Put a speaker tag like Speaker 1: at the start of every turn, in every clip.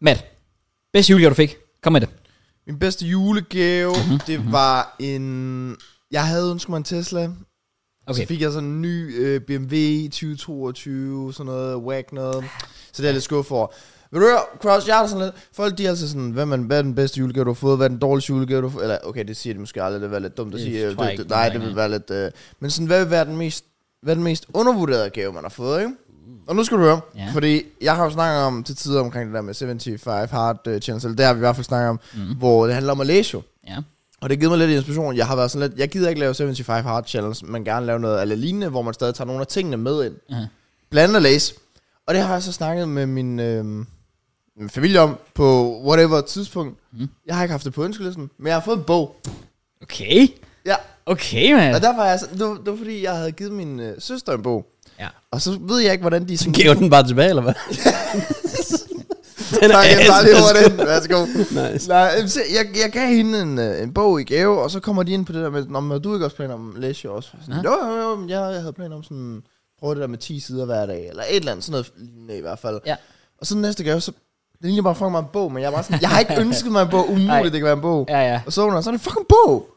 Speaker 1: Matt, bedste julegave, du fik? Kom med det.
Speaker 2: Min bedste julegave, mm-hmm. det var en... Jeg havde ønsket mig en Tesla. Okay.
Speaker 1: Okay,
Speaker 2: Så fik jeg sådan en ny øh, BMW 2022, sådan noget whack
Speaker 1: Ah.
Speaker 2: noget. Så det er jeg lidt skuffet over. Ved du høre, Cross, jeg er sådan lidt... Folk, de er altså sådan, hvad, man, hvad er den bedste julegave, du har fået? Hvad er den dårligste julegave, du har fået? Eller, okay, det siger de måske aldrig, det var lidt dumt at
Speaker 1: Det
Speaker 2: sige. øh,
Speaker 1: tror jeg
Speaker 2: det,
Speaker 1: ikke,
Speaker 2: det, nej,
Speaker 1: det
Speaker 2: det
Speaker 1: er
Speaker 2: vil være lidt... Øh, men sådan, hvad vil være den mest, hvad er den mest undervurderede gave, man har fået, ikke? Og nu skal du høre,
Speaker 1: Uh. Ja.
Speaker 2: ja. fordi jeg har jo snakket om til tider omkring det der med 75 Hard uh, Channels, eller det har vi i hvert fald snakket om, mm. hvor det handler om at læse jo.
Speaker 1: ja.
Speaker 2: Og det giver mig lidt inspiration. Jeg har været sådan lidt, jeg gider ikke lave 75 Hard Challenge, men gerne lave noget eller lignende, hvor man stadig tager nogle af tingene med ind.
Speaker 1: Ja.
Speaker 2: Blandt andet at læse. Og det har jeg så snakket med min, øh, min familie om på whatever tidspunkt. Mm. Jeg har ikke haft det på ønskelisten, men jeg har fået en bog.
Speaker 1: Okay,
Speaker 2: Ja,
Speaker 1: okay, mand.
Speaker 2: og der var jeg sådan, det var, det var fordi, jeg havde givet min øh, søster en bog.
Speaker 1: Ja.
Speaker 2: Og så ved jeg ikke, hvordan de... sådan-
Speaker 3: Gav den bare tilbage, eller hvad? den
Speaker 2: Tak, jeg tager lige
Speaker 3: ass.
Speaker 2: over den. Værsgo.
Speaker 3: Nice.
Speaker 2: Nej, jamen, se, jeg, jeg gav hende en, øh, en bog i gave, og så kommer de ind på det der med, Nå, men har du ikke også planer om at læse jo også? Sådan, jo, jo, jo, men jeg, jeg havde planer om sådan, prøve det der med 10 sider hver dag, eller et eller andet, sådan noget lignende i hvert fald.
Speaker 1: Ja.
Speaker 2: Og så den næste gave, så det ligner bare fucking mig en bog, men jeg, er bare sådan, jeg har ikke ønsket mig en bog, umuligt
Speaker 1: Nej.
Speaker 2: det kan være en bog.
Speaker 1: Ja, ja.
Speaker 2: Og så åbner jeg, så er det en fucking bog.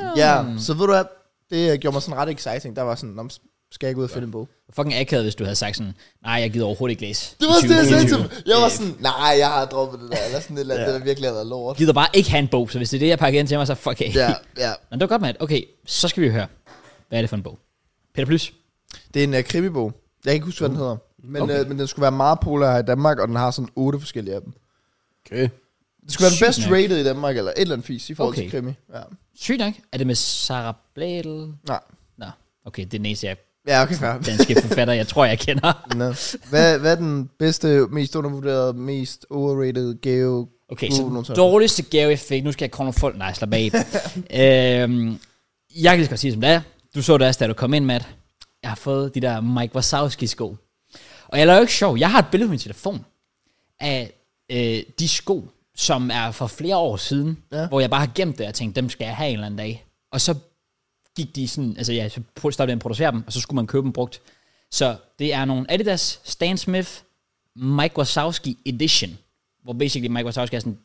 Speaker 1: Damn.
Speaker 2: Ja, så ved du hvad, det øh, gjorde mig sådan ret exciting, der var sådan, Nå, men skal jeg ikke ud og finde en bog?
Speaker 1: Fucking akavet, hvis du havde sagt sådan, nej, jeg gider overhovedet ikke læse.
Speaker 2: Det
Speaker 1: i
Speaker 2: var også det, jeg sagde til
Speaker 1: 2021."
Speaker 2: dem. Jeg var sådan, nej, jeg har droppet det der, eller sådan et eller andet, det der virkelig har været lort.
Speaker 1: gider bare ikke have en bog, så hvis det er det, jeg pakker ind til mig, så fuck af.
Speaker 2: Ja, ja.
Speaker 1: Men det var godt, Matt. Okay, så skal vi høre. Hvad er det for en bog? Peter Plys.
Speaker 2: Det er en uh, krimibog. Jeg kan ikke huske, hvad den hedder. Men, okay. øh, men den skulle være meget populær her i Danmark, og den har sådan otte forskellige af dem.
Speaker 3: Okay.
Speaker 2: Det skulle være den
Speaker 1: Sygt
Speaker 2: bedst
Speaker 1: nok.
Speaker 2: rated i Danmark, eller et eller andet fisk i forhold okay.
Speaker 1: Okay.
Speaker 2: til krimi. Ja.
Speaker 1: Sygt nok. Er det med Sarah Bladel?
Speaker 2: Nej.
Speaker 1: Nå, okay, det er den eneste jeg,
Speaker 2: Ja, okay, fair.
Speaker 1: danske forfatter, jeg tror, jeg kender.
Speaker 2: Nå. Hvad, hvad er den bedste, mest undervurderede, mest overrated gave?
Speaker 1: Okay,
Speaker 2: du
Speaker 1: så
Speaker 2: nogensinde har
Speaker 1: dårligste gave, jeg fik. Nu skal jeg komme nogle folk. Nej, slap af. øhm, jeg kan lige så godt sige, det, som det er. Du så det også, da du kom ind, Matt. Jeg har fået de der Mike Wazowski-sko. Og jeg laver jo ikke sjov. Jeg har et billede på min telefon af øh, de sko, som er for flere år siden, ja.
Speaker 2: Ja.
Speaker 1: hvor jeg bare har gemt det og tænkt, dem skal jeg have en eller anden dag. Og så gik de sådan, altså ja, så pro- stoppede jeg med at producere dem, og så skulle man købe dem brugt. Så det er nogle Adidas Stan Smith Mike Wazowski Edition, hvor basically Mike Wazowski er sådan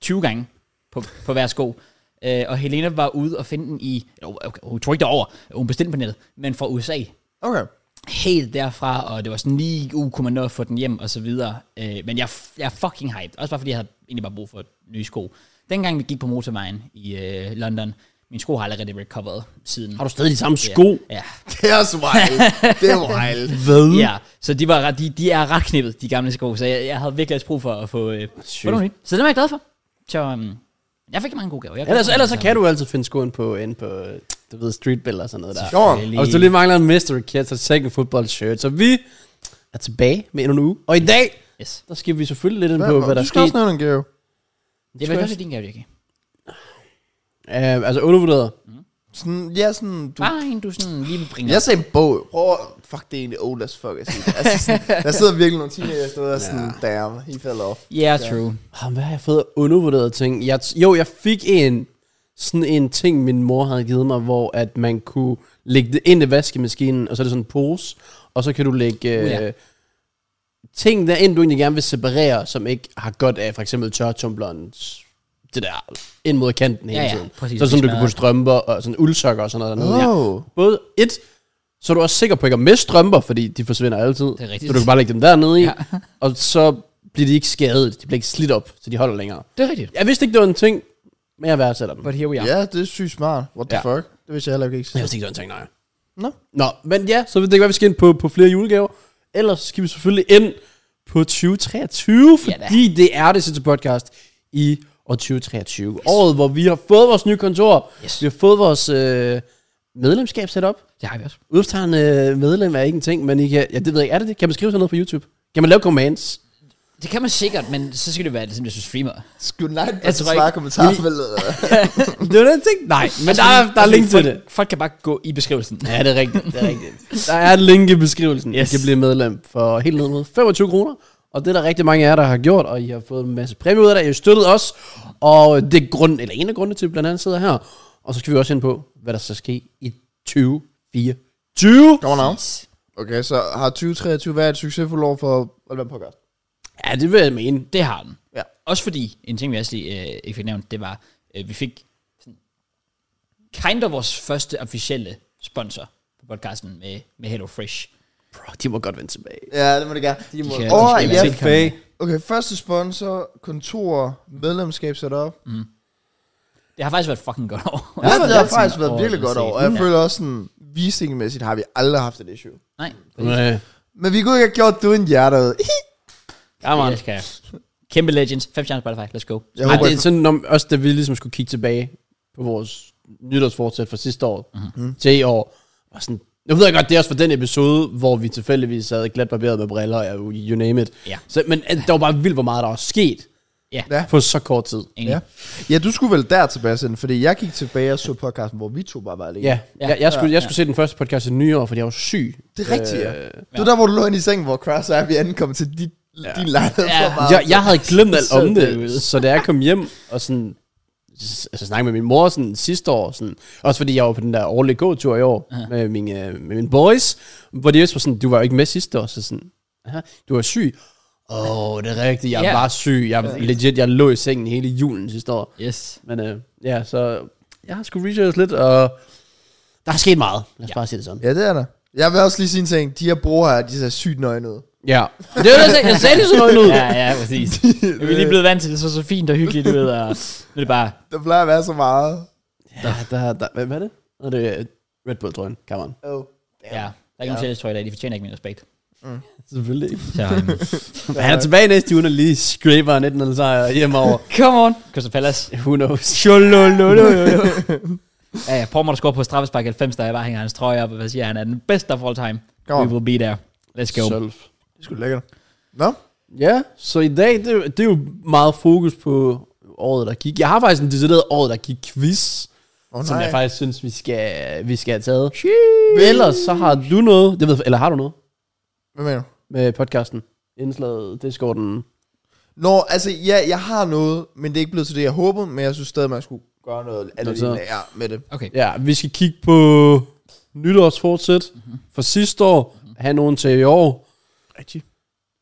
Speaker 1: 20 gange på, på hver sko. Øh, og Helena var ude og finde den i, jo, okay, hun tog ikke derover, hun bestilte den på nettet, men fra USA
Speaker 2: Okay.
Speaker 1: helt derfra, og det var sådan lige, uh, kunne man nå at få den hjem, og så videre. Øh, men jeg, jeg er fucking hyped, også bare fordi jeg havde egentlig bare brug for nye sko. Dengang vi gik på motorvejen i øh, London, mine sko har aldrig rigtig recovered siden.
Speaker 3: Har du stadig de samme sko?
Speaker 1: Ja, ja.
Speaker 2: Det er også wild. det er wild.
Speaker 3: Hvad?
Speaker 1: ja. så de, var, ret- de, de er ret knippet, de gamle sko, så jeg, jeg havde virkelig også brug for at få, øh, få nogle nye. Så det var jeg glad for. Så um, jeg fik mange gode gaver. Jeg
Speaker 3: Ellers, ellers så kan du altid finde skoen på, inde på øh, du ved, Street Bill og sådan noget der.
Speaker 2: Jo,
Speaker 1: Selvfølgelig.
Speaker 3: Og hvis du lige mangler en mystery kit, så second football shirt. Så vi er tilbage med endnu en uge. Og i dag,
Speaker 1: Yes.
Speaker 3: der skal vi selvfølgelig lidt ind
Speaker 2: Hvad,
Speaker 3: på, hvad der
Speaker 2: du skal også
Speaker 3: skete.
Speaker 2: nævne en gave.
Speaker 1: Det var også din gave, Jackie.
Speaker 3: Uh, altså undervurderet.
Speaker 2: Sådan, ja, sådan, du,
Speaker 1: Bare en, du sådan lige vil bringe
Speaker 2: Jeg sagde en bog. jo. Prøv at- Fuck, det er egentlig old as fuck. Jeg siger. Altså, sådan, der sidder virkelig nogle teenager der og sådan, damn, he fell off.
Speaker 1: Yeah, true.
Speaker 3: Oh, hvad har jeg fået af undervurderede ting? Jeg, t- jo, jeg fik en, sådan en ting, min mor havde givet mig, hvor at man kunne lægge det ind i vaskemaskinen, og så er det sådan en pose, og så kan du lægge øh,
Speaker 1: Uh, ja.
Speaker 3: ting derind, du egentlig gerne vil separere, som ikke har godt af for eksempel tørretumbleren, s- det der ind mod kanten hele
Speaker 1: Ja, ja,
Speaker 3: tiden.
Speaker 1: præcis.
Speaker 3: så
Speaker 1: Det
Speaker 3: sådan, du kan
Speaker 1: smadrer.
Speaker 3: putte strømper og sådan uldsokker og sådan noget dernede. Ja.
Speaker 2: Oh.
Speaker 3: Både et, så er du også sikker på ikke at miste strømper, fordi de forsvinder altid.
Speaker 1: er rigtigt.
Speaker 3: Så du kan bare lægge dem dernede i,
Speaker 1: Ja.
Speaker 3: ja. og så bliver de ikke skadet, de bliver ikke slidt op, så de holder længere.
Speaker 1: Det er rigtigt.
Speaker 3: Jeg vidste ikke, det var en ting, men jeg værdsætter dem.
Speaker 1: But here we are.
Speaker 2: Ja, det er sygt smart. What the
Speaker 3: Ja.
Speaker 2: fuck? Det vidste jeg heller ikke.
Speaker 3: Jeg vidste ikke, det var en ting, nej.
Speaker 2: Nå.
Speaker 3: Nå, men ja, så ved det ikke, hvad vi skal ind på, på flere julegaver. Ellers skal vi selvfølgelig ind på 2023,
Speaker 1: Ja da.
Speaker 3: fordi det er det sidste podcast i år 2023. Yes. Året, hvor vi har fået vores nye kontor.
Speaker 1: Yes.
Speaker 3: Vi har fået vores øh, medlemskab sat op.
Speaker 1: Det har vi også.
Speaker 3: Udopstegn øh, medlem er ikke en ting, men I kan, ja, det ved jeg ikke. Er det det? Kan man skrive sådan noget på YouTube? Kan man lave commands?
Speaker 1: Det kan man sikkert, men så skal det være, ligesom, hvis du streamer.
Speaker 2: Skulle nej,
Speaker 1: Jeg
Speaker 2: jeg
Speaker 1: tror
Speaker 2: tror
Speaker 1: ikke-
Speaker 2: svare kommentarfeltet.
Speaker 3: det Altså, er den ting. Nej, men der, er- der er link til
Speaker 1: Altså, folk,
Speaker 3: det.
Speaker 1: Folk kan bare gå i beskrivelsen.
Speaker 3: Ja, det er rigtigt. Det er rigtigt. der er et link i beskrivelsen. Yes. I kan blive medlem for helt ned mod 25 kroner. Og det er der rigtig mange af jer, der har gjort, og I har fået en masse præmie ud af det. I har støttet os, og det er grund, eller en af grundene til, at vi blandt andet sidder her. Og så skal vi også ind på, hvad der skal ske i 2024.
Speaker 2: Kommer nu.
Speaker 1: Yes.
Speaker 2: Okay, så har 2023 været et succesfuldt år for Alvand Podcast?
Speaker 3: Ja, det vil jeg mene.
Speaker 1: Det har den.
Speaker 2: Ja.
Speaker 1: Også fordi, en ting vi også lige øh, ikke fik nævnt, det var, øh, vi fik sådan kind of vores første officielle sponsor på podcasten med, med Hello Fresh.
Speaker 3: Bro, de må godt vende tilbage.
Speaker 2: Ja, det må det gerne.
Speaker 3: De må
Speaker 1: kan-
Speaker 2: Åh,
Speaker 1: de skal
Speaker 2: ja,
Speaker 1: ikke komme
Speaker 3: fake.
Speaker 1: med.
Speaker 2: Okay, første sponsor, kontor, medlemskab sat op. Ja,
Speaker 1: Det har faktisk været et fucking godt år.
Speaker 2: Mm. ja, det har faktisk været
Speaker 1: Sådan
Speaker 2: virkelig godt
Speaker 1: overordnet
Speaker 2: over. Og jeg
Speaker 1: set.
Speaker 2: føler også sådan, visningmæssigt har vi aldrig haft et issue.
Speaker 1: Nej,
Speaker 3: Nej.
Speaker 2: Men vi kunne ikke have gjort det uden jer derude.
Speaker 3: Ja, man.
Speaker 1: det skal jeg. Kæmpe Legends. 5 stjerner Spotify. Let's go.
Speaker 2: Jeg
Speaker 3: Ej,
Speaker 2: håber,
Speaker 3: det er sådan, når, også da vi ligesom skulle kigge tilbage på vores nytårsfortsæt fra sidste år
Speaker 2: Mhm.
Speaker 3: mm-hmm. til i år, var sådan, nu ved jeg godt, det er også fra den episode, hvor vi tilfældigvis sad glat barberet med briller, og you name it.
Speaker 1: Ja.
Speaker 3: Så, men øh, der var bare vildt, hvor meget der var sket
Speaker 1: Ja.
Speaker 2: Ja.
Speaker 3: på så kort tid.
Speaker 1: Enig.
Speaker 2: Ja. ja, du skulle vel der, Sebastian, fordi jeg gik tilbage og så podcasten, hvor vi to bare var alene.
Speaker 3: Ja,
Speaker 1: Ja.
Speaker 3: ja. Jeg, jeg, skulle, jeg skulle se den første podcast i det nye år, fordi jeg var syg.
Speaker 2: Det er rigtigt, ja.
Speaker 3: Øh,
Speaker 2: Det var der, hvor du lå inde i sengen, hvor Crash og vi ankom til dit, ja. din lejlighed.
Speaker 1: Ja.
Speaker 2: for bare-
Speaker 3: jeg, jeg havde glemt alt
Speaker 1: Så
Speaker 3: om
Speaker 1: derude.
Speaker 3: det, Ah, så da jeg kom hjem og sådan, s- altså snakkede med min mor sådan sidste år, sådan, også fordi jeg var på den der årlige gåtur i år uh-huh. med, min, øh, med mine boys, hvor de også var sådan, du var jo ikke med sidste år, så sådan, aha, du var syg. Åh, oh, det er rigtigt, jeg
Speaker 1: Ja.
Speaker 3: var syg, jeg var legit, jeg lå i sengen hele julen sidste år.
Speaker 1: Yes.
Speaker 3: Men øh, ja, så jeg har sgu researchet lidt, og der er sket meget, lad os ja. bare sige det sådan.
Speaker 2: Ja, det er der. Jeg vil også lige sige en ting. De her brugere her, de ser sygt nøgne ud.
Speaker 3: Ja, det var det, jeg sagde, jeg sagde det sådan noget ud.
Speaker 1: Ja, ja, præcis. Vi er lige blevet vant til det, så så fint og hyggeligt ud, og nu er det bare...
Speaker 2: Der plejer at være så meget.
Speaker 3: Ja, der, der, hvad, hvad er det? Nå, det er Red Bull, tror jeg, kammeren.
Speaker 2: Oh.
Speaker 1: Ja, der er ikke nogen sjældent i dag, de fortjener ikke min respekt.
Speaker 3: Selvfølgelig ikke.
Speaker 1: Så, um,
Speaker 3: Men han er tilbage næste uge, og lige scraper en 19 sejr hjemover.
Speaker 1: come on, Crystal Palace.
Speaker 3: Who knows?
Speaker 1: Ja, ja, Paul måtte score på straffespark 90, der jeg bare hænger hans trøje op, og hvad siger han, er den bedste of all time. We
Speaker 2: Come on.
Speaker 1: will be there. Let's go.
Speaker 3: Solf.
Speaker 2: Det er sgu lækkert. Nå?
Speaker 3: Ja, så i dag, det, er jo- det er jo meget fokus på året, der gik. Jeg har faktisk en decideret året, der gik quiz,
Speaker 2: Åh oh,
Speaker 3: som jeg
Speaker 2: nej.
Speaker 3: faktisk synes, vi skal, vi skal have taget. Men ellers så har du noget, det ved, eller har du noget
Speaker 2: Hvad mener du?
Speaker 3: med podcasten? Indslaget, Discorden.
Speaker 2: Nå, altså, ja, jeg har noget, men det er ikke blevet til det, jeg håbede, men jeg synes stadig, man skulle gøre noget andet
Speaker 3: så-
Speaker 2: ja, med det.
Speaker 1: Okay.
Speaker 3: Ja, vi skal kigge på nytårsfortsæt
Speaker 1: Mhm.
Speaker 3: mm-hmm. fra sidste år, have nogen til i år.
Speaker 2: Rigtigt.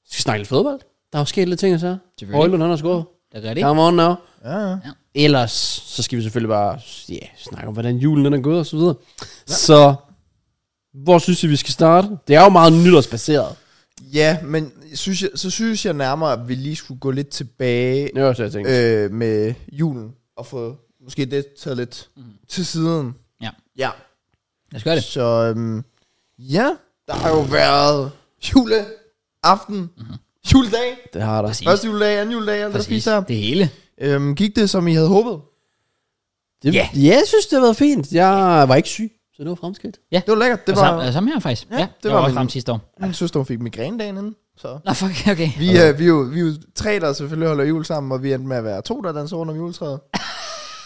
Speaker 3: Vi skal snakke lidt fodbold. Der er jo sket lidt ting, og så.
Speaker 1: Selvfølgelig.
Speaker 3: Højlund, han har skåret.
Speaker 1: Det er rigtigt.
Speaker 3: Come on now.
Speaker 2: Ja, ja.
Speaker 3: Ellers, så skal vi selvfølgelig bare ja, snakke om, hvordan julen den er gået og så videre. Ja. Så, hvor synes I, vi skal starte? Det er jo meget nytårsbaseret.
Speaker 2: ja men synes jeg, så synes jeg nærmere, at vi lige skulle gå lidt tilbage
Speaker 3: Det var også, det, jeg tænkte.
Speaker 2: øh, med julen, og få måske det taget lidt mm. til siden.
Speaker 1: Mhm. Ja.
Speaker 2: Ja.
Speaker 1: Lad os gøre det.
Speaker 2: Så øhm, ja, der har jo været juleaften, mm-hmm. juledag,
Speaker 3: Det har der.
Speaker 1: Præcis.
Speaker 2: første juledag, anden juledag, alt det der
Speaker 1: Mhm. Præcis.
Speaker 2: spiser.
Speaker 1: Det hele.
Speaker 2: Øhm, gik det, som I havde håbet?
Speaker 3: Det,
Speaker 1: Ja.
Speaker 3: ja, jeg synes, det har været fint. Jeg var ikke syg, så det var fremskridt.
Speaker 2: Det var lækkert.
Speaker 1: Det
Speaker 2: Det
Speaker 1: var... Samme,
Speaker 2: var,
Speaker 1: øh, samme her faktisk. Ja,
Speaker 2: Ja,
Speaker 1: ja
Speaker 2: det
Speaker 1: det
Speaker 2: var
Speaker 1: var også
Speaker 2: min-
Speaker 1: frem sidste år.
Speaker 2: min søster hun fik migræne dagen inden, så...
Speaker 1: Nå, fuck, okay.
Speaker 2: Vi, øh, vi, er jo, vi er jo tre, der selvfølgelig holder jul sammen, og vi endte med at være to, der danser rundt om juletræet.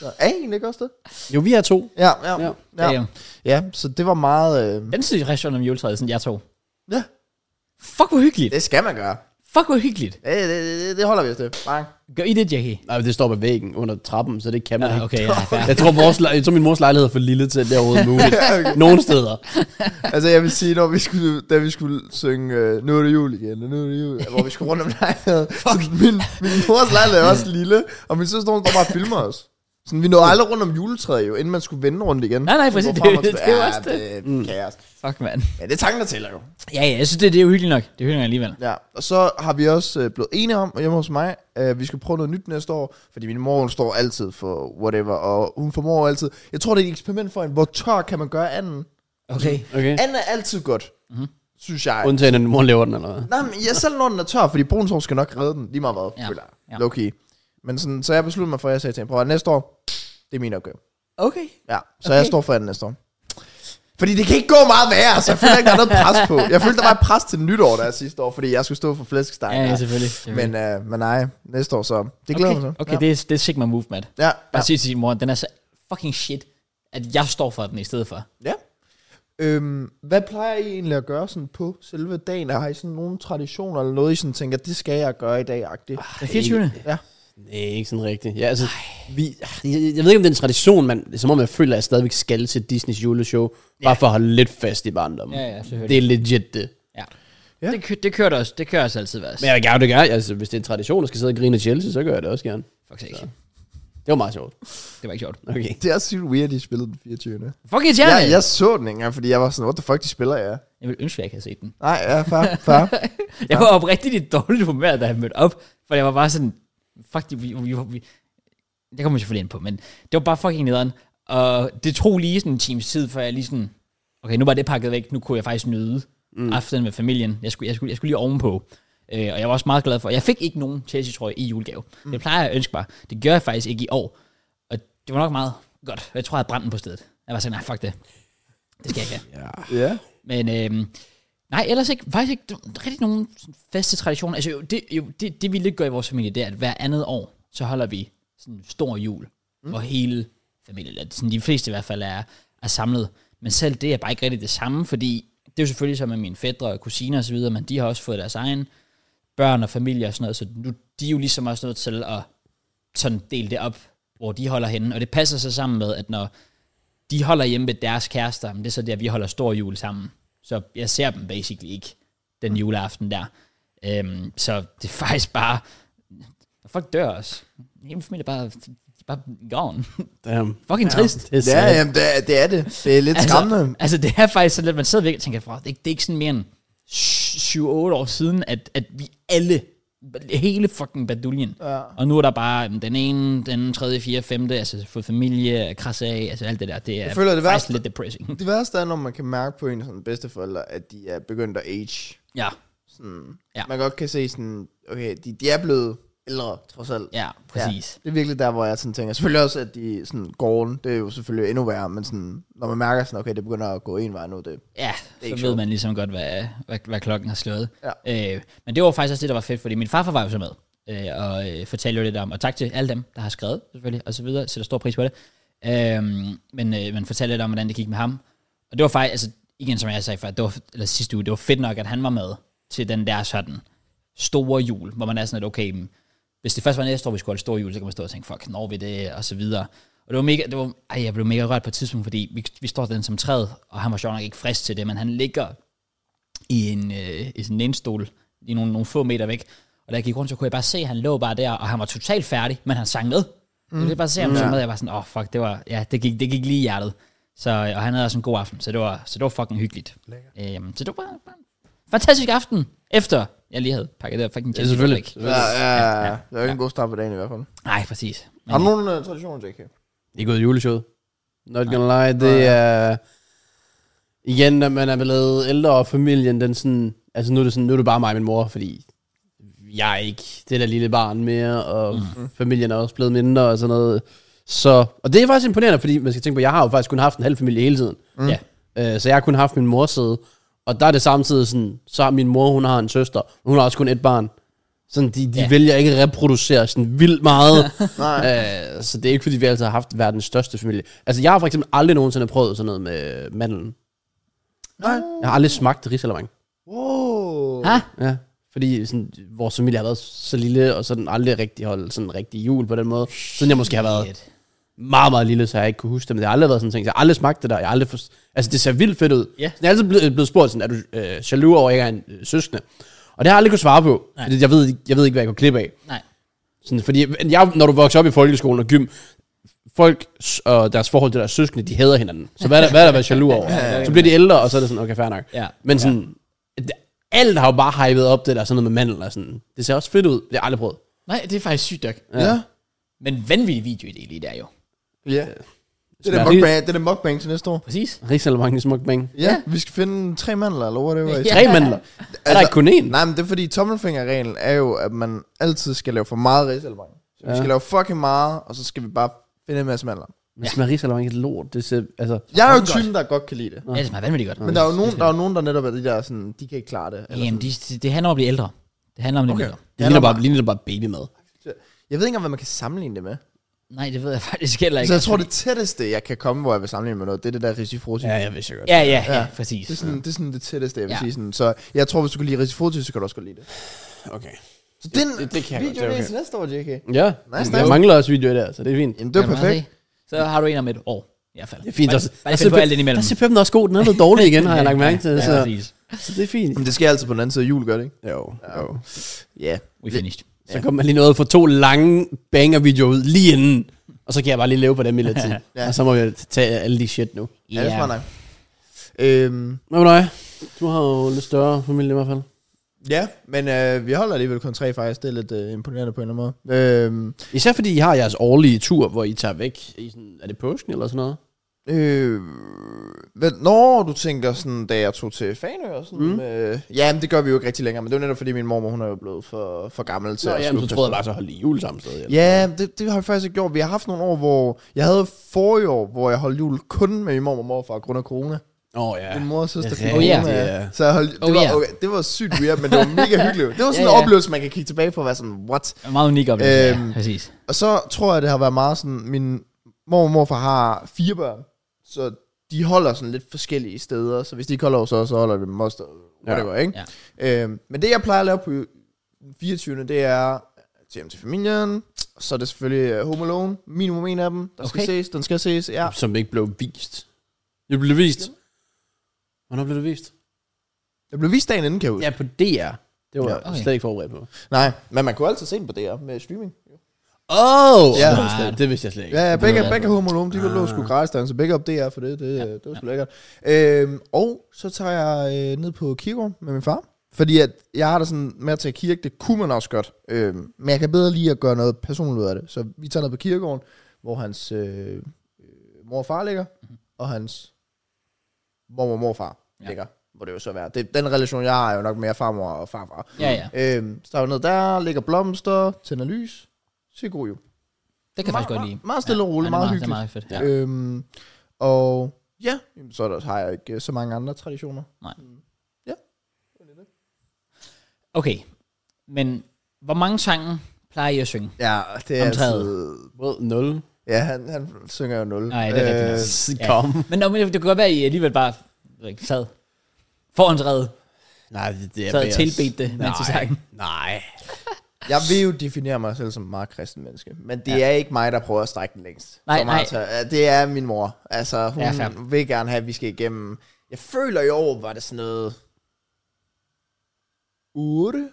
Speaker 2: Så er I egentlig ikke også det?
Speaker 3: Jo, vi er to.
Speaker 2: Ja, ja,
Speaker 3: Ja.
Speaker 1: Ja.
Speaker 2: ja. ja så det var meget... Øh,
Speaker 1: Den synes jeg reaktion om juletræet, sådan jeg tog.
Speaker 2: ja,
Speaker 1: Fuck, hvor hyggeligt.
Speaker 2: det skal man gøre.
Speaker 1: Fuck, hvor hyggeligt.
Speaker 2: Det, det, det, det holder vi os til. Bang.
Speaker 1: Gør I det, Jackie?
Speaker 3: Nej, men det står på væggen under trappen, så det kan man
Speaker 1: Ja,
Speaker 3: ikke.
Speaker 1: okay, ja, fair.
Speaker 3: Jeg tror, vores, lej- jeg tror, min mors lejlighed er for lille til, at det er overhovedet muligt. Nogle steder.
Speaker 2: Altså jeg vil sige, når vi skulle, da vi skulle synge øh, Nu er det jul igen, og nu er det jul, hvor vi skulle rundt om lejligheden. Så min, min mors lejlighed er også lille, og min søster, hun står bare og filmer os. Sådan, vi nåede aldrig rundt om juletræet jo, inden man skulle vende rundt igen.
Speaker 1: Nej, nej, præcis.
Speaker 2: Så hvorfor
Speaker 1: Det-
Speaker 2: man-
Speaker 1: det er jo
Speaker 2: Ja,
Speaker 1: også det. Mm.
Speaker 2: det. Kaos.
Speaker 1: Fuck, mand.
Speaker 2: Men det er tanken, der tæller jo.
Speaker 1: Ja, ja, jeg synes, det, det er uhyggeligt nok. Det er hyggeligt nok alligevel.
Speaker 2: Ja, og så har vi også øh, blevet enige om, hjemme hos mig, at vi skal prøve noget nyt næste år, fordi min mor, hun står altid for whatever, og hun formår altid. Jeg tror, det er et eksperiment for en, hvor tør kan man gøre anden?
Speaker 1: Okay. Mhm.
Speaker 3: Okay.
Speaker 2: Anden er altid godt, mm-hmm. synes jeg.
Speaker 3: Undtagen, at min mor laver den, eller hvad?
Speaker 2: Nej, men jeg selv når den er tør, fordi brunsov skal nok redde den, lige meget hvad,
Speaker 1: Ja.
Speaker 2: ja. føler jeg.
Speaker 1: Ja.
Speaker 2: Ja. Low key. Men sådan, så jeg besluttede mig for, at jeg sagde til hende, prøv at næste år, det er min opgave.
Speaker 1: Okay.
Speaker 2: Ja, så okay. jeg står for den næste år. Fordi det kan ikke gå meget værre, så jeg føler ikke, der er noget pres på. Jeg følte, der var et pres til nytår, der sidste år, fordi jeg skulle stå for flæskesteg.
Speaker 1: Ja, ja selvfølgelig. selvfølgelig.
Speaker 2: Men, øh, men nej, næste år så. Det glæder
Speaker 1: okay,
Speaker 2: mig så.
Speaker 1: okay det, er, det er Sigma Move, Matt.
Speaker 2: Ja, ja.
Speaker 1: Bare ja. sige til sin mor, den er så fucking shit, at jeg står for den i stedet for.
Speaker 2: ja. Øhm, hvad plejer I egentlig at gøre sådan på selve dagen? Har I sådan nogle traditioner eller noget, I sådan tænker, det skal jeg gøre i dag, agtigt?
Speaker 1: Den 24.
Speaker 2: Ja.
Speaker 3: Nej, ikke sådan rigtigt. Ja, altså, vi, jeg, jeg ved ikke, om det er en tradition, man, som om jeg føler, at jeg stadigvæk skal til Disneys juleshow, bare for at holde lidt fast i barndommen.
Speaker 1: Ja, ja, selvfølgelig.
Speaker 3: Det er legit det.
Speaker 1: Ja. Ja. Det, kø- det, kører det, også, det kører også altid værst.
Speaker 3: Men jeg vil gerne, det gør. Altså, hvis det er en tradition, at skal sidde og grine af Chelsea, så gør jeg det også gerne.
Speaker 1: Fuck sake.
Speaker 3: Det var meget sjovt.
Speaker 1: Det var ikke sjovt.
Speaker 3: Okay.
Speaker 2: Det er sygt weird, de spillede den 24.
Speaker 1: Fuck it,
Speaker 2: Ja,
Speaker 1: ja,
Speaker 2: jeg, jeg så den ikke engang, fordi jeg var sådan, what the fuck, de spiller, ja.
Speaker 1: Jeg ville ønske, at jeg ikke havde set den.
Speaker 2: Nej, ja, far, far.
Speaker 1: Jeg var oprigtigt i et dårligt humør, da jeg mødte op, for jeg var bare sådan, fuck, de, vi, vi, vi, det kommer jeg selvfølgelig ind på, men det var bare fucking nederen. Og det tog lige sådan en times tid, før jeg lige sådan, okay, nu var det pakket væk, nu kunne jeg faktisk nyde mm. aftenen med familien. Jeg skulle, jeg skulle, jeg skulle lige ovenpå. Øh, og jeg var også meget glad for, jeg fik ikke nogen Chelsea-trøje i julegave. Mm. Det plejer jeg at ønske mig. Det gør jeg faktisk ikke i år. Og det var nok meget godt. Jeg tror, jeg havde brændt den på stedet. Jeg var sådan, nej, fuck det. Det skal jeg ikke have.
Speaker 3: Ja.
Speaker 2: ja.
Speaker 1: Men øhm, nej, ellers ikke, faktisk ikke der er rigtig nogen sådan faste traditioner. Altså jo, det, jo, det, det vi lidt gør i vores familie, det er, at hver andet år, så holder vi sådan en stor jul, mm. hvor hele familien, eller sådan de fleste i hvert fald, er, er samlet. Men selv det er bare ikke rigtig det samme, fordi det er jo selvfølgelig så med mine fædre og kusiner osv., men de har også fået deres egen børn og familie og sådan noget, så nu, de er jo ligesom også nødt til at sådan dele det op, hvor de holder henne. Og det passer så sammen med, at når de holder hjemme ved deres kærester, men det er så der, vi holder stor jul sammen. Så jeg ser dem basically ikke
Speaker 2: Mm.
Speaker 1: den juleaften der. Øhm, så det er faktisk bare... Folk dør også. Hele familien er bare, de er bare gone.
Speaker 3: Damn.
Speaker 1: Fucking trist.
Speaker 3: Det er
Speaker 2: Ja,
Speaker 3: sad.
Speaker 2: jamen, det, er, det er det. Det er lidt altså, skræmmende.
Speaker 1: Altså, altså, det er faktisk sådan lidt, man sidder virkelig og tænker, "Fuck, det, er ikke- det er ikke sådan mere end 7-8 år siden, at, at vi alle, hele fucking baduljen,
Speaker 2: Ja.
Speaker 1: og nu er der bare jamen, den ene, den anden, tredje, fjerde, femte, altså fået familie, krasse af, altså alt det der, det er
Speaker 2: Jeg føler, det
Speaker 1: faktisk
Speaker 2: værste-
Speaker 1: lidt depressing.
Speaker 2: Det værste er, når man kan mærke på en af sådan bedsteforældre, at de er begyndt at age.
Speaker 1: ja,
Speaker 2: Sådan,
Speaker 1: Ja.
Speaker 2: ja. Man godt kan se sådan, okay, de, de er blevet ældre, trods alt.
Speaker 1: ja, præcis.
Speaker 2: Ja, det er virkelig der, hvor jeg sådan tænker. Selvfølgelig også, at de sådan, gården, det er jo selvfølgelig endnu værre, men sådan, når man mærker sådan, okay, det begynder at gå en vej nu, det
Speaker 1: Ja,
Speaker 2: er
Speaker 1: så
Speaker 2: ikke
Speaker 1: ved
Speaker 2: sjovt.
Speaker 1: man ligesom godt, hvad, hvad, hvad klokken har slået. Ja. Øh, men det var faktisk også det, der var fedt, fordi min farfar var jo så med, øh, og øh, fortalte jo lidt om, og tak til alle dem, der har skrevet, selvfølgelig, og så videre, sætter stor pris på det. Øh, men øh, man fortalte lidt om, hvordan det gik med ham. Og det var faktisk, altså, igen som jeg sagde før, det var, eller sidste uge, det var fedt nok, at han var med til den der sådan store jul, hvor man er sådan lidt, okay, men hvis det først var næste år, vi skulle holde store jul, så kan man stå og tænke, fuck, når vi det, og så videre. Og det var mega, det var, ej, jeg blev mega rørt på et tidspunkt, fordi vi, vi står den som træet, og han var sjovt nok ikke frisk til det, men han ligger i en, øh, i sådan en lænestol, lige nogle, nogle få meter væk. Og da jeg gik rundt, så kunne jeg bare se, at han lå bare der, og han var totalt færdig, men han sang med. Mm. Jeg kunne bare se ham mm.
Speaker 2: Ja.
Speaker 1: med, og jeg var sådan, åh, oh, fuck, det var, ja, det gik, det gik lige i hjertet. Så, og han havde også en god aften, så det var, så det var fucking hyggeligt. Øhm, så det var bare, bare en fantastisk aften, efter jeg lige havde pakket det her fucking
Speaker 3: Ja, selvfølgelig.
Speaker 1: væk.
Speaker 2: Ja, ja, ja. Det er jo ikke
Speaker 1: Ja.
Speaker 2: en god start på dagen i hvert fald.
Speaker 1: Nej, præcis. Men,
Speaker 2: Har du nogen uh, traditioner, JK?
Speaker 3: Det er gået juleshowet. Not gonna lie, det er... Igen, når man er blevet ældre, og familien, den sådan... Altså nu er det, sådan, nu er det bare mig og min mor, fordi jeg er ikke det der lille barn mere, og mm. familien er også blevet mindre og sådan noget. Så, og det er faktisk imponerende, fordi man skal tænke på, jeg har jo faktisk kun haft en halv familie hele tiden.
Speaker 1: Mm. Ja.
Speaker 3: Øh, så jeg har kun haft min mors side. Og der er det samtidig sådan, så har min mor, hun har en søster, og hun har også kun et barn. Sådan, de, de
Speaker 1: Ja.
Speaker 3: ja. vælger ikke at reproducere sådan vildt meget.
Speaker 2: Nej.
Speaker 3: Øh, så det er ikke, fordi vi altid har haft verdens største familie. Altså, jeg har for eksempel aldrig nogensinde prøvet sådan noget med mandlen.
Speaker 2: Nej.
Speaker 3: Jeg har aldrig smagt risalamang.
Speaker 2: Wow.
Speaker 1: Ha?
Speaker 3: Ja. Fordi sådan, vores familie har været så lille, og sådan aldrig rigtig holdt sådan rigtig jul på den måde. Siden jeg måske har været
Speaker 1: Shit.
Speaker 3: meget, meget lille, så jeg ikke kunne huske det. Men det har aldrig været sådan en ting. Så jeg har aldrig smagt det der. Jeg har aldrig forst... Altså, det ser vildt fedt ud.
Speaker 1: Ja.
Speaker 3: Så jeg er altid blevet, blevet spurgt sådan, er du øh, jaloux over, at jeg ikke er en øh, søskende? Og det har jeg aldrig kunne svare på.
Speaker 1: Nej.
Speaker 3: Fordi jeg ved, jeg ved ikke, hvad jeg kunne klippe af.
Speaker 1: Nej.
Speaker 3: Sådan, fordi jeg, når du vokser op i folkeskolen og gym, folk s- og deres forhold til deres søskende, de hader hinanden. Så hvad er der, hvad er der at være jaloux over? Så bliver de ældre, og så er det sådan, okay, fair nok.
Speaker 1: Ja.
Speaker 3: Men sådan, det- alt har jo bare hypet op, det der sådan noget med mandel og sådan. Det ser også fedt ud. Det har jeg aldrig prøvet.
Speaker 1: Nej, det er faktisk sygt nok.
Speaker 2: Ja. ja.
Speaker 1: Men vanvittig video i det lige der jo.
Speaker 2: Ja. Det er
Speaker 3: smager-
Speaker 2: det mukbang, det er det mukbang til næste år.
Speaker 1: Præcis.
Speaker 3: Rigsalermang i smukbang.
Speaker 2: Ja, vi skal finde tre mandler, eller whatever.
Speaker 1: Ja.
Speaker 2: I
Speaker 3: Tre mandler.
Speaker 2: Altså-
Speaker 3: Er der ikke kun én?
Speaker 2: Nej, men det er fordi, tommelfingerreglen er jo, at man altid skal lave for meget ridsalvang. Så ja. vi
Speaker 3: Ja.
Speaker 2: skal lave fucking meget, og så skal vi bare finde en masse mandler.
Speaker 3: Men smager risalermang ikke lort? Det ser, altså,
Speaker 2: Jeg er jo
Speaker 1: Fucking
Speaker 2: typen, der godt kan lide det.
Speaker 1: Ja, det smager vanvittigt godt.
Speaker 2: Men der er jo nogen, der, er jo nogen, der netop er de der sådan, de kan ikke klare det. Eller
Speaker 1: Jamen, de, de- det handler om at blive ældre. Det handler om at blive
Speaker 2: Okay.
Speaker 1: ældre.
Speaker 3: det ligner bare, ligner bare babymad.
Speaker 2: sådan. Jeg ved ikke engang, hvad man kan sammenligne det med.
Speaker 1: Nej, det ved jeg faktisk heller ikke.
Speaker 2: Så jeg tror, det tætteste, jeg kan komme, hvor jeg vil sammenligne med noget, det er det der risifrosi.
Speaker 3: Ja, jeg vidste godt.
Speaker 1: Ja, ja, ja,
Speaker 2: Ja.
Speaker 1: præcis.
Speaker 2: Det er, sådan, det er sådan det tætteste, jeg vil
Speaker 1: Ja.
Speaker 2: ja. sige. Sådan. Så jeg tror, hvis du kan lide risifrosi, så kan du også godt lide det.
Speaker 3: Okay.
Speaker 2: Så den
Speaker 3: det- det kan jeg godt,
Speaker 2: video
Speaker 3: det er
Speaker 2: det er
Speaker 3: okay.
Speaker 2: til næste år, JK.
Speaker 3: Ja,
Speaker 2: Nice,
Speaker 3: jeg
Speaker 2: nice.
Speaker 3: mangler også video der, så det er fint.
Speaker 2: Jamen, det er
Speaker 1: Kan du
Speaker 2: perfekt.
Speaker 1: meget se? altså, Så har du en om et år, i hvert fald.
Speaker 3: Det er fint.
Speaker 1: Bare,
Speaker 3: også.
Speaker 1: bare lige finde på alt det imellem.
Speaker 3: Der er CPM også god. Den er blevet dårlig igen, har jeg lagt mærke til. altså.
Speaker 1: Ja,
Speaker 3: Så.
Speaker 1: præcis.
Speaker 3: Så det er fint.
Speaker 2: Men det sker altid på den anden side af jul, gør det ikke?
Speaker 3: Jo. jo.
Speaker 2: Ja.
Speaker 1: We finished.
Speaker 3: Så kommer man lige noget for to lange banger-videoer ud lige inden. Og så kan jeg bare lige leve på dem i lidt tid.
Speaker 2: Ja.
Speaker 3: ja. Og så må vi tage alle de shit nu.
Speaker 2: Ja, det er smart nok. Øhm,
Speaker 3: Hvad med dig? Du har jo lidt større familie i hvert fald.
Speaker 2: ja, men øh, vi holder alligevel kun tre faktisk. Det er lidt øh, imponerende på en eller anden måde. Øhm,
Speaker 3: Især fordi I har jeres årlige tur, hvor I tager væk. I sådan, er det påsken eller sådan noget?
Speaker 2: øh, hvad, når du tænker sådan, da jeg tog til Fanø og sådan... Mm.
Speaker 3: Mm.
Speaker 2: Øh, ja, men det gør vi jo ikke rigtig længere. Men det var netop fordi min mormor, hun er jo blevet for, for gammel til
Speaker 3: Nå,
Speaker 2: at
Speaker 3: jamen, så
Speaker 2: skulle
Speaker 3: troede jeg bare, så holdt I jul samme sted. Eller?
Speaker 2: Ja, det, det har vi faktisk ikke gjort. Vi har haft nogle år, hvor... Jeg havde forrige år, hvor jeg holdt jul kun med min mormor og morfar grund af corona.
Speaker 3: Åh, oh, ja.
Speaker 2: Min mor og søster fik
Speaker 1: Oh, ja.
Speaker 2: corona.
Speaker 3: Ja.
Speaker 2: Så jeg holdt, det,
Speaker 1: Oh,
Speaker 2: var,
Speaker 1: ja.
Speaker 2: okay, det var sygt weird, men det var mega hyggeligt. Det var sådan
Speaker 1: Ja,
Speaker 2: en
Speaker 1: ja.
Speaker 2: oplevelse, man kan kigge tilbage på og være sådan, what?
Speaker 1: Meget unik oplevelse, øhm,
Speaker 2: Øhm,
Speaker 1: ja, præcis.
Speaker 2: Og så tror jeg, det har været meget sådan, min mor og morfar har fire børn, så de holder sådan lidt forskellige steder, så hvis de ikke holder hos os, så holder de moster, whatever, ja. ikke? Ja. Øhm, men det, jeg plejer at lave på den 24. det er til hjem til familien, og så er det selvfølgelig øh, Home Alone, minimum en af dem, der okay. skal
Speaker 1: Okay.
Speaker 2: ses, den skal ses, ja.
Speaker 3: Som ikke blev vist. Det blev vist. Hvornår blev det vist?
Speaker 2: Jeg blev vist dagen inden, kan jeg huske.
Speaker 3: Ja, på DR. Det var
Speaker 2: Ja,
Speaker 3: jeg
Speaker 1: okay.
Speaker 3: slet ikke forberedt på.
Speaker 2: Nej, men man kunne altid se den på DR med streaming.
Speaker 3: Åh! Oh,
Speaker 2: Ja.
Speaker 3: Det vidste jeg slet ikke.
Speaker 2: Ja, ja begge,
Speaker 1: ved jeg Ah.
Speaker 2: begge Home Alone, de lå sgu gratis derinde, så begge op DR for det, det, ja. det var sgu lækkert. Øhm, og så tager jeg øh, ned på kirkegården med min far, fordi at jeg har det sådan med at tage i kirke, det kunne man også godt, øhm, men jeg kan bedre lige at gøre noget personligt ud af det. Så vi tager ned på kirkegården, hvor hans øh, øh, mor og far ligger, og hans mor og morfar ja.
Speaker 1: Mhm. Ja.
Speaker 2: ligger, hvor det jo så være. Det, den relation, jeg har, er jo nok mere farmor og farfar.
Speaker 1: Ja, ja.
Speaker 2: Øhm, så tager vi ned der, ligger blomster, tænder lys, siger god jul.
Speaker 1: Det kan jeg faktisk
Speaker 2: Meget-
Speaker 1: godt lide.
Speaker 2: meget- meget stille og roligt,
Speaker 1: Ja, det er
Speaker 2: meget
Speaker 1: Det er meget fedt. Ja.
Speaker 2: Ja. Øhm, og ja, jamen, så er der, har jeg ikke øh, så mange andre traditioner.
Speaker 1: Okay, men hvor mange sange plejer I at synge?
Speaker 2: Ja, det
Speaker 1: er
Speaker 2: er
Speaker 1: Om træet.
Speaker 3: Rød 0.
Speaker 2: Ja, han, han synger jo nul.
Speaker 1: Nej, det er rigtigt nok. Ja.
Speaker 3: Kom.
Speaker 1: Men, nå, men det kunne godt være, at I alligevel bare ved ikke, sad foran træet,
Speaker 3: Nej, det, det er
Speaker 1: sad og
Speaker 3: bedre.
Speaker 1: tilbedte det, mens I sang.
Speaker 3: Nej.
Speaker 2: Øh, Jeg vil jo definere mig selv som et meget kristen menneske, men det ja. er ikke mig, der prøver at strække den længst.
Speaker 1: Nej,
Speaker 2: Så meget
Speaker 1: nej.
Speaker 2: tør- ja, Det er min mor. Altså, hun
Speaker 1: Ja, fair.
Speaker 2: vil gerne have, at vi skal igennem. Jeg føler i år, var det sådan noget... 8?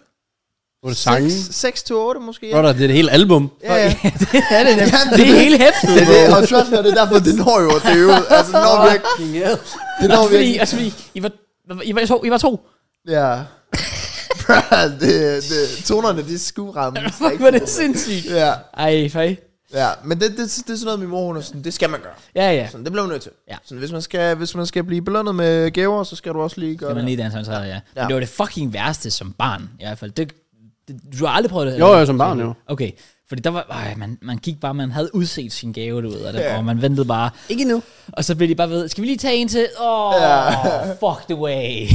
Speaker 3: Var det sangen?
Speaker 2: 6 til 8 måske?
Speaker 3: Brother, det er et helt album.
Speaker 2: Ja, ja.
Speaker 1: Ja, det er,
Speaker 2: Jamen,
Speaker 1: det er hele hæftet.
Speaker 2: Det er det, og trust me, det er derfor, det når jo at døve. Altså, det når virkelig. Det når
Speaker 1: Også fordi,
Speaker 2: virkelig.
Speaker 1: også fordi I, var, I, var to, I var to.
Speaker 2: Ja. Bruh, det, det, tonerne, de skulle ramme.
Speaker 1: Fuck, hvor er det sindssygt.
Speaker 2: Ja,
Speaker 1: Ej, fej.
Speaker 2: ja. Men det, det, det, er sådan noget, min mor, hun er sådan, det skal man gøre.
Speaker 1: Ja, ja.
Speaker 2: Sådan, det bliver man nødt til.
Speaker 1: Ja.
Speaker 2: Sådan, hvis, man skal, hvis man skal blive belønnet med gaver, så skal du også lige gøre
Speaker 1: Skal man
Speaker 2: det.
Speaker 1: lige danse om træet, ja.
Speaker 2: Ja.
Speaker 1: Men det var det fucking værste som barn, i hvert fald. Det, det, du har aldrig prøvet det?
Speaker 3: Jo,
Speaker 1: eller?
Speaker 3: jo, som barn jo.
Speaker 1: Okay, fordi der var, øh, man, man gik bare, man havde udset sin gave, du ved, og, der,
Speaker 2: Ja.
Speaker 1: ja. og man ventede bare.
Speaker 3: Ikke nu.
Speaker 1: Og så blev de bare ved, skal vi lige tage en til? Åh, oh,
Speaker 2: Ja.
Speaker 1: ja. fuck the way.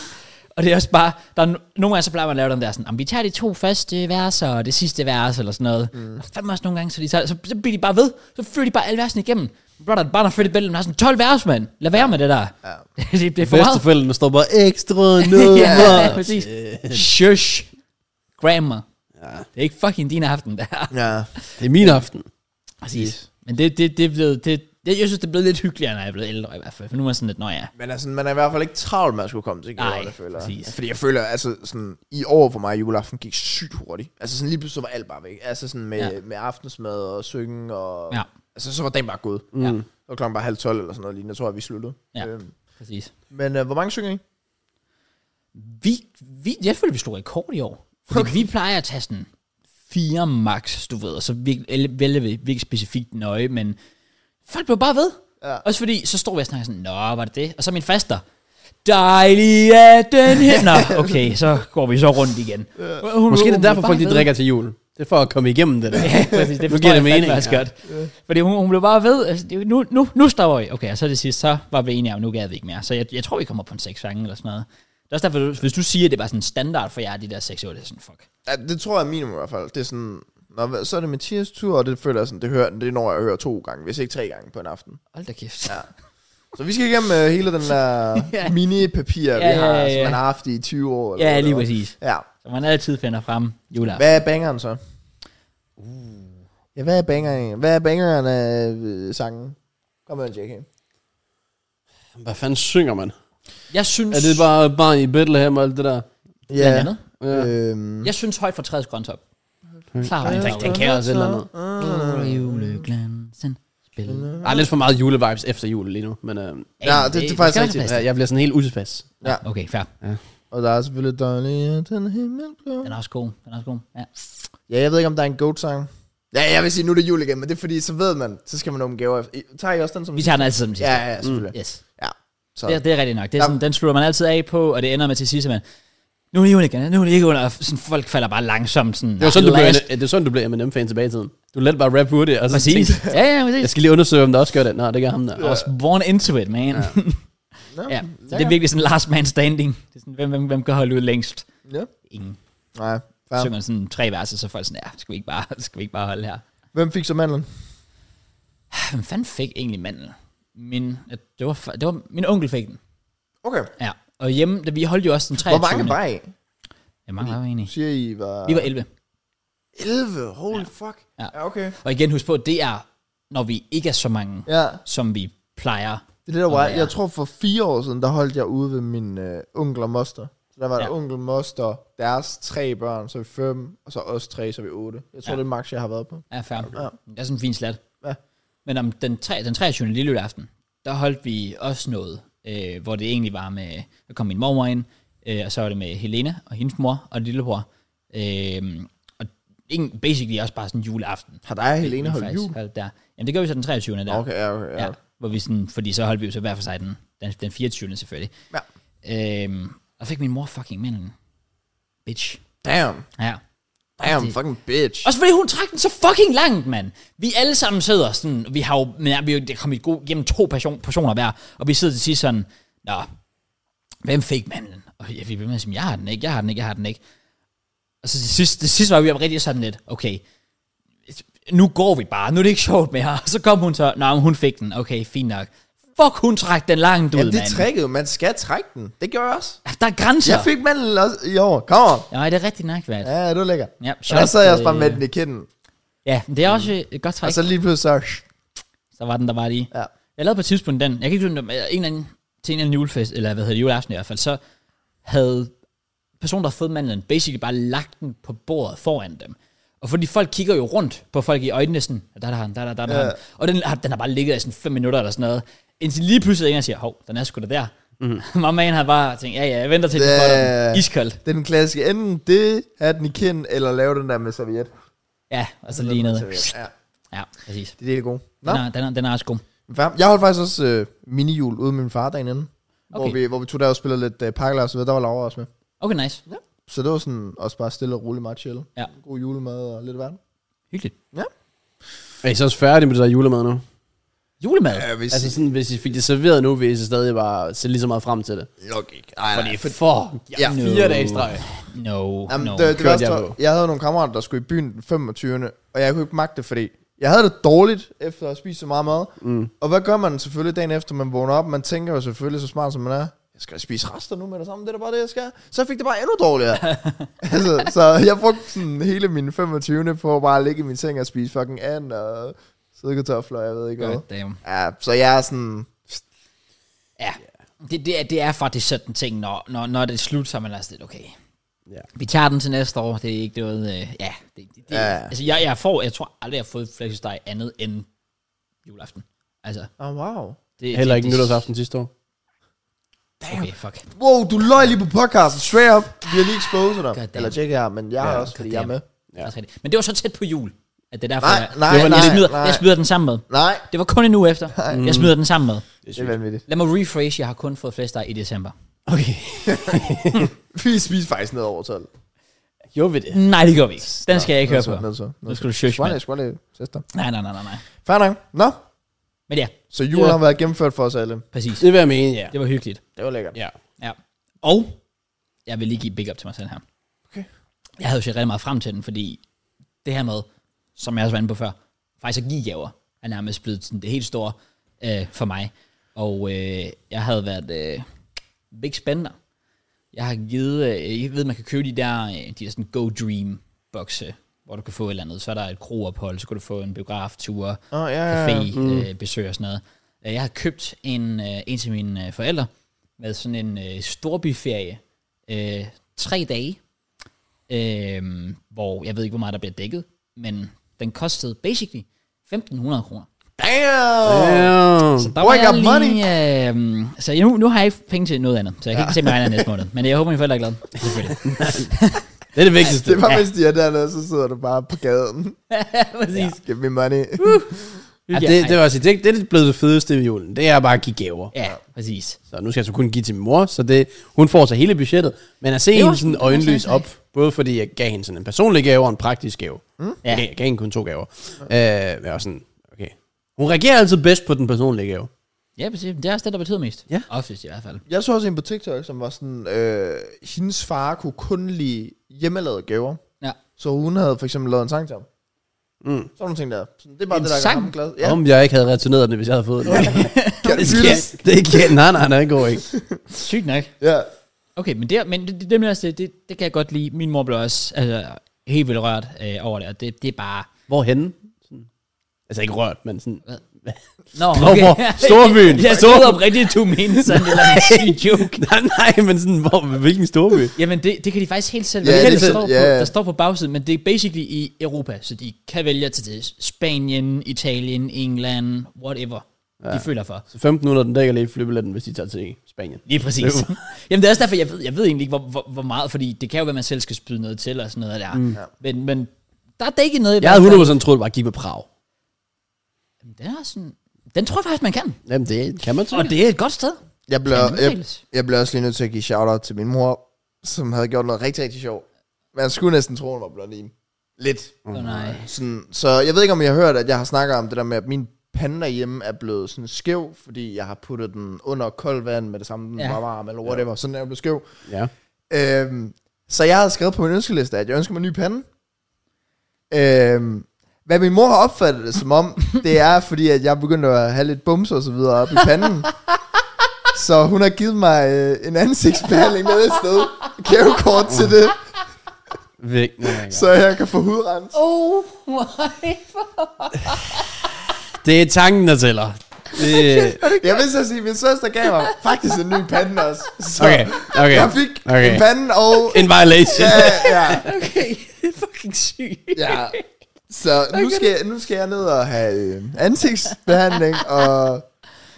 Speaker 1: og det er også bare, der er no- nogle gange så plejer man at lave den der sådan, "Jamen, vi tager de to første vers og det sidste vers, eller sådan noget. Mm. Og fandme også nogle gange, så, de tager, så, så bliver de bare ved, så fører de bare alle versene igennem. Brother, bare når Freddy Bellum har sådan 12 vers, mand. Lad være med det der.
Speaker 2: Ja.
Speaker 1: det, det er for meget.
Speaker 3: Bedsteforældrene står bare ekstra
Speaker 1: ja,
Speaker 3: nummer.
Speaker 1: ja, præcis. Shush. Grammar. Ja. Det er ikke fucking din aften, der.
Speaker 2: Ja.
Speaker 3: Det er min aften.
Speaker 1: Præcis. Men det, det, det er blevet, det, det, jeg synes, det er blevet lidt hyggeligere, når jeg er blevet ældre i hvert fald. For nu er jeg sådan lidt, nå ja.
Speaker 2: Men altså, man er i hvert fald ikke travlt med at skulle komme til gaverne,
Speaker 1: Nej,
Speaker 2: føler jeg.
Speaker 1: præcis.
Speaker 2: Fordi jeg føler, altså sådan, i år for mig, juleaften gik sygt hurtigt. Altså sådan lige pludselig så var alt bare væk. Altså sådan med, ja.
Speaker 1: Ja.
Speaker 2: med aftensmad og synge og...
Speaker 1: Ja.
Speaker 2: Altså så var dagen bare gået.
Speaker 3: Mm. Ja.
Speaker 2: Så var klokken bare halv tolv eller sådan noget lignende. Jeg tror, at vi sluttede.
Speaker 1: Ja.
Speaker 2: Øhm,
Speaker 1: Præcis.
Speaker 2: men øh, hvor mange synger I?
Speaker 1: Vi, vi, jeg føler, vi slog rekord i år. Fordi okay. vi plejer at tage sådan fire max, du ved, og så vi- eller vælger vi virkelig specifikt nøje, men folk blev bare ved.
Speaker 2: Ja.
Speaker 1: Også fordi, så står vi og snakker sådan, nå, var det det? Og så min faster, dejlig er den her. Nå, okay, så går vi så rundt igen. Hun- hun-
Speaker 3: Måske det
Speaker 1: hun
Speaker 3: er derfor,
Speaker 1: blev
Speaker 3: folk de
Speaker 1: bare ved.
Speaker 3: drikker til jul. Det er for at komme igennem det der.
Speaker 1: Ja, præcis. Det
Speaker 3: Nu
Speaker 1: forstår
Speaker 3: giver
Speaker 1: jeg
Speaker 3: det
Speaker 1: mening,
Speaker 3: mening,
Speaker 1: faktisk
Speaker 3: ja.
Speaker 1: godt. Fordi hun, hun blev bare ved. Altså, det- nu, nu, nu står vi. Okay, og så det sidste, så var vi enige om, nu gad vi ikke mere. Så jeg, jeg tror, vi kommer på en seks sange eller sådan noget. Det er også derfor, du- hvis du siger, at det var sådan standard for jer, de der seks år, det er sådan, fuck.
Speaker 2: Ja, det tror jeg er minimum i hvert fald. Det er sådan, Nå, hvad- så er det Mathias tur, og det føler jeg sådan, det, hører, det når jeg hører to gange, hvis ikke tre gange på en aften.
Speaker 1: Hold da kæft. Ja.
Speaker 2: Så vi skal igennem øh, hele den der
Speaker 1: Ja.
Speaker 2: mini-papir, vi
Speaker 1: Ja,
Speaker 2: har,
Speaker 1: ja,
Speaker 2: som
Speaker 1: ja.
Speaker 2: man har haft i 20 år.
Speaker 1: Ja,
Speaker 2: hvad
Speaker 1: lige
Speaker 2: det var.
Speaker 1: præcis.
Speaker 2: Ja.
Speaker 1: Så man altid finder frem juleaften.
Speaker 2: Hvad er bangeren så? Uh. Ja, hvad er bangeren? Hvad er bangeren af øh, sangen? Kom med, JK.
Speaker 3: Hvad fanden synger man?
Speaker 1: Jeg synes,
Speaker 3: Er det bare barn i Bethlehem og alt det der?
Speaker 1: blandt andet.
Speaker 3: Ja.
Speaker 2: Øhm,
Speaker 1: Jeg synes højt for træets grøntop.
Speaker 2: Mm.
Speaker 1: Klar,
Speaker 3: Ja,
Speaker 1: man
Speaker 3: den- den kan også et eller andet.
Speaker 1: Juleglansen spiller.
Speaker 3: Der er lidt for meget julevibes efter jul lige nu, men øh,
Speaker 2: Mm. Ja, det- det er faktisk
Speaker 1: skal der
Speaker 2: rigtigt.
Speaker 1: plads til.
Speaker 3: Altså, jeg, jeg bliver sådan helt utilpas.
Speaker 1: Okay, fair.
Speaker 2: og der er selvfølgelig dejlig at den himmel blå.
Speaker 1: Den er også god. Den er også god. Ja.
Speaker 2: Ja, jeg ved ikke, om der er en goat-sang. Ja, jeg vil sige, nu er det jul igen, men det er fordi, så ved man, så skal man åbne gaver. efter- I- Tager I også den som...
Speaker 1: Vi tager den altid som sidste.
Speaker 2: Ja, ja, selvfølgelig.
Speaker 1: Yes.
Speaker 2: Ja, så.
Speaker 1: Det, er- det er rigtigt nok. Det er
Speaker 2: Ja.
Speaker 1: sådan, den slutter man altid af på, og det ender med til sidst, at man, nu er det jul igen, nu er det ikke under, og sådan, folk falder bare langsomt. Sådan,
Speaker 3: Det var sådan, du
Speaker 1: "Ah,
Speaker 3: blev,
Speaker 1: lad os-"
Speaker 3: det var sådan, du blev M&M-fan tilbage i tiden. Du lette bare rap hurtigt, og så
Speaker 1: Præcis.
Speaker 3: tænkte,
Speaker 1: Ja, ja, præcis.
Speaker 3: jeg skal lige undersøge, om der også gør det. Nej, det gør ham der.
Speaker 1: I was born into it, man. Ja.
Speaker 2: Nå,
Speaker 1: ja. Så det er
Speaker 2: lækkert.
Speaker 1: virkelig sådan last man standing. Det er sådan, hvem, hvem, hvem kan holde ud længst?
Speaker 2: Ja.
Speaker 1: Ingen.
Speaker 2: Nej,
Speaker 1: Ja.
Speaker 2: fair.
Speaker 1: Synger sådan tre verser, så er folk sådan, ja, skal vi ikke bare, skal vi ikke bare holde her?
Speaker 2: Hvem fik så mandlen?
Speaker 1: Hvem fanden fik egentlig mandel? Min, det var, fa- det var, min onkel fik den.
Speaker 2: Okay.
Speaker 1: Ja. Og hjemme, da vi holdt jo også den 23.
Speaker 2: Hvor mange var I?
Speaker 1: Ja, mange var vi egentlig.
Speaker 2: Siger I var...
Speaker 1: Vi var 11.
Speaker 2: 11? Holy fuck.
Speaker 1: Ja.
Speaker 2: ja, okay.
Speaker 1: Og igen, husk på, det er, når vi ikke er så mange, ja.
Speaker 2: Ja,
Speaker 1: som vi plejer.
Speaker 2: det er det, der
Speaker 1: Og
Speaker 2: var.
Speaker 1: hvad er-
Speaker 2: Jeg tror for fire år siden, der holdt jeg ude ved min øh, onkel og moster. Så der var ja.
Speaker 1: Ja.
Speaker 2: der onkel, moster, deres tre børn, så er vi fem, og så os tre, så er vi otte. Jeg tror,
Speaker 1: Ja.
Speaker 2: ja. det er max, jeg har været på.
Speaker 1: Ja, fair.
Speaker 2: Ja.
Speaker 1: Det er sådan en fin slat.
Speaker 2: Ja.
Speaker 1: Men om den, tre, den 23. lille aften, der holdt vi også noget, øh, hvor det egentlig var med, der kom min mormor ind, øh, og så var det med Helena og hendes mor og lillebror. Øh, og ingen, basically også bare sådan en juleaften.
Speaker 2: Har dig og
Speaker 1: Vi
Speaker 2: Helene holdt
Speaker 1: faktisk
Speaker 2: jul?
Speaker 1: holdt der. Jamen det gør vi så den 23. der.
Speaker 2: Okay, ja, okay, ja.
Speaker 1: Ja, hvor vi sådan, fordi så holdt vi jo så hver for sig den, den, den 24. selvfølgelig. Ja. Øhm, og fik min mor fucking manden. Bitch.
Speaker 2: Damn.
Speaker 1: Ja.
Speaker 2: Damn, fucking bitch.
Speaker 1: Også fordi hun trak den så fucking langt, mand. Vi alle sammen sidder sådan, vi har jo, men ja, vi er jo det kom god, gennem to person, personer hver, og vi sidder til sidst sådan, nå, hvem fik manden? Og jeg vi bliver ved med at sige, jeg har den ikke, jeg har den ikke, jeg har den ikke. Og så til sidst, til sidst var vi rigtig sådan lidt, okay, nu går vi bare, nu er det ikke sjovt mere. Og så kom hun så, nå, men hun fik den, okay, fint nok. Fuck, hun trak den langt ud,
Speaker 2: Jamen, det
Speaker 1: mand.
Speaker 2: er tricket. Man skal trække den. Det gør jeg også.
Speaker 1: Ja, Der er grænser.
Speaker 2: Jeg fik mandlen også i år. Kom on.
Speaker 1: Ja, det er rigtig nok, hvad? Ja,
Speaker 2: Ja, det var lækkert.
Speaker 1: ja
Speaker 2: Og der
Speaker 1: shout,
Speaker 2: sad jeg også
Speaker 1: øh,
Speaker 2: bare med den i kinden.
Speaker 1: Ja, men det er også et godt træk.
Speaker 2: Og så Altså, lige pludselig så...
Speaker 1: Så var den der bare lige.
Speaker 2: Ja.
Speaker 1: Jeg lavede på et tidspunkt den, jeg kan ikke huske, om det var øh, en eller anden, til en eller anden julefest, eller hvad hedder det, juleaften i hvert fald, så havde personen, der havde fået mandlen, basically bare lagt den på bordet foran dem. Og fordi folk kigger jo rundt på folk i øjnene, sådan, der er der han, der er der, der, er der han. Og den, har- den har bare ligget i sådan fem minutter eller sådan noget, indtil lige pludselig er der en, der siger, hov, den er sgu da der. Mm. Mamma har bare tænkt, ja ja, jeg venter til, de
Speaker 2: Mhm. Ja,
Speaker 1: får
Speaker 2: ja, ja.
Speaker 1: den iskoldt.
Speaker 2: Det er den klassiske. Enten det, have den i kinden, eller lave den der med serviet.
Speaker 1: Ja, og så lige noget.
Speaker 2: Serviet, Ja,
Speaker 1: Ja, præcis.
Speaker 2: det er det gode. Nå,
Speaker 1: Den er, den, er, den er også god.
Speaker 2: fair. jeg holdt faktisk også øh, minijul ude med min far dagen inden. Okay. Hvor,
Speaker 1: Okay.
Speaker 2: vi, hvor vi tog der og spillede lidt øh, pakkelejr og så videre. Der var Laura også med.
Speaker 1: Okay, nice.
Speaker 2: Så det var sådan også bare stille og roligt meget chill.
Speaker 1: Ja.
Speaker 2: God julemad og lidt værd.
Speaker 1: Hyggeligt.
Speaker 3: Er I så også færdige med det der julemad nu?
Speaker 1: Julemad.
Speaker 2: Ja, hvis
Speaker 3: Altså sådan, hvis I fik det serveret nu, vil I så stadig bare se lige så meget frem til det.
Speaker 2: nok ikke. Ej, nej, for,
Speaker 3: for
Speaker 2: ja.
Speaker 1: No.
Speaker 3: fire dage i streg.
Speaker 1: No,
Speaker 2: Jamen,
Speaker 1: no.
Speaker 2: det, det
Speaker 3: kørte
Speaker 2: værste
Speaker 3: jeg
Speaker 2: var,
Speaker 3: på.
Speaker 2: jeg, jeg havde nogle kammerater, der skulle i byen den 25. Og jeg kunne ikke magte det, fordi jeg havde det dårligt efter at have spist så meget mad. Mm. Og hvad gør man selvfølgelig dagen efter, man vågner op? Man tænker jo selvfølgelig så smart, som man er. Jeg skal da spise rester nu med det samme, det er da bare det, jeg skal. Så jeg fik det bare endnu dårligere. altså, så jeg brugte sådan hele min 25. på bare at ligge i min seng og spise fucking and og sødkartofler, og jeg ved ikke hvad.
Speaker 1: God damn.
Speaker 2: Ja, så jeg er sådan...
Speaker 1: Ja, det, det, er, det er faktisk sådan en ting, når, når, når det er slut, så er man altså lidt, okay,
Speaker 3: Ja.
Speaker 1: vi tager den til næste år, det er ikke noget, øh, ja, det, det, det,
Speaker 2: Ja.
Speaker 1: altså jeg, jeg får, jeg tror aldrig, jeg har fået flækkesteg andet end juleaften, altså,
Speaker 2: Oh, wow.
Speaker 1: det,
Speaker 3: Heller
Speaker 1: det,
Speaker 3: ikke
Speaker 1: det,
Speaker 3: nytårsaften sidste år.
Speaker 1: okay, fuck,
Speaker 2: Wow, du løg lige på podcasten, straight up. Vi har lige exposed dig.
Speaker 1: Goddamn.
Speaker 2: Eller Jake er, men jeg er også, fordi jeg er
Speaker 1: Goddamn.
Speaker 2: med.
Speaker 1: ja. men det var så tæt på jul, at det er derfor,
Speaker 2: Nej,
Speaker 1: jeg,
Speaker 2: nej,
Speaker 1: det var, jeg,
Speaker 2: nej,
Speaker 1: smider,
Speaker 2: nej.
Speaker 1: jeg smider den sammen med,
Speaker 2: Nej,
Speaker 1: det var kun en uge efter, jeg smider
Speaker 3: Mm.
Speaker 1: den sammen med,
Speaker 2: det er vanvittigt.
Speaker 1: lad mig rephrase, jeg har kun fået flækkesteg i december,
Speaker 3: Okay.
Speaker 2: Vi spiser faktisk ned over 12.
Speaker 3: Gjorde vi det?
Speaker 1: nej, det gør vi ikke, den skal jeg ikke
Speaker 2: Ned
Speaker 1: høre
Speaker 2: så,
Speaker 1: på,
Speaker 2: Altså, ned så, ned
Speaker 1: nu
Speaker 2: så.
Speaker 1: skal du shush,
Speaker 2: Skrål
Speaker 1: mand.
Speaker 2: af, skrål af, søster.
Speaker 1: nej, nej, nej, nej, nej,
Speaker 2: Fair nok. Nå,
Speaker 1: men ja,
Speaker 2: så julen
Speaker 3: Ja.
Speaker 2: har været gennemført for os alle.
Speaker 1: præcis,
Speaker 3: Det vil jeg mene, ja.
Speaker 1: det var hyggeligt,
Speaker 2: Det var lækkert.
Speaker 3: Ja.
Speaker 1: Ja. Og jeg vil lige give big up til mig selv her.
Speaker 2: Okay.
Speaker 1: Jeg havde jo set rigtig meget frem til den, fordi det her med, som jeg også var inde på før, faktisk at give gaver, er nærmest blevet sådan det helt store øh, for mig. Og øh, jeg havde været øh, big spender. Jeg har givet, øh, jeg ved, man kan købe de der, øh, de der sådan Go Dream bokse, hvor du kan få et eller andet. Så er der et kroophold, så kan du få en biograftur,
Speaker 2: Åh, ja, ja, ja.
Speaker 1: café, øh, besøg og sådan noget. Øh, Jeg har købt en, øh, en til mine øh, forældre med sådan en øh, storbyferie. Øh, tre dage, øh, hvor jeg ved ikke, hvor meget der bliver dækket, men den kostede basically 1.500 kroner.
Speaker 2: Damn!
Speaker 3: Damn.
Speaker 1: Så der
Speaker 2: Boy
Speaker 1: var
Speaker 2: got
Speaker 1: jeg lige, øh, så nu, nu har jeg ikke penge til noget andet, så jeg kan ikke se mig regner næste måned. Men jeg håber, mine forældre er glade. Selvfølgelig.
Speaker 3: Det er det vigtigste.
Speaker 2: Det var, hvis de er dernede, så sidder du bare på gaden.
Speaker 1: Præcis.
Speaker 2: Give me money.
Speaker 3: Ja, det, det, var sige, det, det er blevet det fedeste ved julen. Det er bare at give gaver.
Speaker 1: Ja, præcis.
Speaker 3: Så nu skal jeg så kun give til min mor, så det, hun får så hele budgettet. Men at se
Speaker 1: var
Speaker 3: hende
Speaker 1: sådan-
Speaker 3: sådan
Speaker 1: det var
Speaker 3: øjenløs
Speaker 1: sådan,
Speaker 3: op, både fordi jeg gav hende sådan en personlig gave og en praktisk gave. Mm.
Speaker 1: Ja.
Speaker 3: Jeg, gav, jeg gav hende kun to gaver. Øh, men jeg var sådan, okay. Hun reagerer altid bedst på den personlige gave.
Speaker 1: Ja, præcis. Det er også det, der betyder mest.
Speaker 3: Ja.
Speaker 1: Oftest i hvert fald.
Speaker 2: Jeg så også en på TikTok, som var sådan, øh, hendes far kunne kun lide hjemmelavede gaver.
Speaker 1: Ja.
Speaker 2: Så hun havde for eksempel lavet en sang til ham. Mm. Sådan nogle ting der. Sådan, det er bare
Speaker 1: En
Speaker 2: det, der
Speaker 1: sang?
Speaker 2: gør ham glad.
Speaker 3: Ja.
Speaker 2: Ja.
Speaker 3: Om jeg ikke havde returneret den, hvis jeg havde fået den.
Speaker 2: Kan
Speaker 3: det,
Speaker 2: det
Speaker 3: sker,
Speaker 2: skyldes?
Speaker 3: det sker. Nej, nej, nej, det går ikke.
Speaker 1: Sygt nok.
Speaker 2: Ja.
Speaker 1: Okay, men, det, men det, det, det, det, det, det kan jeg godt lide. Min mor blev også altså, helt vildt rørt øh, over det, og det, det er bare...
Speaker 3: Hvorhenne? Sådan. Altså ikke rørt, men sådan.
Speaker 1: Nå,
Speaker 3: Okay. Hvor, storbyen.
Speaker 1: jeg troede oprigtigt, du mente sådan en eller anden syg joke.
Speaker 3: nej, nej, men sådan, hvor, hvilken storby?
Speaker 1: Jamen, det, det kan de faktisk helt selv
Speaker 2: Ja,
Speaker 1: vælge.
Speaker 2: det er
Speaker 1: det,
Speaker 2: selv-
Speaker 1: står på,
Speaker 2: ja, ja.
Speaker 1: Der står på bagsiden, men det er basically i Europa, så de kan vælge til det. Spanien, Italien, England, whatever ja. de føler for.
Speaker 3: Så 1500, den dækker lige flybilletten, hvis de tager til Spanien.
Speaker 1: Lige præcis.
Speaker 3: Det
Speaker 1: Jamen det er også derfor, jeg ved, jeg ved egentlig ikke, hvor, hvor, hvor meget, fordi det kan jo være, man selv skal spyde noget til og sådan noget der. Mm. Men, men der er det ikke noget i
Speaker 3: Jeg
Speaker 1: hvert
Speaker 3: havde
Speaker 1: fald.
Speaker 3: 100% troet, det var at give på Prag.
Speaker 1: Den er sådan, den tror jeg faktisk, man kan.
Speaker 3: Jamen, det kan man
Speaker 1: Og det er et godt sted.
Speaker 2: Jeg blev,
Speaker 1: Kan
Speaker 2: jeg,
Speaker 1: anbefales.
Speaker 2: jeg blev også lige nødt til at give shout-out til min mor, som havde gjort noget rigtig, rigtig sjovt. Man skulle næsten tro, hun var blondine. Lidt.
Speaker 1: Åh oh, nej.
Speaker 2: Sådan, så jeg ved ikke, om jeg har hørt, at jeg har snakket om det der med, at min pande derhjemme er blevet sådan skæv, fordi jeg har puttet den under koldt vand med det samme, den
Speaker 1: Ja.
Speaker 2: var varm eller whatever. Sådan er jeg blevet skæv.
Speaker 3: Ja.
Speaker 2: Øhm, så jeg havde skrevet på min ønskeliste, at jeg ønsker mig en ny pande. Øhm, hvad min mor har opfattet det som om, det er fordi, at jeg begyndte at have lidt bumser og så videre op i panden. Så hun har givet mig øh, en ansigtsbehandling med et sted. Gavekort til det,
Speaker 3: Væk. Nej,
Speaker 2: så jeg kan få hudrens.
Speaker 1: Oh my.
Speaker 3: Det er tanken, der tæller. Det,
Speaker 2: Jeg vil så sige, at min søster gav mig faktisk en ny pande også. Så
Speaker 3: okay, okay.
Speaker 2: jeg fik
Speaker 3: okay.
Speaker 2: en pande og...
Speaker 3: En violation.
Speaker 2: Ja, ja,
Speaker 1: Okay, det er fucking sygt.
Speaker 2: ja. Så nu skal, jeg, nu skal jeg ned og have øh, ansigtsbehandling og...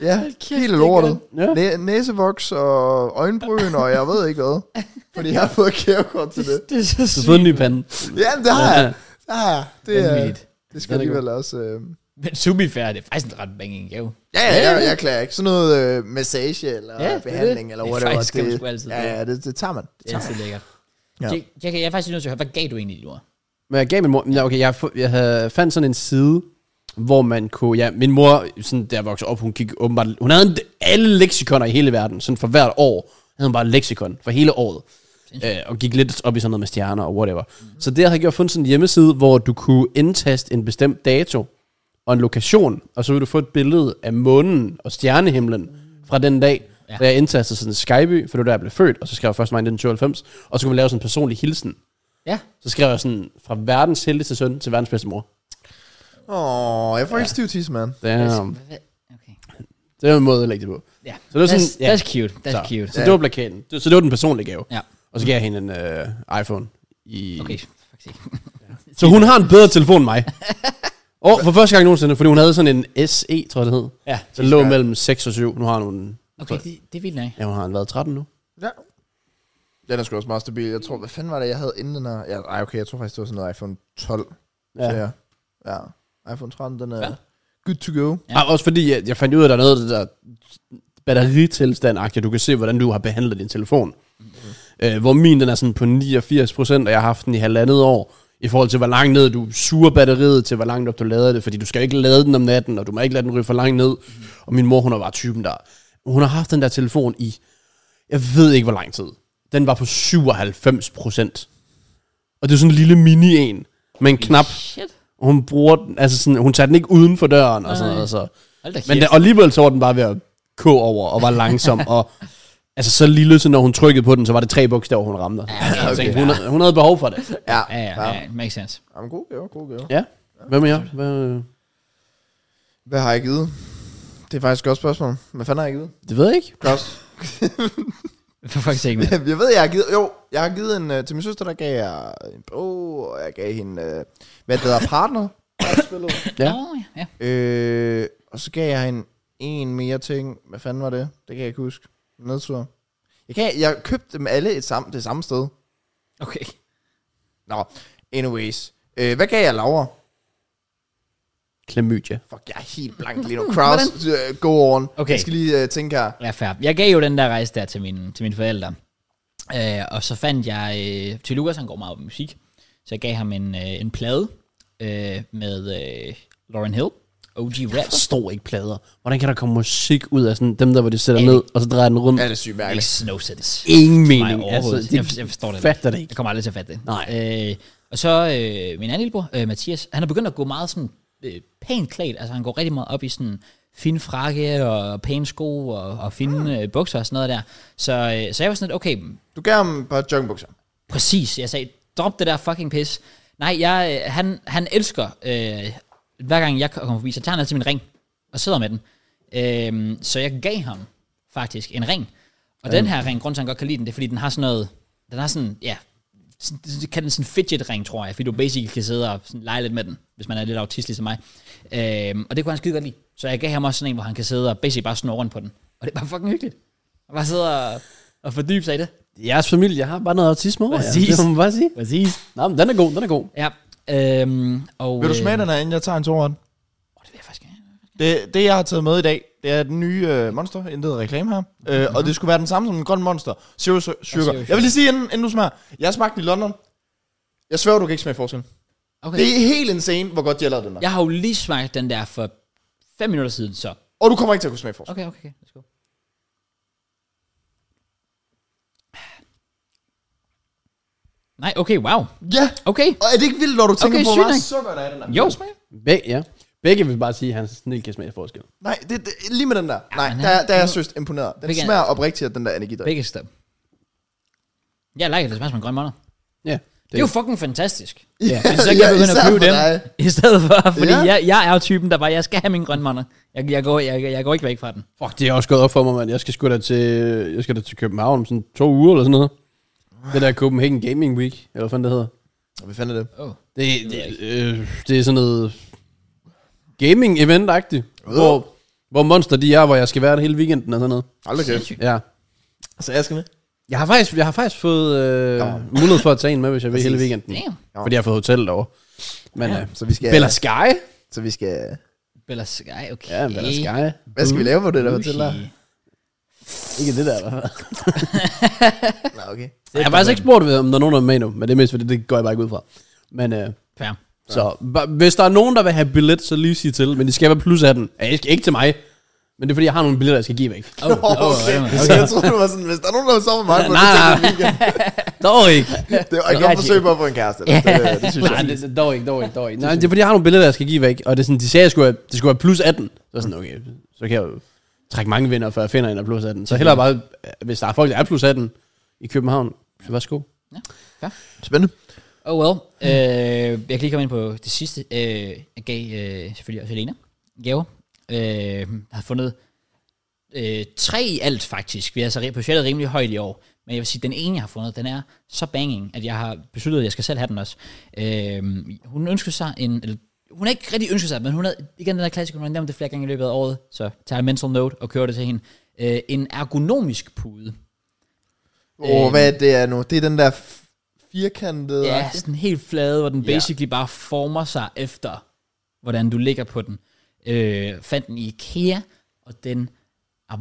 Speaker 2: Ja,
Speaker 1: kæft,
Speaker 2: hele
Speaker 1: det er
Speaker 2: lortet.
Speaker 3: godt.
Speaker 2: Næ- næsevoks og øjenbryn og jeg ved ikke hvad. Fordi jeg har fået kævekort til det.
Speaker 1: Det er så
Speaker 3: Du har
Speaker 1: sygt.
Speaker 3: fået en ny pande.
Speaker 2: Ja, det har
Speaker 3: Ja.
Speaker 2: jeg. Det har jeg. Det, er,
Speaker 1: Vanvittigt.
Speaker 2: det skal alligevel også... Øh.
Speaker 1: Men to be fair, det er faktisk en ret banging gave.
Speaker 2: Ja, ja, jeg, jeg klager ikke. Sådan noget øh, massage eller
Speaker 1: Ja, det
Speaker 2: ja,
Speaker 1: er det.
Speaker 2: behandling eller
Speaker 1: Det er
Speaker 2: whatever.
Speaker 1: faktisk, skal man sgu altid
Speaker 2: ja,
Speaker 1: gøre.
Speaker 2: ja, det, det tager man. Det
Speaker 1: Det
Speaker 2: tager
Speaker 1: er så lækkert.
Speaker 2: Ja.
Speaker 1: Ja. Jeg, jeg, jeg er faktisk nødt til at høre, hvad gav du egentlig, Lure?
Speaker 3: Men jeg gav min mor... Ja, okay, jeg, fu- jeg havde, fandt sådan en side, hvor man kunne... Ja, min mor, sådan, der voksede op, hun gik åbenbart... Hun havde en, alle leksikoner i hele verden. Sådan for hvert år havde hun bare et leksikon for hele året. Øh, og gik lidt op i sådan noget med stjerner og whatever. Mm-hmm. Så der havde jeg fundet sådan en hjemmeside, hvor du kunne indtaste en bestemt dato og en lokation, og så ville du få et billede af månen og stjernehimlen fra den dag.
Speaker 1: Ja.
Speaker 3: Ja. Så jeg indtastede sådan Skyby, for det var der, jeg blev født, og så skrev jeg 1. maj 1992, og så kunne man lave sådan en personlig hilsen.
Speaker 1: Ja.
Speaker 3: Så skrev jeg sådan, fra verdens heldigste søn til verdens bedste mor.
Speaker 2: Åh, oh, jeg får ikke stiv tis, mand.
Speaker 3: Damn.
Speaker 1: Okay.
Speaker 3: Det er en måde at lægge det på.
Speaker 1: Ja.
Speaker 3: Um, Så det var sådan,
Speaker 1: that's,
Speaker 3: ja.
Speaker 1: that's cute. That's
Speaker 3: så,
Speaker 1: cute.
Speaker 3: Så det var plakaten. Det- Så det var den personlige gave.
Speaker 1: Ja.
Speaker 3: Og så gav jeg hende en øh, iPhone. I...
Speaker 1: Okay. Faktisk.
Speaker 3: Så hun har en bedre telefon end mig. og for første gang nogensinde, fordi hun havde sådan en SE, tror jeg det hed.
Speaker 1: Ja.
Speaker 3: Den lå mellem 6 og 7. Nu har hun en...
Speaker 1: Okay, det, det er vildt nok.
Speaker 3: Ja, hun har en været 13 nu.
Speaker 2: Ja. Den er sgu også meget stabil. Jeg tror, hvad fanden var det, jeg havde inden den her? Ja, ej, okay, jeg tror faktisk, det var sådan noget iPhone 12. Ja. Så
Speaker 3: Ja.
Speaker 2: ja. ja. iPhone 13, den er
Speaker 1: Ja.
Speaker 2: good to go.
Speaker 1: Ja.
Speaker 3: Ja. Og Ah, også fordi, jeg, jeg fandt ud af, at der er noget af det der batteritilstand -agtigt. Du kan se, hvordan du har behandlet din telefon. Mm-hmm. Øh, hvor min, den er sådan på 89 procent, og jeg har haft den i halvandet år. I forhold til, hvor langt ned du suger batteriet, til hvor langt op du lader det. Fordi du skal ikke lade den om natten, og du må ikke lade den ryge for langt ned. Mm-hmm. Og min mor, hun er bare typen der. Hun har haft den der telefon i, jeg ved ikke hvor lang tid. Den var på 97 procent. Og det er sådan en lille mini en, med en knap.
Speaker 1: Shit.
Speaker 3: Og hun bruger den, altså sådan, hun tager den ikke uden for døren og sådan
Speaker 1: Nej.
Speaker 3: noget. altså. Så.
Speaker 1: Hold da kæft.
Speaker 3: Men den, og alligevel så var den bare ved at gå over og var langsom. og altså så lille, så når hun trykkede på den, så var det tre bogstaver, hun ramte. Ja,
Speaker 1: okay,
Speaker 3: okay.
Speaker 1: okay.
Speaker 3: hun, havde- hun havde behov for det.
Speaker 2: Ja,
Speaker 1: Ja, ja, ja. Makes sense.
Speaker 2: Jamen, god gave, god gave.
Speaker 3: Ja. Hvad med jer? Hvad,
Speaker 2: Hvad har jeg givet? Det er faktisk et godt spørgsmål. Hvad fanden har jeg givet?
Speaker 3: det ved jeg ikke.
Speaker 2: Klaus?
Speaker 1: For fuck's sake, mand.
Speaker 2: jeg ved, jeg har givet... Jo, jeg har givet en... øh, til min søster, der gav jeg en bog, og jeg gav hende... øh, hvad det hedder? Partner?
Speaker 3: Ja.
Speaker 1: Nå, ja. ja.
Speaker 2: øh, og så gav jeg hende en mere ting. Hvad fanden var det? Det kan jeg ikke huske. Nedtur. Jeg, kan, jeg købte dem alle et samme, det samme sted.
Speaker 1: Okay.
Speaker 2: Nå, anyways. Øh, hvad gav jeg Laura?
Speaker 3: Klamydia.
Speaker 2: Fuck, jeg er helt blank lige nu. Kraus, øh, go on.
Speaker 1: Okay.
Speaker 2: Jeg skal lige øh, tænke her.
Speaker 1: Ja, fair. Jeg gav jo den der rejse der til mine, til mine forældre. Øh, og så fandt jeg... Øh, til Lukas, han går meget op i musik. Så jeg gav ham en, øh, en plade øh, med øh, Lauren Hill. OG
Speaker 3: Jeg
Speaker 1: Rap.
Speaker 3: forstår ikke plader. Hvordan kan der komme musik ud af sådan dem der, hvor de sætter
Speaker 1: Ja.
Speaker 3: ned, og så drejer den rundt?
Speaker 2: Ja, det er sygt mærkeligt.
Speaker 1: Makes no sense.
Speaker 3: Ingen
Speaker 1: Nej,
Speaker 3: mening.
Speaker 1: overhovedet.
Speaker 3: Altså, det-
Speaker 1: jeg, for- jeg forstår det ikke.
Speaker 3: fatter det ikke.
Speaker 1: Jeg kommer aldrig til at fatte det.
Speaker 3: Nej.
Speaker 1: Øh, og så øh, min anden lillebror, øh, Mathias, han er begyndt at gå meget sådan øh, pænt klædt. Altså han går rigtig meget op i sådan fine frakke og pæne sko og, og fine
Speaker 3: Ah.
Speaker 1: øh, bukser og sådan noget der. Så, øh, så jeg var sådan lidt, okay,
Speaker 2: Du gav ham et par jungbukser.
Speaker 1: præcis. Jeg sagde, drop det der fucking pis. Nej, jeg, øh, han, han elsker, øh, hver gang jeg kommer forbi, så tager han altid min ring og sidder med den. Øh, så jeg gav ham faktisk en ring. Og den her ring, grunden til, at han godt kan lide den, det er, fordi den har sådan noget, den har sådan, ja, sådan- det kan den sådan fidget ring, tror jeg, fordi du basically kan sidde og sådan lege lidt med den, hvis man er lidt autist ligesom mig. Øhm, og det kunne han skide godt lide. Så jeg gav ham også sådan en, hvor han kan sidde og basically bare snurre rundt på den. Og det er bare fucking hyggeligt. Og bare sidde og, og fordybe sig i det.
Speaker 3: Jeres familie, jeg har bare noget autisme over jer.
Speaker 1: Præcis.
Speaker 3: Det må man bare sige.
Speaker 1: Præcis.
Speaker 3: Nå, men den er god, den er god.
Speaker 1: Ja. Øhm, og,
Speaker 2: Vil du
Speaker 1: øh,
Speaker 2: smage den her, inden jeg tager en
Speaker 1: åh,
Speaker 2: tårer?
Speaker 1: det vil jeg faktisk gerne.
Speaker 2: Det, det, jeg har taget med i dag, det er den nye øh, Monster, intet reklame her. Øh, mm-hmm. Og det skulle være den samme som den grønne Monster, Zero Su- Sugar.
Speaker 1: Zero
Speaker 2: Jeg vil lige sige, inden, inden du smager, jeg smagte den i London. Jeg sværger, du kan ikke smage forskellen.
Speaker 1: Okay.
Speaker 2: Det er helt insane, hvor godt de har lavet den der. Ja.
Speaker 1: Jeg har jo lige smagt den der for fem minutter siden, så...
Speaker 2: Og du kommer ikke til at kunne smage forskellen.
Speaker 1: Okay, okay, okay. Let's go. Nej, okay, wow.
Speaker 2: Ja,
Speaker 1: Okay.
Speaker 2: og er det ikke vildt, når du tænker
Speaker 1: Okay,
Speaker 2: okay, på,
Speaker 1: sygt
Speaker 2: hvor meget
Speaker 1: nok.
Speaker 2: sukker der er i den der?
Speaker 1: Jo.
Speaker 2: Vil du smage?
Speaker 3: Beg, ja. Begge vil bare sige, at han snil kan smage forskel.
Speaker 2: Nej, det, det, lige med den der. Nej,
Speaker 1: men
Speaker 2: der,
Speaker 1: han-
Speaker 2: er- der er jeg søst imponeret. Den
Speaker 1: Hvilken-
Speaker 2: smager oprigtigt af den der energi der.
Speaker 1: Begge step. Jeg liker det smager som en grøn måneder.
Speaker 3: Ja.
Speaker 1: Det er jo fucking fantastisk.
Speaker 2: Ja,
Speaker 1: Men så kan jeg begynde at
Speaker 2: især
Speaker 1: købe
Speaker 2: for
Speaker 1: dem
Speaker 2: dig.
Speaker 1: i stedet for, fordi
Speaker 2: Ja.
Speaker 1: jeg, jeg er jo typen, der bare, jeg skal have min grønne måneder. Jeg, jeg, går, jeg, jeg går ikke væk fra den.
Speaker 3: Fuck, det er også gået op for mig, mand. Jeg skal sgu da til, jeg skal da til København om sådan to uger eller sådan noget. Det der Copenhagen Gaming Week, eller hvad fanden det hedder.
Speaker 2: Hvad fanden er det?
Speaker 1: Oh.
Speaker 3: Det, det, øh, det er sådan noget gaming event agtigt hvor, hvor monster de er, hvor jeg skal være hele weekenden og sådan noget.
Speaker 2: Aldrig kæft.
Speaker 3: Ja.
Speaker 2: Så jeg skal med.
Speaker 3: Jeg har faktisk, jeg har faktisk fået øh, mulighed for at tage en med, hvis jeg vil hele weekenden.
Speaker 1: Damn.
Speaker 3: Fordi jeg har fået hotel derovre. Men ja. øh,
Speaker 2: Så vi skal...
Speaker 3: Bella Sky?
Speaker 2: Så vi skal...
Speaker 1: Bella Sky, okay.
Speaker 3: Ja, Bella Sky.
Speaker 2: Hvad skal vi lave på det der hotel der?
Speaker 1: Ushi.
Speaker 3: Ikke det der, i hvert fald.
Speaker 2: Nej, okay.
Speaker 3: Jeg har faktisk ikke spurgt, om der er nogen, der er med endnu, men det er mest, fordi det går jeg bare ikke ud fra. Men øh,
Speaker 1: Fair.
Speaker 3: så, ba- hvis der er nogen, der vil have billet, så lige sig til, men de skal være plus 18. Ja, ikke, ikke til mig, men det er, fordi jeg har nogle billetter, jeg skal give væk.
Speaker 1: Oh,
Speaker 2: Nå,
Speaker 1: oh,
Speaker 2: okay.
Speaker 1: oh,
Speaker 2: Så jeg troede, det var sådan, hvis der er nogen, der vil sove med mig på
Speaker 3: Nej,
Speaker 2: det,
Speaker 3: nej. Dog ikke.
Speaker 2: det var et
Speaker 1: Nå,
Speaker 2: godt
Speaker 1: ja,
Speaker 2: forsøg på at få en kæreste. eller? Det, det synes jeg.
Speaker 3: Nej, det, dog ikke, dog ikke, dog ikke. Nej, det er, fordi jeg har nogle billetter, jeg skal give væk, og det er sådan, de sagde, at jeg skulle have, det skulle være plus 18. Så er jeg sådan, okay, så kan jeg jo trække mange vinder, før jeg finder en af plus 18. Så hellere bare, hvis der er folk, der er plus 18 i København, så værsgo.
Speaker 2: Spændende.
Speaker 1: oh well. Øh, jeg kan lige komme ind på det sidste. Øh, jeg gav øh, selvfølgelig også Helena gaver. Øh, jeg har fundet øh, tre i alt faktisk. Vi er altså re- budgettet rimelig højt i år. Men jeg vil sige, den ene, jeg har fundet, den er så banging, at jeg har besluttet, at jeg skal selv have den også. Øh, hun ønskede sig en... Eller, hun har ikke rigtig ønsket sig, men hun havde igen den der klassiker, hun har nævnt det flere gange i løbet af året, så tager jeg mental note og kører det til hende. Øh, en ergonomisk pude.
Speaker 2: Åh,
Speaker 1: Øhm.
Speaker 2: hvad er det er nu? Det er den der f- firkantede...
Speaker 1: Ja, sådan helt flade, hvor den
Speaker 2: Ja.
Speaker 1: basically bare former sig efter, hvordan du ligger på den. Øh, fandt den i IKEA, og den er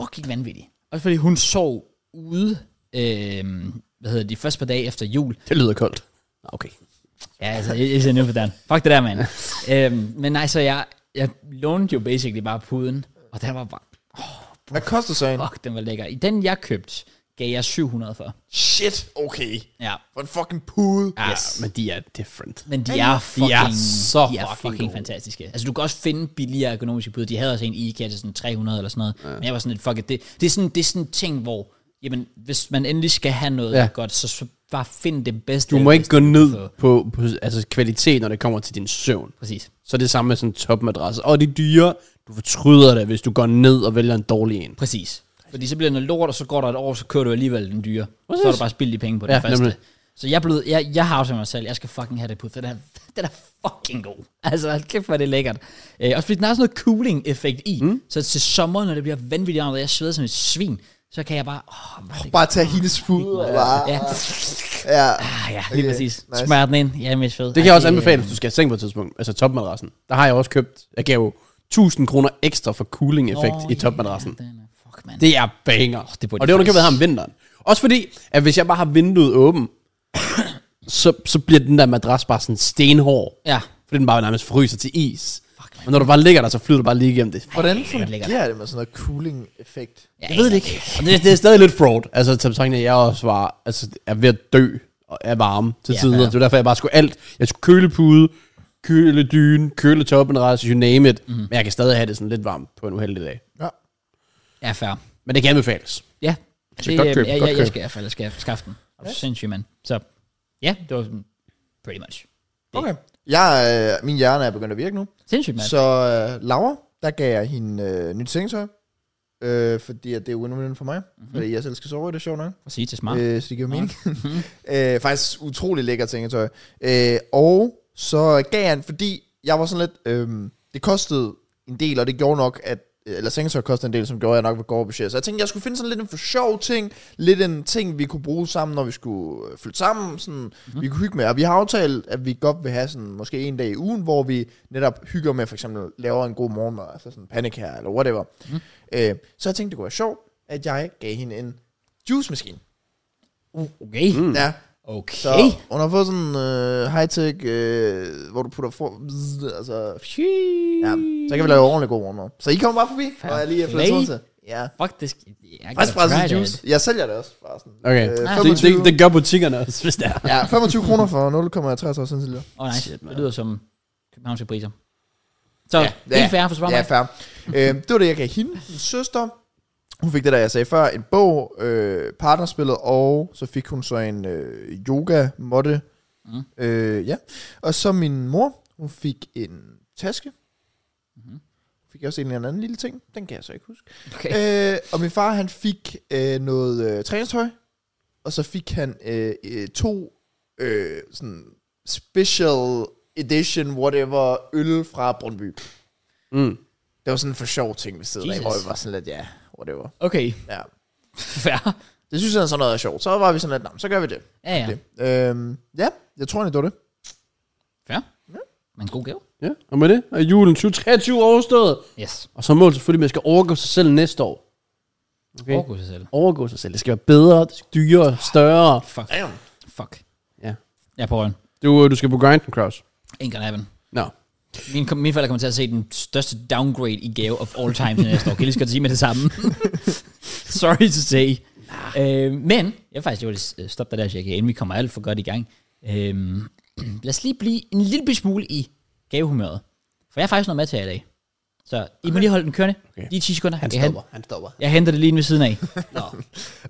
Speaker 1: fucking vanvittig. Også fordi hun sov ude, øh, hvad hedder det, de første par dage efter jul.
Speaker 3: Det lyder koldt. Nå, Okay.
Speaker 1: Ja, altså, jeg, jeg ser nu for den. Fuck det der, mand. øhm, men nej, så jeg, jeg lånte jo basically bare puden, og den var bare,
Speaker 2: Hvad koster så en?
Speaker 1: fuck, den var lækker. I den, jeg købte, gav jeg 700 for.
Speaker 2: Shit, okay.
Speaker 1: Ja.
Speaker 2: For en fucking pude.
Speaker 1: Ja,
Speaker 3: Yes. Men de er different.
Speaker 1: Men de er fucking,
Speaker 3: er så
Speaker 1: de er
Speaker 3: fucking
Speaker 1: fucking,
Speaker 3: gode.
Speaker 1: fantastiske. Altså, du kan også finde billigere økonomiske bud. De havde også en i IKEA til sådan 300 eller sådan noget. Ja. Men jeg var sådan lidt, fuck it. Det, det, er sådan, det er sådan en ting, hvor jamen, hvis man endelig skal have noget
Speaker 3: Ja.
Speaker 1: ja. godt, så, så bare find det bedste.
Speaker 3: Du må
Speaker 1: af det bedste,
Speaker 3: ikke gå
Speaker 1: du kan
Speaker 3: ned
Speaker 1: få.
Speaker 3: på, på altså, kvalitet, når det kommer til din søvn.
Speaker 1: Præcis.
Speaker 3: Så er det samme med sådan en topmadras. Og de dyre, du fortryder det, hvis du går ned og vælger en dårlig en.
Speaker 1: Præcis. Fordi så bliver det noget lort, og så går der et år, så kører du alligevel den dyre. Så har
Speaker 3: Præcis.
Speaker 1: du bare spildt de penge på den
Speaker 3: Ja,
Speaker 1: ja, første.
Speaker 3: nemlig.
Speaker 1: Nemlig. Så jeg, blev, jeg, jeg har aftalt mig selv, jeg skal fucking have det på. Den er, den er fucking god. Altså, hold kæft, hvor er det lækkert. Øh, også fordi den har sådan noget cooling-effekt i. Mm. Så til sommer, når det bliver vanvittigt varmt, og jeg sveder som et svin, så kan jeg bare... Åh, hvor er det
Speaker 2: Bare tage hendes puder. bare-
Speaker 1: Ja.
Speaker 2: ja.
Speaker 1: Ah, ja, lige
Speaker 2: Okay,
Speaker 1: okay, præcis.
Speaker 2: nice.
Speaker 1: Nice. Smør den ind. Ja, mest fed.
Speaker 3: Det kan
Speaker 1: Ej,
Speaker 3: jeg også
Speaker 1: øh,
Speaker 3: anbefale, hvis du skal i seng på et tidspunkt. Altså topmadrassen. Der har jeg også købt. Jeg gav jo 1000 kroner ekstra for cooling-effekt
Speaker 1: Åh,
Speaker 3: i topmadrassen.
Speaker 1: Ja, den er, fuck, man. Det,
Speaker 3: Det er banger. Oh,
Speaker 1: det
Speaker 3: det
Speaker 1: burde
Speaker 3: og
Speaker 1: de
Speaker 3: det var købet
Speaker 1: faktisk-
Speaker 3: her om vinteren. Også fordi, at hvis jeg bare har vinduet åbent, så, så bliver den der madras bare sådan stenhård.
Speaker 1: ja.
Speaker 3: Fordi den bare nærmest fryser til is.
Speaker 1: Fuck,
Speaker 3: Og når du bare ligger der, så flyder du bare lige igennem det.
Speaker 2: Hvordan
Speaker 1: lækkert.
Speaker 2: fungerer det med sådan noget cooling-effekt?
Speaker 1: ja
Speaker 3: Jeg ved det ikke. Og det, det er stadig lidt fraud. Altså, til tanken, at jeg også var, altså, er ved at dø og er varme til
Speaker 1: Ja,
Speaker 3: tider.
Speaker 1: ja.
Speaker 3: Det var derfor, jeg bare skulle alt. Jeg skulle køle pude, køle dyne, køle toppenrejse, you name it.
Speaker 1: Mhm.
Speaker 3: Mm. Men jeg kan stadig have det sådan lidt varmt på en uheldig dag.
Speaker 2: Ja.
Speaker 1: Ja, fair.
Speaker 3: Men det kan anbefales.
Speaker 1: Ja.
Speaker 3: Så godt
Speaker 1: øh,
Speaker 3: køb,
Speaker 1: jeg,
Speaker 3: godt
Speaker 1: jeg,
Speaker 3: køb.
Speaker 1: jeg, skal i hvert fald jeg skal skaffe den. Er du sindssyg, mand. Så ja, det var sådan pretty much.
Speaker 2: Okay. Jeg, øh, min hjerne er begyndt at virke nu.
Speaker 1: Sindssygt, mand. Så,
Speaker 2: Så øh, Laura, der gav jeg hende øh, nyt sengetøj. Øh, fordi at det er win-win for mig. Mm-hmm. Fordi jeg selv skal sove i det, er sjovt nok.
Speaker 1: at sige til smart. Øh,
Speaker 2: Øh, så det giver mening. øh, faktisk utrolig lækker sengetøj. Øh, og så gav han, fordi jeg var sådan lidt, øh, det kostede en del, og det gjorde nok, at eller sengetøj kostede en del, som gjorde, at jeg nok var gå over budget. Så jeg tænkte, jeg skulle finde sådan lidt en for sjov ting, lidt en ting, vi kunne bruge sammen, når vi skulle øh, flytte sammen, sådan, mm-hmm. vi kunne hygge med. Og vi har aftalt, at vi godt vil have sådan, måske en dag i ugen, hvor vi netop hygger med, for eksempel laver en god morgenmad, altså sådan panik her, eller whatever. Mm-hmm. Øh, så jeg tænkte, det kunne være sjovt, at jeg gav hende en juice-maskine.
Speaker 1: okay.
Speaker 2: Mm. Ja,
Speaker 1: Okay.
Speaker 2: så
Speaker 1: Så,
Speaker 2: hun har fået sådan en øh, high-tech, øh, hvor du putter for... Bzz, altså, ja, så kan vi lave ordentligt god morgenmad. Så I kommer bare forbi, og jeg lige er
Speaker 1: play.
Speaker 2: flædt til. Ja.
Speaker 1: Fuck, det skal... Jeg
Speaker 2: Faktisk bare juice. Jeg sælger det også, forresten.
Speaker 1: Ah.
Speaker 3: Okay.
Speaker 2: Øh,
Speaker 3: Øh, det,
Speaker 2: 25,
Speaker 3: det, det, gør butikkerne også, hvis det er.
Speaker 2: Ja, 25 kroner for 0,63 centiliter.
Speaker 1: Åh, oh, nice.
Speaker 3: Shit,
Speaker 1: Shit,
Speaker 3: mand.
Speaker 1: det lyder som københavnske priser. Så,
Speaker 2: Ja,
Speaker 1: ja,
Speaker 2: ja.
Speaker 1: helt færre for svaret.
Speaker 2: Ja,
Speaker 1: Ja,
Speaker 2: fair. øh, det var det, jeg gav hende. Min søster, hun fik det, der jeg sagde før, en bog, øh, partnerspillet, og så fik hun så en øh, yoga-måtte. Mm.
Speaker 1: Mm.
Speaker 2: Øh, ja. Og så min mor, hun fik en taske. Mm.
Speaker 1: Mm-hmm.
Speaker 2: Fik også en eller anden lille ting. Den kan jeg så ikke huske.
Speaker 1: okay.
Speaker 2: Øh, og min far, han fik øh, noget øh, træningstøj, og så fik han øh, øh, to øh, sådan special edition, whatever, øl fra Brøndby.
Speaker 3: Mm.
Speaker 2: Det var sådan en for sjov ting ved siden af,
Speaker 1: Jesus.
Speaker 2: hvor vi var sådan lidt, ja, whatever.
Speaker 1: Okay,
Speaker 2: Ja.
Speaker 1: fair.
Speaker 2: Det synes jeg sådan noget er sjovt. Så var vi sådan lidt, "Nå, men så gør vi det.
Speaker 1: Ja, ja.
Speaker 2: det. Øhm, ja, jeg tror egentlig, det var det.
Speaker 1: Fair. Men god gave.
Speaker 3: Ja, og med det er julen 2023 overstået.
Speaker 1: Yes.
Speaker 3: Og så er målet selvfølgelig, at man skal overgå sig selv næste år. Okay.
Speaker 1: Overgå sig selv.
Speaker 3: Overgå sig selv. Det skal være bedre, det skal være dyrere, større.
Speaker 1: Fuck.
Speaker 2: Damn.
Speaker 1: Fuck.
Speaker 3: Ja.
Speaker 1: Jeg er på røven.
Speaker 3: Du, du skal på grinden, Kraus.
Speaker 1: Ain't gonna happen.
Speaker 3: Nå. No.
Speaker 1: Min, kom- mine forældre kommer til at se den største downgrade i gave of all time til næste år. Kan jeg lige så godt sige med det samme? Sorry to say. Øh, men, jeg vil faktisk jeg vil øh, stoppe dig der, Jack, inden vi kommer alt for godt i gang. Øh, lad os lige blive en lille bitte smule i gavehumøret. For jeg har faktisk noget med til jer i dag. Så I må lige holde den kørende.
Speaker 3: Okay.
Speaker 1: De 10 sekunder.
Speaker 3: Han
Speaker 1: jeg, hen-
Speaker 3: stopper. Han stopper.
Speaker 1: jeg henter det lige inde ved siden af.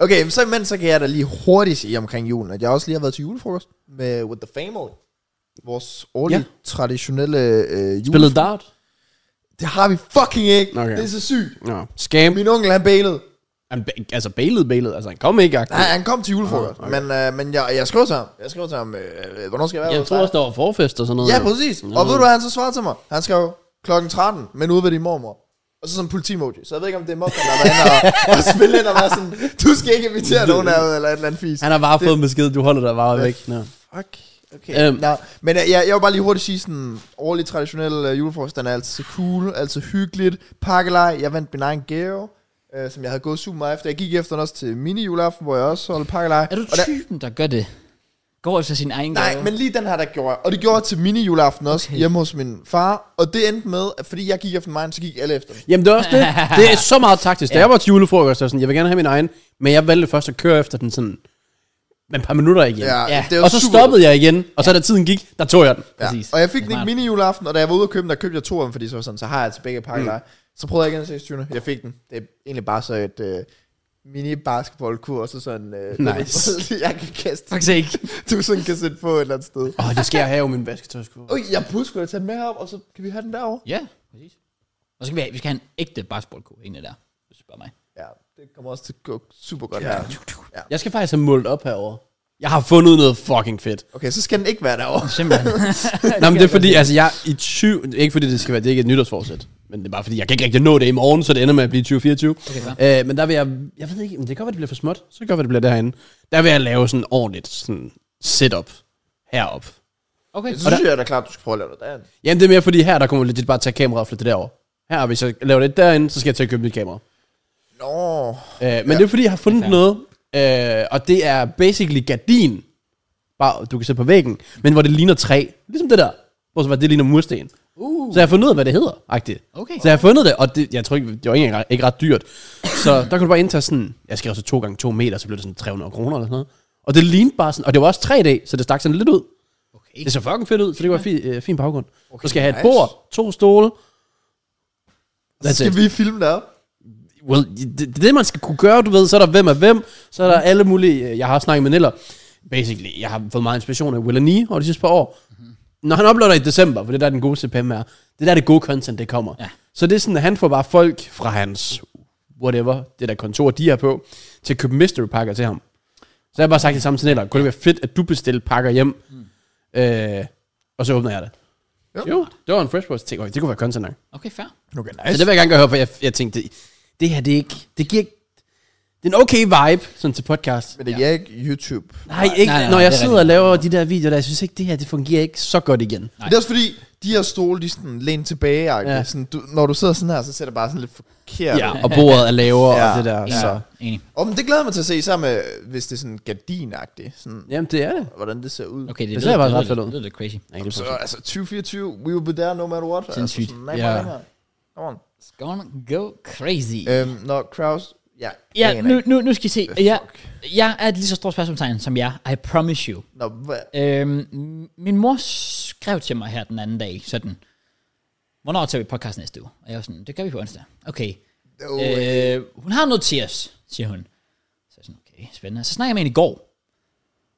Speaker 2: Okay, men så imens, så kan jeg da lige hurtigt sige omkring julen, at jeg også lige har været til julefrokost med With The Family. Vores årlige
Speaker 3: Ja.
Speaker 2: ja. traditionelle øh, jule.
Speaker 3: Spillet dart?
Speaker 2: Det har vi fucking ikke.
Speaker 3: Okay.
Speaker 2: Okay. Det er så sygt.
Speaker 3: Nå. Scam?
Speaker 2: Min onkel, han bailede.
Speaker 3: Han ba- altså, bailet, bailet. Altså, han kom ikke, agtigt.
Speaker 2: Han, han kom til julefrokost. Okay. Men, øh, men jeg, jeg skrev til ham. Jeg skrev til ham, øh, øh, hvornår skal jeg være?
Speaker 3: Jeg
Speaker 2: hos
Speaker 3: tror
Speaker 2: dig?
Speaker 3: også, der var forfest og sådan noget.
Speaker 2: Ja, præcis. Og ved du, hvad han så svarede til mig? Han skrev klokken 13, men ude ved din mormor. Og så sådan en politimoji. Så jeg ved ikke, om det er mobberen, der var inde og, og spille ind og være sådan, du skal ikke invitere nogen herude, eller et eller andet fis.
Speaker 3: Han har bare fået en besked, du holder dig bare væk. Nå.
Speaker 2: Fuck. Okay.
Speaker 3: Øhm.
Speaker 2: Øhm. Nå, men øh, jeg, jeg vil bare lige hurtigt sige sådan, årlig traditionel øh, julefrokost, den er altid så cool, altid hyggeligt. Pakkelej, jeg vandt min egen gave, øh, som jeg havde gået super meget efter. Jeg gik efter den også til mini-juleaften, hvor jeg også holdt pakkelej.
Speaker 1: Er du
Speaker 2: Og der-
Speaker 1: typen, der gør det? Går efter sin egen
Speaker 2: Nej,
Speaker 1: gave?
Speaker 2: men lige den her, der gjorde jeg. Og det gjorde jeg til mini-juleaften også, okay. hjemme hos min far. Og det endte med, at fordi jeg gik efter mig, så gik alle efter den.
Speaker 3: Jamen, det er også det. Det er så meget taktisk. Da jeg var til julefrokost, jeg, var sådan, jeg vil gerne have min egen, men jeg valgte først at køre efter den sådan men et par minutter igen.
Speaker 1: Ja,
Speaker 2: er jo
Speaker 3: og så
Speaker 2: super-
Speaker 3: stoppede jeg igen, og så da tiden gik, der tog jeg den.
Speaker 1: Præcis.
Speaker 2: Ja. Og jeg fik
Speaker 1: Det er
Speaker 2: den ikke
Speaker 1: smart.
Speaker 2: mini-juleaften, og da jeg var ude og købe den, der købte jeg to af dem, fordi så var sådan, så har jeg tilbage pakket mm. Så prøvede jeg igen den 26. Jeg fik den. Det er egentlig bare så et øh, mini-basketballkurs og sådan... Øh,
Speaker 3: Nice.
Speaker 2: jeg kan kaste,
Speaker 1: Faktisk ikke.
Speaker 2: du sådan kan sætte på et eller andet sted.
Speaker 3: Åh, oh, det skal jeg have jo min vasketøjskurve.
Speaker 2: Øj, jeg burde skulle tage den med herop, og så kan vi have den derovre.
Speaker 1: Ja, præcis. Og så skal vi have, vi skal have en ægte basketballkurve, en af der, hvis du spørger mig.
Speaker 2: Ja, det Det kommer også til at gå super godt
Speaker 3: Ja.
Speaker 2: her. Ja.
Speaker 3: Jeg skal faktisk have målt op herover. Jeg har fundet noget fucking fedt.
Speaker 2: Okay, så skal den ikke være derovre.
Speaker 1: Simpelthen.
Speaker 3: Nå, men det er fordi, altså jeg i 20... Ikke fordi det skal være, det er ikke et nytårsforsæt. Men det er bare fordi, jeg kan ikke rigtig nå det i morgen, så det ender med at blive 2024. Okay, øh, men der vil jeg... Jeg ved ikke, men det kan godt være, det bliver for småt. Så kan det godt være, det bliver derinde. Der vil jeg lave sådan ordentligt sådan setup herop.
Speaker 1: Okay.
Speaker 2: Så synes jeg da klart, du skal prøve at lave det derinde.
Speaker 3: Jamen det er mere fordi her, der kommer legit bare at tage kameraet og flytte det derover. Her, hvis jeg laver det derinde, så skal jeg til at købe nyt kamera.
Speaker 2: Nå.
Speaker 3: Øh, men ja. det er fordi, jeg har fundet
Speaker 1: Det
Speaker 3: noget, øh, og det er basically gardin, bare, du kan sætte på væggen, men hvor det ligner træ. Ligesom det der. Bortset fra, at det ligner mursten.
Speaker 1: Uh.
Speaker 3: Så jeg har fundet ud af, hvad det hedder, agtigt.
Speaker 1: Okay.
Speaker 3: Så jeg har fundet det, og det, jeg tror ikke, det var ikke, ikke ret dyrt. Så der kunne du bare indtage sådan, jeg skrev så 2 gange 2 meter, så blev det sådan 300 kroner eller sådan noget. Og det lignede bare sådan, og det var også 3D, så det stak sådan lidt ud.
Speaker 1: Okay.
Speaker 3: Det så fucking fedt ud, så det var fin, øh, fin baggrund. Okay, så skal jeg have et
Speaker 2: nice.
Speaker 3: bord, to stole.
Speaker 2: Så
Speaker 3: That's
Speaker 2: skal
Speaker 3: it.
Speaker 2: vi filme derop.
Speaker 3: Well, det, det er det, man skal kunne gøre, du ved. Så er der hvem er hvem, så er der alle mulige... øh, Jeg har snakket med Neller. Basically, jeg har fået meget inspiration af Will Lee over de sidste par år. Når han uploader i december, for det er der den gode CPM er, det er der det gode content, det kommer.
Speaker 1: Ja.
Speaker 3: Så det er sådan, at han får bare folk fra hans whatever, det der kontor, de er på, til at købe mystery pakker til ham. Så jeg har bare sagt det samme til Neller. Kunne det være fedt, at du bestiller pakker hjem? Mm. Øh, og så åbner jeg det.
Speaker 2: Jo.
Speaker 3: Jo, det var en fresh post. Tænk, okay, det kunne være content nok.
Speaker 1: Okay, fair.
Speaker 2: Okay,
Speaker 3: Så Altså, det vil jeg gerne gøre høre, for jeg, jeg tænkte, det, det her, det er ikke, det giver ikke, det er en okay vibe, sådan til podcast.
Speaker 2: Men det er ikke YouTube.
Speaker 3: Nej, ikke, nej,
Speaker 1: nej,
Speaker 3: nej,
Speaker 1: nej,
Speaker 3: når jeg
Speaker 1: det er
Speaker 3: sidder og laver de der videoer, der, jeg synes ikke, det her, det fungerer ikke så godt igen.
Speaker 2: Men Det er også fordi, de her stole, de er sådan læn tilbage.
Speaker 3: Ja.
Speaker 2: Ja. Sådan, du, når du sidder sådan her, så ser det bare sådan lidt forkert.
Speaker 3: Ja, og bordet er lavere ja,
Speaker 2: Ja,
Speaker 3: og det der,
Speaker 1: Enig.
Speaker 3: så.
Speaker 1: Enig.
Speaker 2: Og men det glæder jeg mig til at se, sammen med, hvis det er sådan gardinagtigt, sådan,
Speaker 3: Jamen, det er det.
Speaker 2: hvordan det ser ud.
Speaker 1: Okay, det,
Speaker 3: Det ser
Speaker 1: lyder-
Speaker 3: faktisk ret
Speaker 1: lyder-
Speaker 3: fedt ud.
Speaker 1: Det lyder lidt crazy.
Speaker 3: Ja, det
Speaker 2: Så
Speaker 3: er
Speaker 2: altså 2024, we will be there no matter what.
Speaker 1: Sindssygt.
Speaker 2: Altså, sådan, nej,
Speaker 3: Ja.
Speaker 2: ja. Come on.
Speaker 1: It's gonna go crazy.
Speaker 2: Øhm, når Kraus... Ja,
Speaker 1: Ja,
Speaker 2: aner
Speaker 1: nu,
Speaker 2: ikke.
Speaker 1: nu, nu skal I se.
Speaker 2: Hvad
Speaker 1: Jeg,
Speaker 2: fuck?
Speaker 1: jeg er et lige så stort spørgsmålstegn som jeg. I promise you.
Speaker 2: Nå, hvad?
Speaker 1: Øhm, min mor skrev til mig her den anden dag, sådan, hvornår tager vi podcast næste uge? Og jeg var sådan, det gør vi på onsdag. Okay.
Speaker 2: Oh,
Speaker 1: Øh, hun har noget til os, siger hun. Så er jeg sådan, okay, spændende. Så snakker jeg med hende i går.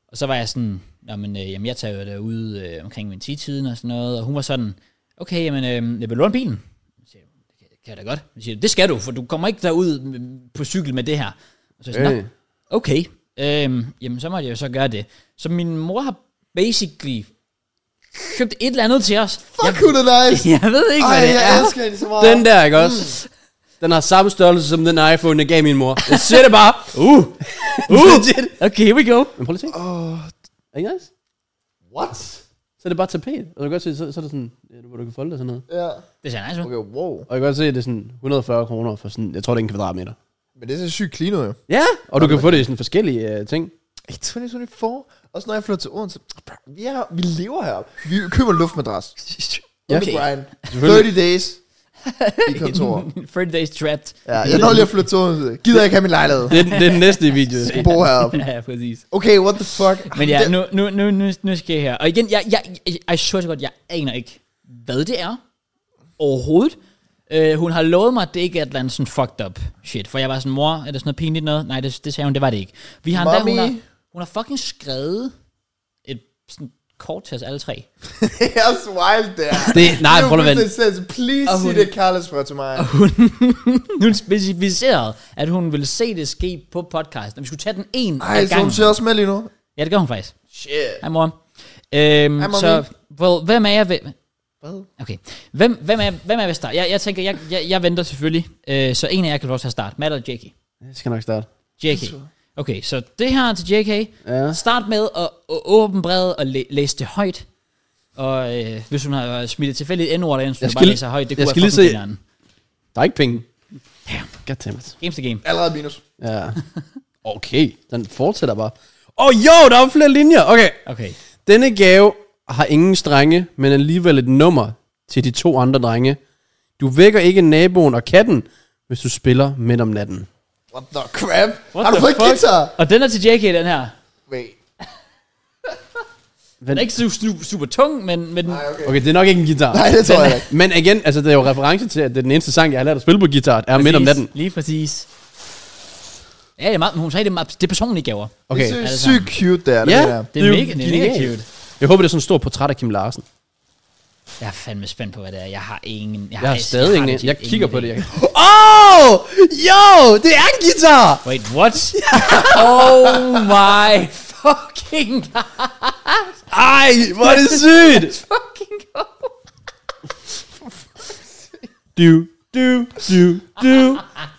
Speaker 1: Og så var jeg sådan, Nå, men, øh, jamen, jeg tager jo derude øh, omkring min 10-tiden og sådan noget. Og hun var sådan, okay, jamen, øh, jeg vil låne bilen. Så siger, jeg, det kan- kan jeg da godt. Så siger, jeg, det skal du, for du kommer ikke derud med- på cykel med det her. Og så er jeg sådan,
Speaker 3: Øh.
Speaker 1: øh. okay, øh, jamen, så måtte jeg jo så gøre det. Så min mor har basically købt et eller andet til os.
Speaker 2: Fuck, hun er nice!
Speaker 1: Jeg ved ikke,
Speaker 2: Ej,
Speaker 1: hvad det
Speaker 2: jeg
Speaker 1: er.
Speaker 2: elsker hende så meget.
Speaker 3: Den der, ikke
Speaker 1: Mm.
Speaker 3: også? Den har samme størrelse som den iPhone, jeg gav min mor. Jeg siger det bare. Uh! Uh!
Speaker 1: Okay, here we go.
Speaker 3: Men prøv lige at se.
Speaker 2: Åh,
Speaker 3: Er det ikke nice?
Speaker 2: what?
Speaker 3: Så er det bare tapet. Og du kan godt se, så, så er det sådan, ja, hvor du kan folde det og sådan noget.
Speaker 2: Ja.
Speaker 1: Det ser nice ud.
Speaker 2: Okay, wow.
Speaker 3: Og jeg kan godt se, at det er sådan 140 kroner for sådan, jeg tror det er en kvadratmeter.
Speaker 2: Men det er så sygt clean ud, jo.
Speaker 3: Ja, og du kan få det i sådan forskellige uh, ting.
Speaker 2: Ej, 2024. Også når jeg flytter til Odense. Bro, Vi, er, vi lever her. Vi køber en luftmadras.
Speaker 3: Ja.
Speaker 2: Okay. Brian.
Speaker 3: Selvfølgelig.
Speaker 2: 30 days i kontor.
Speaker 1: 30 days trapped.
Speaker 2: Ja, jeg når lige at flytte til Odense. Gider ikke have min lejlighed.
Speaker 3: Det er, den- det er den næste video.
Speaker 2: Jeg skal bo heroppe.
Speaker 1: ja, præcis.
Speaker 2: Okay, what the fuck?
Speaker 1: Men ja,
Speaker 2: Det-
Speaker 1: nu, nu, nu, nu, nu skal jeg her. Og igen, jeg, jeg, jeg, I swear så godt, jeg aner ikke, hvad det er overhovedet. Øh, hun har lovet mig, at det ikke er et eller andet sådan fucked up shit. For jeg var sådan, mor, er det sådan noget pinligt noget? Nej, det, det sagde hun, det var det ikke. Vi har endda, hun,
Speaker 2: Mommy.
Speaker 1: har, hun har fucking skrevet et sådan kort til os alle tre.
Speaker 2: Det er så wild, det er.
Speaker 3: Det, nej, prøv lige at vente.
Speaker 2: at Please
Speaker 1: Og
Speaker 2: sig
Speaker 1: hun-
Speaker 2: det, Carlos, for til mig.
Speaker 1: Hun specificerede, at hun ville se det ske på podcasten. Og vi skulle tage den en
Speaker 2: Ej,
Speaker 1: af
Speaker 2: så hun
Speaker 1: gangen.
Speaker 2: ser også med lige nu.
Speaker 1: Ja, det gør hun faktisk.
Speaker 2: Shit.
Speaker 1: Hej mor. Øhm,
Speaker 2: Hej, mommy.
Speaker 1: så, well, hvem er jeg? Hvem,
Speaker 2: Hvad?
Speaker 1: Okay. Hvem, hvem, er, hvem er ved start? Jeg, jeg tænker, jeg, jeg, jeg venter selvfølgelig. Øh, så en af jer kan få lov til at starte. Matt eller JK?
Speaker 3: Jeg skal nok starte.
Speaker 1: JK. Okay, så det her er til JK.
Speaker 3: Ja.
Speaker 1: Start med at, at åbne brevet og læ- læse det højt. Og øh, hvis hun har smidt et tilfældigt N-ord ind, så
Speaker 3: Jeg
Speaker 1: hun
Speaker 3: skal
Speaker 1: bare
Speaker 3: lige-
Speaker 1: læser højt. Det
Speaker 3: jeg
Speaker 1: kunne
Speaker 3: skal
Speaker 1: være
Speaker 3: lige
Speaker 1: fucking
Speaker 3: se-
Speaker 1: grineren.
Speaker 3: Der er ikke penge. Goddammit.
Speaker 1: Games to game.
Speaker 2: Allerede minus.
Speaker 3: Ja. Okay, den fortsætter bare. Åh oh, jo, der er flere linjer. Okay.
Speaker 1: Okay.
Speaker 3: Denne gave har ingen strenge, men alligevel et nummer til de to andre drenge. Du vækker ikke naboen og katten, hvis du spiller midt om natten.
Speaker 2: What the crap?
Speaker 1: What
Speaker 2: Har du
Speaker 1: the
Speaker 2: fået
Speaker 1: fuck?
Speaker 2: guitar?
Speaker 1: Og den er til JK, den her.
Speaker 2: Wait.
Speaker 1: Den er ikke su- su- super tung, men, men
Speaker 2: Ej, okay.
Speaker 3: Okay, det er nok ikke en guitar.
Speaker 2: Nej, det tror jeg da ikke.
Speaker 3: Men igen, altså det er jo reference til, at det er den eneste sang, jeg har lært at spille på guitar, er midt om
Speaker 1: Præcis.
Speaker 3: natten.
Speaker 1: Lige præcis. Ja, det er meget, hun sagde, det er, meget, det er personlige gaver.
Speaker 3: Okay.
Speaker 2: Det er
Speaker 1: Alle
Speaker 2: sygt cute, det er det
Speaker 3: Ja.
Speaker 2: der.
Speaker 1: Det er,
Speaker 3: Det
Speaker 1: det
Speaker 3: er
Speaker 1: er
Speaker 3: jo
Speaker 1: mega, det er mega
Speaker 3: genialt.
Speaker 1: cute.
Speaker 3: Jeg håber, det er sådan et stort portræt af Kim Larsen.
Speaker 1: Jeg er fandme spændt på, hvad det er. Jeg har ingen...
Speaker 3: Jeg har stadig ingen. Jeg kigger på det. Jeg...
Speaker 2: Åh! Oh, jo! Det er en guitar!
Speaker 1: Wait, what? oh my fucking god.
Speaker 2: Ej, hvor er det sygt!
Speaker 1: Fucking god.
Speaker 3: Du, du, du, du,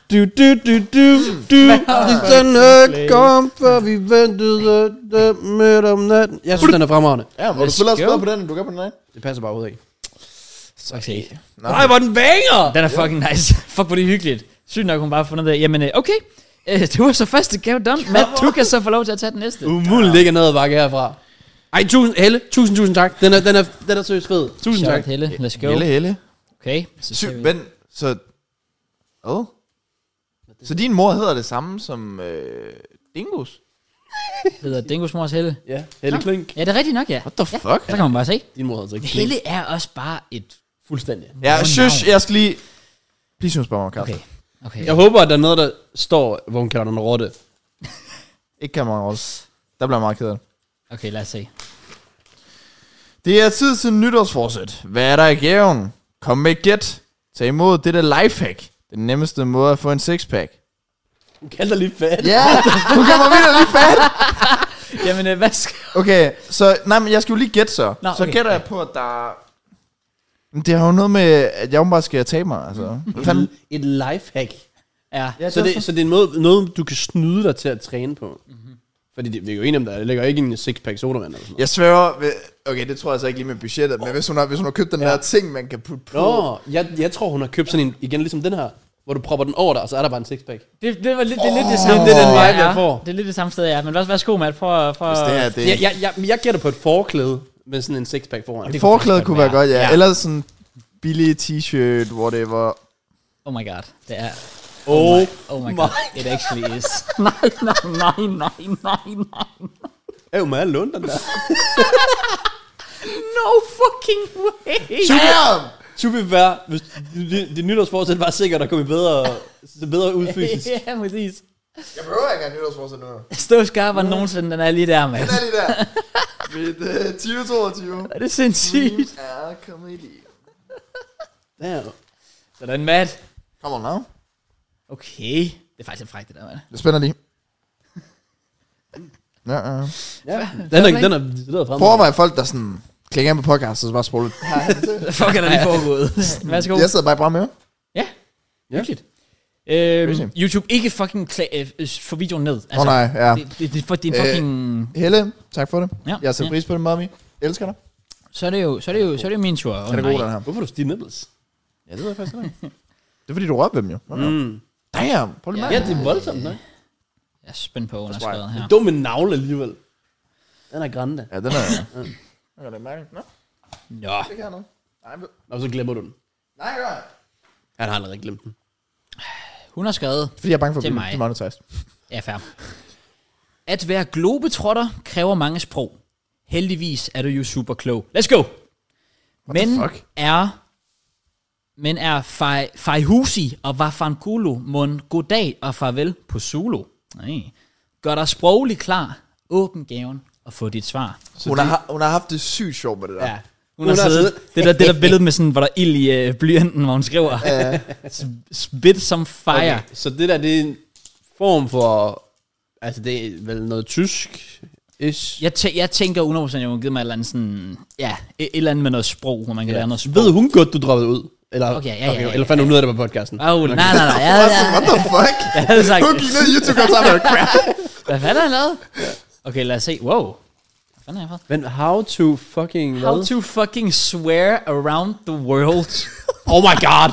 Speaker 3: du, du, du, du, du. Listerne kom, før vi ventede dem midt om natten. Jeg synes, den er fremragende.
Speaker 2: Ja, hvor du
Speaker 1: Let's
Speaker 2: spiller også
Speaker 1: go.
Speaker 2: bedre på den, end du gør på den anden.
Speaker 3: Det passer bare ud af.
Speaker 1: Okay.
Speaker 3: Nej, hvor den banger!
Speaker 1: Den er fucking nice. Fuck, hvor det er hyggeligt. Sygt nok, hun bare har fundet det. Jamen, øh, okay. Øh, Det var så første gave done. Matt, du kan så få lov til at tage den næste.
Speaker 3: Umuligt ikke er noget at bakke herfra. Ej, tusind, Helle, tusind, tusind tak. Den er, den er, den er seriøst fed. Tusind
Speaker 1: Shout
Speaker 3: tak.
Speaker 1: out, Helle. Let's go.
Speaker 2: Helle, Helle.
Speaker 1: Okay. Så
Speaker 2: Sygt,
Speaker 1: ser vi-
Speaker 2: men så... Hvad? Så din mor hedder det samme som øh, Dingus?
Speaker 1: hedder Dingos mors Helle.
Speaker 3: Ja, Helle Klink.
Speaker 1: Ja, det er rigtigt nok, ja.
Speaker 2: What the fuck?
Speaker 1: Så kan man bare se.
Speaker 3: Din mor hedder ikke Klink.
Speaker 1: Helle er også bare et...
Speaker 3: Fuldstændig.
Speaker 2: Ja,
Speaker 1: Nå,
Speaker 2: shush,
Speaker 1: navn.
Speaker 2: jeg skal lige... Please don't spørge mig om kaffe.
Speaker 1: Okay. Okay.
Speaker 3: Jeg håber, at der er noget, der står, hvor hun kalder den rotte.
Speaker 2: Ikke kan man også. Der bliver jeg meget ked af det.
Speaker 1: Okay, lad os se.
Speaker 2: Det er tid til nytårsforsæt. Hvad er der i gaven? Kom med et gæt. Tag imod dette lifehack. Den nemmeste måde at få en sixpack.
Speaker 3: Hun kalder dig lige fat.
Speaker 2: Ja, du kommer videre lige fat.
Speaker 1: Jamen, øh, hvad skal...
Speaker 2: Okay, så nej, men jeg skal jo lige gætte så.
Speaker 1: Nå,
Speaker 2: Nå, så
Speaker 1: okay.
Speaker 2: okay. gætter jeg på, at der... Men det har jo noget med, at jeg bare skal tabe mig, altså. Hvad fanden?
Speaker 3: Et lifehack.
Speaker 1: Ja.
Speaker 2: Ja,
Speaker 3: Så det, så det er en måde, noget, du kan snyde dig til at træne på.
Speaker 1: Mhm.
Speaker 3: Mm-hmm. Fordi det, vi er jo enige om det, det ligger ikke i en six-pack sodavand eller sådan
Speaker 2: Jeg sværger ved... Okay, det tror jeg så ikke lige med budgettet, men hvis hun har, hvis hun har købt den ja. der ting, man kan putte på...
Speaker 3: noget. Nå, jeg, jeg tror, hun har købt sådan en, igen ligesom den her, hvor du propper den over dig, og så er der bare en six-pack.
Speaker 1: Det, det, var lidt, det er lidt det samme
Speaker 3: Det er den
Speaker 1: sted,
Speaker 3: vibe, jeg
Speaker 1: er.
Speaker 3: får.
Speaker 1: Det er lidt det samme sted, jeg er. Men vær- værsgo, Matt. Prøv, at- prøv,
Speaker 2: Hvis
Speaker 1: at-
Speaker 2: det her, det...
Speaker 3: Jeg, jeg, jeg, jeg gætter på et forklæde med sådan en six-pack foran.
Speaker 1: det-
Speaker 2: Forklæde
Speaker 1: kunne
Speaker 2: kunne
Speaker 1: faktisk
Speaker 2: være
Speaker 1: godt
Speaker 2: godt, ja.
Speaker 1: være.
Speaker 2: ja. Eller sådan billig t-shirt, whatever.
Speaker 1: Oh my god. Det er...
Speaker 3: Oh,
Speaker 1: Oh my god. It actually is. nej, nej, nej, nej, nej, nej.
Speaker 3: Er jo meget lund, den der.
Speaker 1: No fucking way.
Speaker 2: Damn!
Speaker 3: to be fair, hvis dit, dit nytårsforsæt var sikkert at komme i bedre, se bedre ud fysisk.
Speaker 1: ja, præcis.
Speaker 2: Jeg behøver ikke engang nytårsforsæt nu.
Speaker 1: Stå skarpere end nogensinde, den er lige der, mand.
Speaker 2: Den er lige der. Mit uh, 2022.
Speaker 1: Er det sindssygt?
Speaker 2: er kommet i liv.
Speaker 3: Damn.
Speaker 1: Mm. Sådan, Matt.
Speaker 2: Come on now.
Speaker 1: Okay. Det er faktisk lidt frækt, det der, mand.
Speaker 2: Det spænder lige. Ja, ja.
Speaker 3: Ja, den er, den er, den er frem.
Speaker 2: Prøv at være folk, der sådan klikker ind på podcast, og så bare spoler lidt.
Speaker 1: Hvad fuck er der lige foregået? Værsgo.
Speaker 2: Jeg sidder bare bare med.
Speaker 1: Ja,
Speaker 3: Ja.
Speaker 1: hyggeligt. Øhm,
Speaker 2: Crazy.
Speaker 1: YouTube, ikke fucking kla- øh, øh, få videoen ned.
Speaker 2: Åh oh, nej, ja.
Speaker 1: Det, det, det, for, det er en fucking...
Speaker 2: Helle, tak for det.
Speaker 1: Ja.
Speaker 2: Jeg sætter pris på det, mommy. Elsker dig.
Speaker 1: Så er det jo, så er det jo, så er det jo min tur. Oh,
Speaker 2: Den er god, den her.
Speaker 3: Hvorfor er du Steve Nibbles?
Speaker 2: Ja, det ved jeg faktisk ikke. Det er fordi, du rørte ved dem jo. Mm.
Speaker 3: Mm.
Speaker 2: Damn, prøv lige
Speaker 1: Ja.
Speaker 2: ja.
Speaker 3: Ja, det er voldsomt, nej?
Speaker 1: Jeg er spændt på underskrevet her.
Speaker 3: Dum en navle alligevel. Den er grande.
Speaker 2: Ja, den er... Jeg kan da mærke. Nå,
Speaker 1: Nå,
Speaker 2: det kan jeg noget. Nej, men-
Speaker 3: Og så glemmer du den.
Speaker 2: nej, jeg gør det.
Speaker 3: Han har allerede glemt den.
Speaker 1: hun har skrevet,
Speaker 2: Fordi jeg er bange for at
Speaker 1: Det er
Speaker 2: blive
Speaker 1: mig.
Speaker 2: demonetized.
Speaker 1: ja fair. At være globetrotter kræver mange sprog. Heldigvis er du jo super klog. Let's go! Men
Speaker 2: fuck?
Speaker 1: er men er Fai- Faihusi og Vafankulo mon goddag og farvel på Zulu. Nej. Gør dig sproglig klar, åbn gaven og få dit svar.
Speaker 2: Hun, har, hun har haft det sygt sjovt med det der.
Speaker 3: Ja.
Speaker 1: Hun har siddet, det der, det der billede med sådan, hvor der er ild i øh, blyanten, hvor hun skriver, S- spit som fire.
Speaker 3: Okay, så det der, det er en form for... Altså, det er vel noget tysk ish.
Speaker 1: Jeg, tæ- jeg tænker 100% at hun har givet mig et eller andet sådan, ja, et, et eller andet med noget sprog, hvor man kan ja. lære noget sprog.
Speaker 3: Ved hun godt, du droppede ud? Eller,
Speaker 1: Okay, ja, ja, ja, ja.
Speaker 3: eller fandt hun ud af det på podcasten?
Speaker 1: Åh, oh, nej, nej, nej. Ja,
Speaker 2: Altså,
Speaker 1: ja.
Speaker 2: what the fuck?
Speaker 1: Jeg havde sagt,
Speaker 2: Hun gik ned i YouTube-kontakt og crap.
Speaker 1: hvad fanden har han lavet? Okay, lad os se. Wow. Hvad fanden har jeg fået?
Speaker 3: Men how to fucking
Speaker 1: How
Speaker 3: hvad?
Speaker 1: to fucking swear around the world.
Speaker 3: Oh my god!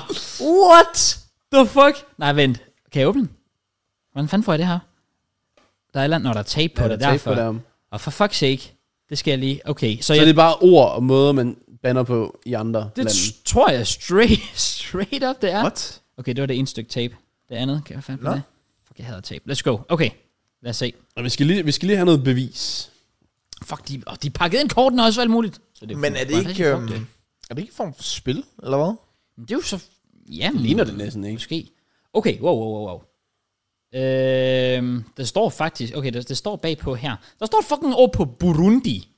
Speaker 1: What the fuck? Nej, vent. Kan jeg åbne den? Hvordan fanden får jeg det her? Der er et eller andet, når der er tape på
Speaker 3: Ja,
Speaker 1: det,
Speaker 3: der er tape
Speaker 1: derfor.
Speaker 3: på det, ja.
Speaker 1: Og for fuck's sake, det skal jeg lige... Okay, så, så
Speaker 3: Så
Speaker 1: jeg
Speaker 3: det er bare ord og måder, man banner på i andre
Speaker 1: Det
Speaker 3: lande.
Speaker 1: t- tror jeg straight, straight up, det er.
Speaker 2: What?
Speaker 1: Okay, det var det ene stykke tape. Det andet, kan jeg fandme
Speaker 2: Nå.
Speaker 1: det? Fuck, jeg hader tape. Let's go. Okay, lad os se.
Speaker 3: Og vi skal, lige, vi skal lige have noget bevis.
Speaker 1: Fuck, de, oh, de pakkede ind korten også, alt muligt. Så det
Speaker 2: Men er det
Speaker 1: Hvor
Speaker 2: ikke...
Speaker 1: fuck
Speaker 2: Øhm, er det ikke en form for spil, eller hvad?
Speaker 1: Men det er jo så... Ja,
Speaker 3: Ligner det næsten, ikke?
Speaker 1: Måske. Okay, wow, wow, wow, wow. Øhm, der står faktisk... Okay, der, der står bagpå her. Der står et fucking ord på Burundi.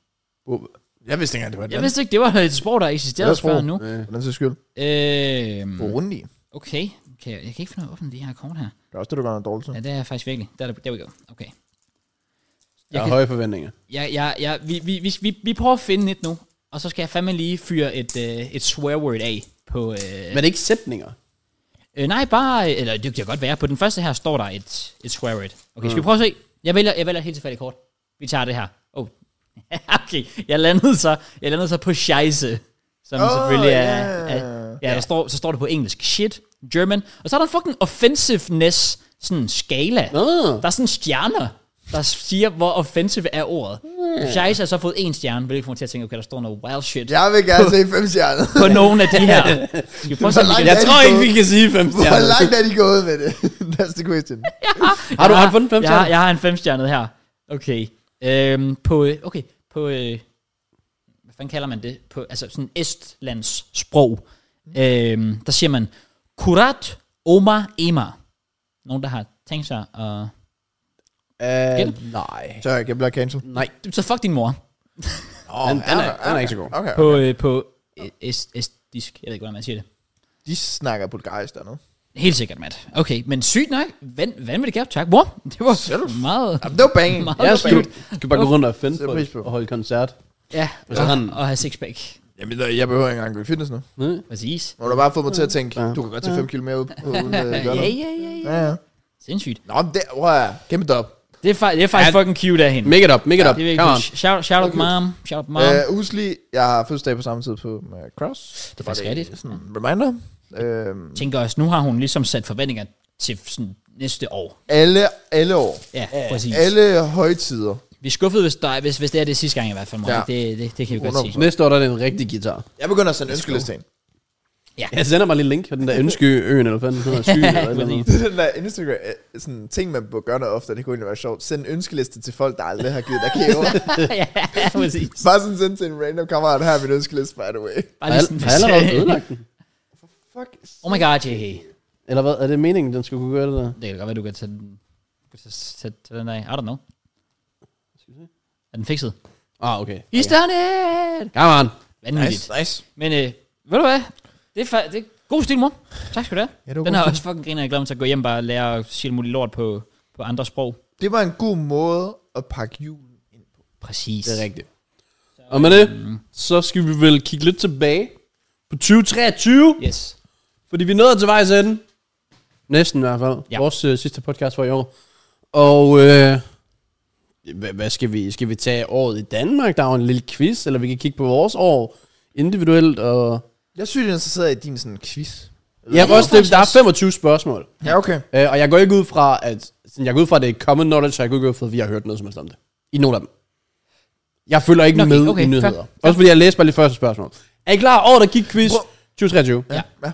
Speaker 3: Hvor-
Speaker 2: Jeg vidste ikke engang, det var et
Speaker 1: Jeg
Speaker 2: land.
Speaker 1: vidste ikke, det var et sprog, der eksisterede før nu.
Speaker 2: For den sags skyld.
Speaker 1: Øhm,
Speaker 2: Burundi.
Speaker 1: okay. okay. Jeg kan ikke finde ud af, at åbne de her kort her.
Speaker 2: Det er også det, du gør noget dårligt til.
Speaker 1: Ja, det er jeg faktisk virkelig. Der, er det- there we go. Okay.
Speaker 3: Jeg har
Speaker 1: kan-
Speaker 3: høje forventninger.
Speaker 1: Ja, ja, ja, vi, vi, vi, vi, vi prøver at finde et nu, og så skal jeg fandme lige fyre et, øh, et swear word af på... Øh,
Speaker 3: Men det er ikke sætninger.
Speaker 1: øh, nej, bare... Eller det kan godt være. På den første her står der et, et swear word. Okay, skal vi prøve at se? Jeg vælger, jeg vælger et helt tilfældigt kort. Vi tager det her. Oh. okay, jeg landede så, jeg landede så på scheisse, som oh,
Speaker 2: Åh,
Speaker 1: selvfølgelig er...
Speaker 2: ja.
Speaker 1: er ja, der står, så står det på engelsk. Shit, German. Og så er der en fucking offensiveness sådan skala.
Speaker 3: Ah.
Speaker 1: Der er sådan stjerner, der siger, hvor offensive er ordet. Scheisse har så fået en stjerne, hvilket får mig til at tænke, okay, der står noget wild shit
Speaker 2: Jeg vil gerne se fem stjerner.
Speaker 1: på nogen af de her. Skal vi prøve at se, om vi
Speaker 2: Hvor
Speaker 1: kan... Jeg
Speaker 2: langt
Speaker 3: Jeg
Speaker 2: er
Speaker 1: tror,
Speaker 3: tror ikke, vi kan sige fem
Speaker 2: Hvor
Speaker 3: stjerner.
Speaker 2: langt er de gået med det? That's the question.
Speaker 3: Har du- har du fundet
Speaker 1: jeg, har,
Speaker 3: femstjernet?
Speaker 1: jeg har en femstjernet her. Okay. Øhm, på, øh, okay, på, øh, hvad fanden kalder man det? På, altså sådan Estlands sprog.
Speaker 3: Mm.
Speaker 1: Øhm, der siger man, kurat oma ema. Nogen, der har tænkt sig at...
Speaker 3: Øh,
Speaker 1: Gæt.
Speaker 3: nej.
Speaker 2: Så jeg bliver cancel.
Speaker 3: Nej.
Speaker 1: Så fuck din mor.
Speaker 2: Oh,
Speaker 3: Den- den er- den er ikke så god.
Speaker 2: Okay.
Speaker 1: På, øh, på øh, est, estisk, jeg ved ikke, hvordan man siger det.
Speaker 2: De snakker bulgarisk dernede.
Speaker 1: Helt sikkert, Matt. Okay, men sygt nok. Vand, vanvittigt gap. Tak, mor. Det var meget...
Speaker 2: Jamen, det var banging.
Speaker 1: Meget-
Speaker 3: Jeg
Speaker 1: Hold
Speaker 3: er
Speaker 1: da
Speaker 3: slut. Du kan bare gå rundt og finde
Speaker 2: Sæt pris
Speaker 3: folk
Speaker 2: på.
Speaker 3: og holde koncert.
Speaker 1: Ja,
Speaker 3: Og så har han-
Speaker 1: og have sixpack.
Speaker 2: Jamen, jeg behøver ikke engang gå i fitness nu.
Speaker 3: Mm.
Speaker 1: Præcis.
Speaker 2: Når du bare fået mig til at tænke,
Speaker 3: Ja.
Speaker 2: du kan godt tage 5 km ud på uden øh, at gøre
Speaker 1: Ja,
Speaker 2: noget.
Speaker 1: ja, ja, ja.
Speaker 2: Ja, ja.
Speaker 1: Sindssygt.
Speaker 2: Nå, men det, prøv at kæmpe det op.
Speaker 1: Det er, fa- det er faktisk
Speaker 3: Ja.
Speaker 1: fucking cute af hende.
Speaker 3: Make it up, make it up.
Speaker 1: Det er
Speaker 3: Come on.
Speaker 1: virkelig shout, shout out mom. Shout out mom.
Speaker 2: Øh, Usli, jeg har fødselsdag på samme tid på med Cross. Det
Speaker 1: faktisk rigtigt.
Speaker 2: Sådan en reminder. Øh,
Speaker 1: Tænker også, nu har hun ligesom sat forventninger til sådan næste år.
Speaker 2: alle, alle år.
Speaker 1: Ja, præcis.
Speaker 2: Alle højtider.
Speaker 1: Vi er skuffet, hvis, der, er- hvis, hvis det er det sidste gang i hvert fald. Ja.
Speaker 2: Ja.
Speaker 1: Det, det, det kan vi godt sige.
Speaker 2: 100%.
Speaker 3: Næste år der er det en rigtig guitar.
Speaker 2: Jeg begynder at sende ønskeliste ind.
Speaker 3: Jeg sender mig lige link på den der ønskeøen, eller hvad fanden den hedder, syg, eller et eller andet.
Speaker 2: Det er den der Instagram, øh, sådan ting, man bør gøre noget ofte, det kunne egentlig være sjovt. Send en ønskeliste til folk, der aldrig har givet dig gaver.
Speaker 1: ja, præcis.
Speaker 2: Bare sådan send til en random kammerat, her er min ønskeliste, by the way.
Speaker 1: Bare
Speaker 3: Har
Speaker 1: lige
Speaker 3: jeg
Speaker 1: sådan,
Speaker 3: har jeg allerede
Speaker 1: hvis-
Speaker 3: ødelagt den?
Speaker 2: Fuck.
Speaker 1: Oh my god, JK.
Speaker 3: Eller hvad? Er det meningen, den skulle kunne gøre det der?
Speaker 1: Det kan godt være, du kan tage den, kan tage, tage, tage den af. I don't know. Er den fikset?
Speaker 3: Ah, okay.
Speaker 1: He's done it!
Speaker 3: Come on.
Speaker 1: Vanvittigt.
Speaker 2: nice.
Speaker 1: Men øh, ved du hvad? Det er, fa- det er god stil, mor. Tak skal du have.
Speaker 2: Ja, det var
Speaker 1: Den
Speaker 2: god
Speaker 1: har
Speaker 2: stil.
Speaker 1: også fucking griner, jeg glæder mig til at gå hjem bare og lære at sige alt muligt lort på, på andre sprog.
Speaker 2: Det var en god måde at pakke julen ind på.
Speaker 1: Præcis.
Speaker 3: Det er rigtigt. Og med det, så skal vi vel kigge lidt tilbage på 2023,
Speaker 1: Yes.
Speaker 3: fordi vi nåede til vejs ende. Næsten i hvert fald.
Speaker 1: Ja.
Speaker 3: Vores øh, sidste podcast for i år. Og øh, hvad, hvad skal vi? Skal vi tage året i Danmark? Der er jo en lille quiz, eller vi kan kigge på vores år individuelt. Og...
Speaker 2: Jeg er sygt interesseret i din sådan quiz.
Speaker 3: Ja,
Speaker 1: det er
Speaker 3: også det,
Speaker 1: faktisk
Speaker 3: der er
Speaker 1: også-
Speaker 3: 25 spørgsmål.
Speaker 2: Ja, okay.
Speaker 3: Øh, og jeg går ikke ud fra, at sådan, jeg går ud fra, at det er common knowledge, så jeg går ikke ud fra, at vi har hørt noget som helst om det. I nogle af dem. Jeg følger ikke
Speaker 1: Nå, okay,
Speaker 3: med
Speaker 1: okay,
Speaker 3: i
Speaker 1: fair,
Speaker 3: nyheder.
Speaker 1: fair.
Speaker 3: Også fordi jeg læste bare lige første spørgsmål. Er I klar over, der gik quiz 2023?
Speaker 1: Ja.
Speaker 2: Ja.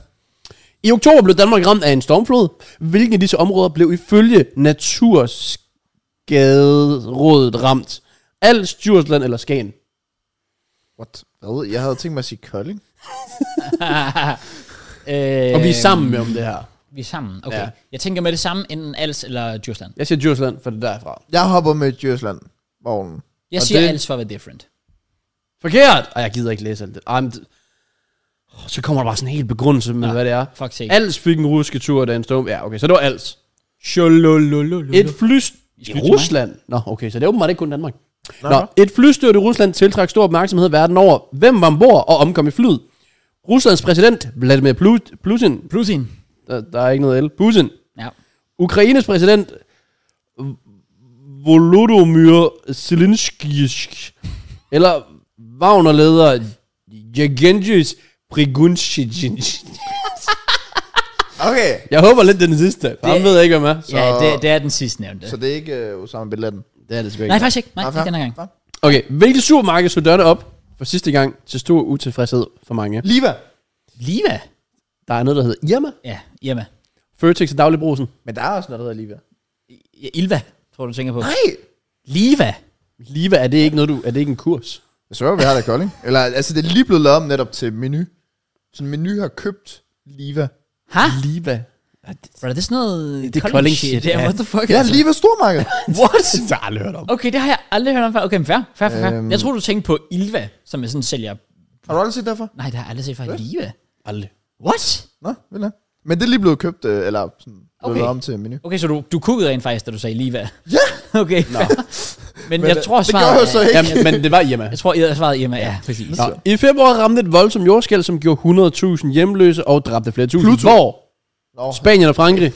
Speaker 3: I oktober blev Danmark ramt af en stormflod. Hvilken af disse områder blev ifølge Naturskaderådet ramt? Als, Djursland eller Skagen?
Speaker 2: What? Hvad? Jeg havde tænkt mig at sige Kolding.
Speaker 1: øh,
Speaker 3: Og vi er sammen med om det her.
Speaker 1: Vi er sammen, okay. Ja.
Speaker 3: Ja.
Speaker 1: Jeg tænker med det samme, enten Als eller Djursland.
Speaker 3: Jeg siger Djursland, for det er derfra.
Speaker 2: Jeg hopper med Djursland. Vognen.
Speaker 1: Jeg
Speaker 3: Og
Speaker 1: siger
Speaker 3: det-
Speaker 1: Als for at være different.
Speaker 3: Forkert! Og jeg gider ikke læse alt det. Ej, men det... Åh, Så kommer der bare sådan en hel begrundelse med,
Speaker 1: Ja.
Speaker 3: ja. hvad det er.
Speaker 1: Fuck sake.
Speaker 3: Als fik en russiske tur, da en storm... Ja, okay, så det var Als. Et flyst...
Speaker 1: skyld
Speaker 3: I
Speaker 1: til mig.
Speaker 3: Rusland? Nå, okay, så det er åbenbart ikke kun Danmark. Nå,
Speaker 2: nå.
Speaker 3: et flystyrt i Rusland tiltrak stor opmærksomhed verden over. Hvem var ombord og omkom i flyet? Ruslands præsident, Vladimir Plu- Putin.
Speaker 1: Plutin.
Speaker 3: Der, der er ikke noget L. Putin.
Speaker 1: Ja.
Speaker 3: Ukraines præsident, Volodymyr Zelensky. Eller Wagner-leder, Jagengis Prigunshin.
Speaker 2: Okay.
Speaker 3: Jeg håber lidt, det er den sidste. for Han ved jeg ikke, hvad med.
Speaker 1: Så... Ja, det, det er den sidste nævnte.
Speaker 2: Så det er ikke uh, Osama Bin Laden.
Speaker 3: Det er det sgu
Speaker 1: Nej,
Speaker 3: ikke.
Speaker 1: faktisk ikke. Nej,
Speaker 2: Ah,
Speaker 1: ikke
Speaker 2: fair.
Speaker 1: den her gang.
Speaker 2: Fair.
Speaker 3: Okay, hvilket supermarked slog dørene op for sidste gang til stor utilfredshed for mange?
Speaker 2: Liva.
Speaker 1: Liva?
Speaker 3: Der er noget, der hedder Irma,
Speaker 1: Ja, Irma.
Speaker 3: Føtex og Dagligbrusen.
Speaker 2: Men der er også noget, der hedder Liva.
Speaker 1: Ja, Ilva, tror du, du tænker på.
Speaker 2: Nej.
Speaker 1: Liva.
Speaker 3: Liva, er det ikke, noget, du, er det ikke en kurs?
Speaker 2: Jeg sværger, vi har det i Kolding. Eller, altså, det er lige blevet lavet om netop til menu. Så menu har købt Liva.
Speaker 1: Ha?
Speaker 3: Liva.
Speaker 1: Bro, er det sådan noget
Speaker 3: Det er Kolding shit,
Speaker 1: Ja,
Speaker 3: ja.
Speaker 1: what the fuck?
Speaker 2: Ja, lige ved stormarkedet.
Speaker 3: What? det har jeg aldrig hørt om.
Speaker 1: Okay, det har jeg aldrig hørt om før. Okay, men fair, fair, fair, fair.
Speaker 2: Øhm.
Speaker 1: Jeg tror du tænkte på Ilva, som er sådan sælger...
Speaker 2: Har du aldrig set derfor?
Speaker 1: Nej, det har jeg aldrig set fra Ilva.
Speaker 3: Aldrig.
Speaker 1: What?
Speaker 2: Nå, vil jeg. Men det er lige blevet købt, øh, eller sådan, okay.
Speaker 1: Okay.
Speaker 2: blevet om til menu.
Speaker 1: Okay, så du, du kuggede rent faktisk, da du sagde Ilva.
Speaker 2: Ja!
Speaker 1: Okay, fair. Men, men jeg
Speaker 2: det-
Speaker 1: tror
Speaker 2: øh, det
Speaker 1: svaret...
Speaker 2: gjorde jeg så
Speaker 1: er-
Speaker 2: ikke.
Speaker 3: Jamen, men det var Irma.
Speaker 1: Jeg tror, jeg svaret Irma. Ja, præcis.
Speaker 3: Nå. I februar ramte et voldsomt jordskæld, som gjorde 100.000 hjemløse og dræbte flere tusind.
Speaker 2: Pluto.
Speaker 3: Hvor?
Speaker 2: Nå,
Speaker 3: Spanien og Frankrig,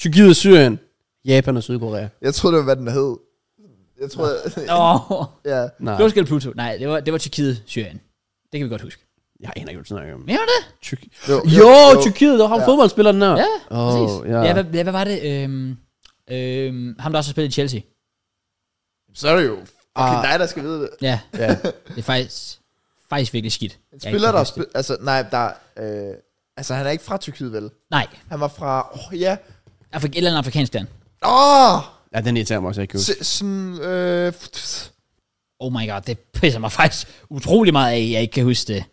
Speaker 3: Tyrkiet og Syrien, Japan og Sydkorea.
Speaker 2: jeg troede, det var, hvad den hed. Jeg troede,
Speaker 1: Nå.
Speaker 2: ja.
Speaker 3: Nej,
Speaker 1: Det var skældt Pluto. Nej, det var, det var Tyrkiet, Syrien. Det kan vi godt huske.
Speaker 3: jeg aner ikke, hvad du snakker om.
Speaker 1: Men var det?
Speaker 3: Tyrki-
Speaker 2: Jo,
Speaker 3: jo, Tyrkiet, der har ja.
Speaker 2: Ja.
Speaker 3: fodboldspilleren der.
Speaker 1: Ja,
Speaker 3: Åh,
Speaker 1: præcis.
Speaker 3: ja.
Speaker 1: Ja, hvad, ja, hvad var det? Øhm, øhm, ham, der også har spillet i Chelsea.
Speaker 2: Så er det jo fucking
Speaker 3: Ah.
Speaker 2: dig, der skal vide det.
Speaker 1: Ja,
Speaker 3: Ja.
Speaker 1: det er faktisk, faktisk virkelig skidt. Jeg
Speaker 2: En
Speaker 1: kan
Speaker 2: spiller,
Speaker 1: ikke
Speaker 2: der
Speaker 1: huske
Speaker 2: spil, altså, nej, der, øh, altså han er ikke fra Tyrkiet, vel?
Speaker 1: det. Nej,
Speaker 2: Han var fra, åh, oh, ja.
Speaker 1: Afrik- et eller andet afrikansk land.
Speaker 2: Åh!
Speaker 3: ja, den irriterer mig også, jeg kan huske.
Speaker 2: Oh, sådan, øh,
Speaker 1: Oh my god, det pisser mig faktisk utrolig meget af, jeg ikke kan huske det.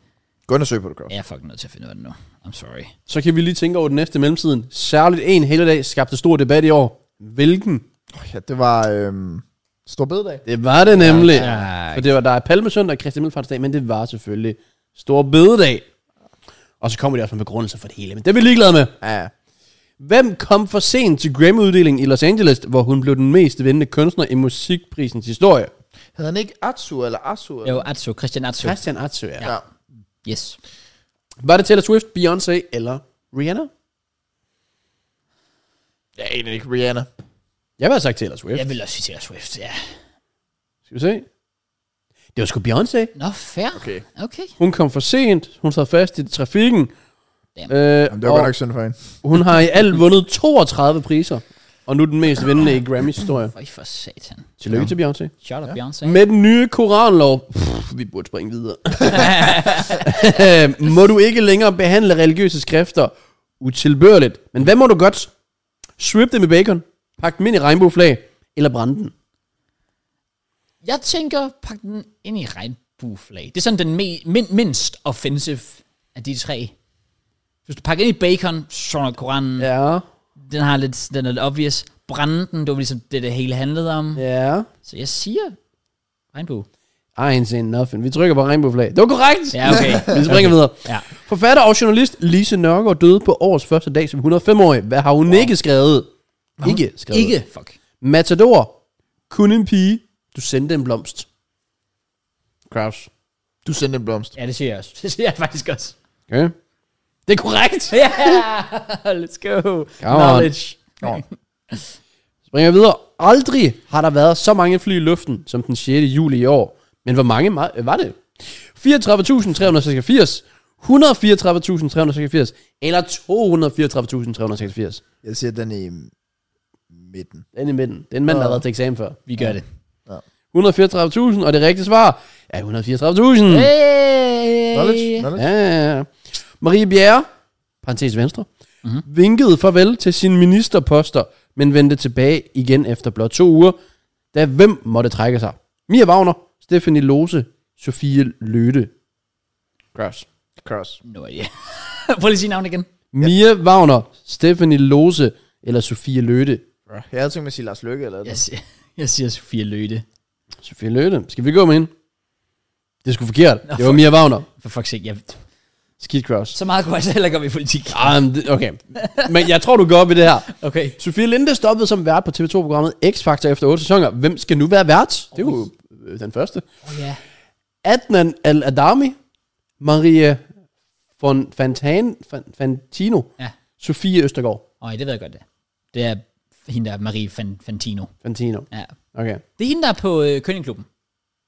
Speaker 2: Gå ind og søg på det, Cross.
Speaker 1: Jeg er fucking nødt til at finde ud af det nu. I'm sorry.
Speaker 3: Så kan vi lige tænke over den næste mellemtiden. Særligt en helligdag skabte stor debat i år. Hvilken?
Speaker 2: Oh, ja, det var, øh, Stor Bededag.
Speaker 3: Det var det nemlig.
Speaker 1: Ja,
Speaker 3: For det var der er Palmesøndag og Kristi Middelfartsdag, men det var selvfølgelig Stor Bededag. Og så kommer de også med begrundelser for det hele, men det er vi ligeglade med.
Speaker 2: Ja,
Speaker 3: Hvem kom for sent til Grammy-uddelingen i Los Angeles, hvor hun blev den mest vindende kunstner i musikprisens historie?
Speaker 2: Hed han ikke Atsu eller Asu?
Speaker 1: Jo, Atsu, Christian Atsu.
Speaker 3: Christian Atsu, ja.
Speaker 2: Ja.
Speaker 1: Yes.
Speaker 3: Var det Taylor Swift, Beyoncé eller Rihanna?
Speaker 2: Jeg aner ikke Rihanna.
Speaker 3: Jeg vil have sagt Taylor Swift.
Speaker 1: Jeg vil også sige Taylor Swift, ja.
Speaker 3: Skal vi se? Det var sgu Beyoncé.
Speaker 1: Nå, fair.
Speaker 2: Okay.
Speaker 1: Okay.
Speaker 3: Hun kom for sent, hun sad fast i trafikken.
Speaker 1: Damn.
Speaker 3: Øh,
Speaker 2: Jamen, det var
Speaker 3: og
Speaker 2: godt nok synd for hende.
Speaker 3: hun har i alt vundet 32 priser, og nu den mest vindende i Grammys historie.
Speaker 1: Føj for satan.
Speaker 3: Tillykke til Beyoncé.
Speaker 1: Shut up, Beyoncé.
Speaker 3: Med den nye koranlov, pff, vi burde springe videre, Øh, må du ikke længere behandle religiøse skrifter utilbørligt. Men hvad må du godt? Strip dem i bacon, pak dem ind i regnbueflag, eller brænde den.
Speaker 1: Jeg tænker, pak den ind i regnbueflag. Det er sådan den me- min- mindst offensive af de tre. Hvis du pakker ind i bacon, så er koranen, ja. den, har lidt, den er lidt obvious. Brænde den, det var ligesom det, det hele handlede om. Ja.
Speaker 3: ja.
Speaker 1: Så jeg siger regnbue.
Speaker 3: I ain't seen nothing. Vi trykker på regnbueflag. Det var korrekt!
Speaker 1: Ja, okay.
Speaker 3: Vi springer videre.
Speaker 1: Ja.
Speaker 3: Forfatter og journalist Lise Nørgaard døde på årets første dag som 105-årig. Hvad har hun wow. ikke skrevet? Ikke skrevet.
Speaker 1: Ikke, fuck.
Speaker 3: Matador. Kun en pige. Du sendte en blomst. Kraus.
Speaker 2: Du sendte en blomst.
Speaker 1: Ja, det siger jeg også. Det siger jeg faktisk også.
Speaker 3: Okay. Det er korrekt.
Speaker 1: Ja, yeah! let's go.
Speaker 3: on.
Speaker 1: Knowledge.
Speaker 2: Nå.
Speaker 3: Springer videre. Aldrig har der været så mange fly i luften som den 6. juli i år. Men hvor mange ma- øh, var det? 34.386, 134.386 eller 234.386?
Speaker 2: Jeg siger, den i midten.
Speaker 1: Øh.
Speaker 3: Den i midten. Det er en mand, der har været til eksamen før.
Speaker 1: Vi gør det.
Speaker 3: 134.000, og det rigtige svar er 134.000.
Speaker 2: Knowledge?
Speaker 1: Hey!
Speaker 2: Knowledge?
Speaker 3: Ja, ja, ja. Marie Bjerre, parentes venstre,
Speaker 1: Mhm.
Speaker 3: mm-hmm. vinkede farvel til sine ministerposter, men vendte tilbage igen efter blot to uger, da hvem måtte trække sig? Mia Wagner, Stephanie Lose, Sofie Løte. Gross.
Speaker 2: Cross.
Speaker 1: No idea. Prøv lige at sige navnet igen.
Speaker 3: Mia Wagner, Stephanie Lose eller Sofie Løte.
Speaker 2: Jeg havde tænkt mig at sige Lars Løkke eller
Speaker 1: Jeg
Speaker 2: yes.
Speaker 1: siger, jeg siger Sofie Løde.
Speaker 3: Sofie Løte, skal vi gå med hende? Det er sgu forkert.
Speaker 1: Nå,
Speaker 3: Det var Mia Wagner.
Speaker 1: For fuck's sake, jeg,
Speaker 3: Skid cross.
Speaker 1: Så meget kunne jeg så heller ikke om i politik.
Speaker 3: Ah, men det- okay. Men jeg tror, du går op i det her.
Speaker 1: Okay.
Speaker 3: Sofie Linde stoppede som vært på TV2-programmet X-Factor efter 8 sæsoner. Hvem skal nu være vært? Det er jo øh, den første.
Speaker 1: Oh, ja.
Speaker 3: Adnan Al-Adami, Marie von Fantan, Fan, Fantino,
Speaker 1: Ja.
Speaker 3: Sofie Østergaard.
Speaker 1: Øj, det ved jeg godt, det. er. Det er hende, der er Marie Fan- Fantino.
Speaker 3: Fantino.
Speaker 1: Ja.
Speaker 3: Okay.
Speaker 1: Det er hende, der er på øh, Køllingklubben.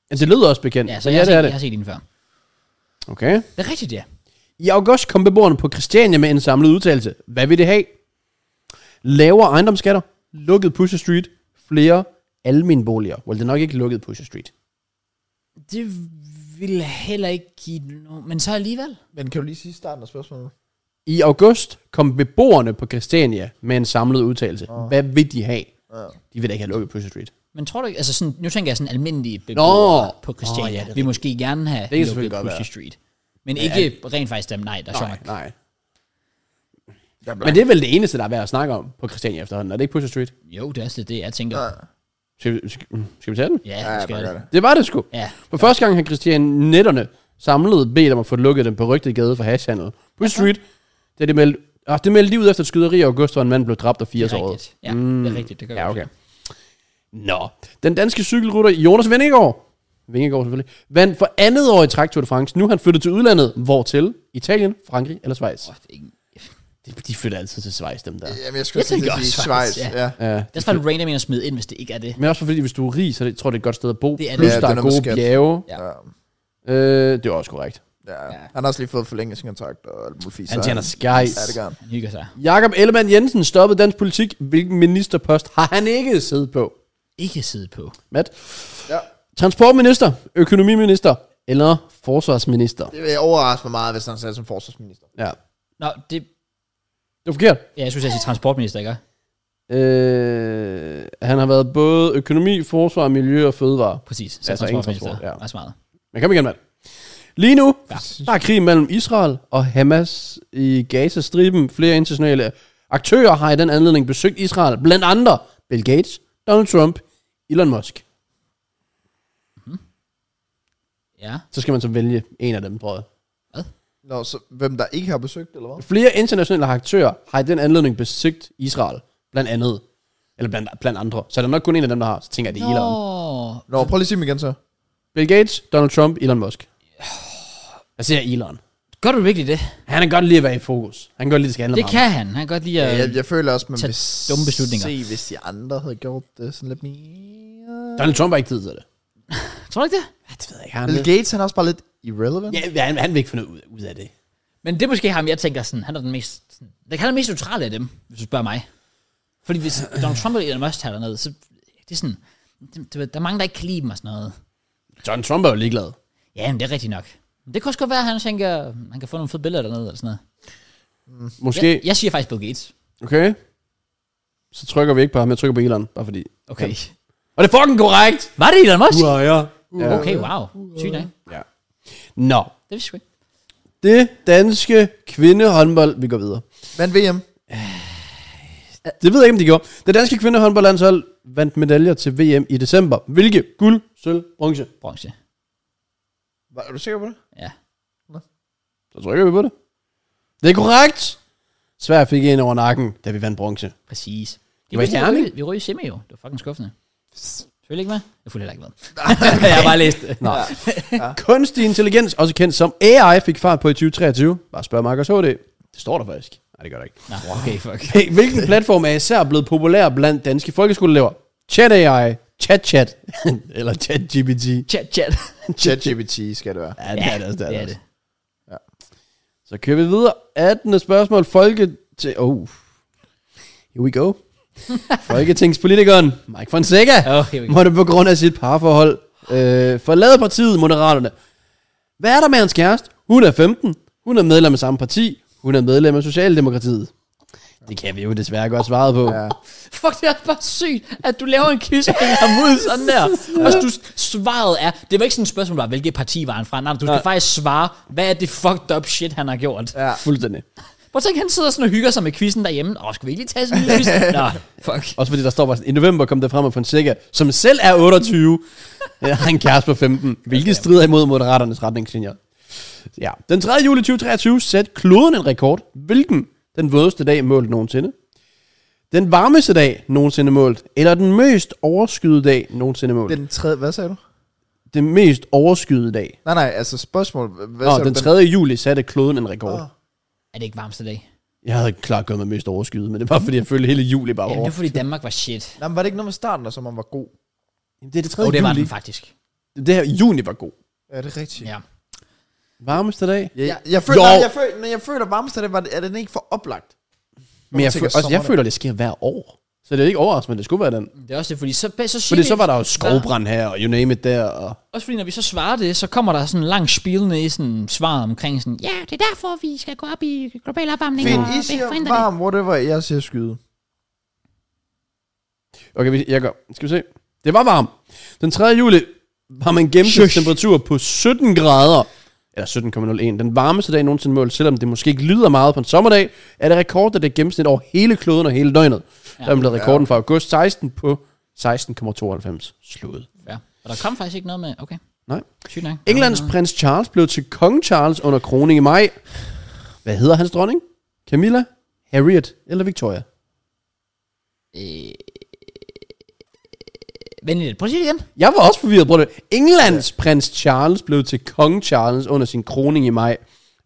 Speaker 3: Men det lyder også bekendt.
Speaker 1: Ja, så ja, jeg, har
Speaker 3: det er
Speaker 1: set, jeg
Speaker 3: det.
Speaker 1: har set hende før.
Speaker 3: Okay.
Speaker 1: Det er rigtigt, ja.
Speaker 3: I august kom beboerne på Christiania med en samlet udtalelse. Hvad vil det have? Lavere ejendomsskatter, lukket Pusher Street, flere alminboliger. Well, det er nok ikke lukket Pusher Street.
Speaker 1: Det ville heller ikke give nogen... Men så alligevel.
Speaker 2: Men kan du lige sige starten af spørgsmålet?
Speaker 3: I august kom beboerne på Christiania med en samlet udtalelse. Oh. Hvad vil de have?
Speaker 2: Ja.
Speaker 3: De vil da ikke have lukket Pusher Street.
Speaker 1: Men tror du ikke... Altså sådan, nu tænker jeg sådan almindelige beboere
Speaker 3: Nå.
Speaker 1: på
Speaker 3: Nå, ja,
Speaker 1: Christiania.
Speaker 3: det
Speaker 1: Oh,
Speaker 3: er
Speaker 1: ja, vi måske gerne have
Speaker 3: kan
Speaker 1: lukket
Speaker 3: selvfølgelig godt
Speaker 1: Pushy
Speaker 3: være.
Speaker 1: Street. Men ikke rent faktisk dem, nej, der er sjovt
Speaker 3: nej.
Speaker 1: nok.
Speaker 3: nej.
Speaker 2: Der blev-
Speaker 3: Men det er vel det eneste, der er værd at snakke om på Christiania efterhånden. Er det ikke Pusher Street?
Speaker 1: Jo, det er også lidt det, jeg tænker.
Speaker 2: Ja.
Speaker 3: Skal vi, skal, mm, skal vi tage den?
Speaker 1: Ja,
Speaker 2: Ja,
Speaker 1: det
Speaker 2: jeg
Speaker 1: skal
Speaker 2: bare
Speaker 1: jeg.
Speaker 2: gør det.
Speaker 3: Det var det sgu.
Speaker 1: Ja,
Speaker 3: For første gang har Christian netterne samlet bedt om at få lukket den berygtede gade for hashhandel. På Street, da det meldte, ah, det meldte de ud efter et skyderi i august, hvor en mand blev dræbt og
Speaker 1: det
Speaker 3: 80
Speaker 1: er
Speaker 3: år.
Speaker 1: rigtigt. Ja, det er rigtigt. Det gør
Speaker 3: Ja,
Speaker 1: jeg
Speaker 3: okay. Nå, den danske cykelrytter Jonas Vingegaard, Vingegaard selvfølgelig, vandt for andet år i Træk Tour de France. Nu er han flyttet til udlandet. Hvor til? Italien, Frankrig eller Schweiz?
Speaker 1: også. Åh, det er ikke-
Speaker 3: De, de flytter altid til Schweiz, dem der.
Speaker 2: Jamen, jeg skulle
Speaker 1: Jeg
Speaker 2: også til
Speaker 1: tænker
Speaker 2: at sige
Speaker 1: også
Speaker 2: Schweiz.
Speaker 1: Schweiz,
Speaker 2: Ja.
Speaker 1: ja.
Speaker 2: ja.
Speaker 3: Ja.
Speaker 1: Det er sådan random en at smide ind, hvis det ikke er det.
Speaker 3: Men også fordi, hvis du er rig, så det, tror jeg, det er et godt sted at bo.
Speaker 1: Det er det.
Speaker 3: Plus,
Speaker 1: Ja,
Speaker 2: det
Speaker 3: der
Speaker 2: er
Speaker 3: er
Speaker 2: noget
Speaker 3: gode
Speaker 2: med skat.
Speaker 3: bjerge.
Speaker 1: Ja.
Speaker 2: Ja.
Speaker 3: Øh, det er også korrekt.
Speaker 2: ja. Han har også lige fået forlænget sin kontrakt og alt muligt fisk.
Speaker 3: Han tjener
Speaker 2: Ja, det
Speaker 3: skies.
Speaker 2: gør han.
Speaker 1: Han hygger sig.
Speaker 3: Jakob Ellemann Jensen stoppede dansk politik. Hvilken ministerpost har han ikke siddet på?
Speaker 1: Ikke sidde på.
Speaker 3: Matt?
Speaker 2: Ja.
Speaker 3: Transportminister, økonomiminister eller forsvarsminister?
Speaker 2: Det vil overraske mig meget, hvis han sad som forsvarsminister.
Speaker 3: Ja.
Speaker 1: Nå, det...
Speaker 3: Det var forkert.
Speaker 1: Ja, jeg skulle sige transportminister, ikke?
Speaker 3: Øh, han har været både økonomi, forsvar, miljø og fødevare.
Speaker 1: Præcis. Så
Speaker 3: Ja, så Altså, ingen
Speaker 1: transportminister.
Speaker 3: transport, ja.
Speaker 1: Også meget.
Speaker 3: Men kom igen, mand. Lige nu, ja. der er krig mellem Israel og Hamas i Gaza-striben. Flere internationale aktører har i den anledning besøgt Israel. Blandt andre Bill Gates, Donald Trump, Elon Musk.
Speaker 1: Ja.
Speaker 3: Så skal man så vælge en af dem, tror jeg.
Speaker 2: Nå, så hvem der ikke har besøgt, eller hvad?
Speaker 3: Flere internationale aktører har i den anledning besøgt Israel. Blandt andet. Eller blandt, blandt andre. Så er der nok kun en af dem, der har. Så tænker jeg, det er Elon.
Speaker 1: Nå.
Speaker 2: Nå, prøv lige at sige dem igen så.
Speaker 3: Bill Gates, Donald Trump, Elon Musk. Jeg ser Elon.
Speaker 1: Gør du virkelig det?
Speaker 3: Han kan godt lide at være i fokus. Han kan godt lide, at det skal handle
Speaker 1: Det
Speaker 3: om ham.
Speaker 1: kan han. Han kan godt lide
Speaker 2: Ja,
Speaker 1: at...
Speaker 2: jeg, jeg føler også, man
Speaker 1: Øh, Tag
Speaker 2: vil
Speaker 1: dumme beslutninger.
Speaker 2: se, hvis de andre havde gjort det sådan lidt mere...
Speaker 3: Donald Trump har ikke tid til det.
Speaker 1: Tror du ikke det?
Speaker 3: Ja, det ved jeg ikke. Har Han,
Speaker 2: Bill
Speaker 3: det?
Speaker 2: Gates, han er også bare lidt irrelevant.
Speaker 3: ja, ja, han, han vil ikke finde ud, ud af det.
Speaker 1: Men det er måske ham, jeg tænker sådan, han er den mest, sådan, han er den mest neutrale af dem, hvis du spørger mig. Fordi hvis Donald Trump eller Elon Musk tager derned, så det er sådan, det, det, der er mange, der ikke kan lide dem og sådan noget.
Speaker 3: Donald Trump er jo ligeglad.
Speaker 1: Ja, men det er rigtigt nok. Men det kan også godt være, at han tænker, han kan få nogle fede billeder dernede eller sådan noget.
Speaker 3: Måske.
Speaker 1: Jeg, jeg siger faktisk Bill Gates.
Speaker 3: Okay. Så trykker vi ikke på ham. Jeg trykker på Elon. Bare fordi.
Speaker 1: Okay.
Speaker 3: Og det er fucking korrekt!
Speaker 1: Var det Elon Musk?
Speaker 3: Uaja. Ja.
Speaker 1: Okay, wow. Sygt nok.
Speaker 3: ja. Nå.
Speaker 1: Det vidste jeg ikke.
Speaker 3: Det danske kvindehåndbold. Vi går videre.
Speaker 2: Men VM,
Speaker 3: Det ved jeg ikke, om de gjorde. Det danske kvindehåndboldlandshold vandt medaljer til VM i december. Hvilke? Guld, sølv, bronze.
Speaker 1: Bronze.
Speaker 2: var, er du sikker på det?
Speaker 1: Ja.
Speaker 3: Så trykker vi på det. Det er korrekt! Sverige fik en over nakken, da vi vandt bronze.
Speaker 1: Præcis.
Speaker 3: Det var i
Speaker 1: vidste, vi
Speaker 3: Herning.
Speaker 1: ryger- Vi røg i semi jo. Det var fucking skuffende. Selvfølgelig ikke med. Jeg fulgte heller ikke med. jeg har bare læst det.
Speaker 3: Nej. Ja. Kunstig intelligens, også kendt som AI, fik fart på i 2023. Bare spørg Markus HD. Det står der faktisk. Nej, det gør der ikke.
Speaker 1: Nå, okay, fuck.
Speaker 3: Hey, hvilken platform er især blevet populær blandt danske folkeskoleelever? Chat AI, Chat Chat, eller Chat GPT.
Speaker 1: Chat, chat.
Speaker 2: ChatGPT skal det være.
Speaker 3: Ja, det er det også. Det er det. også.
Speaker 1: det.
Speaker 3: Så kører vi videre. 18. spørgsmål. Folke... Til, oh. Here we go. Folketingspolitikeren Mike Fonseca
Speaker 1: Oh, here we go.
Speaker 3: måtte på grund af sit parforhold øh, forlade partiet Moderaterne. Hvad er der med hans kæreste? Hun er 15. Hun er medlem af samme parti. Hun er medlem af Socialdemokratiet. Det kan vi jo desværre godt svare på.
Speaker 2: Ja.
Speaker 1: Fuck, det er også bare sygt, at du laver en kyssning ham ud sådan der. Og så du, svaret er, det var ikke sådan et spørgsmål, bare, hvilket parti var han fra. Nej, du skal
Speaker 3: Nej.
Speaker 1: faktisk svare, hvad er det fucked up shit, han har gjort.
Speaker 2: Ja.
Speaker 3: Fuldstændig.
Speaker 1: Prøv at tænke, han sidder sådan og hygger sig med quizzen derhjemme. Åh, skal vi ikke lige tage sådan en lille quiz? Nå, fuck.
Speaker 3: Også fordi der står bare sådan, i november kom der frem af Fonseca, som selv er 28, øh, har en kæreste på 15, hvilket strider imod moderaternes retningslinjer. Ja. Den 3. juli 2023 satte kloden en rekord. Hvilken? Den vådeste dag målt nogensinde. Den varmeste dag nogensinde målt. Eller den mest overskyede dag nogensinde målt. Den,
Speaker 2: Den tredje, hvad sagde du?
Speaker 3: den mest overskyede dag.
Speaker 2: Nej, nej, altså spørgsmål. Hvad
Speaker 3: Nå,
Speaker 2: sagde
Speaker 3: den
Speaker 2: du?
Speaker 3: Ah. 3. juli satte kloden en rekord.
Speaker 2: Åh.
Speaker 1: Er det ikke varmeste dag?
Speaker 3: Jeg havde klart gået med mest overskyet, men det var fordi, jeg følte hele juli bare
Speaker 1: Jamen, det
Speaker 3: over.
Speaker 1: er fordi Danmark var shit.
Speaker 2: Nej, men var det ikke noget med starten, der som om var god?
Speaker 3: Jamen, Det er det 3.
Speaker 1: Jo, det var
Speaker 3: juli.
Speaker 1: den faktisk.
Speaker 3: Det her juni var god.
Speaker 2: Ja, det er rigtigt. Ja.
Speaker 1: Ja.
Speaker 3: Varmeste dag.
Speaker 2: Jeg, jeg, føler,
Speaker 3: Jo.
Speaker 2: nej, jeg, føler, nej, jeg føler varmest, det var, er den ikke for oplagt?
Speaker 3: Men jeg,
Speaker 2: tænker
Speaker 3: føler, også, jeg
Speaker 2: sommerdæk.
Speaker 3: føler, det sker hver år. Så det er ikke overraskende, men det skulle være den.
Speaker 1: Det er også det, fordi så, så siger
Speaker 3: Fordi
Speaker 1: vi-
Speaker 3: så var der jo skovbrand her, og you name it der. Og
Speaker 1: Også fordi, når vi så svarer det, så kommer der sådan en lang spilende i sådan svaret omkring sådan, ja, det er derfor, vi skal gå op i global opvarmning
Speaker 2: Fint,
Speaker 1: og
Speaker 2: I siger
Speaker 1: forhindre det.
Speaker 2: varm, whatever, jeg siger skyde.
Speaker 3: okay, vi- jeg går. Skal vi se. Det var varmt. Den 3. juli var man gennemsnitstemperatur på 17 grader. eller 17,01. Den varmeste dag nogensinde målt, selvom det måske ikke lyder meget på en sommerdag, er det rekord, der det er gennemsnit over hele kloden og hele døgnet. Ja. Der blev rekorden fra august 16 på 16,92 slået.
Speaker 1: Ja. Og der kom faktisk ikke noget med, okay,
Speaker 3: Nej.
Speaker 1: sygt nok.
Speaker 3: Englands prins Charles blev til kong Charles under kroning i maj. Hvad hedder hans dronning? Camilla, Harriet eller Victoria?
Speaker 1: Øh, Vent lidt, prøv at sige det igen.
Speaker 3: Jeg var også forvirret, bror. Englands ja. prins Charles blev til kong Charles under sin kroning i maj.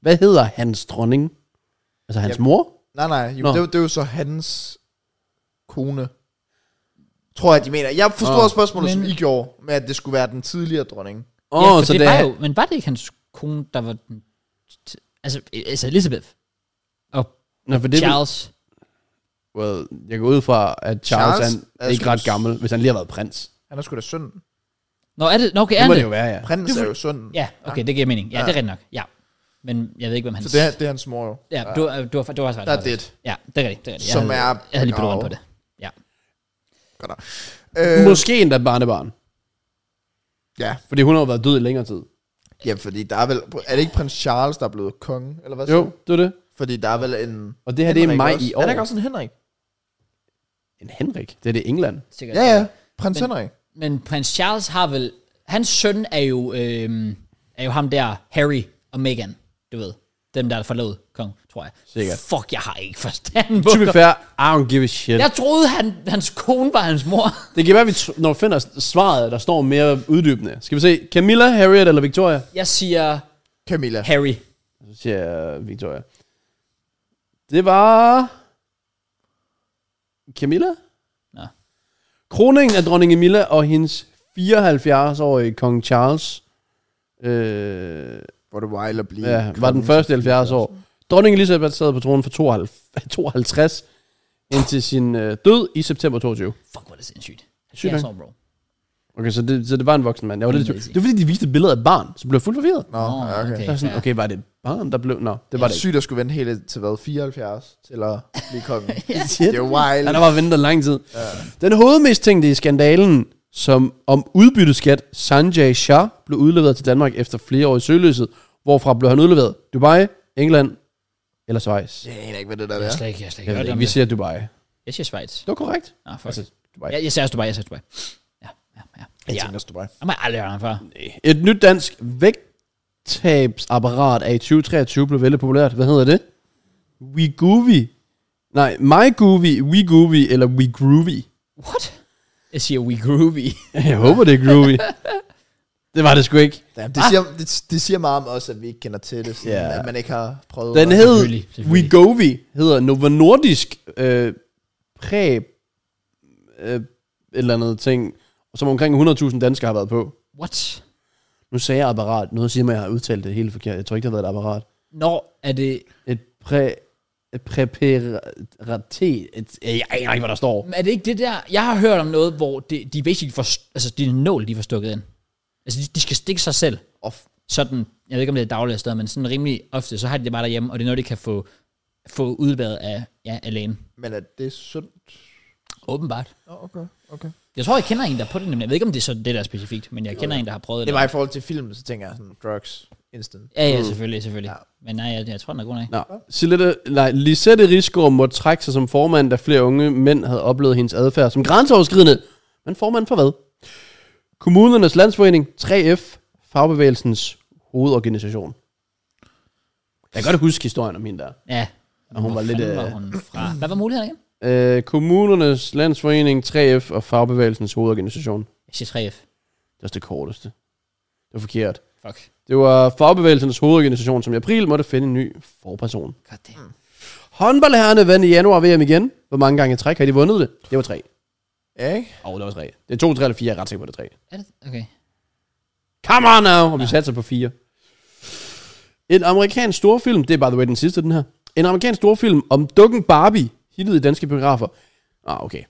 Speaker 3: Hvad hedder hans dronning? Altså hans
Speaker 2: Jamen.
Speaker 3: mor?
Speaker 2: Nej, nej. Jo,
Speaker 3: Nå.
Speaker 2: det, er jo- det er jo så hans kone. Tror jeg, de mener. Jeg forstår
Speaker 3: Åh,
Speaker 2: oh, spørgsmålet, som
Speaker 1: men-
Speaker 2: I gjorde, med at det skulle være den tidligere dronning.
Speaker 3: Åh,
Speaker 1: ja,
Speaker 3: oh,
Speaker 1: for
Speaker 3: så
Speaker 1: det,
Speaker 3: det,
Speaker 1: var
Speaker 3: er...
Speaker 1: jo, men var det ikke hans kone, der var den, t- altså, altså Elizabeth og
Speaker 3: Nå, for det, vil-
Speaker 1: Charles?
Speaker 3: Well, jeg går ud fra, at Charles,
Speaker 2: Charles
Speaker 3: Charles
Speaker 2: er
Speaker 3: er ikke
Speaker 2: sgu-
Speaker 3: ret gammel, hvis han lige har været prins.
Speaker 2: Han er sgu da søn.
Speaker 1: Nå, er det, nå, okay, er
Speaker 3: Det må
Speaker 1: det?
Speaker 3: det jo være, ja.
Speaker 2: Prins er jo søn.
Speaker 1: Ja, okay, det giver mening. Ja, det er rigtigt nok. Ja. Men jeg ved ikke, hvem hans...
Speaker 2: Så det er, det er hans mor jo.
Speaker 1: Ja, du, du, du, har- du har faktisk ret.
Speaker 2: Der er
Speaker 1: du har ret.
Speaker 2: det.
Speaker 1: Ja, det er rigtigt. Det er rigtigt. Jeg
Speaker 2: Som
Speaker 1: havde,
Speaker 2: er-
Speaker 1: Jeg havde lige blevet rundt
Speaker 2: Nå.
Speaker 1: på det. Ja.
Speaker 2: Godt nok. øh,
Speaker 3: Måske endda barnebarn.
Speaker 2: Ja,
Speaker 3: Fordi hun har jo været død i længere tid.
Speaker 2: ja, fordi der er vel... Er det ikke prins Charles, der er blevet konge? Eller hvad
Speaker 3: Jo,
Speaker 2: siger du?
Speaker 3: det er det.
Speaker 2: Fordi der er vel en...
Speaker 3: Og det her, det er
Speaker 2: Henrik
Speaker 3: maj
Speaker 2: også.
Speaker 3: i år.
Speaker 2: Er der ikke også en Henrik?
Speaker 3: En Henrik. Det er det England.
Speaker 1: Sikkert.
Speaker 2: Ja, ja. Prins Men, Henrik.
Speaker 1: Men prins Charles har vel... Hans søn er jo, øhm, er jo ham der, Harry og Meghan, du ved. Dem, der er forlod kong, tror jeg.
Speaker 3: Sikkert.
Speaker 1: Fuck, jeg har ikke forstand på
Speaker 3: To be fair, I don't give a shit.
Speaker 1: Jeg troede, han, hans kone var hans mor.
Speaker 3: Det kan være, at vi tr- når vi finder s- svaret, der står mere uddybende. Skal vi se, Camilla, Harriet eller Victoria?
Speaker 1: Jeg siger
Speaker 2: Camilla.
Speaker 1: Harry.
Speaker 3: Så siger jeg øh, Victoria. Det var... Camilla?
Speaker 1: Nå.
Speaker 3: Kroningen af dronning Camilla og hendes 74-årige kong Charles øh,
Speaker 2: Hvor det var at blive
Speaker 3: ja, var
Speaker 2: konge.
Speaker 3: den første i 70 år. Dronning Elisabeth sad på tronen for 52, 52 indtil sin øh, død i september 22.
Speaker 1: Fuck, hvor er det sindssygt.
Speaker 3: Sygt,
Speaker 1: Jeg
Speaker 3: ikke?
Speaker 1: år, bro.
Speaker 3: Okay, så det, så det var en voksen mand. Jeg var lidt i tvivl.
Speaker 1: Amazing.
Speaker 3: det var fordi, de viste et billede af et barn, så blev jeg fuldt forvirret.
Speaker 2: Nå,
Speaker 1: Nå,
Speaker 2: ja, okay.
Speaker 1: okay.
Speaker 3: Så var jeg sådan,
Speaker 1: ja.
Speaker 3: okay, var det et barn, der blev... Nå, det
Speaker 2: Var
Speaker 3: var det
Speaker 2: det
Speaker 3: ikke.
Speaker 2: sygt at skulle vente helt til hvad? 74 til at blive konge.
Speaker 3: Shit.
Speaker 2: Det er wild.
Speaker 3: Han har bare ventet lang tid. Den hovedmistænkte i skandalen, som om udbytteskat Sanjay Shah, blev udleveret til Danmark efter flere år i søgeløshed, hvorfra blev han udleveret? Dubai, England eller Schweiz?
Speaker 2: Jeg aner ikke, hvad det der
Speaker 1: Jeg har
Speaker 2: er.
Speaker 1: slet ikke, jeg har slet ikke
Speaker 3: Jeg ved
Speaker 1: hørt
Speaker 3: det
Speaker 1: om
Speaker 3: ikke. Vi
Speaker 1: det.
Speaker 3: siger Dubai. Det
Speaker 1: Jeg siger Schweiz.
Speaker 3: var korrekt.
Speaker 1: Nå, fuck.
Speaker 3: Altså, Dubai.
Speaker 1: Jeg, jeg siger også Dubai, jeg siger Dubai. Ja, ja, ja.
Speaker 2: Jeg
Speaker 1: ja.
Speaker 2: tænker også Dubai.
Speaker 1: Jeg må aldrig høre ham før.
Speaker 3: Et nyt dansk vægttabsapparat er i 2023 blevet vældig populært. Hvad hedder det? WeGoovy. Nej, MyGoovy, WeGoovy eller WeGroovy.
Speaker 1: What? Jeg siger We Groovy.
Speaker 3: Jeg håber, det er groovy. det var det sgu ikke.
Speaker 2: Ja, det, siger, det, det siger meget om os, at vi ikke kender til det. Sådan,
Speaker 3: Ja.
Speaker 2: At man ikke har prøvet.
Speaker 3: Den
Speaker 2: at-
Speaker 3: hed
Speaker 1: Selvfølgelig, selvfølgelig.
Speaker 3: WeGovi, hedder Novo Nordisk øh, præ øh, et eller andet ting, som omkring 100.000 danskere har været på.
Speaker 1: What?
Speaker 3: Nu sagde jeg apparat. Noget siger mig, at jeg har udtalt det helt forkert. Jeg tror ikke, det har været et apparat.
Speaker 1: Når er det...
Speaker 3: Et præ... Et præparatet... Et, jeg aner ikke, hvad der står.
Speaker 1: Er det ikke det der... Jeg har hørt om noget, hvor det, de basically får... Altså, de nål, de får stukket ind. Altså, de, de skal stikke sig selv.
Speaker 2: Off.
Speaker 1: Sådan, jeg ved ikke, om det er dagligere steder, men sådan rimelig ofte, så har de det bare derhjemme, og det er noget, de kan få, få udbadet af, ja, af lægen.
Speaker 2: Men er det sundt?
Speaker 1: Åbenbart.
Speaker 2: Nå, okay, okay.
Speaker 1: Jeg tror, jeg kender en, der er på det nemlig. Jeg ved ikke, om det er sådan det der er specifikt, men jeg kender en, der har prøvet det.
Speaker 2: Det var i forhold til film, så tænker jeg sådan, drugs, instant.
Speaker 1: Ja, ja, selvfølgelig, selvfølgelig.
Speaker 2: Ja.
Speaker 1: Ja. Men nej, jeg, jeg tror, den er god nok.
Speaker 3: Nå. Silette, nej, Lisette Risgaard måtte trække sig som formand, da flere unge mænd havde oplevet hendes adfærd som grænseoverskridende. Men formand for hvad? Kommunernes Landsforening, 3F, fagbevægelsens hovedorganisation. Jeg kan godt huske historien om hende der.
Speaker 1: Ja.
Speaker 3: Og hun
Speaker 1: Hvor
Speaker 3: var lidt...
Speaker 1: fanden
Speaker 3: Øh,
Speaker 1: Var hun fra? Hvad var muligheden igen?
Speaker 3: øh, kommunernes Landsforening, 3F og fagbevægelsens hovedorganisation.
Speaker 1: Jeg siger 3F.
Speaker 3: Det er også det korteste. Det var forkert.
Speaker 1: Fuck.
Speaker 3: Det var fagbevægelsens hovedorganisation, som i april måtte finde en ny forperson.
Speaker 1: God damn.
Speaker 3: Håndboldherrerne vandt i januar VM igen. Hvor mange gange i træk har de vundet det? Det var tre.
Speaker 2: Ja, ikke?
Speaker 3: Åh, oh, det var tre. Det er to, tre eller fire. Jeg er ret sikker på, det er tre.
Speaker 1: Er det? Okay.
Speaker 3: Come on now! Og vi satser på fire. En amerikansk storfilm, det er by the way den sidste, den her. En amerikansk storfilm om dukken Barbie, hittede i danske biografer. Ah, okay.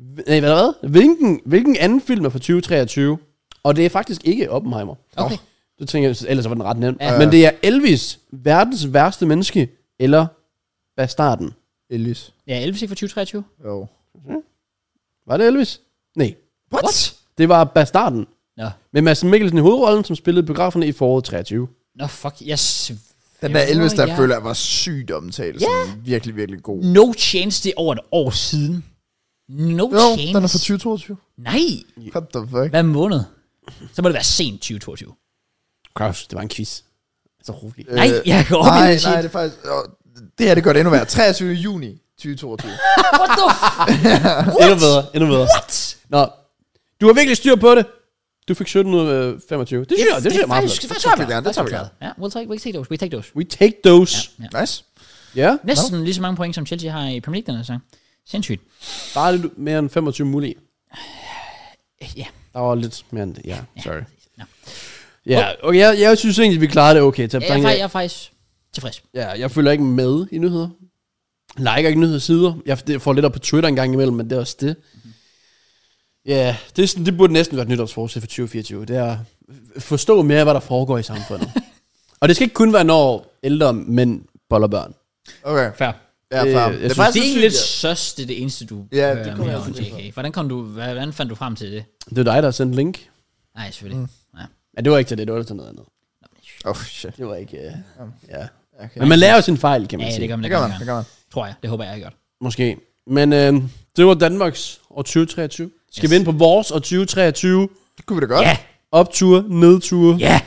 Speaker 3: Hv- Nej, hvad, hvad? Hvilken, hvilken anden film er fra 2023? Og det er faktisk ikke Oppenheimer.
Speaker 1: Okay.
Speaker 3: Du tænker, jeg, ellers var den ret nem.
Speaker 1: Ja.
Speaker 3: Men det er Elvis, verdens værste menneske, eller Bastarden.
Speaker 2: Elvis.
Speaker 1: Ja, Elvis ikke fra 2023.
Speaker 2: Jo.
Speaker 3: Var det Elvis? Nej.
Speaker 1: What?
Speaker 3: Det var Bastarden.
Speaker 1: Nå.
Speaker 3: Med Mads Mikkelsen i hovedrollen, som spillede biograferne i foråret 23.
Speaker 1: Nå, fuck, jeg... sv-
Speaker 2: Den der
Speaker 1: Nå,
Speaker 2: Elvis, der
Speaker 1: ja.
Speaker 2: føler jeg var sygt omtalt. Ja. Sådan, virkelig, virkelig god.
Speaker 1: No chance, det er over et år siden. No
Speaker 2: Jo,
Speaker 1: chance.
Speaker 2: den er fra 2022.
Speaker 1: Nej,
Speaker 2: What the fuck?
Speaker 1: hvad måned? Så må det være sent 2022.
Speaker 3: Kraus, det var en quiz. Så roligt.
Speaker 1: Nej, jeg kan godt
Speaker 2: Øh, Nej,
Speaker 1: ikke
Speaker 2: nej, det er faktisk... åh, Det her, det gør det endnu værre. 23. juni 2022.
Speaker 1: What the f-
Speaker 3: Endnu bedre, endnu bedre. What? Nå, du har virkelig styr på det. Du fik 17 ud af 25. Det synes jeg, det synes jeg er meget
Speaker 1: faktisk-
Speaker 3: flot.
Speaker 1: faktisk
Speaker 2: Det tager vi
Speaker 1: godt
Speaker 2: gerne,
Speaker 1: klaret.
Speaker 2: det tager vi
Speaker 1: Faktisk godt klaret. Ja, we'll take, we'll take those, we take those.
Speaker 3: We take those.
Speaker 1: Ja.
Speaker 2: nice.
Speaker 3: Ja, yeah.
Speaker 1: Næsten lige så mange point, som Chelsea har i Premier League den her sæson. Sindssygt.
Speaker 3: bare lidt mere end 25 mulige.
Speaker 1: Ja.
Speaker 3: Der var lidt mere end det, ja. Sorry.
Speaker 1: Nå.
Speaker 3: Ja, okay, jeg, jeg synes egentlig, vi klarede det okay. Til at
Speaker 1: Jeg, er,
Speaker 3: bringe-
Speaker 1: fa- jeg er faktisk tilfreds.
Speaker 3: Ja, jeg følger ikke med i nyheder. Liker ikke nyhedssider. Jeg det får lidt op på Twitter en gang imellem, men det er også det. Ja, det, er sådan, det burde næsten være et nytårsforsæt for 2024. Det er at forstå mere, hvad der foregår i samfundet. og det skal ikke kun være, når ældre mænd boller børn.
Speaker 2: Okay.
Speaker 1: Fair.
Speaker 2: Ja,
Speaker 3: Øh,
Speaker 2: far.
Speaker 3: jeg
Speaker 2: Det er
Speaker 3: synes,
Speaker 1: Det er
Speaker 2: faktisk
Speaker 1: egentlig
Speaker 2: lidt...
Speaker 1: lidt søs, det er det eneste, du
Speaker 2: Ja,
Speaker 1: ja,
Speaker 2: det
Speaker 1: det
Speaker 2: kommer
Speaker 1: mere
Speaker 2: jeg
Speaker 1: om
Speaker 2: også til.
Speaker 1: JK. Hvordan, kom du, hvad- hvordan fandt du frem til det?
Speaker 3: Det er dig, der har sendt link.
Speaker 1: Nej, selvfølgelig. Mm. Ja.
Speaker 3: Ja, det var ikke til det, det var til noget andet.
Speaker 2: Oh, shit.
Speaker 3: Det var ikke... Uh, ja.
Speaker 2: Okay.
Speaker 3: Men man lærer jo sin fejl, kan man
Speaker 1: ja,
Speaker 3: sige.
Speaker 1: det gør man,
Speaker 2: Det
Speaker 1: det
Speaker 2: gør
Speaker 1: gør
Speaker 2: man,
Speaker 1: man.
Speaker 2: det gør man.
Speaker 1: Tror jeg. Det håber jeg, jeg gjort.
Speaker 3: Måske. Men øh, det var Danmarks år 2023. Skal yes.
Speaker 1: Yes.
Speaker 3: vi ind på vores år 2023?
Speaker 2: Det kunne vi da godt.
Speaker 1: Ja,
Speaker 3: Optur, nedtur.
Speaker 1: ja.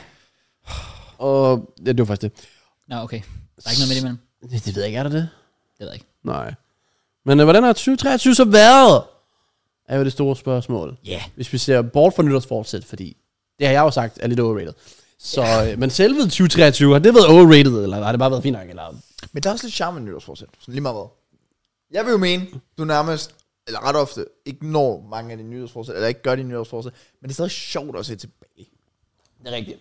Speaker 3: Og ja, det var faktisk det.
Speaker 1: Nå, okay. Der er ikke noget midt imellem.
Speaker 3: Det, det ved jeg ikke, er der det?
Speaker 1: Det ved jeg ikke.
Speaker 3: Nej. Men øh, hvordan har 2023 så været? Er jo det store spørgsmål.
Speaker 1: Ja.
Speaker 3: Hvis vi ser bort fra nytårsfortsæt, fordi det har jeg jo sagt er lidt overrated. Så, øh, men selve 2023, har det været overrated, eller har det bare været fint nok? Eller?
Speaker 2: Men der er også lidt charme i nytårsforsæt. Sådan lige meget hvad. Jeg vil jo mene, du nærmest, eller ret ofte, ikke når mange af dine nytårsforsæt, eller ikke gør dine nytårsforsæt, men det er stadig sjovt at se tilbage.
Speaker 3: Det er rigtigt.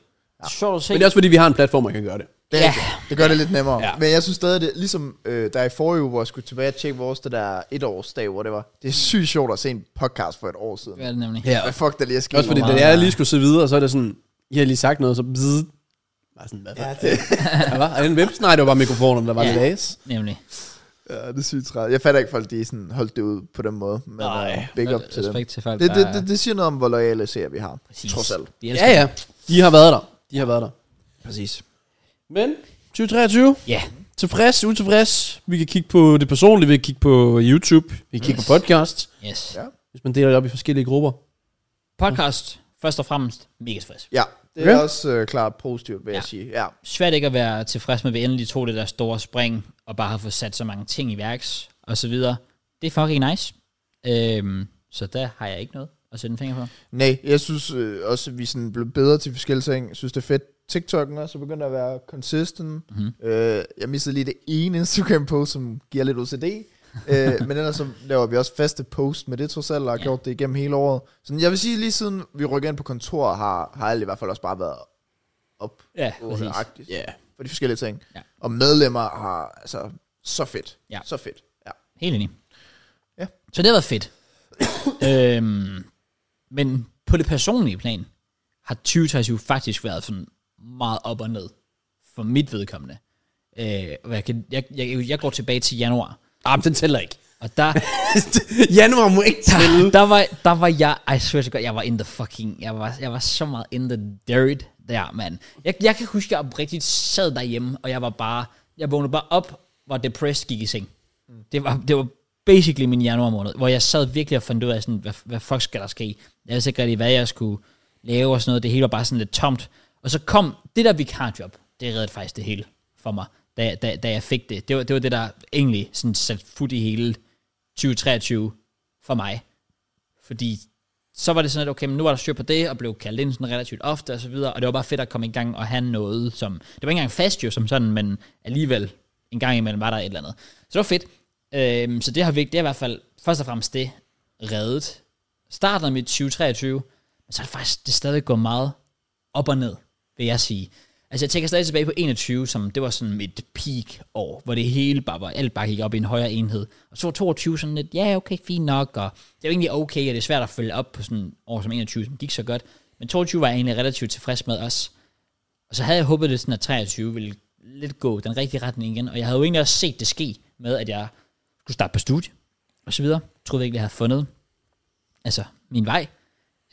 Speaker 1: Sjovt at se.
Speaker 3: Men det er også fordi, vi har en platform, man kan gøre det.
Speaker 2: Det,
Speaker 1: Ja.
Speaker 2: ja. det gør det lidt nemmere.
Speaker 3: Ja.
Speaker 2: Ja. Men jeg synes stadig, det, ligesom øh, der i forrige uge, hvor jeg skulle tilbage og tjekke vores det der etårsdag, hvor det var, det er sygt sjovt at se en podcast for et år siden.
Speaker 1: Ja, det er nemlig.
Speaker 3: Ja,
Speaker 2: Hvad fuck der lige er sket?
Speaker 3: Også fordi,
Speaker 1: meget
Speaker 3: da jeg
Speaker 1: er-
Speaker 3: lige skulle se videre, så er det sådan, I har lige sagt noget, så bzzz. Bare sådan, hvad
Speaker 2: Ja,
Speaker 3: ja.
Speaker 2: det,
Speaker 3: Hvad var? Er det en webs? Nej, det var bare mikrofonerne, der var
Speaker 1: Ja.
Speaker 3: lidt as.
Speaker 1: Nemlig.
Speaker 2: ja, det er sygt træt. Jeg fatter ikke, folk de sådan holdt det ud på den måde. Men
Speaker 3: Nej.
Speaker 2: Nej, big up til dem.
Speaker 1: Respekt til folk,
Speaker 2: Det, det,
Speaker 1: der-
Speaker 2: det, det siger noget om, hvor lojale seere vi har.
Speaker 1: Præcis.
Speaker 2: Trods alt.
Speaker 1: De elsker
Speaker 3: Ja, ja. De har været der. De har været der.
Speaker 2: Præcis.
Speaker 3: Men 2023,
Speaker 1: Ja.
Speaker 3: tilfreds, utilfreds. Vi kan kigge på det personlige, vi kan kigge på YouTube, vi kan kigge på podcast,
Speaker 1: Yes.
Speaker 2: Ja.
Speaker 3: hvis man deler det op i forskellige grupper.
Speaker 1: Podcast, først og fremmest, mega tilfreds.
Speaker 2: Ja, det er
Speaker 3: Okay.
Speaker 2: også øh, klart positivt, vil jeg
Speaker 1: Ja.
Speaker 2: sige. Ja.
Speaker 1: Svært ikke at være tilfreds med, at vi endelig tog det der store spring, og bare har fået sat så mange ting i værks, og så videre. Det er fucking nice. Øhm, så der har jeg ikke noget at sætte en finger på.
Speaker 2: Nej, jeg synes øh, også, at vi sådan blev bedre til forskellige ting. Jeg synes, det er fedt. TikTok'en også er begyndt at være consistent.
Speaker 1: Mhm.
Speaker 2: Øh, jeg missede lige det ene Instagram-post, som giver lidt OCD. øh, men ellers så laver vi også faste post med det trods alt, og har
Speaker 1: Ja.
Speaker 2: gjort det igennem hele året. Så jeg vil sige, lige siden vi rykker ind på kontoret, har, har alt i hvert fald også bare været op
Speaker 1: Ja,
Speaker 2: agtigt
Speaker 3: Ja. Yeah.
Speaker 2: for de forskellige ting.
Speaker 1: Ja.
Speaker 2: Og medlemmer har, altså, så fedt.
Speaker 1: Ja.
Speaker 2: Så fedt. Ja.
Speaker 1: Helt enig.
Speaker 2: Ja.
Speaker 1: Så det har været fedt. øhm, men på det personlige plan, har 2023 faktisk været sådan meget op og ned for mit vedkommende. Øh, og jeg, kan, jeg, jeg, jeg går tilbage til januar,
Speaker 3: Ah, men den tæller ikke.
Speaker 1: og der,
Speaker 3: Januar må ikke tælle.
Speaker 1: der, var, der var jeg, I swear to God, jeg var in the fucking, jeg var, jeg var så meget in the dirt der, mand. Jeg, jeg kan huske, jeg oprigtigt sad derhjemme, og jeg var bare, jeg vågnede bare op, var depressed, gik i seng. Det var, det var basically min januar måned, hvor jeg sad virkelig og fandt ud af, sådan, hvad, hvad fuck skal der ske? Jeg vidste ikke rigtig, hvad jeg skulle lave og sådan noget. Det hele var bare sådan lidt tomt. Og så kom det der vikarjob, det reddede faktisk det hele for mig, da, da, da jeg fik det. Det var, det var det, der egentlig sådan satte fod i hele 2023 for mig. Fordi så var det sådan, at okay, men nu var der styr på det, og blev kaldt ind sådan relativt ofte og så videre, og det var bare fedt at komme i gang og have noget, som, det var ikke engang fast jo som sådan, men alligevel en gang imellem var der et eller andet. Så det var fedt. Øhm, så det har, virkelig, det har i hvert fald først og fremmest det reddet. Starten af mit 2023, men så er det faktisk det er stadig gået meget op og ned, vil jeg sige. Altså jeg tænker stadig tilbage på 21, som det var sådan mit peak år, hvor det hele bare var, alt bare gik op i en højere enhed. Og så var 22 sådan lidt, ja okay, fint nok, og det er jo egentlig okay, og det er svært at følge op på sådan et år som 21, som gik så godt. Men 22 var jeg egentlig relativt tilfreds med os. Og så havde jeg håbet, at det sådan, at 23 ville lidt gå den rigtige retning igen. Og jeg havde jo egentlig også set det ske med, at jeg skulle starte på studie og så videre. Jeg troede virkelig, jeg havde fundet altså, min vej.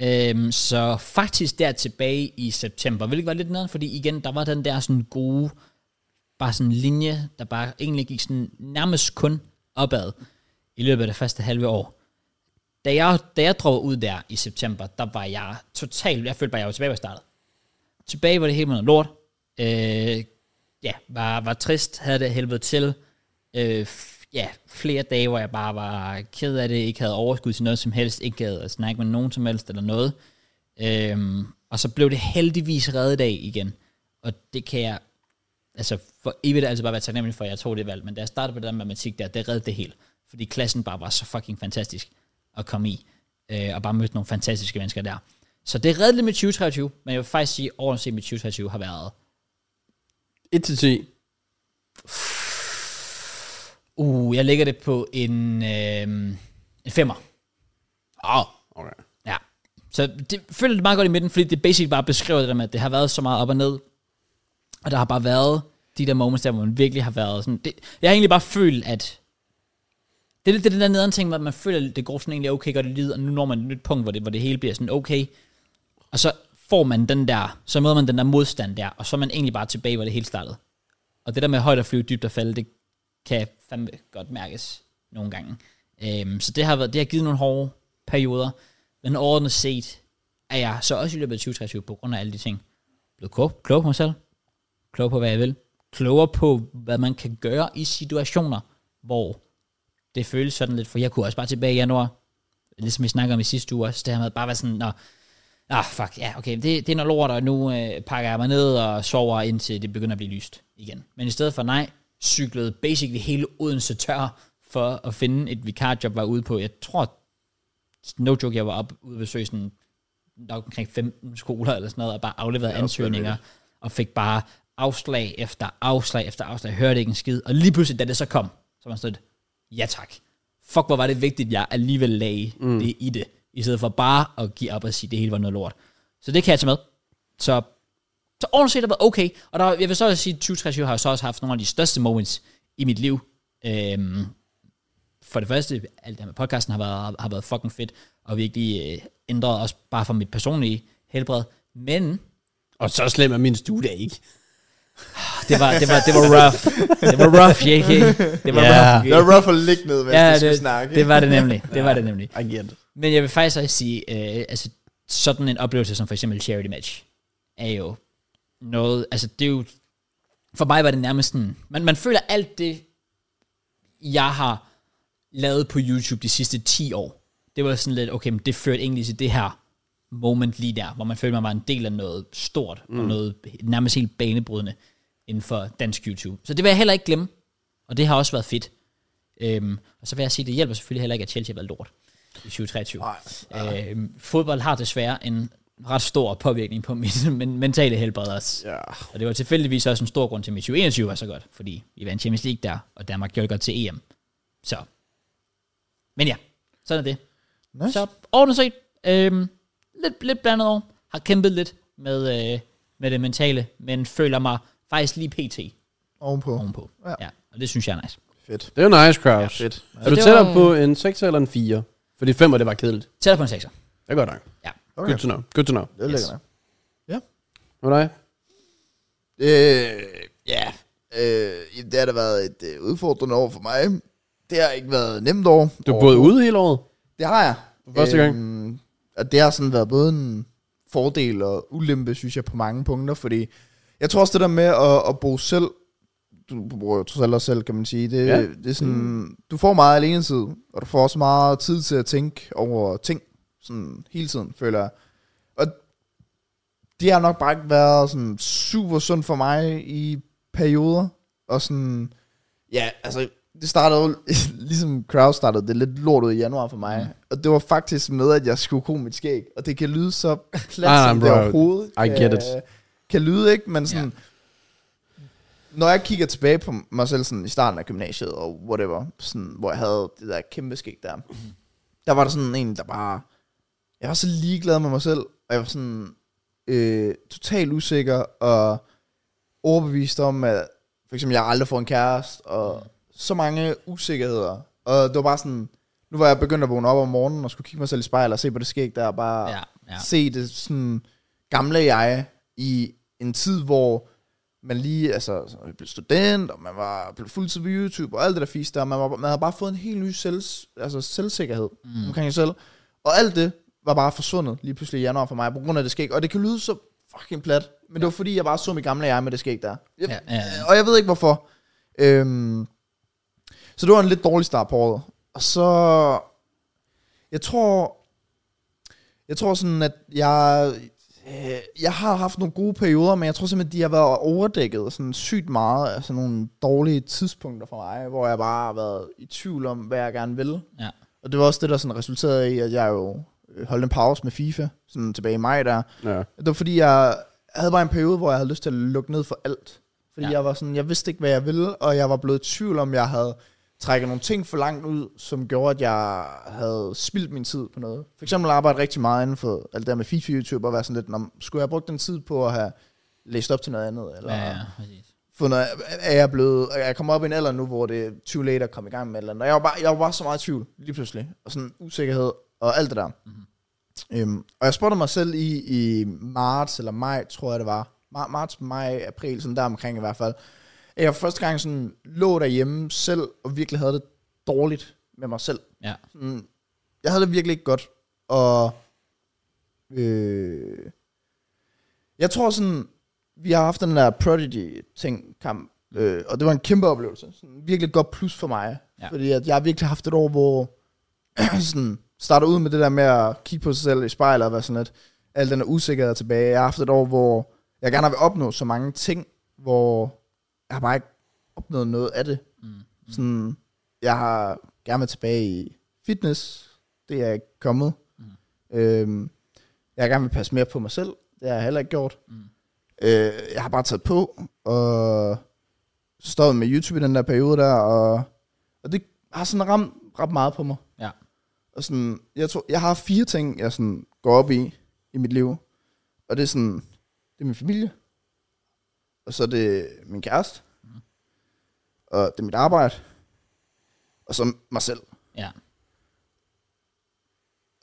Speaker 1: Øhm, så faktisk der tilbage i september, hvilket var lidt nederen, fordi igen, der var den der sådan gode, bare sådan linje, der bare egentlig gik sådan nærmest kun opad i løbet af det første halve år. Da jeg, da jeg drog ud der i september, der var jeg totalt, jeg følte bare, jeg var tilbage, hvor jeg startede. Tilbage var det hele noget lort. Øh, ja, var, var trist, havde det helvede til. Øh, f- ja, flere dage, hvor jeg bare var ked af det, ikke havde overskud til noget som helst, ikke havde at snakke med nogen som helst eller noget. Øhm, og så blev det heldigvis reddet af igen. Og det kan jeg, altså for evigt altid bare være taknemmelig for, at jeg tog det valg. Men da jeg startede på det der matematik der, det reddede det helt. Fordi klassen bare var så fucking fantastisk at komme i. Øh, og bare mødte nogle fantastiske mennesker der. Så det reddede lidt med 2023, men jeg vil faktisk sige, at overordnet set med 2023 har været
Speaker 3: 1 til 10.
Speaker 1: Uh, jeg lægger det på en, øh, en femmer.
Speaker 3: Åh, oh, okay.
Speaker 1: Ja. Så det følger det meget godt i midten, fordi det basic bare beskriver det der med, at det har været så meget op og ned. Og der har bare været de der moments der, hvor man virkelig har været sådan... Det, jeg har egentlig bare følt, at... Det er lidt det, der nederen ting, hvor man føler, at det går sådan egentlig okay, godt i livet, og nu når man et nyt punkt, hvor det, hvor det hele bliver sådan okay. Og så får man den der, så møder man den der modstand der, og så er man egentlig bare tilbage, hvor det hele startede. Og det der med højt at flyve, dybt at falde, det kan fandme godt mærkes nogle gange. Øhm, så det har, været, det har givet nogle hårde perioder, men overordnet set er jeg så også i løbet af 2023, på grund af alle de ting, blevet klog, klog på mig selv, klog på, hvad jeg vil, klogere på, hvad man kan gøre i situationer, hvor det føles sådan lidt, for jeg kunne også bare tilbage i januar, ligesom vi snakker om i sidste uge også, det her med bare at være sådan, nå, ah fuck, ja okay, det, det er noget lort, og nu øh, pakker jeg mig ned og sover, indtil det begynder at blive lyst igen. Men i stedet for nej, cyklede basically hele Odense tør for at finde et vikarjob, var ude på, jeg tror, no joke, jeg var op ude ved Søsen, nok omkring 15 skoler eller sådan noget, og bare afleverede ansøgninger, og fik bare afslag efter afslag efter afslag, hørte ikke en skid, og lige pludselig, da det så kom, så var man sådan lidt, ja tak. Fuck, hvor var det vigtigt, jeg alligevel lagde mm. det i det, i stedet for bare at give op og sige, det hele var noget lort. Så det kan jeg tage med. Så, så ordentligt set har det været okay, og der, jeg vil så også sige, at 2023 har jeg så også haft nogle af de største moments i mit liv. Øhm, for det første, alt det her med podcasten har været, har været fucking fedt, og virkelig øh, ændret også bare for mit personlige helbred. Men
Speaker 3: Og så slem er min studie ikke.
Speaker 1: det var, det var, det var rough. Det var rough, yeah, yeah. Det var
Speaker 3: Ja.
Speaker 1: rough.
Speaker 2: Det var rough at ligge ned, hvad ja, det, skulle snakke.
Speaker 1: det var det nemlig. Det var det nemlig.
Speaker 3: I get it.
Speaker 1: Men jeg vil faktisk også sige, øh, altså sådan en oplevelse som for eksempel charity match, er jo noget, altså det er jo, for mig var det nærmest sådan, man, man føler alt det, jeg har lavet på YouTube de sidste 10 år, det var sådan lidt, okay, men det førte egentlig til det her moment lige der, hvor man følte, man var en del af noget stort, mm. og noget nærmest helt banebrydende inden for dansk YouTube. Så det vil jeg heller ikke glemme, og det har også været fedt. Øhm, og så vil jeg sige, det hjælper selvfølgelig heller ikke, at Chelsea har været lort i 2023.
Speaker 2: Ah,
Speaker 1: Øhm, fodbold har desværre en ret stor påvirkning på mit men- mentale helbred også.
Speaker 2: Ja.
Speaker 1: Og det var tilfældigvis også en stor grund til, at mit 2021 var så godt, fordi vi vandt Champions League der, og Danmark gjorde det godt til EM. Så. Men ja, sådan er det.
Speaker 2: Nice.
Speaker 1: Så ordentligt set, øhm, lidt, lidt blandet over, har kæmpet lidt med, øh, med det mentale, men føler mig faktisk lige pt.
Speaker 2: Ovenpå.
Speaker 1: ovenpå.
Speaker 2: Ja.
Speaker 1: Ja. ja. og det synes jeg er nice.
Speaker 2: Fedt.
Speaker 3: Det er jo nice, Kraus.
Speaker 2: Fedt.
Speaker 3: er du
Speaker 1: det
Speaker 3: tættere
Speaker 1: var-
Speaker 3: på en 6 eller en 4? Fordi 5 det var kedeligt.
Speaker 1: Tættere på en 6'er.
Speaker 3: Det er godt nok.
Speaker 1: Ja.
Speaker 2: Okay.
Speaker 3: Good to know. Good to know.
Speaker 2: Det er
Speaker 1: Yes.
Speaker 2: lækkert.
Speaker 3: Og dig?
Speaker 2: Øh, ja. Øh, det har da været et øh, udfordrende år for mig. Det har ikke været nemt år.
Speaker 3: Du er både ude hele året.
Speaker 2: Det har jeg. For
Speaker 3: første gang.
Speaker 2: Øhm, og det har sådan været både en fordel og ulempe, synes jeg, på mange punkter, fordi jeg tror også det der med at, at bo selv, du bruger jo trods alt også selv, kan man sige, det,
Speaker 3: Ja.
Speaker 2: ja. det er sådan, mm. du får meget alene tid, og du får også meget tid til at tænke over ting, sådan hele tiden, føler jeg. Og det har nok bare ikke været sådan super sundt for mig i perioder, og sådan, Ja, altså, det startede jo, ligesom Kraus startede, det lidt lort ud i januar for mig. Mm. Og det var faktisk med, at jeg skulle gro mit skæg. Og det kan lyde så plat,
Speaker 3: Ah,
Speaker 2: som
Speaker 3: bro.
Speaker 2: det overhovedet kan,
Speaker 3: I get it.
Speaker 2: kan lyde, ikke? Men sådan, når jeg kigger tilbage på mig selv sådan, i starten af gymnasiet og whatever, sådan, hvor jeg havde det der kæmpe skæg der,
Speaker 3: Mm-hmm.
Speaker 2: der var der sådan en, der bare... Jeg var så ligeglad med mig selv, og jeg var sådan øh, totalt usikker og overbevist om, at for eksempel, jeg aldrig får en kæreste, og så mange usikkerheder. Og det var bare sådan, Nu var jeg begyndt at vågne op om morgenen og skulle kigge mig selv i spejlet og se på det skæg der, og bare
Speaker 1: Ja, ja.
Speaker 2: se det sådan gamle jeg i en tid, hvor man lige, altså, så man blev student, og man var blev fuldtid på YouTube, og alt det der fisk der, man, var, man havde bare fået en helt ny selv, altså selvsikkerhed mm. omkring sig selv. Og alt det var bare forsvundet lige pludselig i januar for mig, på grund af det skæg. Og det kan lyde så fucking plat, men ja. det var fordi, jeg bare så mit gamle jeg med det skæg der. Jeg,
Speaker 1: Ja, ja, ja.
Speaker 2: Øh, Og jeg ved ikke hvorfor. Øhm, så det var en lidt dårlig start på året. Og så... Jeg tror... Jeg tror sådan, at jeg... øh, Jeg har haft nogle gode perioder, men jeg tror simpelthen, at de har været overdækket sådan sygt meget af sådan nogle dårlige tidspunkter for mig, hvor jeg bare har været i tvivl om, hvad jeg gerne vil.
Speaker 1: Ja.
Speaker 2: Og det var også det, der sådan resulterede i, at jeg jo øh, holdt en pause med FIFA, sådan tilbage i maj der,
Speaker 3: Ja.
Speaker 2: det var fordi, jeg havde bare en periode, hvor jeg havde lyst til at lukke ned for alt. Fordi
Speaker 1: Ja.
Speaker 2: ja. jeg var sådan, jeg vidste ikke, hvad jeg ville, og jeg var blevet i tvivl om, jeg havde trækket nogle ting for langt ud, som gjorde, at jeg havde spildt min tid på noget. For eksempel arbejde rigtig meget inden for alt det der med FIFA-YouTube, og være sådan lidt, "Nå, skulle jeg have brugt den tid på at have læst op til noget andet, eller
Speaker 1: Ja, ja, præcis.
Speaker 2: fundet, er jeg blevet, er jeg kommet op i en alder nu, hvor det er too late at komme i gang med et eller andet. Og jeg var bare, jeg var bare så meget i tvivl, lige pludselig. Og sådan usikkerhed og alt det der. Mm-hmm. Øhm, og jeg spurgte mig selv i, i marts eller maj, tror jeg det var. Mar- marts, maj, april, sådan der omkring i hvert fald. At jeg for første gang sådan lå derhjemme selv, og virkelig havde det dårligt med mig selv.
Speaker 1: Ja.
Speaker 2: Sådan, jeg havde det virkelig ikke godt, og øh, jeg tror sådan, vi har haft den der Prodigy-ting-kamp, øh, og det var en kæmpe oplevelse. Sådan, virkelig godt plus for mig,
Speaker 1: Ja.
Speaker 2: ja. fordi at jeg har virkelig haft et år, hvor sådan, starter ud med det der med at kigge på sig selv i spejlet og være sådan lidt, al den her usikkerhed er tilbage. Jeg har haft et år, hvor jeg gerne vil opnå så mange ting, hvor jeg har bare ikke opnået noget af det. Mm. Sådan, jeg har gerne vil tilbage i fitness. Det er jeg ikke kommet. Mm. Øhm, jeg har gerne vil passe mere på mig selv. Det har jeg heller ikke gjort. Mm. Øh, jeg har bare taget på, og stået med YouTube i den der periode der, og, og det har sådan ramt ret meget på mig.
Speaker 1: Ja.
Speaker 2: Og sådan, jeg, tror, jeg har fire ting, jeg sådan går op i i mit liv. Og det er sådan, det er min familie. Og så er det min kæreste. Og det er mit arbejde. Og så mig selv.
Speaker 1: Ja.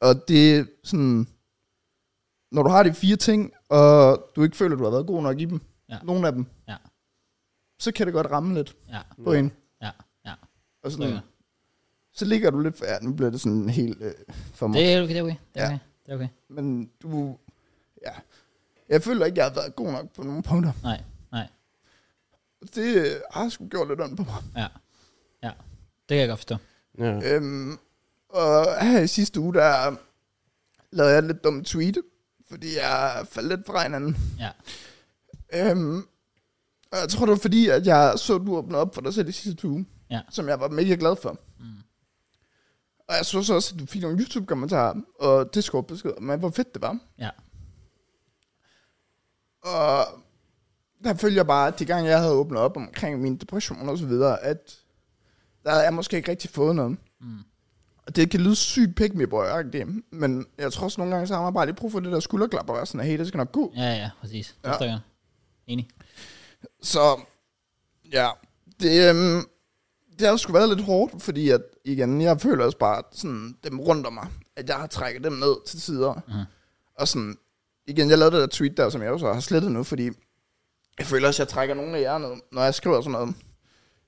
Speaker 2: Og det er sådan, når du har de fire ting, og du ikke føler, du har været god nok i dem,
Speaker 1: Ja.
Speaker 2: ja. nogle af dem,
Speaker 1: Ja.
Speaker 2: så kan det godt ramme lidt
Speaker 1: Ja.
Speaker 2: på en.
Speaker 1: Ja. Ja.
Speaker 2: Og sådan,
Speaker 1: Sådan.
Speaker 2: Så ligger du lidt, ja, nu bliver det sådan helt øh, for mig.
Speaker 1: Det er okay, det er okay. Det er
Speaker 2: Ja.
Speaker 1: okay. Det er okay.
Speaker 2: Men du, ja, jeg føler ikke, jeg har været god nok på nogle punkter.
Speaker 1: Nej, nej.
Speaker 2: Det øh, har sgu gjort lidt ondt på mig.
Speaker 1: Ja. Ja. Det kan jeg godt forstå.
Speaker 3: Ja.
Speaker 2: Øhm, og her i sidste uge, der lavede jeg et lidt dumt tweet, fordi jeg faldt lidt fra hinanden.
Speaker 1: Ja.
Speaker 2: Øhm, og jeg tror, det var fordi, at jeg så, at du åbnede op for dig selv i sidste uge,
Speaker 1: Ja.
Speaker 2: som jeg var mega glad for. Mm. Og jeg så så også, at du fik nogle YouTube-kommentarer og Discord-beskeder om, hvor fedt det var.
Speaker 1: Ja.
Speaker 2: Og der følte jeg bare, at de gange, jeg havde åbnet op omkring min depression og så videre, at der havde jeg måske ikke rigtig fået noget. Mm. Og det kan lyde sygt pick me boy men jeg tror også nogle gange, så har man bare lige brug for det der skulderklap og være sådan, hey, det skal nok gå.
Speaker 1: Ja, ja, præcis. Det
Speaker 2: Ja.
Speaker 1: forstår jeg. Enig.
Speaker 2: Så ja, det, øhm, det har sgu været lidt hårdt, fordi at, igen, jeg føler også bare sådan, dem rundt om mig, at jeg har trækket dem ned til sider. Mm. Og sådan, igen, jeg lavede det der tweet der, som jeg også har slettet nu, fordi jeg føler også, at jeg trækker nogle af jer ned, når jeg skriver sådan noget.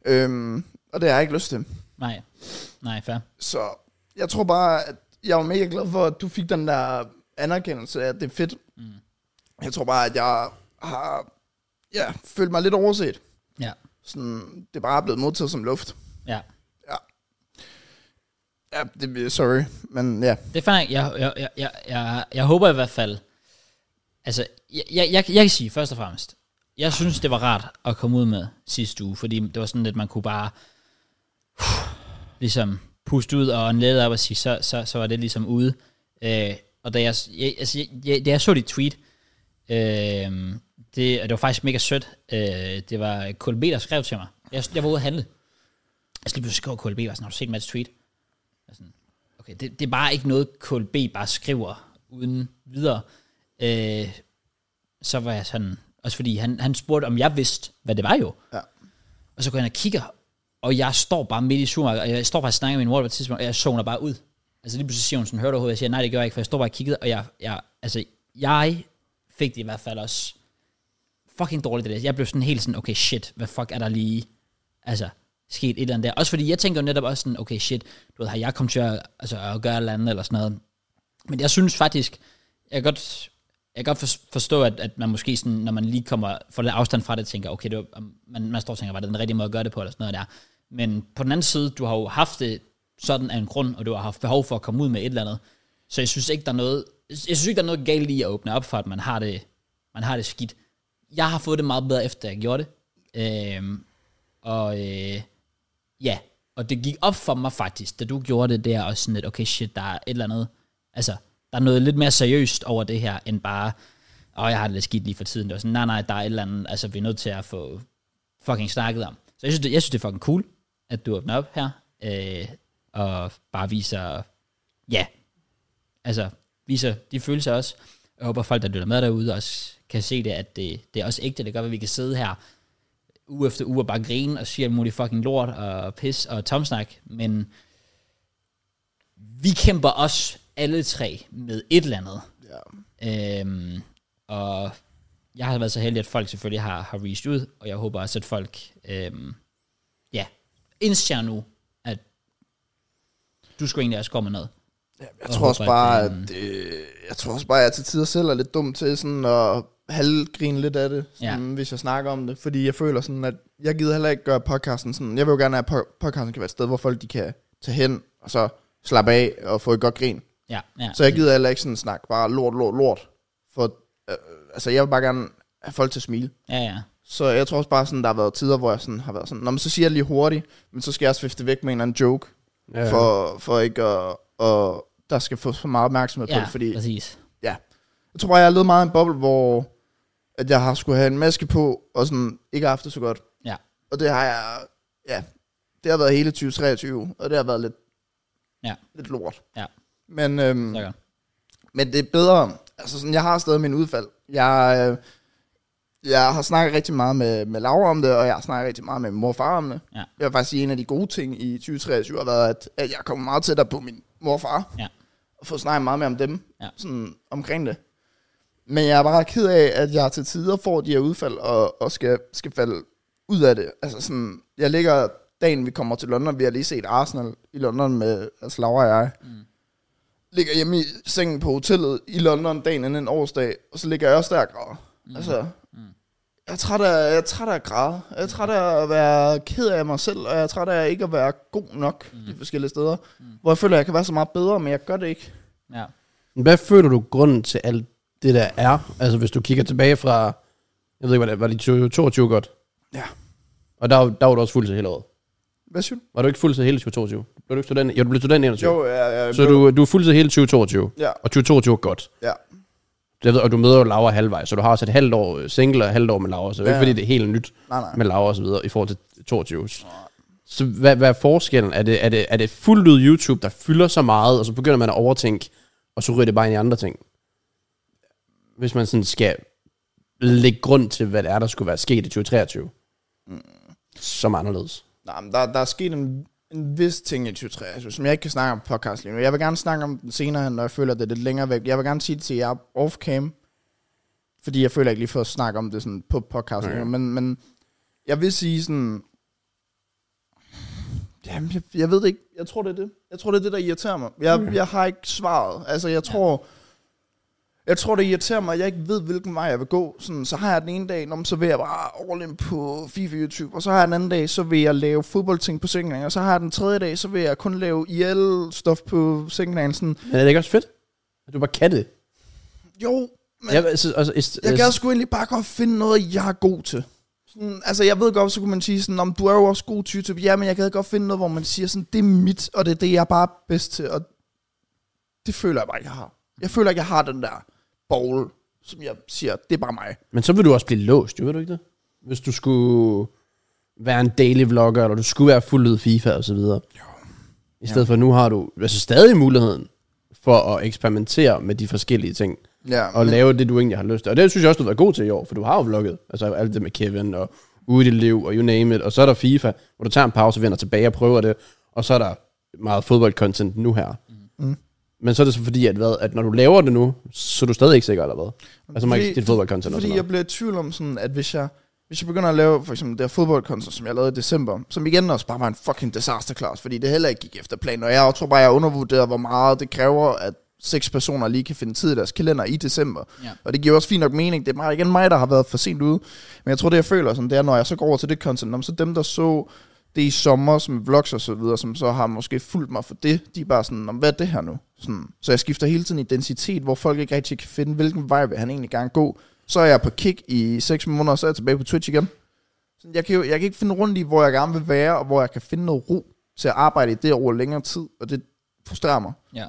Speaker 2: Øhm, og det har jeg ikke lyst til.
Speaker 1: Nej. Nej, fair.
Speaker 2: Så jeg tror bare, at jeg var mega glad for, at du fik den der anerkendelse af, at det er fedt. Mm. Jeg tror bare, at jeg har ja, følt mig lidt overset
Speaker 1: Ja.
Speaker 2: sådan, det er bare blevet modtaget som luft.
Speaker 1: Ja.
Speaker 2: Ja. Ja, det er sorry, men ja.
Speaker 1: Det er fair. nok. Jeg, jeg, jeg, jeg, jeg, jeg håber i hvert fald... Altså, jeg, jeg, jeg, jeg kan sige først og fremmest, jeg synes, det var rart at komme ud med sidste uge, fordi det var sådan lidt, man kunne bare ligesom puste ud og en let op og sige, så, så, så var det ligesom ude. Øh, og da jeg, jeg, altså, jeg, jeg, da jeg så dit tweet, øh, det, og det var faktisk mega sødt, øh, det var KLB, der skrev til mig. Jeg, jeg var ude at handle. Altså lige pludselig skrev KLB, var sådan, har du set Mads tweet? Jeg er sådan, okay, det, det er bare ikke noget, KLB bare skriver uden videre. Øh, så var jeg sådan, også fordi han, han spurgte, om jeg vidste, hvad det var jo.
Speaker 2: Ja.
Speaker 1: Og så går jeg ind og kigger, Og jeg står bare midt i supermarkedet, og jeg står bare og snakker med min mor på et tidspunkt, og jeg zoner bare ud. Altså lige pludselig siger hun sådan, hørte overhovedet, jeg siger, nej, det gør jeg ikke, for jeg står bare og kiggede, og jeg, jeg, altså, jeg fik det i hvert fald også fucking dårligt det der. Jeg blev sådan helt sådan, okay shit, hvad fuck er der lige, altså, sket et eller andet der. Også fordi jeg tænker jo netop også sådan, okay shit, du ved, har jeg kommet til at, altså, at gøre et eller andet eller sådan noget. Men jeg synes faktisk, jeg kan godt, jeg kan godt fors- forstå, at, at man måske sådan, når man lige kommer, får lidt afstand fra det, tænker, okay, det var, om- man, man står og tænker, var det den rigtige måde at gøre det på, eller sådan noget der. Men på den anden side, du har jo haft det sådan af en grund, og du har haft behov for at komme ud med et eller andet. Så jeg synes ikke, der er noget, jeg synes ikke, der er noget galt i at åbne op for, at man har det, man har det skidt. Jeg har fået det meget bedre, efter jeg gjorde det. Øhm, og øh, ja, og det gik op for mig faktisk, da du gjorde det der, og sådan lidt, okay shit, der er et eller andet, altså, der er noget lidt mere seriøst over det her, end bare, åh, jeg har det lidt skidt lige for tiden, det var sådan, nej, nej, der er et eller andet, altså, vi er nødt til at få fucking snakket om. Så jeg synes, det, jeg synes, det er fucking cool, at du åbner op her, øh, og bare viser, ja, altså, viser de følelser også. Jeg håber, folk, der lytter med derude, også kan se det, at det, det er også ægte, det gør, at vi kan sidde her uge efter uge og bare grine og sige alt muligt fucking lort og pis og tomsnak, men vi kæmper også alle tre med et eller andet.
Speaker 2: Ja.
Speaker 1: Øhm, og jeg har været så heldig, at folk selvfølgelig har, har reached ud, og jeg håber også, at folk øhm, ja, indser nu, at du skulle egentlig også komme med noget.
Speaker 2: Jeg
Speaker 1: Og
Speaker 2: tror også
Speaker 1: håber,
Speaker 2: bare,
Speaker 1: at
Speaker 2: at, øh, jeg tror også bare, at jeg til tider selv er lidt dum til sådan at halvgrine lidt af det, sådan, ja. hvis jeg snakker om det. Fordi jeg føler sådan, at jeg gider heller ikke gøre podcasten sådan. Jeg vil jo gerne have, at po- podcasten kan være et sted, hvor folk de kan tage hen og så slappe af og få et godt grin.
Speaker 1: Ja, ja.
Speaker 2: Så jeg gider heller ikke sådan snakke bare lort, lort, lort. For, øh, altså, jeg vil bare gerne have folk til at smile.
Speaker 1: Ja, ja.
Speaker 2: Så jeg tror også bare sådan, der har været tider, hvor jeg sådan har været sådan, Nå, men så siger jeg lige hurtigt, men så skal jeg også vifte væk med en eller anden joke,
Speaker 3: Ja.
Speaker 2: ja. for, for ikke at, og der skal få så meget opmærksomhed på
Speaker 1: Ja,
Speaker 2: det, fordi
Speaker 1: præcis.
Speaker 2: ja. Jeg tror bare, jeg har levet meget i en boble, hvor at jeg har skulle have en maske på, og sådan ikke har haft det så godt.
Speaker 1: Ja.
Speaker 2: Og det har jeg, ja, det har været hele 2023, og det har været lidt,
Speaker 1: Ja.
Speaker 2: lidt lort.
Speaker 1: Ja.
Speaker 2: Men, øhm,
Speaker 1: Så godt.
Speaker 2: men det er bedre. Altså sådan, jeg har stadig min udfald. Jeg, øh, jeg har snakket rigtig meget med, med Laura om det, og jeg har snakket rigtig meget med min mor og far om det.
Speaker 1: Ja.
Speaker 2: Jeg vil faktisk sige, at en af de gode ting i 2023 har været, at, at jeg er kommet meget tættere på min mor og far.
Speaker 1: Ja.
Speaker 2: Og fået snakket meget mere om dem,
Speaker 1: Ja.
Speaker 2: sådan omkring det. Men jeg er bare ked af, at jeg til tider får de her udfald, og, og skal, skal falde ud af det. Altså sådan, jeg ligger dagen, vi kommer til London, vi har lige set Arsenal i London med altså Laura og jeg. Mm. Ligger hjemme i sengen på hotellet i London dagen inden en årsdag, og så ligger jeg også der og græder. Mm. Altså, jeg er træt af, jeg er træt af at græde. Jeg er træt af at være ked af mig selv, og jeg er træt af ikke at være god nok mm. de forskellige steder. Mm. Hvor jeg føler, at jeg kan være så meget bedre, men jeg gør det ikke.
Speaker 1: Ja.
Speaker 3: Hvad føler du grunden til alt det der er? Altså hvis du kigger tilbage fra, jeg ved ikke, hvad det var, det 20 22 godt?
Speaker 2: Ja.
Speaker 3: Og der, var- der var du også fuldtid hele året.
Speaker 2: Hvad synes du?
Speaker 3: Var du ikke fuldtid hele 2022? Blev du ikke student? Jo, du blev student i 21.
Speaker 2: Jo, jeg, jeg,
Speaker 3: Så du, du er fuldtid hele 2022.
Speaker 2: Ja.
Speaker 3: Og 2022 er godt.
Speaker 2: Ja.
Speaker 3: Jeg ved, og du møder jo Laura halvvejs, så du har også et halvt år øh, single og et halvt år med Laura, så det er jo
Speaker 2: Ja.
Speaker 3: ikke fordi, det er helt nyt
Speaker 2: Nej, nej.
Speaker 3: med Laura og så videre i forhold til 22. Så hvad, hvad er forskellen? Er det, er, det, er det fuldt ud YouTube, der fylder så meget, og så begynder man at overtænke, og så ryger det bare ind i andre ting? Hvis man sådan skal lægge grund til, hvad det er, der skulle være sket i 2023.
Speaker 2: Mm.
Speaker 3: Som anderledes.
Speaker 2: Nej, men der, der er sket en, en vis ting i 2023, som jeg ikke kan snakke om på podcast lige nu. Jeg vil gerne snakke om den senere, hen, når jeg føler, at det er lidt længere væk. Jeg vil gerne sige det til jer off-cam, fordi jeg føler jeg ikke lige for at snakke om det sådan på podcast lige nu. Men, men jeg vil sige sådan... Jamen, jeg, jeg ved det ikke. Jeg tror, det er det. Jeg tror, det er det, der irriterer mig. Jeg, jeg har ikke svaret. Altså, jeg tror... Jeg tror, det irriterer mig, at jeg ikke ved, hvilken vej jeg vil gå. Sådan, så har jeg den ene dag, når så vil jeg bare all in på FIFA YouTube, og så har jeg den anden dag, så vil jeg lave fodboldting på Sengen, og så har jeg den tredje dag, så vil jeg kun lave IL-stof på Sengen. Sådan,
Speaker 3: Men er det ikke også fedt? At du bare kan det.
Speaker 2: jo, men
Speaker 3: Jeg, altså, altså, altså,
Speaker 2: jeg gad sgu egentlig bare godt finde noget, jeg er god til. Sådan, altså, jeg ved godt, så kunne man sige sådan, om du er jo også god til YouTube. Ja, men jeg gad godt finde noget, hvor man siger sådan, det er mit, og det er det, jeg er bare er bedst til. Og det føler jeg bare, ikke, jeg har. Jeg føler ikke, jeg har den der bowl, som jeg siger, det er bare mig.
Speaker 3: Men så vil du også blive låst, jo, ved du ikke det? Hvis du skulle være en daily vlogger, eller du skulle være fuld ud FIFA og så videre. Jo. I stedet for, nu har du altså stadig muligheden for at eksperimentere med de forskellige ting,
Speaker 2: Ja,
Speaker 3: og lave det, du egentlig har lyst til. Og det synes jeg også, du har været god til i år, for du har jo vlogget. Altså alt det med Kevin, og ude i dit liv, og you name it. Og så er der FIFA, hvor du tager en pause, vender tilbage og prøver det. Og så er der meget fodboldcontent nu her.
Speaker 2: Mm.
Speaker 3: Mm. Men så er det så fordi, at, hvad, at når du laver det nu, så er du stadig ikke sikker, eller hvad? Altså, man
Speaker 2: Fordi-
Speaker 3: ikke dit fodboldcontent og sådan
Speaker 2: Fordi jeg
Speaker 3: noget.
Speaker 2: bliver i tvivl om sådan, at hvis jeg, hvis jeg begynder at lave for eksempel det her fodboldkoncert, som jeg lavede i december, som igen også bare var en fucking disaster class, fordi det heller ikke gik efter planen, og jeg tror bare, jeg undervurderede, hvor meget det kræver, at seks personer lige kan finde tid i deres kalender i december.
Speaker 1: Ja.
Speaker 2: Og det giver også fint nok mening. Det er bare igen mig, der har været for sent ude. Men jeg tror, det jeg føler, sådan, det er, når jeg så går over til det content, om så dem, der så det i sommer, som vlogs og så videre, som så har måske fulgt mig for det, de er bare sådan, "Nå, hvad er det her nu? Sådan. Så jeg skifter hele tiden identitet, hvor folk ikke rigtig kan finde, hvilken vej vil han egentlig gerne gå. Så er jeg på kick i 6 måneder, og så er jeg tilbage på Twitch igen. Sådan, Jeg kan, jo, jeg kan ikke finde rundt i, hvor jeg gerne vil være, og hvor jeg kan finde noget ro til at arbejde i det over længere tid, og det frustrerer mig.
Speaker 1: Ja.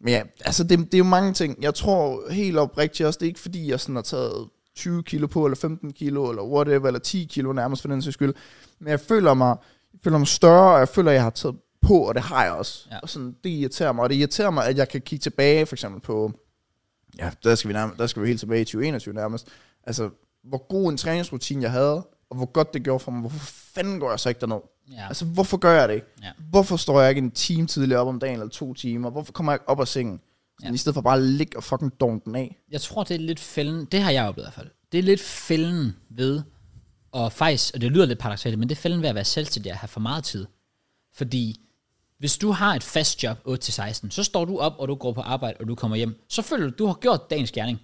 Speaker 2: Men ja, altså det, det er jo mange ting. Jeg tror helt oprigtigt også, det er ikke fordi, jeg sådan har taget 20 kilo på, eller 15 kilo, eller whatever, eller 10 kilo nærmest for den sags skyld. Men jeg føler mig, jeg føler mig større, og jeg føler, jeg har taget på, og det har jeg også. Ja.
Speaker 1: Ja.
Speaker 2: Og sådan, det irriterer mig, og det irriterer mig, at jeg kan kigge tilbage, for eksempel på, ja, der skal vi, nærmest, der skal vi helt tilbage i 2021 nærmest. Altså, hvor god en træningsrutine jeg havde, og hvor godt det gjorde for mig. Hvorfor fanden går jeg så ikke derned?
Speaker 1: ja.
Speaker 2: Altså, hvorfor gør jeg det ikke?
Speaker 1: Ja.
Speaker 2: Hvorfor står jeg ikke en time tidligere op om dagen, eller to timer? Hvorfor kommer jeg ikke op af sengen? Ja.
Speaker 1: Ja.
Speaker 2: I stedet for bare at ligge og fucking donke den af.
Speaker 1: Jeg tror, det er lidt fælden. Det har jeg oplevet i hvert fald. Det er lidt fælden ved, og faktisk, og det lyder lidt paradoxalt, men det er fælden ved at være selvstændig og have for meget tid. Fordi hvis du har et fast job 8-16, så står du op, og du går på arbejde, og du kommer hjem. Så føler du, du har gjort dagens gerning.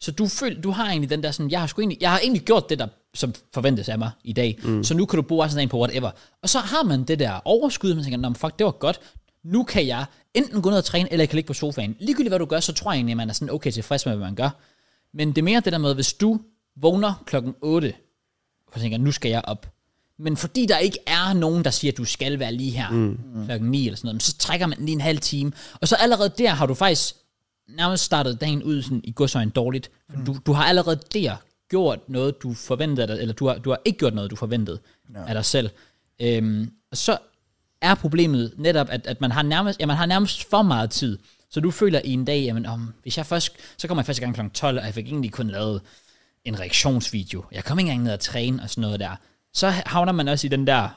Speaker 1: Så du, føl, du har egentlig den der sådan, jeg har, sgu egentlig, jeg har egentlig gjort det, der som forventes af mig i dag. Mm. Så nu kan du bruge resten af dagen på whatever. Og så har man det der overskud, og man tænker, "Nå, men fuck, det var godt. Nu kan jeg enten gå ned og træne, eller jeg kan ligge på sofaen. Ligegyldigt hvad du gør, så tror jeg egentlig, at man er sådan okay tilfreds med, hvad man gør. Men det er mere det der med, hvis du vågner klokken 8, og tænker, nu skal jeg op. Men fordi der ikke er nogen, der siger, at du skal være lige her mm. klokken 9 eller sådan noget, men så trækker man lige en halv time. Og så allerede der har du faktisk nærmest startet dagen ud sådan, i godsøjen dårligt. Mm. Du, du har allerede der gjort noget, du forventede, af dig- eller du har, du har ikke gjort noget, du forventede ja. af dig selv. Øhm, og så er problemet netop, at, at man, har nærmest, ja, man har nærmest for meget tid. Så du føler i en dag, jamen, om, hvis jeg først, så kommer jeg første gang kl. 12, og jeg fik egentlig kun lavet en reaktionsvideo. Jeg kom ikke engang ned og træne og sådan noget der. Så havner man også i den der,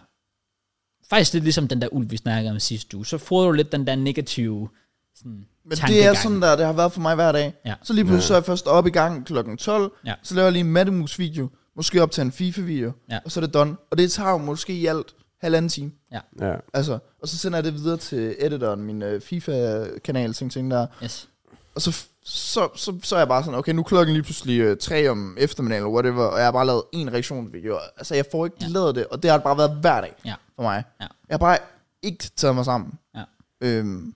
Speaker 1: faktisk lidt ligesom den der ulv, vi snakkede om sidste uge. Så får du lidt den der negative sådan,
Speaker 2: Men det er
Speaker 1: tankegang.
Speaker 2: sådan der, det har været for mig hver dag.
Speaker 1: Ja.
Speaker 2: Så lige pludselig så er jeg først op i gang klokken 12,
Speaker 1: Ja.
Speaker 2: så laver jeg lige en mattemus video, måske op til en FIFA-video,
Speaker 1: Ja.
Speaker 2: og så er det done. Og det tager jo måske i alt halvanden time.
Speaker 3: Ja.
Speaker 2: Altså, og så sender jeg det videre til editoren, min øh, FIFA-kanal, ting, ting der.
Speaker 1: Yes.
Speaker 2: Og så, så, så, så er jeg bare sådan, okay, nu er klokken lige pludselig øh, tre om eftermiddagen, eller whatever, og jeg har bare lavet en reaktionsvideo. Altså, jeg får ikke ja.
Speaker 1: Ja.
Speaker 2: lavet det, og det har det bare været hver dag
Speaker 1: Ja.
Speaker 2: for mig.
Speaker 1: Ja.
Speaker 2: Jeg har bare ikke taget mig sammen.
Speaker 1: Ja.
Speaker 2: Øhm,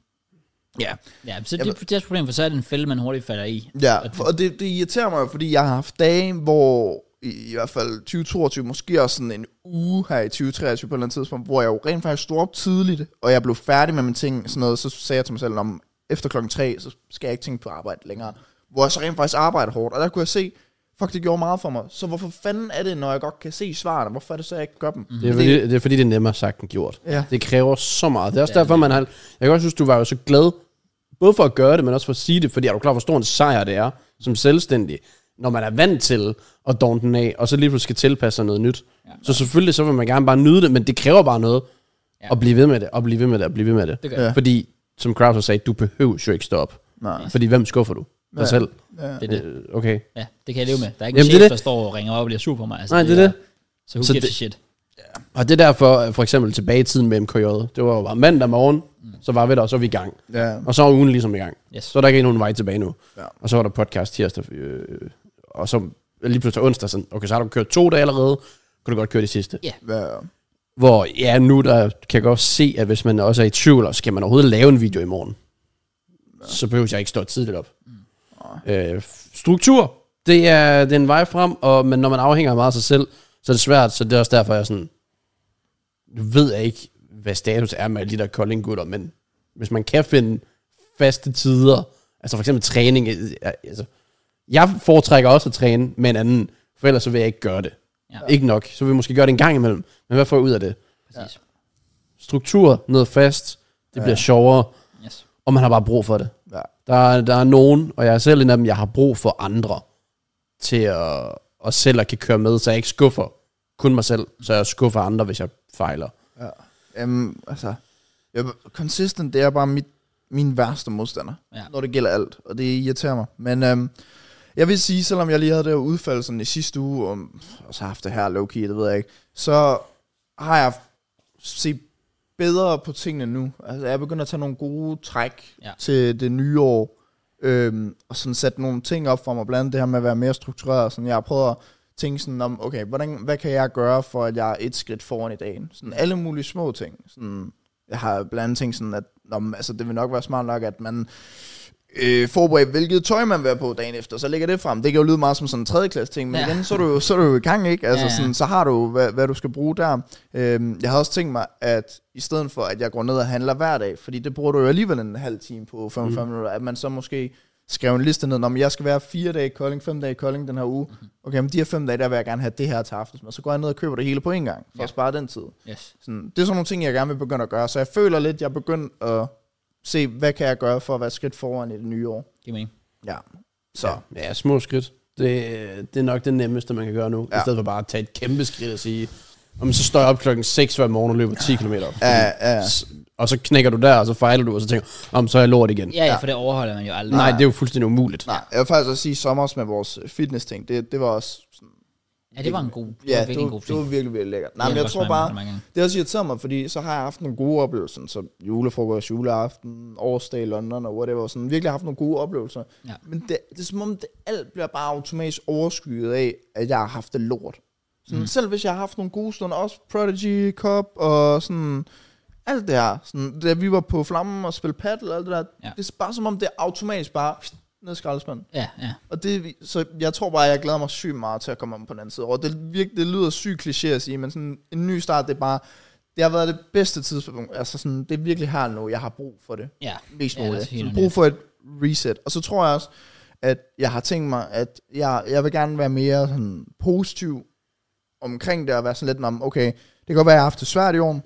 Speaker 2: ja.
Speaker 1: Ja, så
Speaker 2: Jeg
Speaker 1: det, det er deres problem, for så er det en fælde, man hurtigt falder i.
Speaker 2: Ja, for- og det, det irriterer mig, fordi jeg har haft dage, hvor i, i hvert fald 2022, måske også sådan en uge her i 2023 på et eller andet tidspunkt, hvor jeg jo rent faktisk stod op tidligt, og jeg blev færdig med mine ting, sådan noget, så sagde jeg til mig selv, om efter klokken 3, så skal jeg ikke tænke på arbejde længere. Hvor jeg så rent faktisk arbejder hårdt, og der kunne jeg se, fuck, det gjorde meget for mig. Så hvorfor fanden er det, når jeg godt kan se svarene, hvorfor er det så, jeg ikke gør dem?
Speaker 3: Det er, fordi, det er fordi, det er nemmere sagt end gjort.
Speaker 2: Ja.
Speaker 3: Det kræver så meget. Det er også
Speaker 1: Ja,
Speaker 3: derfor, man har... Jeg kan også synes, du var jo så glad, både for at gøre det, men også for at sige det, fordi er du klar, hvor stor en sejr det er, som selvstændig, når man er vant til at dawn den af, og så lige pludselig skal tilpasse sig noget nyt. Ja, så selvfølgelig, så vil man gerne bare nyde det, men det kræver bare noget
Speaker 1: Ja.
Speaker 3: ja. at blive ved med det, og blive ved med det, og blive ved med det.
Speaker 1: Det gør
Speaker 2: Ja.
Speaker 1: ja.
Speaker 2: jeg.
Speaker 3: Fordi, som Krauser sagde, du behøver jo ikke stå op.
Speaker 2: Nej.
Speaker 3: Fordi hvem skuffer du? Dig
Speaker 2: Ja.
Speaker 3: ja. selv?
Speaker 2: Ja.
Speaker 1: Det er det.
Speaker 3: Øh, Okay.
Speaker 1: Ja, det kan jeg leve med. Der er ikke
Speaker 3: Jamen,
Speaker 1: en
Speaker 3: det er
Speaker 1: chef,
Speaker 3: det.
Speaker 1: der står og ringer op og bliver sur på mig. Altså,
Speaker 3: Nej, det er det.
Speaker 1: Så who
Speaker 3: Så
Speaker 1: gives a
Speaker 3: det-
Speaker 1: shit?
Speaker 3: Og det er derfor, at for eksempel tilbage i tiden med MKJ, det var jo bare mandag morgen, så var vi der, og så var vi i gang.
Speaker 2: Ja.
Speaker 3: Og så er ugen ligesom i gang.
Speaker 1: Yes.
Speaker 3: Så er der ikke nogen vej tilbage nu.
Speaker 2: Ja.
Speaker 3: Ja. Og så var der podcast tirsdag, øh, og så lige pludselig onsdag, sådan, okay, så har du kørt to dage allerede, kan du godt køre det sidste.
Speaker 1: Ja.
Speaker 2: Ja.
Speaker 3: Hvor ja, nu der kan jeg godt se, at hvis man også er i tvivl, og skal man overhovedet lave en video i morgen, så behøver jeg ikke stå tidligt op. Øh, struktur, det er, det er en vej frem, og, men når man afhænger meget af sig selv, så er det svært, så det er også derfor, jeg er sådan, nu ved jeg ikke, hvad status er med alle de der kolding gutter, men hvis man kan finde faste tider, altså for eksempel træning, øh, øh, altså, jeg foretrækker også at træne med en anden, for ellers så vil jeg ikke gøre det.
Speaker 1: Ja.
Speaker 3: Ja. Ikke nok, så vil vi måske gøre det en gang imellem, men hvad får jeg ud af det?
Speaker 1: Præcis.
Speaker 3: Struktur, noget fast, det
Speaker 2: Ja.
Speaker 3: ja. bliver sjovere,
Speaker 1: Yes.
Speaker 3: og man har bare brug for det.
Speaker 2: Ja.
Speaker 3: Der, er- der er nogen, og jeg er selv en af dem, jeg har brug for andre til at, at selv at kan køre med, så jeg ikke skuffer kun mig selv, så jeg skuffer andre, hvis jeg fejler.
Speaker 2: Jamen, altså, jeg, consistent, det er bare mit, min værste modstander,
Speaker 1: Ja.
Speaker 2: ja. når det gælder alt, og det irriterer mig. Men øhm, jeg vil sige, selvom jeg lige havde det her udfald sådan i sidste uge, og, og så har haft det her low-key, det ved jeg ikke, så har jeg set bedre på tingene nu. Altså, jeg begynder at tage nogle gode træk
Speaker 1: Ja.
Speaker 2: ja. til det nye år, øhm, og sådan sætte nogle ting op for mig, blandt andet det her med at være mere struktureret. Sådan, jeg har prøvet at tænke sådan om, okay, hvordan, hvad kan jeg gøre, for at jeg er et skridt foran i dagen? Sådan alle mulige små ting. Sådan, jeg har blandt andet tænkt sådan, at nå, men, altså, det vil nok være smart nok, at man øh, forbereder, hvilket tøj man vil være på dagen efter, så lægger det frem. Det kan jo lyde meget som sådan en tredjeklasse ting, men
Speaker 1: Ja.
Speaker 2: ja. igen, så er, du, jo- så er du jo i gang, ikke? Altså,
Speaker 1: Ja, ja.
Speaker 2: ja. sådan, så har du jo, hvad, hvad du skal bruge der. Øhm, jeg har også tænkt mig, at i stedet for, at jeg går ned og handler hver dag, fordi det bruger du jo alligevel en halv time på 45 mm. minutter, at man så måske skrev en liste ned, om jeg skal være fire dage i Kolding, fem dage i Kolding den her uge. Okay, men de her fem dage, der vil jeg gerne have det her til aftensmad. Så går jeg ned og køber det hele på en gang, for
Speaker 1: Ja.
Speaker 2: at spare den tid.
Speaker 1: Yes.
Speaker 2: Sådan, det er sådan nogle ting, jeg gerne vil begynde at gøre. Så jeg føler lidt, jeg er begyndt at se, hvad kan jeg gøre for at være et skridt foran i det nye år.
Speaker 1: Giv mening.
Speaker 2: Ja. Så.
Speaker 3: Ja, ja små skridt. Det, det er nok det nemmeste, man kan gøre nu, ja. i
Speaker 2: Ja.
Speaker 3: stedet for bare at tage et kæmpe skridt og sige, om så står jeg op klokken 6 hver morgen og løber 10 km.
Speaker 2: Ja, ja.
Speaker 3: Og så knækker du der, og så fejler du, og så tænker du, om så er jeg lort igen.
Speaker 1: Ja, ja, for det overholder man jo aldrig.
Speaker 3: Nej, det er jo fuldstændig umuligt.
Speaker 2: Nej, jeg vil faktisk også sige, sommer med vores fitness-ting, det, det var også... Sådan,
Speaker 1: Ja, det var en god, ja,
Speaker 2: ja,
Speaker 1: var
Speaker 2: det,
Speaker 1: virkelig en
Speaker 2: var,
Speaker 1: god
Speaker 2: det
Speaker 1: ting.
Speaker 2: var virkelig, virkelig lækkert.
Speaker 1: Det
Speaker 2: Nej, men
Speaker 1: hjælper
Speaker 2: jeg tror
Speaker 1: også mig
Speaker 2: bare,
Speaker 1: mange gange.
Speaker 2: det har også irriteret mig, fordi så har jeg haft nogle gode oplevelser, så julefrokost, juleaften, årsdag i London og whatever, sådan virkelig haft nogle gode oplevelser.
Speaker 1: Ja.
Speaker 2: Men det, det er som om, det alt bliver bare automatisk overskyet af, at jeg har haft det lort. Sådan, mm. Selv hvis jeg har haft nogle gode stunder, også Prodigy Cup og sådan alt det her. Sådan, da vi var på Flammen og spille paddle og alt det der,
Speaker 1: Ja.
Speaker 2: ja. det er bare som om, det er automatisk bare ned i skraldespanden.
Speaker 1: Ja, ja.
Speaker 2: Og det, så jeg tror bare, jeg glæder mig sygt meget til at komme om på den anden side. Og det, virke, det lyder sygt kliché at sige, men sådan en ny start, det er bare, det har været det bedste tidspunkt. Altså sådan, det er virkelig her nu, jeg har brug for det.
Speaker 1: Ja,
Speaker 2: Mest
Speaker 1: Ja, lad os
Speaker 2: muligt.
Speaker 1: sige
Speaker 2: Ja,
Speaker 1: noget
Speaker 2: brug for et reset. Og så tror jeg også, at jeg har tænkt mig, at jeg, jeg vil gerne være mere sådan, positiv omkring det, og være sådan lidt om, okay, det kan godt være, at jeg har haft det svært i år, jeg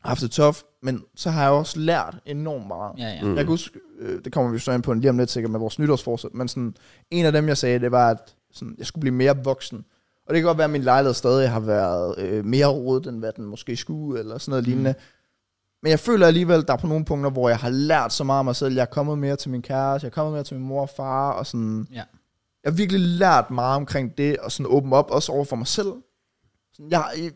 Speaker 2: har haft det tough, men så har jeg også lært enormt meget.
Speaker 1: ja, ja.
Speaker 2: Mm. Jeg kan huske, øh, det kommer vi jo så ind på lige om lidt sikkert med vores nytårsforsæt, men sådan, en af dem, jeg sagde, det var, at sådan, jeg skulle blive mere voksen. Og det kan godt være, at min lejlighed stadig har været øh, mere rodet, end hvad den måske skulle, eller sådan noget mm. lignende. Men jeg føler alligevel, at der er på nogle punkter, hvor jeg har lært så meget om mig selv. Jeg er kommet mere til min kæreste, jeg er kommet mere til min mor og far, og sådan...
Speaker 1: Ja.
Speaker 2: Jeg har virkelig lært meget omkring det, og sådan åbne op, også over for mig selv. Sådan, jeg har øh,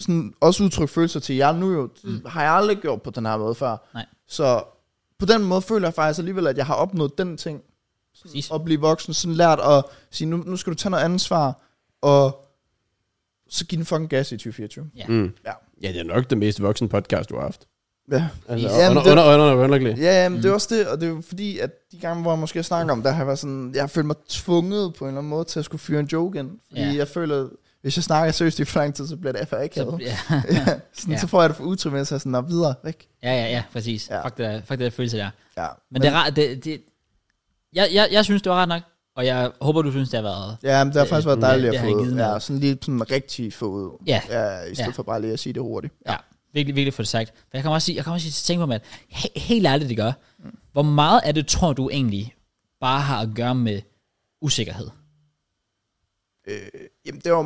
Speaker 2: sådan, også udtrykt følelser til jer nu jo, det har jeg aldrig gjort på den her måde før.
Speaker 1: Nej.
Speaker 2: Så på den måde føler jeg faktisk alligevel, at jeg har opnået den ting,
Speaker 1: Præcis.
Speaker 2: at blive voksen, sådan lært at sige, nu, nu skal du tage noget ansvar, og så give den fucking gas i 2024.
Speaker 3: Mm.
Speaker 2: Ja.
Speaker 3: Ja, det er nok den mest voksne podcast, du har haft.
Speaker 2: Ja,
Speaker 3: Altså,
Speaker 2: Jamen,
Speaker 3: under,
Speaker 2: det-
Speaker 3: under, under, under, under, under,
Speaker 2: ja men mm. det er også det, og det er jo fordi, at de gange, hvor jeg måske snakker om, der har jeg været sådan, jeg har følt mig tvunget på en eller anden måde til at skulle fyre en joke ind, fordi
Speaker 1: Ja.
Speaker 2: ja. jeg føler, hvis jeg snakker seriøst i for lang tid, så bliver det for
Speaker 1: Så,
Speaker 2: akavet.
Speaker 1: ja.
Speaker 2: ja, sådan,
Speaker 1: Ja.
Speaker 2: ja. så får jeg det for utrymme, så er jeg sådan, "Nå, videre, væk.
Speaker 1: ja, ja, ja, præcis. Ja.
Speaker 2: Ja.
Speaker 1: Fuck, det der, fuck det der følelse der.
Speaker 2: Ja,
Speaker 1: Men, men det er rart, det, det, jeg, jeg, jeg synes, det var ret nok, og jeg håber, du synes, det har været...
Speaker 2: Ja, men det har faktisk været
Speaker 1: Ja,
Speaker 2: dejligt
Speaker 1: det
Speaker 2: at
Speaker 1: har
Speaker 2: få
Speaker 1: ikke
Speaker 2: ud.
Speaker 1: givet
Speaker 2: Ja,
Speaker 1: noget.
Speaker 2: sådan lige sådan rigtig få ud.
Speaker 1: Ja.
Speaker 2: ja I stedet
Speaker 1: Ja.
Speaker 2: ja. for bare lige at sige det hurtigt.
Speaker 1: Ja. ja. Virkelig, virkelig få det sagt. For jeg kan også sige, jeg kan også sige til at tænke på, at he, helt ærligt, det gør. Hvor meget af det tror du egentlig bare har at gøre med usikkerhed?
Speaker 2: Øh, jamen, det var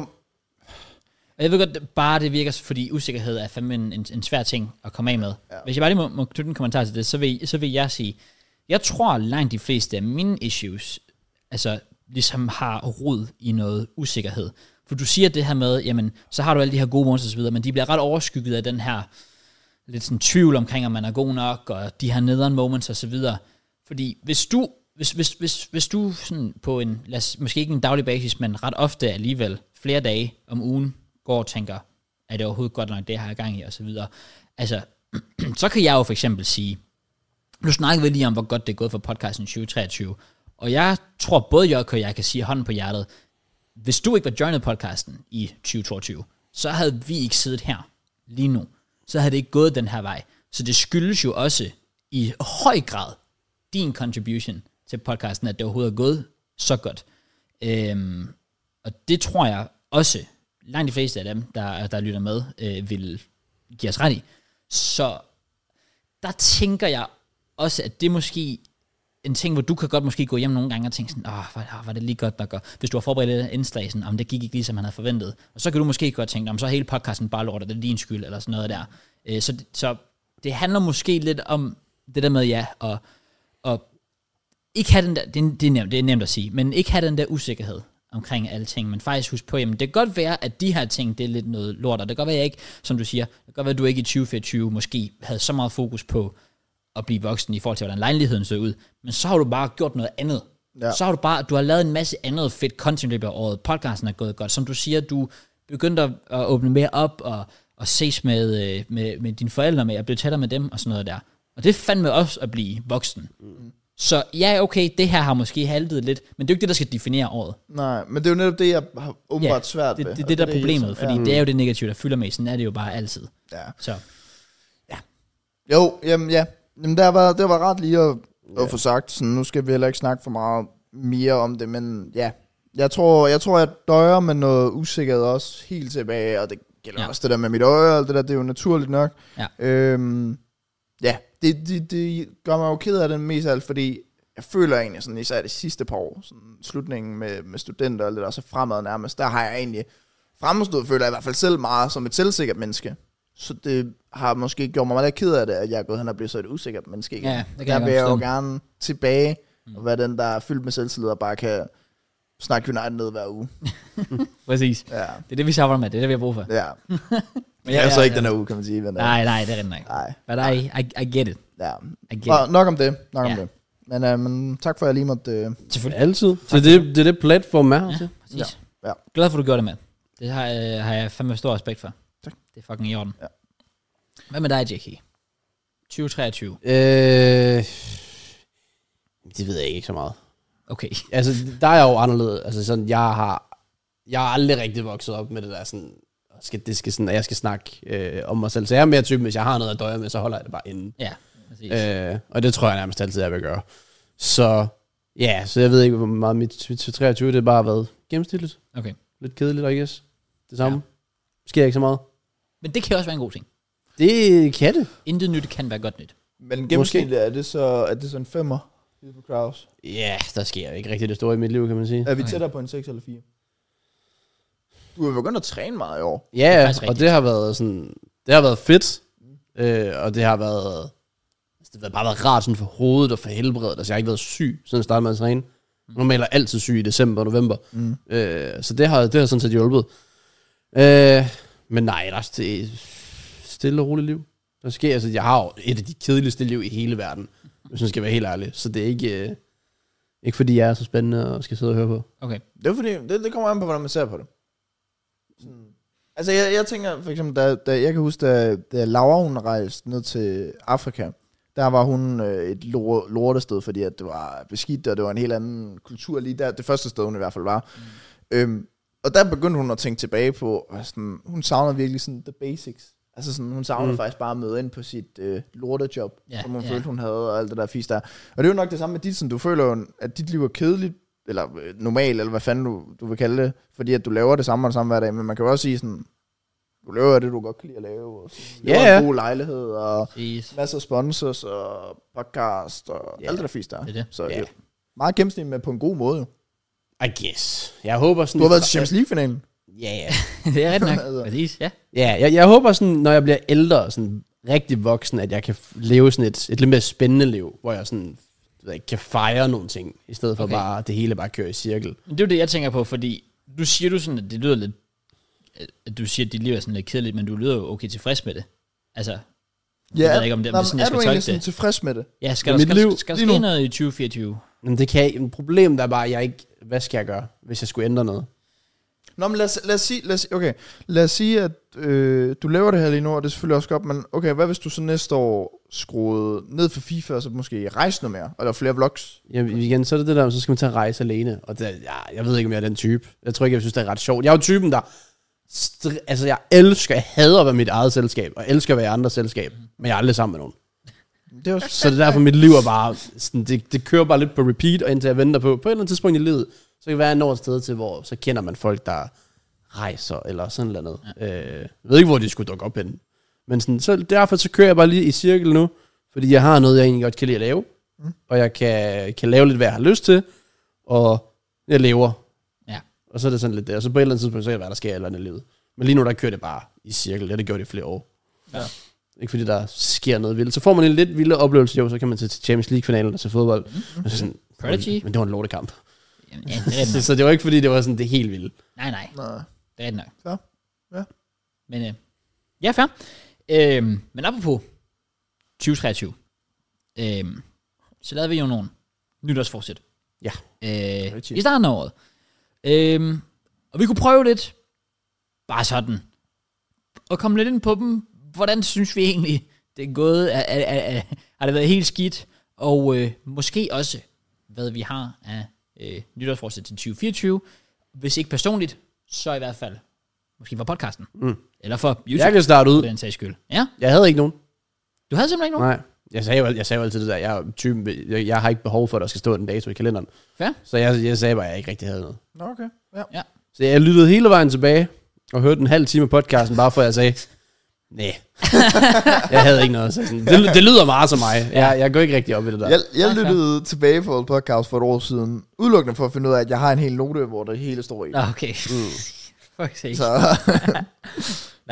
Speaker 1: Og jeg ved godt, det- bare det virker, fordi usikkerhed er fandme en, en, en svær ting at komme af med. Ja. Hvis jeg bare lige må, må knytte en kommentar til det, så vil, så vil jeg sige, jeg tror langt de fleste af mine issues, altså ligesom har rod i noget usikkerhed. For du siger det her med, jamen, så har du alle de her gode måneder og så videre, men de bliver ret overskygget af den her lidt sådan tvivl omkring, om man er god nok, og de her nederen moments og så videre. Fordi hvis du, hvis, hvis, hvis, hvis du sådan på en, lad os, måske ikke en daglig basis, men ret ofte alligevel, flere dage om ugen, går og tænker, er det overhovedet godt nok, det jeg har gang i, og så videre. Altså, så kan jeg jo for eksempel sige, nu snakker vi lige om, hvor godt det er gået for podcasten 2023, og jeg tror både Jørg og jeg kan sige hånden på hjertet, hvis du ikke var joinet podcasten i 2022, så havde vi ikke siddet her lige nu. Så havde det ikke gået den her vej. Så det skyldes jo også i høj grad din contribution til podcasten, at det overhovedet er gået så godt. Øhm, og det tror jeg også, langt de fleste af dem, der, der lytter med, øh, vil give os ret i. Så der tænker jeg også, at det måske en ting, hvor du kan godt måske gå hjem nogle gange og tænke sådan, åh, var, åh, var det lige godt nok, og hvis du har forberedt et indslag, sådan, om det gik ikke lige, som han havde forventet, og så kan du måske godt tænke, om så er hele podcasten bare lort, og det er din skyld, eller sådan noget der. Øh, så, så det handler måske lidt om det der med, ja, og, og ikke have den der, det, er- det, er nemt, det er nemt at sige, men ikke have den der usikkerhed omkring alle ting, men faktisk huske på, jamen det kan godt være, at de her ting, det er lidt noget lort, og det kan godt være, at jeg ikke, som du siger, det kan godt være, at du ikke i 2024 måske havde så meget fokus på at blive voksen i forhold til, hvordan lejligheden så ud, men så har du bare gjort noget andet.
Speaker 2: Ja.
Speaker 1: Ja. Så har du bare, du har lavet en masse andet fedt content i løbet af året, podcasten er gået godt, som du siger, du begyndte at, at åbne mere op, og, og ses med, øh, med, med dine forældre, med at blive tættere med dem, og sådan noget der. Og det fandt med os at blive voksen. Så ja, okay, det her har måske haltet lidt, men det er jo ikke det, der skal definere året.
Speaker 2: Nej, men det er jo netop det, jeg har åbenbart
Speaker 1: Ja,
Speaker 2: svært
Speaker 1: Det,
Speaker 2: Altså, ved.
Speaker 1: det, det,
Speaker 2: og
Speaker 1: det der er problemet,
Speaker 2: irriterende.
Speaker 1: fordi det er jo det negative, der fylder mest. Sådan er det jo bare altid.
Speaker 2: Ja. ja.
Speaker 1: Så
Speaker 2: Jo, jamen ja. Jamen, der var, det var ret lige at, at få sagt, sådan, nu skal vi heller ikke snakke for meget mere om det, men ja. Jeg tror, jeg, tror, jeg døjer med noget usikkerhed også helt tilbage, og det gælder
Speaker 1: Ja.
Speaker 2: ja. også det der med mit øje og alt det der, det er jo naturligt nok.
Speaker 1: Ja.
Speaker 2: Øhm, ja, det, det, det gør mig jo ked af det mest af alt, fordi jeg føler egentlig sådan, især de sidste par år, sådan slutningen med, med studenter og alt det der, så fremad nærmest, der har jeg egentlig fremstået, føler jeg i hvert fald selv meget som et selvsikkert menneske. Så det har måske gjort mig meget lidt ked af det, at jeg er gået hen og blevet så et usikkert menneske igen.
Speaker 1: Ja, det kan
Speaker 2: der
Speaker 1: jeg godt
Speaker 2: vil jeg jo
Speaker 1: forstå. Mm.
Speaker 2: gerne tilbage og være den, der er fyldt med selvtillid og bare kan snakke United ned hver uge.
Speaker 1: præcis.
Speaker 2: Ja,
Speaker 1: Det er det, vi savner med. Det er det, vi har brug for.
Speaker 2: ja. Men
Speaker 1: Men
Speaker 2: jeg er så ikke den her uge, kan man sige. Men, øh,
Speaker 1: Nej, nej, det er rigtig nok.
Speaker 2: Nej.
Speaker 1: But I, I, I get it.
Speaker 2: Ja.
Speaker 1: I get
Speaker 2: Nå, nok om det. Nok om
Speaker 1: Ja.
Speaker 2: det. Men, øh, men tak for, at jeg lige måtte... Øh,
Speaker 1: it. Selvfølgelig.
Speaker 3: Altid. Det er det, det, er det platform er altså? her til.
Speaker 1: Præcis.
Speaker 2: ja.
Speaker 1: Glad for, at du gjorde det med. Det har, øh, har jeg fandme stor respekt for.
Speaker 2: Tak.
Speaker 1: Det er fucking i orden.
Speaker 2: Ja.
Speaker 1: Hvad med dig, Jackie? 2023.
Speaker 3: Øh, det ved jeg ikke så meget.
Speaker 1: Okay.
Speaker 3: Altså, der er jeg jo anderledes. Altså, sådan, jeg har, jeg har aldrig rigtig vokset op med det der sådan, og skal, det skal sådan, at jeg skal snakke øh, om mig selv. Så jeg er mere typen, hvis jeg har noget at døje med, så holder jeg det bare inde.
Speaker 1: Ja, præcis. Øh.
Speaker 3: Øh, og det tror jeg nærmest altid, jeg vil gøre. Så ja, så jeg ved ikke, hvor meget mit 2023, det har bare været gennemsnitligt.
Speaker 1: Okay.
Speaker 3: Lidt kedeligt, I guess. Det samme.
Speaker 1: Ja.
Speaker 3: Ja. Sker ikke så meget.
Speaker 1: Men det kan også være en god ting.
Speaker 3: Det kan det.
Speaker 1: Intet nyt kan være godt nyt.
Speaker 2: Men gennemsnitligt, er det, så, er det så en femmer? ude På Kraus?
Speaker 3: Ja, der sker jo ikke rigtig det store i mit liv, kan man sige.
Speaker 2: Er vi
Speaker 1: Okay.
Speaker 2: tættere på en 6 eller 4? Du er begyndt at træne meget i år.
Speaker 3: Ja,
Speaker 1: er
Speaker 3: det
Speaker 1: faktisk
Speaker 3: og
Speaker 1: rigtigt.
Speaker 3: det har været sådan, det har været fedt, øh, og det har været, altså, det har bare været rart sådan for hovedet og for helbredet, altså jeg har ikke været syg, siden jeg startede med at træne. Normalt er jeg altid syg i december og november, mm. øh, så det har, det har sådan set hjulpet. Øh, men nej, der er st- stille og roligt liv. Der sker, altså jeg har jo et af de kedeligste liv i hele verden, hvis man skal være helt ærlig, så det er ikke, øh, ikke fordi jeg er så spændende og skal sidde og høre på.
Speaker 1: Okay.
Speaker 2: Det er fordi, det, det kommer an på, hvordan man ser på det. Sådan. Altså, jeg, jeg tænker for eksempel, da, da jeg kan huske, da, da Laura hun rejste ned til Afrika, der var hun øh, et lor- lortested, fordi at det var beskidt, og det var en helt anden kultur lige der. Det første sted, hun i hvert fald var. Mm. Øhm, og der begyndte hun at tænke tilbage på, at sådan, hun savner virkelig sådan the basics. Altså sådan, hun savner mm. faktisk bare at møde ind på sit øh, lortejob,
Speaker 1: Ja,
Speaker 2: yeah, som hun
Speaker 1: ja.
Speaker 2: yeah. følte, hun havde, og alt det der fisk der. Og det er jo nok det samme med dit, sådan, du føler jo, at dit liv er kedeligt, eller øh, normal, eller hvad fanden du, du vil kalde det, fordi at du laver det samme og det samme hver dag, men man kan jo også sige sådan, du laver det, du godt kan lide at lave, og sådan,
Speaker 3: Ja,
Speaker 2: yeah.
Speaker 3: ja.
Speaker 2: en god lejlighed, og
Speaker 1: Præcis.
Speaker 2: masser af sponsors, og podcast, og yeah. alt det der fisk der.
Speaker 1: Det er det.
Speaker 2: Så
Speaker 3: Ja.
Speaker 2: yeah. meget gennemsnit med på en god måde. jo.
Speaker 3: I guess. Jeg håber sådan...
Speaker 2: Du har været til Champions League-finalen.
Speaker 3: Ja, ja.
Speaker 1: det er rigtigt nok.
Speaker 2: Altså.
Speaker 1: Præcis, ja.
Speaker 3: Ja, jeg, jeg håber sådan, når jeg bliver ældre, sådan rigtig voksen, at jeg kan f- leve sådan et, et lidt mere spændende liv, hvor jeg sådan du ved, ikke, kan fejre nogle ting, i stedet for
Speaker 1: Okay.
Speaker 3: okay. bare, at det hele bare kører i cirkel.
Speaker 1: Men det er jo det, jeg tænker på, fordi du siger du sådan, at det lyder lidt, at du siger, at dit liv er sådan lidt kedeligt, men du lyder jo okay tilfreds med det. Altså, ja, jeg ved ikke, om det, om det er sådan, jeg
Speaker 2: er
Speaker 1: skal
Speaker 2: du egentlig
Speaker 1: tolke
Speaker 2: sådan
Speaker 1: det.
Speaker 2: tilfreds med det?
Speaker 1: Ja, skal der,
Speaker 3: Mit
Speaker 1: skal,
Speaker 3: liv
Speaker 1: skal, skal der
Speaker 2: lige
Speaker 1: ske
Speaker 2: nu.
Speaker 1: noget i 2024?
Speaker 3: Men det kan jeg, problemet er bare, at jeg ikke, hvad skal jeg gøre, hvis jeg skulle ændre noget?
Speaker 2: Nå, men lad os, lad os sige, lad os, okay, lad os sige, at øh, du laver det her lige nu, og det er selvfølgelig også godt, men okay, hvad hvis du så næste år skruede ned for FIFA, og så måske rejse noget mere, eller flere vlogs?
Speaker 3: Jeg, igen, så er det det der, så skal man til at rejse alene, og det, ja, jeg ved ikke, om jeg er den type. Jeg tror ikke, jeg synes, det er ret sjovt. Jeg er jo typen, der, str- altså jeg elsker, jeg hader at være mit eget selskab, og elsker at være i andres selskab, men jeg er aldrig sammen med nogen.
Speaker 2: Det er jo
Speaker 3: Så det er derfor, mit liv er bare, sådan, det, det kører bare lidt på repeat, og indtil jeg venter på, på et eller andet tidspunkt i livet, så kan det være, at jeg når et sted til, hvor så kender man folk, der rejser, eller sådan eller andet. Ja. Øh, jeg ved ikke, hvor de skulle dukke op henne. Men sådan, så derfor så kører jeg bare lige i cirkel nu, fordi jeg har noget, jeg egentlig godt kan lide at lave.
Speaker 1: Mm.
Speaker 3: og jeg kan, kan lave lidt, hvad jeg har lyst til, og jeg lever.
Speaker 1: Ja.
Speaker 3: Og så er det sådan lidt det, og så på et eller andet tidspunkt, så kan det være, der sker et eller andet i livet. Men lige nu, der kører det bare i cirkel, og det gjorde det i flere år.
Speaker 1: Ja.
Speaker 3: Ikke fordi der sker noget vildt. Så får man en lidt vild oplevelse, jo, så kan man til til Champions League-finalen og til fodbold. Mm-hmm. Og så sådan,
Speaker 1: Prodigy.
Speaker 3: Men det var en lortekamp.
Speaker 1: Jamen, ja, det er rigtig
Speaker 3: Så,
Speaker 1: nok.
Speaker 3: så det var ikke fordi, det var sådan det helt vilde.
Speaker 1: Nej, nej.
Speaker 2: Nej.
Speaker 1: Det er rigtig nok.
Speaker 2: Så, ja.
Speaker 1: Men øh, ja, fair. Øhm, men apropos 2023, øhm, så lavede vi jo nogle nytårsforsæt.
Speaker 3: Ja.
Speaker 1: Øh,
Speaker 2: Rigtig.
Speaker 1: I starten af året. Øhm, og vi kunne prøve lidt, bare sådan, og komme lidt ind på dem. Hvordan synes vi egentlig, det er gået? Er, er, er, er, har det været helt skidt? Og øh, måske også, hvad vi har af øh, nytårsforsæt til 2024. Hvis ikke personligt, så i hvert fald Måske for podcasten. Mm. Eller for YouTube,
Speaker 3: Jeg kan starte ud.
Speaker 1: for den sags skyld. Ja,
Speaker 3: Jeg havde ikke nogen.
Speaker 1: du havde simpelthen ikke nogen.
Speaker 3: Nej. Jeg sagde, jo, al- jeg sagde jo altid det der, jeg, er jo typen, jeg, jeg har ikke behov for, at der skal stå en dato i kalenderen.
Speaker 1: Fair.
Speaker 3: Så jeg, jeg sagde bare, at jeg ikke rigtig havde noget.
Speaker 2: Nå, okay. Ja.
Speaker 1: Ja.
Speaker 3: Så jeg lyttede hele vejen tilbage, og hørte en halv time af podcasten, bare for at jeg sagde, nej, jeg havde ikke noget. Så sådan, det, det lyder meget som mig. Jeg, jeg går ikke rigtig op i det der.
Speaker 2: Jeg, jeg
Speaker 1: Ja, fair.
Speaker 2: lyttede tilbage på et podcast for et år siden, udelukkende for at finde ud af, at jeg har en hel note, hvor det hele står i.
Speaker 1: Nå, okay. Mm. Fuck sake.
Speaker 2: Så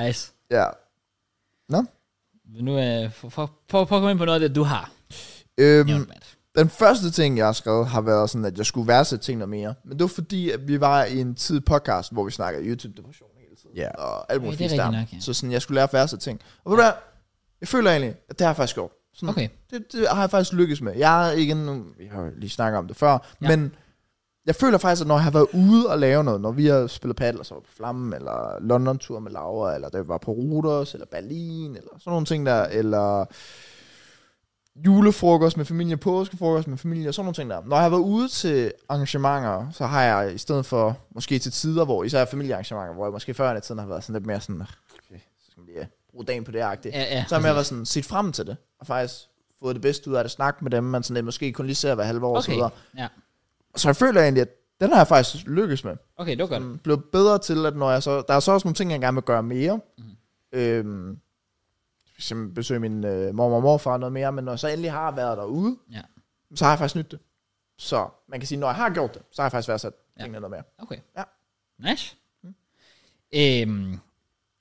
Speaker 1: Nice.
Speaker 2: ja.
Speaker 1: Men nu er for, for, for, for at komme ind på noget af det, du har
Speaker 2: Øhm,
Speaker 1: nævnt, Matt.
Speaker 2: den første ting, jeg har skrevet, har været sådan, at jeg skulle værdsætte tingene mere. Men det var fordi, at vi var i en tid podcast, hvor vi snakkede YouTube-depression hele tiden.
Speaker 3: Ja.
Speaker 2: Og alt
Speaker 1: Ja,
Speaker 2: muligt
Speaker 1: det er
Speaker 2: fisk der.
Speaker 1: rigtigt nok, ja.
Speaker 2: Så sådan, jeg skulle lære at værdsætte ting. Og ved du hvad? Jeg føler egentlig, at det har jeg faktisk gjort. Sådan,
Speaker 1: Okay.
Speaker 2: det, det har jeg faktisk lykkes med. Jeg er ikke en, vi har jo lige snakket om det før,
Speaker 1: Ja.
Speaker 2: ja. men jeg føler faktisk, at når jeg har været ude og lave noget, når vi har spillet paddler, så var på Flammen, eller London-tur med Laura, eller det var på Ruders, eller Berlin, eller sådan nogle ting der, eller julefrokost med familie, påskefrokost med familie, og sådan nogle ting der. Når jeg har været ude til arrangementer, så har jeg i stedet for, måske til tider, hvor især familiearrangementer, hvor jeg måske før i tiden har været sådan lidt mere sådan, okay, så skal vi lige bruge dagen på det agtigt.
Speaker 1: Ja, ja.
Speaker 2: Så har jeg været sådan set frem til det, og faktisk fået det bedste ud af det, snakket med dem, man sådan lidt måske kun lige ser hver halve år og så
Speaker 1: Okay.
Speaker 2: videre.
Speaker 1: Ja.
Speaker 2: Så jeg føler egentlig, at den har jeg faktisk lykkes med.
Speaker 1: Okay, det var godt.
Speaker 2: Mm, Blevet bedre til, at når jeg så... Der er så også nogle ting, jeg gerne vil gøre mere. Mm.
Speaker 1: Mhm.
Speaker 2: Øhm, for eksempel besøge min øh, mormor og morfar noget mere, men når jeg så endelig har været derude,
Speaker 1: Ja.
Speaker 2: så har jeg faktisk nydt det. Så man kan sige, når jeg har gjort det, så har jeg faktisk været sat
Speaker 1: Ja.
Speaker 2: ja. tingene noget mere.
Speaker 1: Okay.
Speaker 2: Ja.
Speaker 1: Nice. Mm. Øhm,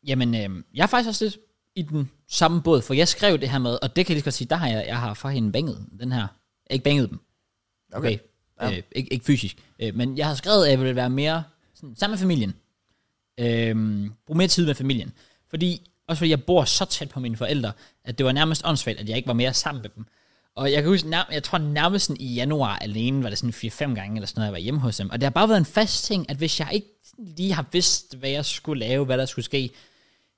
Speaker 1: jamen, øhm, jeg er faktisk også lidt i den samme båd, for jeg skrev det her med, og det kan jeg lige så godt sige, der har jeg, jeg har fucking banget den her. Ikke banget dem. Okay. okay. Ja. Øh, ikke, ikke fysisk. Øh, men jeg har skrevet, at jeg ville være mere sådan, sammen med familien. Øh, brug mere tid med familien. Fordi, også fordi jeg bor så tæt på mine forældre, at det var nærmest åndssvagt, at jeg ikke var mere sammen med dem. Og jeg kan huske, nær, jeg tror nærmest sådan i januar alene, var det sådan 4-5 gange, eller sådan noget, jeg var hjemme hos dem. Og det har bare været en fast ting, at hvis jeg ikke lige har vidst, hvad jeg skulle lave, hvad der skulle ske,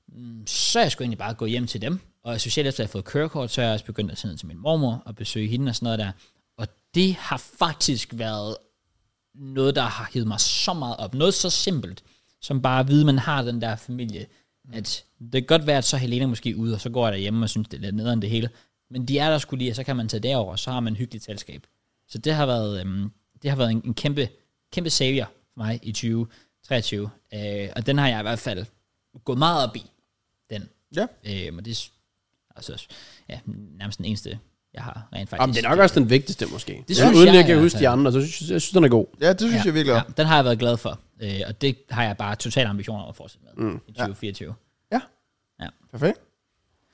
Speaker 1: mm, så er jeg skulle egentlig bare gå hjem til dem. Og specielt efter jeg har fået kørekort, så er jeg også begyndt at sende til min mormor og besøge hende og sådan noget der. Og det har faktisk været noget, der har hivet mig så meget op. Noget så simpelt, som bare at vide, man har den der familie.
Speaker 3: Mm.
Speaker 1: At det kan godt være, at så er Helena måske ude, og så går jeg derhjemme og synes, det er lidt nederen det hele. Men de er der skulle lige, og så kan man tage derover, og så har man et hyggeligt selskab. Så det har været, øhm, det har været en, en kæmpe, kæmpe savior for mig i 2023. Øh, og den har jeg i hvert fald gået meget op i, den.
Speaker 2: Ja.
Speaker 1: Øh, og det er s- altså, også- ja, nærmest den eneste, jeg har rent faktisk.
Speaker 3: Jamen, det er nok også den vigtigste, måske. Det
Speaker 1: synes
Speaker 3: synes
Speaker 1: jeg
Speaker 3: Uden jeg, jeg
Speaker 1: i
Speaker 3: kan
Speaker 1: hvert
Speaker 3: huske
Speaker 1: fald.
Speaker 3: de andre, så synes jeg, synes, den er god.
Speaker 2: Ja, det synes ja. jeg virkelig
Speaker 1: ja,
Speaker 2: også.
Speaker 1: den har jeg været glad for. Øh, og det har jeg bare total ambitioner om at fortsætte med mm. i 2024.
Speaker 2: Ja.
Speaker 1: Ja.
Speaker 2: Perfekt.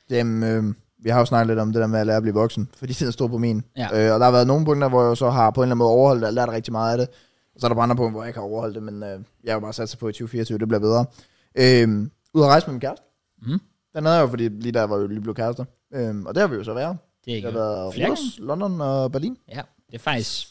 Speaker 2: Jamen, øh, vi har jo snakket lidt om det der med at lære at blive voksen, fordi tiden står på min.
Speaker 1: Ja.
Speaker 2: Øh, og der har været nogle punkter, hvor jeg så har på en eller anden måde overholdt det, og lært rigtig meget af det. Og så er der bare andre punkter, hvor jeg ikke har overholdt det, men øh, jeg har jo bare sat sig på i 2024, det bliver bedre. Øh, ud at rejse med min kæreste.
Speaker 1: Mhm.
Speaker 2: Den havde jeg jo, fordi lige der var jo lige blevet kærester. Øh, og det har vi jo så været.
Speaker 1: Det er
Speaker 2: Det har
Speaker 1: ikke
Speaker 2: været
Speaker 1: Flere
Speaker 2: Rhodes, London og Berlin.
Speaker 1: Ja, det er faktisk...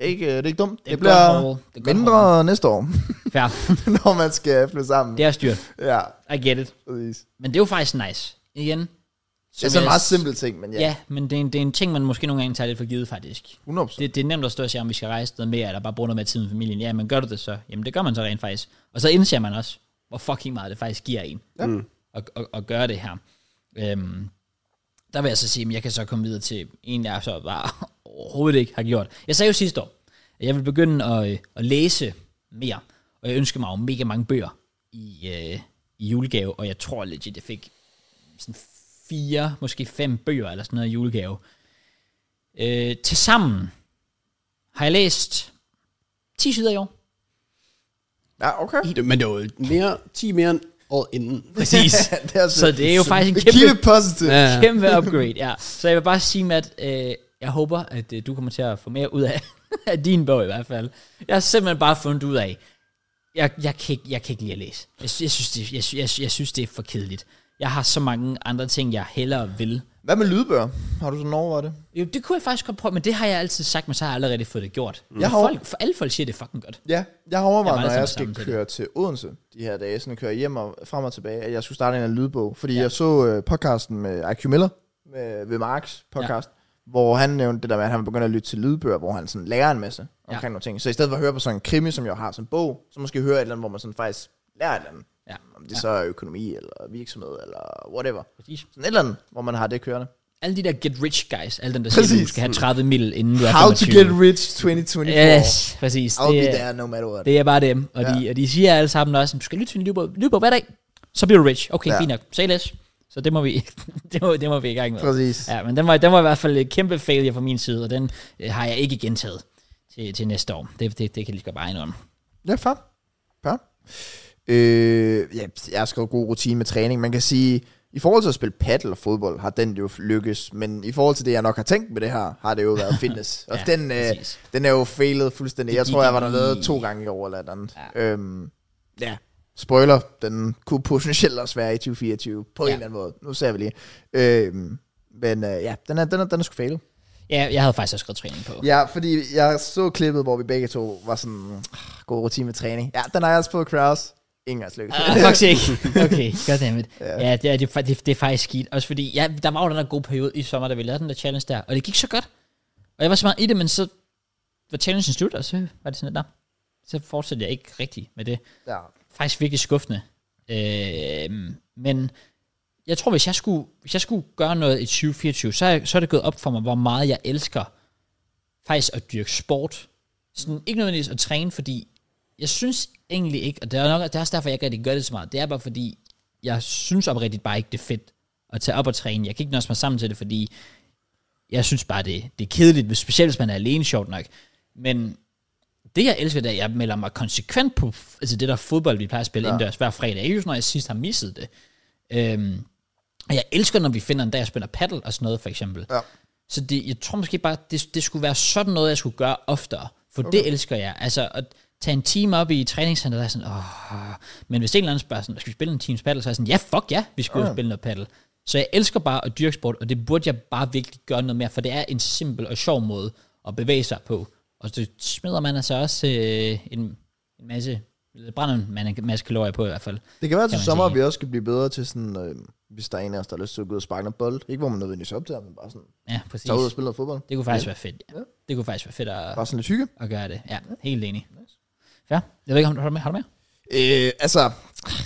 Speaker 2: Ikke, øh, det er ikke dumt.
Speaker 1: er
Speaker 2: Det, det
Speaker 1: et godt
Speaker 2: bliver
Speaker 1: haul. Det er et godt
Speaker 2: mindre næste år,
Speaker 1: Fair.
Speaker 2: når man skal flytte sammen.
Speaker 1: Det er styrt.
Speaker 2: Ja,
Speaker 1: I get it.
Speaker 2: præcis.
Speaker 1: Men det er jo faktisk nice. Igen.
Speaker 2: Det er sådan en meget simpel ting, men
Speaker 1: Ja,
Speaker 2: ja,
Speaker 1: ja men det er, en, det er en ting, man måske nogle gange tager lidt for givet, faktisk.
Speaker 2: 100%.
Speaker 1: Det, det er nemt at stå og sige, om vi skal rejse noget mere, eller bare bruge noget mere tid med familien. Ja, men gør du det så? Jamen, det gør man så rent faktisk. Og så indser man også, hvor fucking meget det faktisk giver en.
Speaker 2: Ja.
Speaker 1: Mm. At, at, at gøre det her. Øhm, der vil jeg så sige, at jeg kan så komme videre til en, jeg så bare overhovedet ikke har gjort. Jeg sagde jo sidste år, at jeg ville begynde at, øh, at læse mere, og jeg ønskede mig jo mega mange bøger i, øh, i julegave, og jeg tror legit, jeg fik sådan fire, måske fem bøger eller sådan noget i julegave. Øh, tilsammen har jeg læst 10 sider i år.
Speaker 2: Ja, okay.
Speaker 3: Det, men det var jo mere, 10 mere end året inden.
Speaker 1: Præcis.
Speaker 2: det er altså
Speaker 1: så det er jo faktisk en
Speaker 2: Keep
Speaker 1: kæmpe,
Speaker 2: it positive. Ja.
Speaker 3: Ja.
Speaker 1: kæmpe upgrade, ja. Så jeg vil bare sige, Matt, øh, jeg håber, at øh, du kommer til at få mere ud af, af din bog i hvert fald. Jeg har simpelthen bare fundet ud af, jeg, jeg, kan, ikke, jeg kan ikke lide at læse. Jeg, sy- jeg, synes, det, jeg, sy- jeg, sy- jeg synes, det er for kedeligt. Jeg har så mange andre ting, jeg hellere vil.
Speaker 2: Hvad med lydbøger? Har du sådan overvejet det?
Speaker 1: Jo, det kunne jeg faktisk godt prøve, men det har jeg altid sagt, men så har jeg allerede fået det gjort. Jeg
Speaker 2: Jeg
Speaker 1: har
Speaker 2: har-
Speaker 1: folk, for alle folk siger, det er fucking godt.
Speaker 2: Ja, jeg har
Speaker 1: Jeg
Speaker 2: overvejet,
Speaker 1: var
Speaker 2: når
Speaker 1: altså
Speaker 2: jeg
Speaker 1: med
Speaker 2: skal
Speaker 1: samme til
Speaker 2: køre til Odense de her dage, sådan køre hjem og frem og tilbage, at jeg skulle starte en eller anden lydbog. Fordi ja. jeg så øh, podcasten med IQ Miller, med, ved Marks podcast, ja. hvor han nævnte det der med, at han begynder at lytte til lydbøger, hvor han sådan lærer en masse omkring
Speaker 1: Ja.
Speaker 2: nogle ting. Så i stedet for at høre på sådan en krimi, som jeg har som bog, så måske høre et eller andet, hvor man sådan faktisk lærer et eller andet.
Speaker 1: Ja,
Speaker 2: Om det ja. så er økonomi, eller virksomhed, eller whatever.
Speaker 1: præcis.
Speaker 2: Sådan et eller andet, hvor man har det kørende.
Speaker 1: Alle de der get rich guys, alle dem, der siger, at du
Speaker 2: Præcis.
Speaker 1: skal have 30 mil, inden du er
Speaker 2: How to
Speaker 1: 25.
Speaker 2: get rich 2024.
Speaker 1: Yes, præcis.
Speaker 2: I'll be
Speaker 1: Det er,
Speaker 2: there no matter what.
Speaker 1: det er bare dem. Og, ja. de, og de siger alle sammen også, at du skal lytte til en lydbog, lydbog hver dag, så bliver du rich. Okay, ja.
Speaker 2: Ja.
Speaker 1: fint nok. Se læs. Så det må vi, det må, det må vi i gang med.
Speaker 2: Præcis.
Speaker 1: Ja, men den var, den var i hvert fald et kæmpe failure fra min side, og den øh, har jeg ikke gentaget til, til næste år. Det, det, det kan jeg lige så godt bare indrømme.
Speaker 2: Ja, fair. Fair. Øh, ja, jeg har skrevet god rutine med træning. Man kan sige, i forhold til at spille paddle og fodbold, har den jo lykkes. Men i forhold til det, jeg nok har tænkt med det her, har det jo været fitness. Og
Speaker 1: Ja,
Speaker 2: den, øh,
Speaker 1: præcis.
Speaker 2: den er jo failet fuldstændig.
Speaker 1: Det
Speaker 2: Jeg
Speaker 1: gik
Speaker 2: tror, jeg var
Speaker 1: ikke
Speaker 2: dernede
Speaker 1: lige-
Speaker 2: to gange i år eller et eller andet.
Speaker 1: Ja.
Speaker 2: Ja. Øhm, ja. Spoiler, den kunne potentielt også være i 2024 på
Speaker 1: Ja.
Speaker 2: ja. en eller anden måde. Nu ser vi lige. Øhm, men øh, ja, den er, den er, den er sgu failet.
Speaker 1: Ja, jeg havde faktisk også skrevet træning på.
Speaker 2: Ja, fordi jeg så klippet, hvor vi begge to var sådan, "Ah, god rutine med træning. Ja, den har jeg også på Kraus. Ingen gangs lykke.
Speaker 1: Ah, faktisk ikke. Okay, goddammit. ja, det, er, det, er fa- det, det er faktisk skidt. Også fordi, ja, der var jo den der gode periode i sommer, da vi lavede den der challenge der, og det gik så godt. Og jeg var så meget i det, men så var challengen slut, og så var det sådan, at så fortsatte jeg ikke rigtigt med det.
Speaker 2: ja.
Speaker 1: Faktisk virkelig skuffende. Øh, men jeg tror, hvis jeg skulle, hvis jeg skulle gøre noget i 2024, så er, jeg- så er det gået op for mig, hvor meget jeg elsker faktisk at dyrke sport. Sådan, ikke nødvendigvis at træne, fordi jeg synes egentlig ikke, og det er, nok, det er også derfor, jeg ikke rigtig gør det så meget, det er bare fordi, jeg synes oprigtigt bare ikke, det er fedt at tage op og træne. Jeg kan ikke nøjes mig sammen til det, fordi jeg synes bare, det, det er kedeligt, hvis, specielt hvis man er alene, sjovt nok. Men det, jeg elsker, det er, at jeg melder mig konsekvent på f- altså det der fodbold, vi plejer at spille ja. indendørs hver fredag. Ikke just, når jeg sidst har misset det. Øhm, og jeg elsker, når vi finder en dag, jeg spiller paddle og sådan noget, for eksempel.
Speaker 2: Ja.
Speaker 1: Så det, jeg tror måske bare, det, det skulle være sådan noget, jeg skulle gøre oftere. For okay. det elsker jeg. Altså at tage en time op i træningscenter, der er sådan, åh. Men hvis en eller anden spørger sådan, skal vi spille en times paddle? Så er jeg sådan, ja, fuck ja, vi skal okay. spille noget paddle. Så jeg elsker bare at dyrke sport, og det burde jeg bare virkelig gøre noget mere, for det er en simpel og sjov måde at bevæge sig på. Og det smider man altså også øh, en, en masse, eller brænder en man- en masse kalorier på i hvert fald.
Speaker 2: Det kan være
Speaker 1: Kan
Speaker 2: til
Speaker 1: man
Speaker 2: sommer,
Speaker 1: sige.
Speaker 2: at vi også skal blive bedre til sådan, øh, hvis der er en af os, der har lyst til at gå ud og sparke noget bold. Ikke hvor man nødvendigvis opdager, men bare sådan,
Speaker 1: Ja, præcis.
Speaker 2: tage ud og spille noget fodbold.
Speaker 1: Det kunne faktisk være fedt. Ja. Det kunne faktisk være fedt at,
Speaker 2: Bare sådan lidt hygge.
Speaker 1: at gøre det. Ja, helt enig. Ja, jeg ved ikke, om du har du med. Har du med?
Speaker 2: Øh, altså,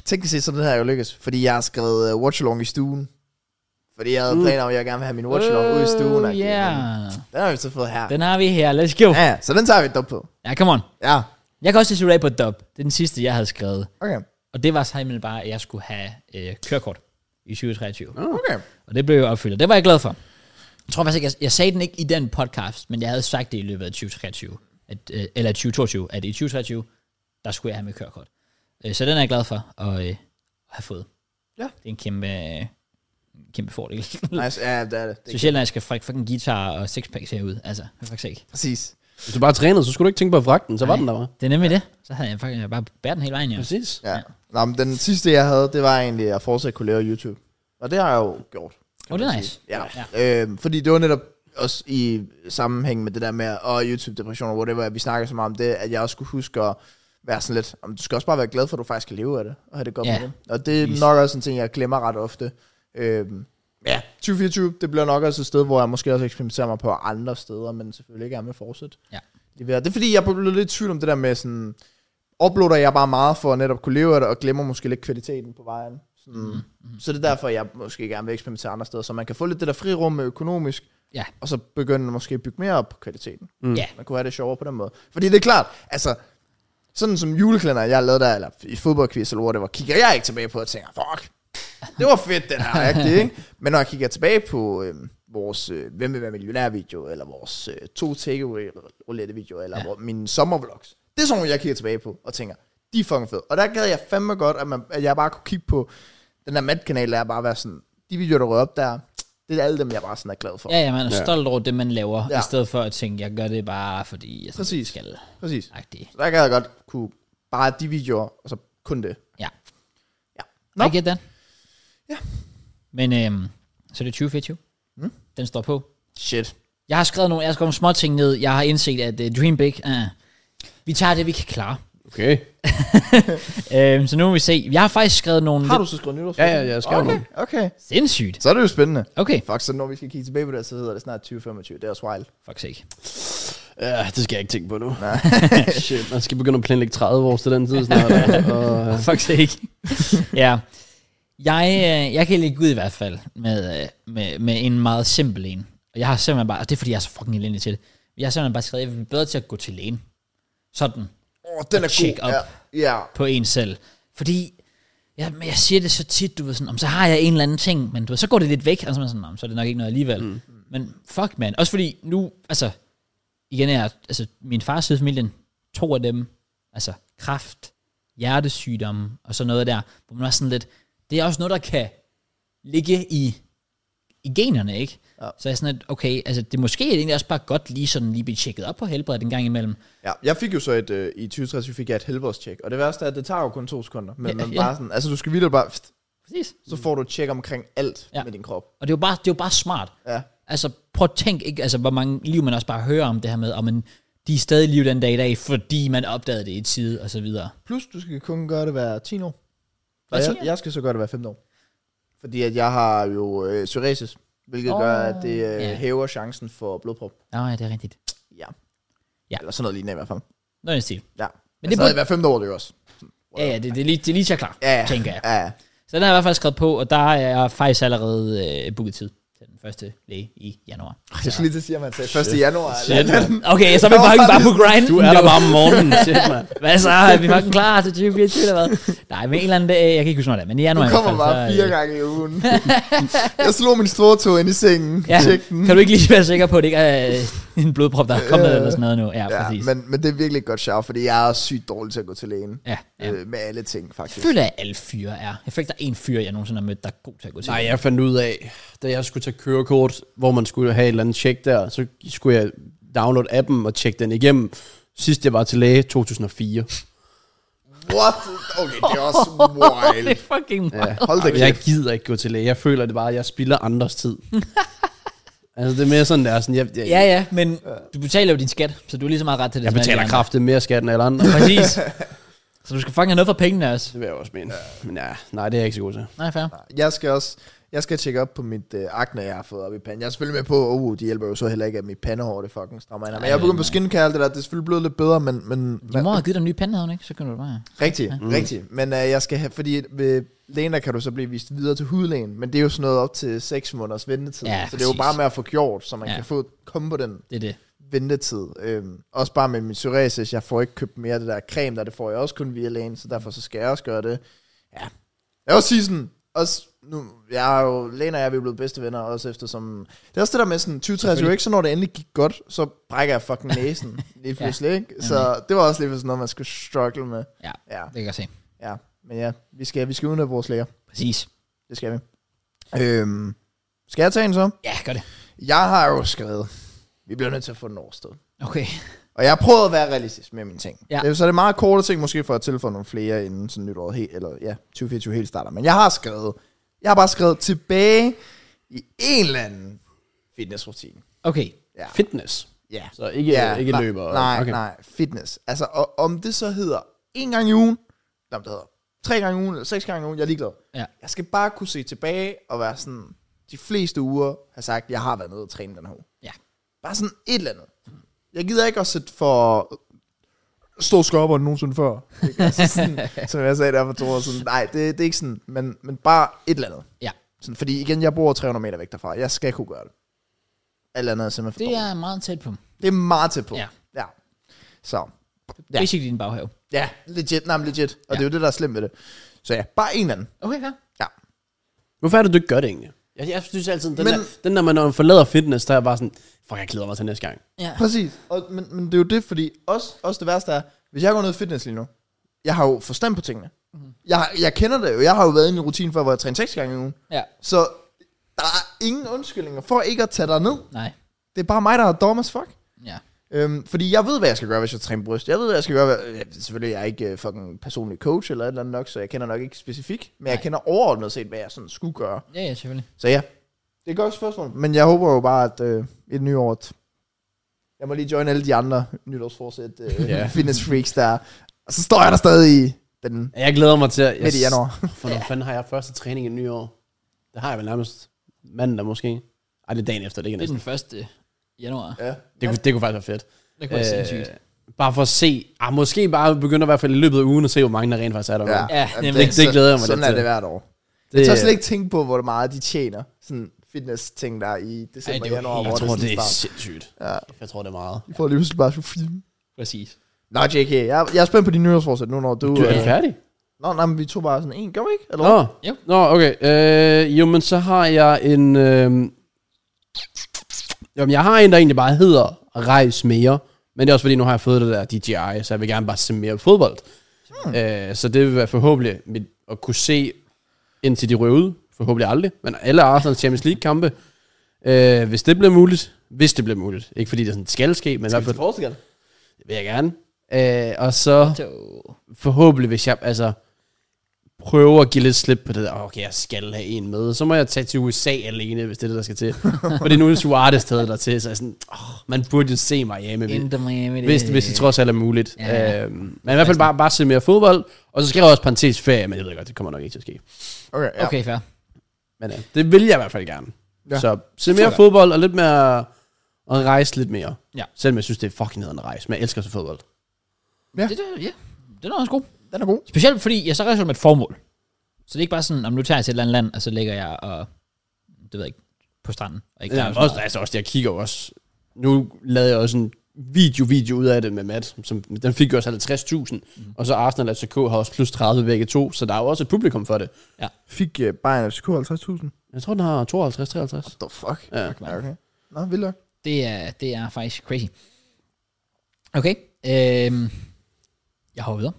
Speaker 2: teknisk set, så er det her jo lykkes, fordi jeg har skrevet uh, watch along i stuen. Fordi jeg havde planer om, at jeg gerne vil have min watch along ud i stuen. og-
Speaker 1: Uh. yeah.
Speaker 2: Den har vi så fået her.
Speaker 1: Den har vi her. Let's go.
Speaker 2: Ja, så den tager vi et dop på.
Speaker 1: Ja, come on.
Speaker 2: Ja,
Speaker 1: Jeg kan også lige rap på dub. Det er den sidste, jeg havde skrevet.
Speaker 2: okay.
Speaker 1: Og det var simpelthen bare, at jeg skulle have øh, kørekort i 2023.
Speaker 2: Okay.
Speaker 1: Og det blev jo opfyldt, og det var jeg glad for. Jeg tror faktisk ikke, jeg, jeg sagde den ikke i den podcast, men jeg havde sagt det i løbet af 2023, at, øh, eller 2022, at i 2023, der skulle jeg have mit kørekort. Øh, så den er jeg glad for at øh, have fået.
Speaker 2: Ja.
Speaker 1: Det er en kæmpe, øh, en kæmpe fordel.
Speaker 2: Nice. Ja, det er det. det er
Speaker 1: Specielt når jeg skal frække fucking guitar og sixpacks herud. Altså, for fuck's sake.
Speaker 2: præcis.
Speaker 3: Hvis du bare trænede, så skulle du ikke tænke på at frakke den, så var
Speaker 1: Nej.
Speaker 3: den der, var.
Speaker 1: Det er nemlig det. Så havde jeg fucking jeg bare bært den hele vejen, jo.
Speaker 3: Præcis.
Speaker 2: Ja. Nå, men den sidste, jeg havde, det var egentlig at fortsætte kunne lave YouTube. Og det har jeg jo gjort. kan
Speaker 1: Oh, det er
Speaker 2: man
Speaker 1: nice.
Speaker 2: sige. Ja. Øhm, fordi det var netop også i sammenhæng med det der med, og YouTube-depression og whatever, at vi snakker så meget om det, at jeg også skulle huske at være sådan lidt, om du skal også bare være glad for, at du faktisk kan leve af det, og have det godt
Speaker 1: Ja.
Speaker 2: med det. Og det er nok også en ting, jeg glemmer ret ofte. Øhm, ja, 2024, det bliver nok også et sted, hvor jeg måske også eksperimenterer mig på andre steder, men selvfølgelig ikke er med fortsæt.
Speaker 1: Ja.
Speaker 2: Det er fordi, jeg er blevet lidt i tvivl om det der med sådan, uploader jeg bare meget for at netop kunne leve af det, og glemmer måske lidt kvaliteten på vejen. Sådan. Mm. Så det er derfor, jeg måske gerne vil eksperimentere andre steder, så man kan få lidt det der frirum økonomisk,
Speaker 1: Ja.
Speaker 2: og så begynde måske at bygge mere op på kvaliteten.
Speaker 3: Mm.
Speaker 1: Ja.
Speaker 2: Man kunne have det sjovere på den måde. Fordi det er klart, altså, sådan som juleklænder, jeg lavede der, eller i fodboldquiz, eller hvor det var, kigger jeg ikke tilbage på og tænker, fuck, det var fedt den her, ikke? Det, ikke? Men når jeg kigger tilbage på øhm, vores øh, Hvem vil være millionær-video, eller vores øh, to takeaway roulette video eller ja. vores, mine sommervlogs. Det er sådan nogle, jeg kigger tilbage på og tænker, de er fucking fede. Og der gad jeg fandme godt, at, man, at jeg bare kunne kigge på den der Mad-kanal, der er bare være sådan, de videoer, der rører op der, det er alle dem, jeg bare sådan er glad for.
Speaker 1: Ja, ja, man er ja. stolt over det, man laver, ja.
Speaker 2: Ja.
Speaker 1: i stedet for at tænke, jeg gør det bare, fordi jeg sådan
Speaker 2: Præcis.
Speaker 1: skal.
Speaker 2: Præcis.
Speaker 1: Agtigt.
Speaker 2: Så der gad jeg godt kunne bare de videoer, og så kun det.
Speaker 1: Ja.
Speaker 2: Ja.
Speaker 1: Nå.
Speaker 2: Nå.
Speaker 1: I get that.
Speaker 2: Ja.
Speaker 1: Men øhm, så er det 2024. Mm. Den står på.
Speaker 2: Shit.
Speaker 1: Jeg har skrevet nogle, jeg har skrevet nogle små ting ned. Jeg har indset, at uh, dream big, uh, vi tager det, vi kan klare.
Speaker 3: Okay.
Speaker 1: Øhm, så nu må vi se. Jeg har faktisk skrevet nogle...
Speaker 2: Har du så skrevet nytårsforsæt?
Speaker 3: Ja, ja, jeg skal okay.
Speaker 2: Okay, okay.
Speaker 1: lidt- Sindssygt.
Speaker 2: Så er det jo spændende.
Speaker 1: Okay.
Speaker 2: Fuck, så når vi skal kigge tilbage på det, så hedder det snart 2025. Det er også wild.
Speaker 1: Fuck sake.
Speaker 3: Ja, det skal jeg ikke tænke på nu. Shit, man skal begynde at planlægge 30 år til den tid snart. og, øh,
Speaker 1: Fuck sake. ja. Jeg, øh, jeg kan ligge ud i hvert fald med, øh, med, med en meget simpel en. Og jeg har simpelthen bare, og det er fordi, jeg er så fucking elendig til det. Jeg har simpelthen bare skrevet, at jeg vil blive bedre til at gå til lægen. Sådan,
Speaker 2: Åh, oh, den er
Speaker 1: Check
Speaker 2: god.
Speaker 1: up.
Speaker 2: Ja. ja.
Speaker 1: på en selv. Fordi, ja, men jeg siger det så tit, du ved sådan, "Om, så har jeg en eller anden ting, men du ved, så går det lidt væk, og så er man sådan, "Nå, men så er det nok ikke noget alligevel. Mm. Men fuck, man. Også fordi nu, altså, igen er, altså, min fars side af familien, to af dem, altså, kraft, hjertesygdomme, og sådan noget der, hvor man er sådan lidt, det er også noget, der kan ligge i, i generne, ikke? Ja. Så er jeg sådan lidt, okay, altså, det er måske egentlig også bare godt lige sådan lige blive tjekket op på helbredet en gang imellem.
Speaker 2: ja. Jeg fik jo så et, øh, i 2023 fik jeg et helbredstjek, og det værste er, at det tager jo kun to sekunder, men
Speaker 1: Ja,
Speaker 2: man
Speaker 1: ja.
Speaker 2: bare sådan, altså du skal videre bare, pst,
Speaker 1: Præcis.
Speaker 2: så får du et tjek omkring alt
Speaker 1: Ja.
Speaker 2: ja. med din krop.
Speaker 1: Og det er jo bare, det er jo bare smart.
Speaker 2: Ja.
Speaker 1: Altså, prøv at tænk, ikke, altså, hvor mange liv man også bare hører om det her med, og man, de er stadig i live den dag i dag, fordi man opdagede det i tide, og så videre.
Speaker 2: Plus, du skal kun gøre det hver 10 år.
Speaker 1: Hver
Speaker 2: Og
Speaker 1: 10
Speaker 2: jeg,
Speaker 1: år?
Speaker 2: jeg skal så gøre det hver 15 år. Fordi at jeg har jo øh, psoriasis, hvilket
Speaker 1: Åh,
Speaker 2: oh, gør, at det øh,
Speaker 1: ja.
Speaker 2: hæver chancen for blodprop.
Speaker 1: Nå, ja, det er rigtigt.
Speaker 2: Ja.
Speaker 1: Ja.
Speaker 2: Eller sådan noget lignende i hvert fald.
Speaker 1: Nå, det er stil.
Speaker 2: Ja.
Speaker 1: det
Speaker 2: Men det
Speaker 1: burde-
Speaker 2: burde... hver femte år, det er jo også.
Speaker 1: Ja, ja, det, det, er lige, det er lige til at klar,
Speaker 2: Ja, ja.
Speaker 1: tænker jeg.
Speaker 2: Ja, ja.
Speaker 1: Så den har jeg i hvert fald skrevet på, og der er jeg faktisk allerede øh, booket tid til den første læge i januar.
Speaker 2: Jeg skulle lige til at sige, at man sagde 1. januar. Eller,
Speaker 1: Okay, så er vi
Speaker 2: Nå,
Speaker 1: fucking
Speaker 2: det-
Speaker 1: bare på grind.
Speaker 3: du er der bare om morgenen. Shit, mand.
Speaker 1: Hvad så? Er vi fucking klar til 2024 eller hvad? Nej, men en eller anden dag, jeg kan ikke huske, når det er, men i januar
Speaker 2: du
Speaker 1: i hvert
Speaker 2: kommer
Speaker 1: fald,
Speaker 2: bare
Speaker 1: så, øh,
Speaker 2: fire gange i ugen. jeg slog min store tog ind i sengen.
Speaker 1: Ja,
Speaker 2: Ja. Tjek den.
Speaker 1: kan du ikke lige være sikker på, at det ikke er øh, en blodprop, der er kommet
Speaker 2: Øh,
Speaker 1: eller sådan noget nu? Ja,
Speaker 2: Ja,
Speaker 1: præcis.
Speaker 2: men, men det er virkelig et godt shout, fordi jeg er sygt dårlig til at gå til lægen.
Speaker 1: Ja, ja.
Speaker 2: Øh, med alle ting,
Speaker 1: Jeg
Speaker 2: faktisk.
Speaker 1: føler, at alle fyre er. Jeg føler ikke, der er en fyr, jeg nogensinde har mødt, der er god til at gå til.
Speaker 3: Nej, jeg fandt ud af, da jeg skulle tage kørekort, hvor man skulle have et eller andet tjek der, så skulle jeg downloade appen og tjekke den igennem. Sidst jeg var til læge, 2004.
Speaker 2: What? Okay, det er også wild.
Speaker 1: det er fucking
Speaker 3: Ja.
Speaker 2: Hold da
Speaker 3: Ej, men Jeg
Speaker 2: kæft.
Speaker 3: gider ikke gå til læge. Jeg føler det bare, at jeg spilder andres tid. altså, det er mere sådan, der er sådan, jeg, jeg,
Speaker 1: Ja, ja, men du betaler jo din skat, så du er lige så meget ret til det.
Speaker 3: jeg
Speaker 1: som alle
Speaker 3: betaler
Speaker 1: de andre.
Speaker 3: kraftet mere skat end alle andre.
Speaker 1: Præcis. så du skal fucking have noget for pengene også.
Speaker 3: det vil jeg også mene. Men ja, nej, det er jeg ikke så god til.
Speaker 1: Nej, fair.
Speaker 2: Jeg skal også jeg skal tjekke op på mit øh, akne, jeg har fået op i panden. Jeg er selvfølgelig med på, at oh, de hjælper jo så heller ikke, at mit pandehår det fucking strammer ind. Men jeg er begyndt på skincare og alt det der. Det er selvfølgelig blevet lidt bedre, men... men
Speaker 1: Din mor har givet dig en ny pande, havde hun ikke? Så kan du det bare...
Speaker 2: Rigtig, mm. rigtig. Men øh, jeg skal have, fordi ved lægen, der kan du så blive vist videre til hudlægen, men det er jo sådan noget op til 6 måneders ventetid.
Speaker 1: Ja,
Speaker 2: så det er jo
Speaker 1: præcis.
Speaker 2: bare med at få gjort, så man
Speaker 1: Ja.
Speaker 2: kan få komme på den
Speaker 1: Det er det.
Speaker 2: ventetid. Øhm, også bare med min psoriasis, jeg får ikke købt mere af det der creme der, det får jeg også kun via lægen, så derfor så skal jeg også gøre det. Ja. Jeg vil også sige sådan, også nu, jeg er jo, lægen og jeg, vi er blevet bedste venner, også efter som, det er også det der med sådan, 2023, ikke? Så når det endelig gik godt, så brækker jeg fucking næsen lige pludselig, ikke? Så det var også lige sådan noget, man skulle struggle med.
Speaker 1: Ja,
Speaker 2: Ja,
Speaker 1: det kan jeg godt se.
Speaker 2: ja. Men ja, vi skal, vi skal udnytte vores læger.
Speaker 1: Præcis.
Speaker 2: Det skal vi. Øhm, skal jeg tage en så?
Speaker 1: Ja, gør det.
Speaker 2: Jeg har jo skrevet, vi bliver nødt til at få den overstået.
Speaker 1: Okay.
Speaker 2: Og jeg har prøvet at være realistisk med mine ting.
Speaker 1: Ja.
Speaker 2: Ja. Så det er meget korte ting, måske for at tilføje nogle flere, inden sådan nytåret helt, eller ja, 2024 helt starter. Men jeg har skrevet, jeg har bare skrevet tilbage i en eller anden fitnessrutine.
Speaker 1: Okay.
Speaker 2: Ja.
Speaker 3: Fitness.
Speaker 2: Ja.
Speaker 3: Så ikke, ja, øh, ikke
Speaker 2: nej,
Speaker 3: løber.
Speaker 2: Nej, okay. nej, fitness. Altså, og, om det så hedder en gang i ugen, eller om det hedder tre gange i ugen, eller seks gange i ugen, jeg er ligeglad.
Speaker 1: Ja.
Speaker 2: Jeg skal bare kunne se tilbage og være sådan, de fleste uger har sagt, jeg har været nede og træne den her uge.
Speaker 1: Ja.
Speaker 2: Bare sådan et eller andet. Jeg gider ikke at sætte for stor skorper end nogensinde før. Ikke? Altså sådan, som jeg sagde der for to år siden. Nej, det, det er ikke sådan, men, men bare et eller andet.
Speaker 1: Ja.
Speaker 2: Sådan, fordi igen, jeg bor 300 meter væk derfra. Jeg skal kunne gøre det. Alt andet er simpelthen for
Speaker 1: Det
Speaker 2: dårligt.
Speaker 1: er meget tæt på.
Speaker 2: det er meget tæt på.
Speaker 1: Ja.
Speaker 2: ja. Så,
Speaker 1: Ja.
Speaker 2: Ja.
Speaker 1: Basically din baghave.
Speaker 2: ja, legit. Nej, men legit.
Speaker 1: Ja.
Speaker 2: Og det er jo det, der er slemt ved det. Så ja, bare en eller anden.
Speaker 1: Okay, fair.
Speaker 2: Ja.
Speaker 3: Hvorfor er det, du ikke gør det egentlig? Jeg, jeg synes altid, den, men,
Speaker 2: Men-
Speaker 3: der, den der, man, når man forlader fitness, der er bare sådan, fuck, jeg glæder mig til næste gang.
Speaker 1: Ja.
Speaker 2: Præcis. Og, men, men det er jo det, fordi også, også det værste er, hvis jeg går ned i fitness lige nu, jeg har jo forstand på tingene. Jeg, jeg kender det jo. Jeg har jo været i en rutine før, hvor jeg træner seks gange i ugen.
Speaker 1: ja.
Speaker 2: Så der er ingen undskyldninger for ikke at tage dig ned.
Speaker 1: Nej.
Speaker 2: Det er bare mig, der er dumb as fuck.
Speaker 1: Ja.
Speaker 2: Øhm, fordi jeg ved, hvad jeg skal gøre, hvis jeg træner bryst. Jeg ved, hvad jeg skal gøre. Hvad, øh, selvfølgelig er jeg ikke øh, fucking personlig coach eller et eller andet nok, så jeg kender nok ikke specifikt. Men jeg
Speaker 1: Nej.
Speaker 2: kender overordnet set, hvad jeg sådan skulle gøre.
Speaker 1: Ja, ja, selvfølgelig.
Speaker 2: Så ja, det er et godt spørgsmål. Men jeg håber jo bare, at øh, i det nye år, at jeg må lige join alle de andre nytårsforsæt øh,
Speaker 3: Ja.
Speaker 2: yeah. fitness freaks, der er. Og så står jeg der stadig i den
Speaker 3: Jeg glæder mig til, at...
Speaker 2: midt i januar.
Speaker 3: For når fanden har jeg første træning i nye år? Det har jeg vel nærmest mandag måske. Ej, det er dagen efter, det er ikke
Speaker 1: Det er
Speaker 3: næsten.
Speaker 1: den første januar.
Speaker 2: ja.
Speaker 3: Det, kunne, det kunne faktisk være fedt.
Speaker 1: Det kunne være sindssygt.
Speaker 3: bare for at se. Ah, måske bare begynde i hvert fald i løbet af ugen at se, hvor mange der rent faktisk er der.
Speaker 1: Ja, nemlig.
Speaker 2: det,
Speaker 3: Det glæder jeg mig
Speaker 2: Sådan
Speaker 3: lidt
Speaker 2: er det
Speaker 3: til.
Speaker 2: hvert år. Jeg tør slet ikke tænke på, hvor meget de tjener. Sådan fitness-ting, der er i december,
Speaker 1: Ej, det er jo
Speaker 2: januar.
Speaker 1: helt-
Speaker 2: hvor
Speaker 3: Jeg tror,
Speaker 2: sådan
Speaker 3: det er
Speaker 2: snart-
Speaker 3: sindssygt.
Speaker 2: Ja.
Speaker 3: Jeg tror, det er meget.
Speaker 2: De får lige pludselig bare så film.
Speaker 1: Præcis.
Speaker 2: Nå, JK, jeg, jeg er spændt på dine nyårsforsæt nu, når du...
Speaker 3: Du er
Speaker 2: øh,
Speaker 3: færdig?
Speaker 2: Nå, nej, men vi tog bare sådan en, gør vi ikke? Eller
Speaker 3: Nå,
Speaker 1: Jo.
Speaker 3: Nå okay. Øh, jo, men så har jeg en... Øh... Jamen, jeg har en, der egentlig bare hedder Rejs mere. Men det er også fordi, nu har jeg fået det der DJI, så jeg vil gerne bare se mere fodbold. Hmm. Øh, så det vil være forhåbentlig mit, at kunne se indtil de røver ud. Forhåbentlig aldrig. Men alle Arsenal Champions League-kampe, øh, hvis det bliver muligt. Hvis det bliver muligt. Ikke fordi det sådan skal ske, men i hvert fald
Speaker 2: Portugal.
Speaker 3: det vil jeg gerne. Øh, og så
Speaker 1: Så,
Speaker 3: forhåbentlig, hvis jeg altså, prøver at give lidt slip på det der, okay, jeg skal have en med, så må jeg tage til USA alene, hvis det er det, der skal til. Fordi nu er Suarez taget der til, så jeg er sådan, oh, man burde jo se Miami, hvis,
Speaker 1: Inter Miami.
Speaker 3: hvis, hvis det trods alt er muligt.
Speaker 1: øh, Ja.
Speaker 3: Ja. Øhm, men i hvert fald bare, bare se mere fodbold, og så skal jeg også parentes ferie, men jeg ved godt, det kommer nok ikke til at ske.
Speaker 2: Okay, ja.
Speaker 1: Okay, fair.
Speaker 3: Men øh, det vil jeg i hvert fald gerne.
Speaker 2: Ja.
Speaker 3: Ja. Så se mere fodbold, og lidt mere, og rejse lidt mere.
Speaker 1: Ja.
Speaker 3: Selvom jeg synes, det er fucking nederen at rejse, men jeg elsker så fodbold.
Speaker 2: Ja.
Speaker 1: Det, det, ja. Den er også god.
Speaker 2: Den er god.
Speaker 1: Specielt fordi, jeg så rejser med et formål. Så det er ikke bare sådan, om nu tager jeg til et eller andet land, og så ligger jeg og, det ved jeg ikke, på stranden. Og ikke
Speaker 3: Ja,
Speaker 1: laver
Speaker 3: men
Speaker 1: så
Speaker 3: også,
Speaker 1: meget.
Speaker 3: altså også, det, jeg kigger jo også. Nu lavede jeg også en video-video ud af det med Matt, som, den fik jo også 50.000, mm. og så Arsenal og FCK har også plus 30 væk i to, så der er jo også et publikum for det.
Speaker 2: Fik uh, Bayern FCK 50.000?
Speaker 3: Jeg tror, den har 52-53.
Speaker 2: The fuck? nou,
Speaker 3: Ja.
Speaker 2: Ja, okay. Nå, vildt nok.
Speaker 1: Det er, det er faktisk crazy. Okay. Øhm, jeg hopper videre.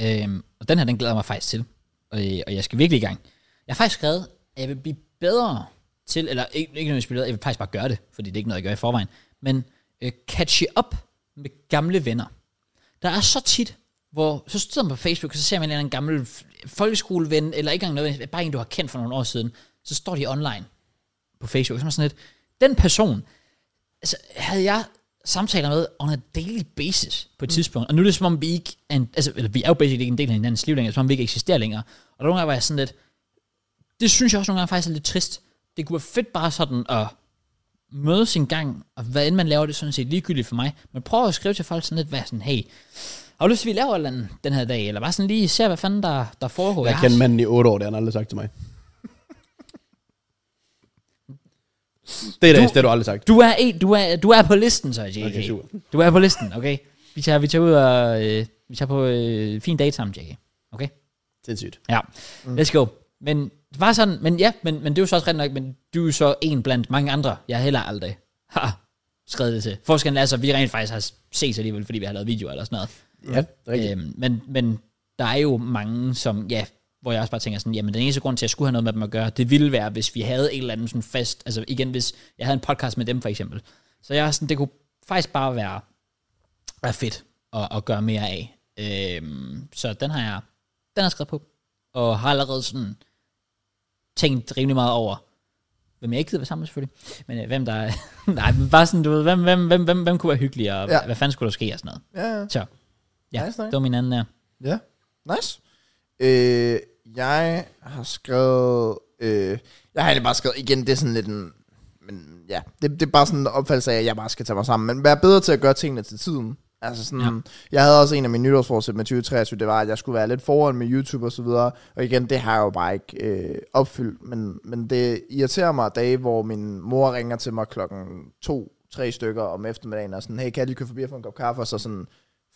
Speaker 1: Øhm, og den her, den glæder jeg mig faktisk til. Og, øh, og jeg skal virkelig i gang. Jeg har faktisk skrevet, at jeg vil blive bedre til, eller ikke, ikke noget inspireret, jeg vil faktisk bare gøre det, fordi det er ikke noget, jeg gør i forvejen, men øh, catche op med gamle venner. Der er så tit, hvor så sidder man på Facebook, og så ser man en eller anden gammel f- folkeskoleven, eller ikke engang noget, bare en, du har kendt for nogle år siden, så står de online på Facebook, så er man sådan lidt, den person, altså, havde jeg samtaler med on a daily basis på et tidspunkt, og nu er det som om vi ikke er en, altså, eller vi er jo basically ikke en del af hinandens liv længere, som om vi ikke eksisterer længere. Og der nogle gange var jeg sådan lidt, det synes jeg også nogle gange faktisk er lidt trist. Det kunne være fedt bare sådan at mødes en gang, og hvad end man laver, det er sådan set ligegyldigt for mig. Men prøv at skrive til folk sådan lidt, hvad sådan, hey, har du lyst til, at vi laver et eller andet den her dag? Eller bare sådan lige ser, hvad fanden der, der foregår.
Speaker 3: Jeg
Speaker 1: har-
Speaker 3: kendte manden i 8 år, det har han aldrig sagt til mig. det er det,
Speaker 1: Du-
Speaker 3: eneste, det har du aldrig sagt.
Speaker 1: Du er, en, du er, du er på listen, så JK.
Speaker 3: Okay, super.
Speaker 1: Du er på listen, okay? Vi tager, vi tager ud og... Øh, vi tager på øh, fin date sammen, JK. Okay?
Speaker 3: Sindssygt.
Speaker 1: Ja. Mm. Let's go. Men det var sådan... Men ja, men, men det er jo så også rent nok, men du er jo så en blandt mange andre. Jeg heller aldrig har skrevet det til. Forskellen er så, at vi rent faktisk har set alligevel, fordi vi har lavet videoer eller sådan noget.
Speaker 3: Ja, det er rigtigt.
Speaker 1: Øhm, men, men der er jo mange, som, ja, hvor jeg også bare tænker sådan, jamen den eneste grund til, at jeg skulle have noget med dem at gøre, det ville være, hvis vi havde en eller anden sådan fast, altså igen, hvis jeg havde en podcast med dem for eksempel. Så jeg er sådan, det kunne faktisk bare være, være fedt at, at gøre mere af. Øhm, så den har jeg, den har jeg skrevet på, og har allerede sådan tænkt rimelig meget over, hvem jeg ikke gider være sammen med selvfølgelig, men øh, hvem der, nej, men bare sådan, du ved, hvem, hvem, hvem, hvem, hvem kunne være hyggelig, og ja.
Speaker 2: Ja.
Speaker 1: hvad fanden skulle der ske, og sådan noget.
Speaker 2: Ja, ja.
Speaker 1: Så, ja,
Speaker 2: Nice,
Speaker 1: nice,
Speaker 2: nice.
Speaker 1: det var min anden der.
Speaker 2: Ja. Nice. Øh, jeg har skrevet... Øh, jeg har egentlig bare skrevet... Igen, det er sådan lidt en... Men ja, det, det er bare sådan en opfattelse af, at jeg bare skal tage mig sammen. Men være bedre til at gøre tingene til tiden. Altså sådan,
Speaker 1: Ja.
Speaker 2: ja. jeg havde også en af mine nytårsforsæt med 2023, det var, at jeg skulle være lidt foran med YouTube og så videre. Og igen, det har jeg jo bare ikke øh, opfyldt. Men, men det irriterer mig dage, hvor min mor ringer til mig klokken to, tre stykker om eftermiddagen, og sådan, hey, kan jeg lige køre forbi og få en kop kaffe? Og så sådan,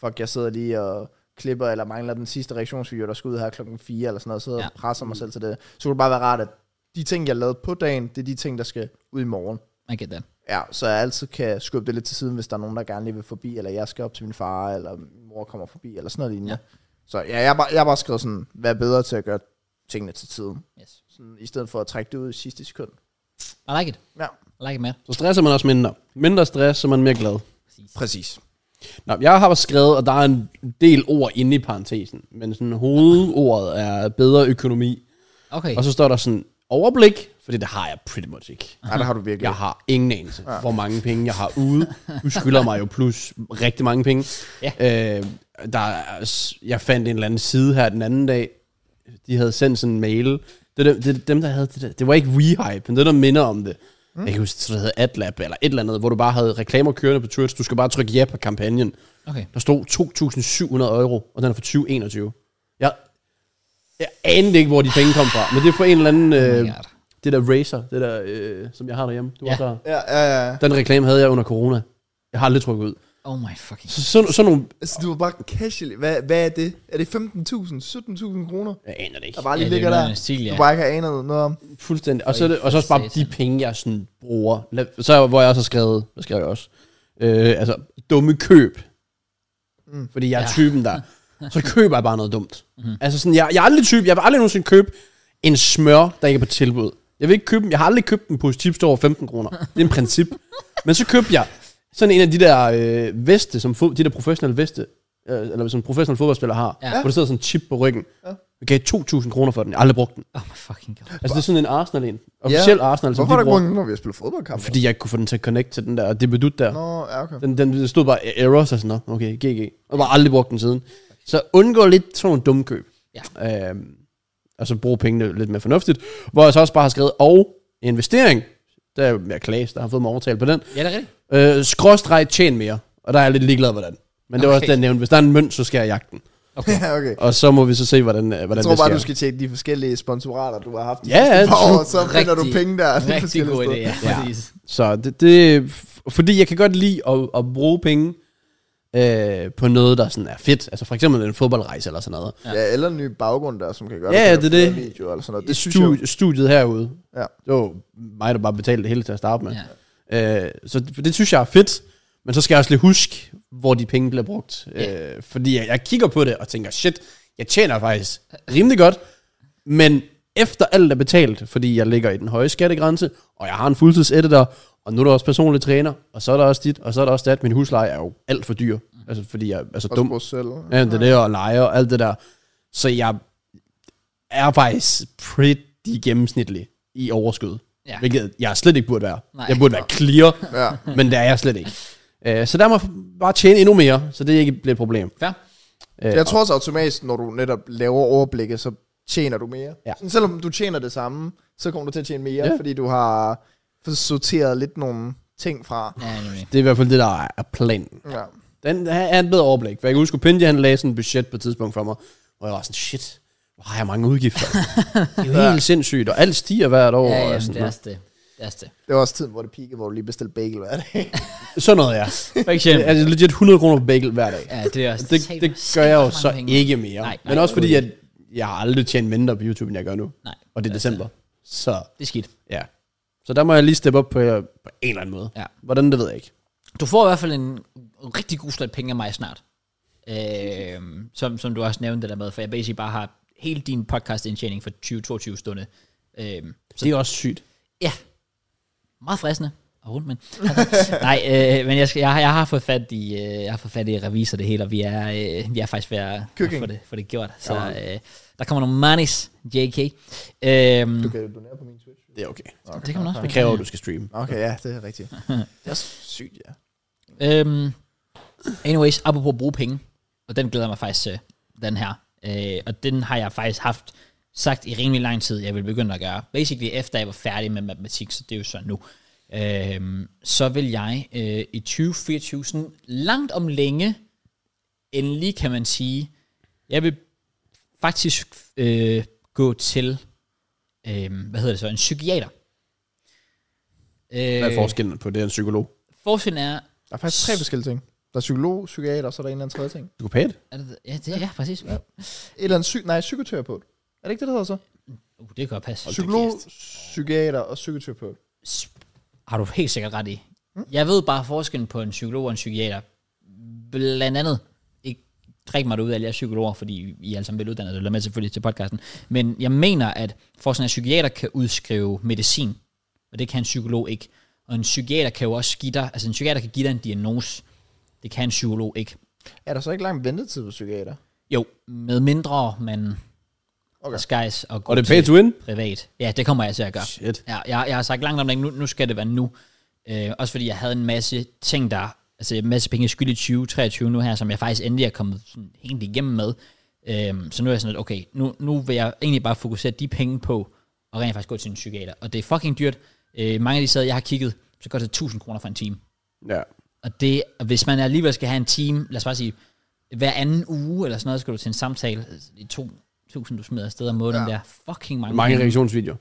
Speaker 2: fuck, jeg sidder lige og klipper, eller mangler den sidste reaktionsvideo, der skal ud her klokken 4, eller sådan noget, så sidder
Speaker 1: Ja.
Speaker 2: ja. og presser mig selv til det. Så kunne det bare være rart, at de ting, jeg lavede på dagen, det er de ting, der skal ud i morgen.
Speaker 1: I get that.
Speaker 2: Ja, så jeg altid kan skubbe det lidt til siden, hvis der er nogen, der gerne lige vil forbi, eller jeg skal op til min far, eller min mor kommer forbi, eller sådan noget lignende. Ja. Så ja, jeg har bare, jeg har bare skrevet sådan, vær bedre til at gøre tingene til tiden,
Speaker 1: Yes.
Speaker 2: sådan, i stedet for at trække det ud i sidste sekund.
Speaker 1: I like it.
Speaker 2: Ja,
Speaker 1: I like it, man.
Speaker 3: Så stresser man også mindre. Mindre stress, så er man mere glad.
Speaker 2: præcis.
Speaker 3: Nå, jeg har skrevet, og der er en del ord inde i parentesen, men sådan hovedordet er bedre økonomi.
Speaker 1: Okay.
Speaker 3: Og så står der sådan overblik, fordi det har jeg pretty much ikke.
Speaker 2: Ja, der har du virkelig.
Speaker 3: Jeg har ingen anelse, ja. hvor mange penge jeg har ude. Du skylder mig jo plus rigtig mange penge.
Speaker 1: Ja.
Speaker 3: Øh, der, er s- jeg fandt en eller anden side her den anden dag. De havde sendt sådan en mail. Det er dem, det er dem der havde det der. Det var ikke WeHype, men det der minder om det. Mm. Jeg kan huske, det hedder AdLab eller et eller andet, hvor du bare havde reklamer kørende på Twitch. Du skal bare trykke ja på kampagnen.
Speaker 1: Okay.
Speaker 3: Der stod 2.700 euro, og den er fra 2021. Jeg, jeg anede ikke, hvor de penge kom fra, men det er fra en eller anden...
Speaker 1: Oh
Speaker 3: Øh,
Speaker 1: my God.
Speaker 3: det der Razer, det der, øh, som jeg har derhjemme. Du
Speaker 1: Ja.
Speaker 3: ja. der.
Speaker 2: Ja, ja, ja.
Speaker 3: Den reklame havde jeg under corona. Jeg har aldrig trukket ud.
Speaker 1: Oh my fucking.
Speaker 3: Så, sådan, sådan nogle...
Speaker 2: Altså, du var bare casual. Hvad, hvad er det? Er det 15.000, 17.000 kroner,
Speaker 3: Jeg aner det ikke.
Speaker 2: der bare
Speaker 1: Ja, det er
Speaker 2: lige ligger
Speaker 1: jo
Speaker 2: der?
Speaker 1: noget af den stil, ja.
Speaker 2: Du bare ikke har anet noget om.
Speaker 3: Fuldstændig. Og så, er det, og så også
Speaker 1: for
Speaker 3: bare de
Speaker 1: satan.
Speaker 3: penge, jeg sådan bruger. Lad- Så, hvor jeg også har skrevet, hvad skrev jeg også? Øh, altså, dumme køb.
Speaker 2: Mm.
Speaker 3: Mm. Fordi jeg er
Speaker 1: Ja. Mm-hmm.
Speaker 3: typen, der... Så køber jeg bare noget dumt. Mm. Altså sådan, jeg, jeg er aldrig typen, jeg vil aldrig nogensinde købe en smør, der ikke er på tilbud. Jeg vil ikke købe dem. Jeg har aldrig købt en pose chips til over 15 kroner. Det er en princip. Men så købte jeg sådan en af de der øh, veste, som fod, de der professionelle veste, øh, eller som professionelle fodboldspillere har,
Speaker 1: Ja.
Speaker 3: ja. hvor der sidder sådan en chip på ryggen.
Speaker 2: Ja.
Speaker 3: Ja. Jeg gav 2.000 kroner for den. Jeg har aldrig brugt den.
Speaker 1: Oh my fucking god.
Speaker 3: Altså, det er sådan en Arsenal en. Officiel ja. Arsenal, som
Speaker 2: Hvorfor er
Speaker 3: de
Speaker 2: der
Speaker 3: bruger.
Speaker 2: kun når vi har spillet fodboldkamp?
Speaker 3: Fordi jeg ikke kunne få den til at connect til den der debut der.
Speaker 2: Nå, ja, okay.
Speaker 3: Den, den den stod bare errors og sådan noget. Okay, GG. Og bare aldrig brugt den siden. Så undgå lidt sådan nogle dumme køb. Ja. Øhm, og så bruge pengene lidt mere fornuftigt. Hvor jeg så også bare har skrevet, og investering. Der er jo mere Klaas, der har fået mig overtalt på den.
Speaker 1: Ja, det er rigtigt.
Speaker 3: Øh, skråstreg tjен mere. Og der er jeg lidt ligeglad, hvordan. Men det var
Speaker 1: Okay.
Speaker 3: også den jeg nævnte. Hvis der er en mønt, så skal jeg jagte den.
Speaker 1: Okay.
Speaker 2: Ja, okay.
Speaker 3: Og så må vi så se, hvordan, øh, hvordan
Speaker 2: Jeg tror
Speaker 3: det sker.
Speaker 2: bare, du skal tjekke de forskellige sponsorater, du har haft. de
Speaker 3: Ja,
Speaker 2: sidste
Speaker 3: ja,
Speaker 2: par år, så finder du
Speaker 1: Rigtig-
Speaker 2: penge der. de
Speaker 1: Rigtig
Speaker 2: forskellige
Speaker 1: god idé,
Speaker 2: steder.
Speaker 1: ja.
Speaker 3: Ja.
Speaker 1: Præcis.
Speaker 3: Så det, det f- fordi jeg kan godt lide at, at bruge penge øh, på noget, der sådan er fedt. Altså for eksempel en fodboldrejse eller sådan noget.
Speaker 1: Ja.
Speaker 2: Ja, eller en ny baggrund der, som kan gøre
Speaker 3: Ja, ja,
Speaker 2: til
Speaker 3: det er
Speaker 2: en
Speaker 3: det.
Speaker 2: Video eller sådan noget.
Speaker 3: Det
Speaker 2: Det synes jeg, jo-
Speaker 3: Stu- studiet herude,
Speaker 2: Ja.
Speaker 3: det var mig, der bare betalte det hele til at starte med.
Speaker 1: Ja.
Speaker 3: Ja. Øh, så det, for det synes jeg er fedt, men så skal jeg også lige huske, hvor de penge bliver brugt.
Speaker 1: Ja.
Speaker 3: Ja. Øh, fordi jeg, jeg kigger på det og tænker, shit, jeg tjener faktisk rimelig godt, men efter alt er betalt, fordi jeg ligger i den høje skattegrænse, og jeg har en fuldtidseditor, og nu er der også personlig træner, og så er der også dit, og så er der også dat. Min husleje er jo alt for dyr, altså fordi jeg er så
Speaker 2: også
Speaker 3: dum.
Speaker 2: bruge selv.
Speaker 3: Ja, det der, og leje og alt det der. Så jeg er faktisk pretty gennemsnitlig i overskud.
Speaker 1: Ja.
Speaker 3: Ja. Hvilket jeg slet ikke burde være.
Speaker 1: Nej.
Speaker 3: Nej. Jeg burde være clear,
Speaker 2: Ja.
Speaker 3: men det er jeg slet ikke. Øh, Så der må jeg bare tjene endnu mere, så det ikke bliver et problem.
Speaker 1: Fair.
Speaker 3: Øh,
Speaker 2: Jeg tror også automatisk, når du netop laver overblikket, så tjener du mere.
Speaker 3: Ja.
Speaker 2: Sådan, selvom du tjener det samme, så kommer du til at tjene mere,
Speaker 3: Ja.
Speaker 2: fordi du har sorteret lidt nogle ting fra.
Speaker 1: Ja, anyway.
Speaker 3: Det er i hvert fald det, der er planen.
Speaker 2: Ja.
Speaker 3: Den er et bedre overblik. For jeg kan huske, at Pindy, han lagde sådan et budget på et tidspunkt for mig, hvor jeg var sådan, shit, hvor har jeg mange udgifter. det er jo helt sindssygt, og alt stiger hvert år.
Speaker 1: Ja, ja,
Speaker 3: og
Speaker 1: Øhm,
Speaker 3: sådan
Speaker 1: det er
Speaker 3: noget.
Speaker 1: også det. Det er også det.
Speaker 2: Det var også tiden, hvor det peakede, hvor du lige bestilte bagel hver dag.
Speaker 3: Sådan noget, ja.
Speaker 1: For eksempel.
Speaker 3: Altså legit 100 kroner på bagel hver dag.
Speaker 1: Ja, det er også
Speaker 3: det,
Speaker 1: satme-
Speaker 3: det gør jeg jo
Speaker 1: satme Altså,
Speaker 3: så
Speaker 1: mange penge.
Speaker 3: ikke mere.
Speaker 1: Nej,
Speaker 3: Nej,
Speaker 1: nej,
Speaker 3: nej, Men også fordi,
Speaker 1: overhovedet
Speaker 3: at jeg har aldrig tjent mindre på YouTube, end jeg gør nu.
Speaker 1: Nej,
Speaker 3: Og det er
Speaker 1: altså.
Speaker 3: december. Så
Speaker 1: Det er skidt.
Speaker 3: ja. Så der må jeg lige steppe op på, øh, på en eller anden måde.
Speaker 1: Ja.
Speaker 3: Hvordan, det ved jeg ikke.
Speaker 1: Du får i hvert fald en rigtig god slat penge af mig snart. Øh, som, som du også nævnte det der med, for jeg basically bare har hele din podcast indtjening for 20-22 stunde. Øh,
Speaker 3: Så det er også sygt.
Speaker 1: ja, meget fristende. Og rundt, men. Nej, øh, men jeg, skal, jeg, har- jeg, har fået fat i, øh, jeg har fået fat i revisor det hele, og vi er, øh, vi er faktisk ved at at
Speaker 2: Køkken.
Speaker 1: få det, få det gjort. Så øh, der kommer nogle manis, JK. Øh,
Speaker 2: Du kan donere på min Twitch.
Speaker 3: Det er okay.
Speaker 1: det kan man også.
Speaker 3: Det kræver, at du skal streame.
Speaker 2: Okay, ja, det er rigtigt. Det er sygt, ja.
Speaker 1: Øhm, anyways, apropos at bruge penge, og den glæder jeg mig faktisk til, den her. Øh, og den har jeg faktisk haft sagt i rimelig lang tid, jeg vil begynde at gøre. Basically efter jeg var færdig med matematik, så det er jo så nu. Øhm, så vil jeg øh, i 2024, sådan langt om længe, endelig kan man sige, jeg vil faktisk øh, gå til, øh, hvad hedder det så, en psykiater. Øh,
Speaker 3: Hvad er forskellen på det er en psykolog?
Speaker 1: forskellen er,
Speaker 2: Der er faktisk tre forskellige ting. Der er psykolog, psykiater, og så er der en eller anden tredje ting.
Speaker 3: Psykopat?
Speaker 1: Er det, ja, det, ja, præcis. Ja.
Speaker 2: Eller en psy- nej, psykoterapeut. Er det ikke det, der hedder så?
Speaker 1: Uh, det kan godt passe.
Speaker 2: Psykolog, psykiater og psykoterapeut.
Speaker 1: S- Har du helt sikkert ret i. Jeg ved bare forskellen på en psykolog og en psykiater. Blandt andet, ikke drik mig ud af, at jeg er psykologer, fordi I er alle sammen veluddannede, eller med selvfølgelig til podcasten. Men jeg mener, at for sådan en psykiater kan udskrive medicin, og det kan en psykolog ikke. Og en psykiater kan jo også give dig, altså en psykiater kan give dig en diagnose. Det kan en psykolog ikke.
Speaker 2: Er der så ikke lang ventetid på psykiater?
Speaker 1: Jo, med mindre man
Speaker 2: Okay.
Speaker 1: okay. skies og går
Speaker 3: Og det er
Speaker 1: til
Speaker 3: pay to win?
Speaker 1: privat. Ja, det kommer jeg til at gøre.
Speaker 3: Shit.
Speaker 1: Ja, jeg, jeg har sagt langt om det, nu, nu skal det være nu. Øh, også fordi jeg havde en masse ting der, altså en masse penge skyld i 2023 nu her, som jeg faktisk endelig er kommet sådan helt igennem med. Øh, så nu er jeg sådan lidt, okay, nu, nu vil jeg egentlig bare fokusere de penge på, og rent faktisk gå til en psykiater. Og det er fucking dyrt. Øh, mange af de steder, jeg har kigget, så går det 1000 kroner for en time.
Speaker 3: Ja.
Speaker 1: Og det, og hvis man alligevel skal have en time, lad os bare sige, hver anden uge eller sådan noget, skal du til en samtale, altså, de 2.000, du smider afsted om måneden ja. der, fucking mange.
Speaker 3: Mange reaktionsvideoer.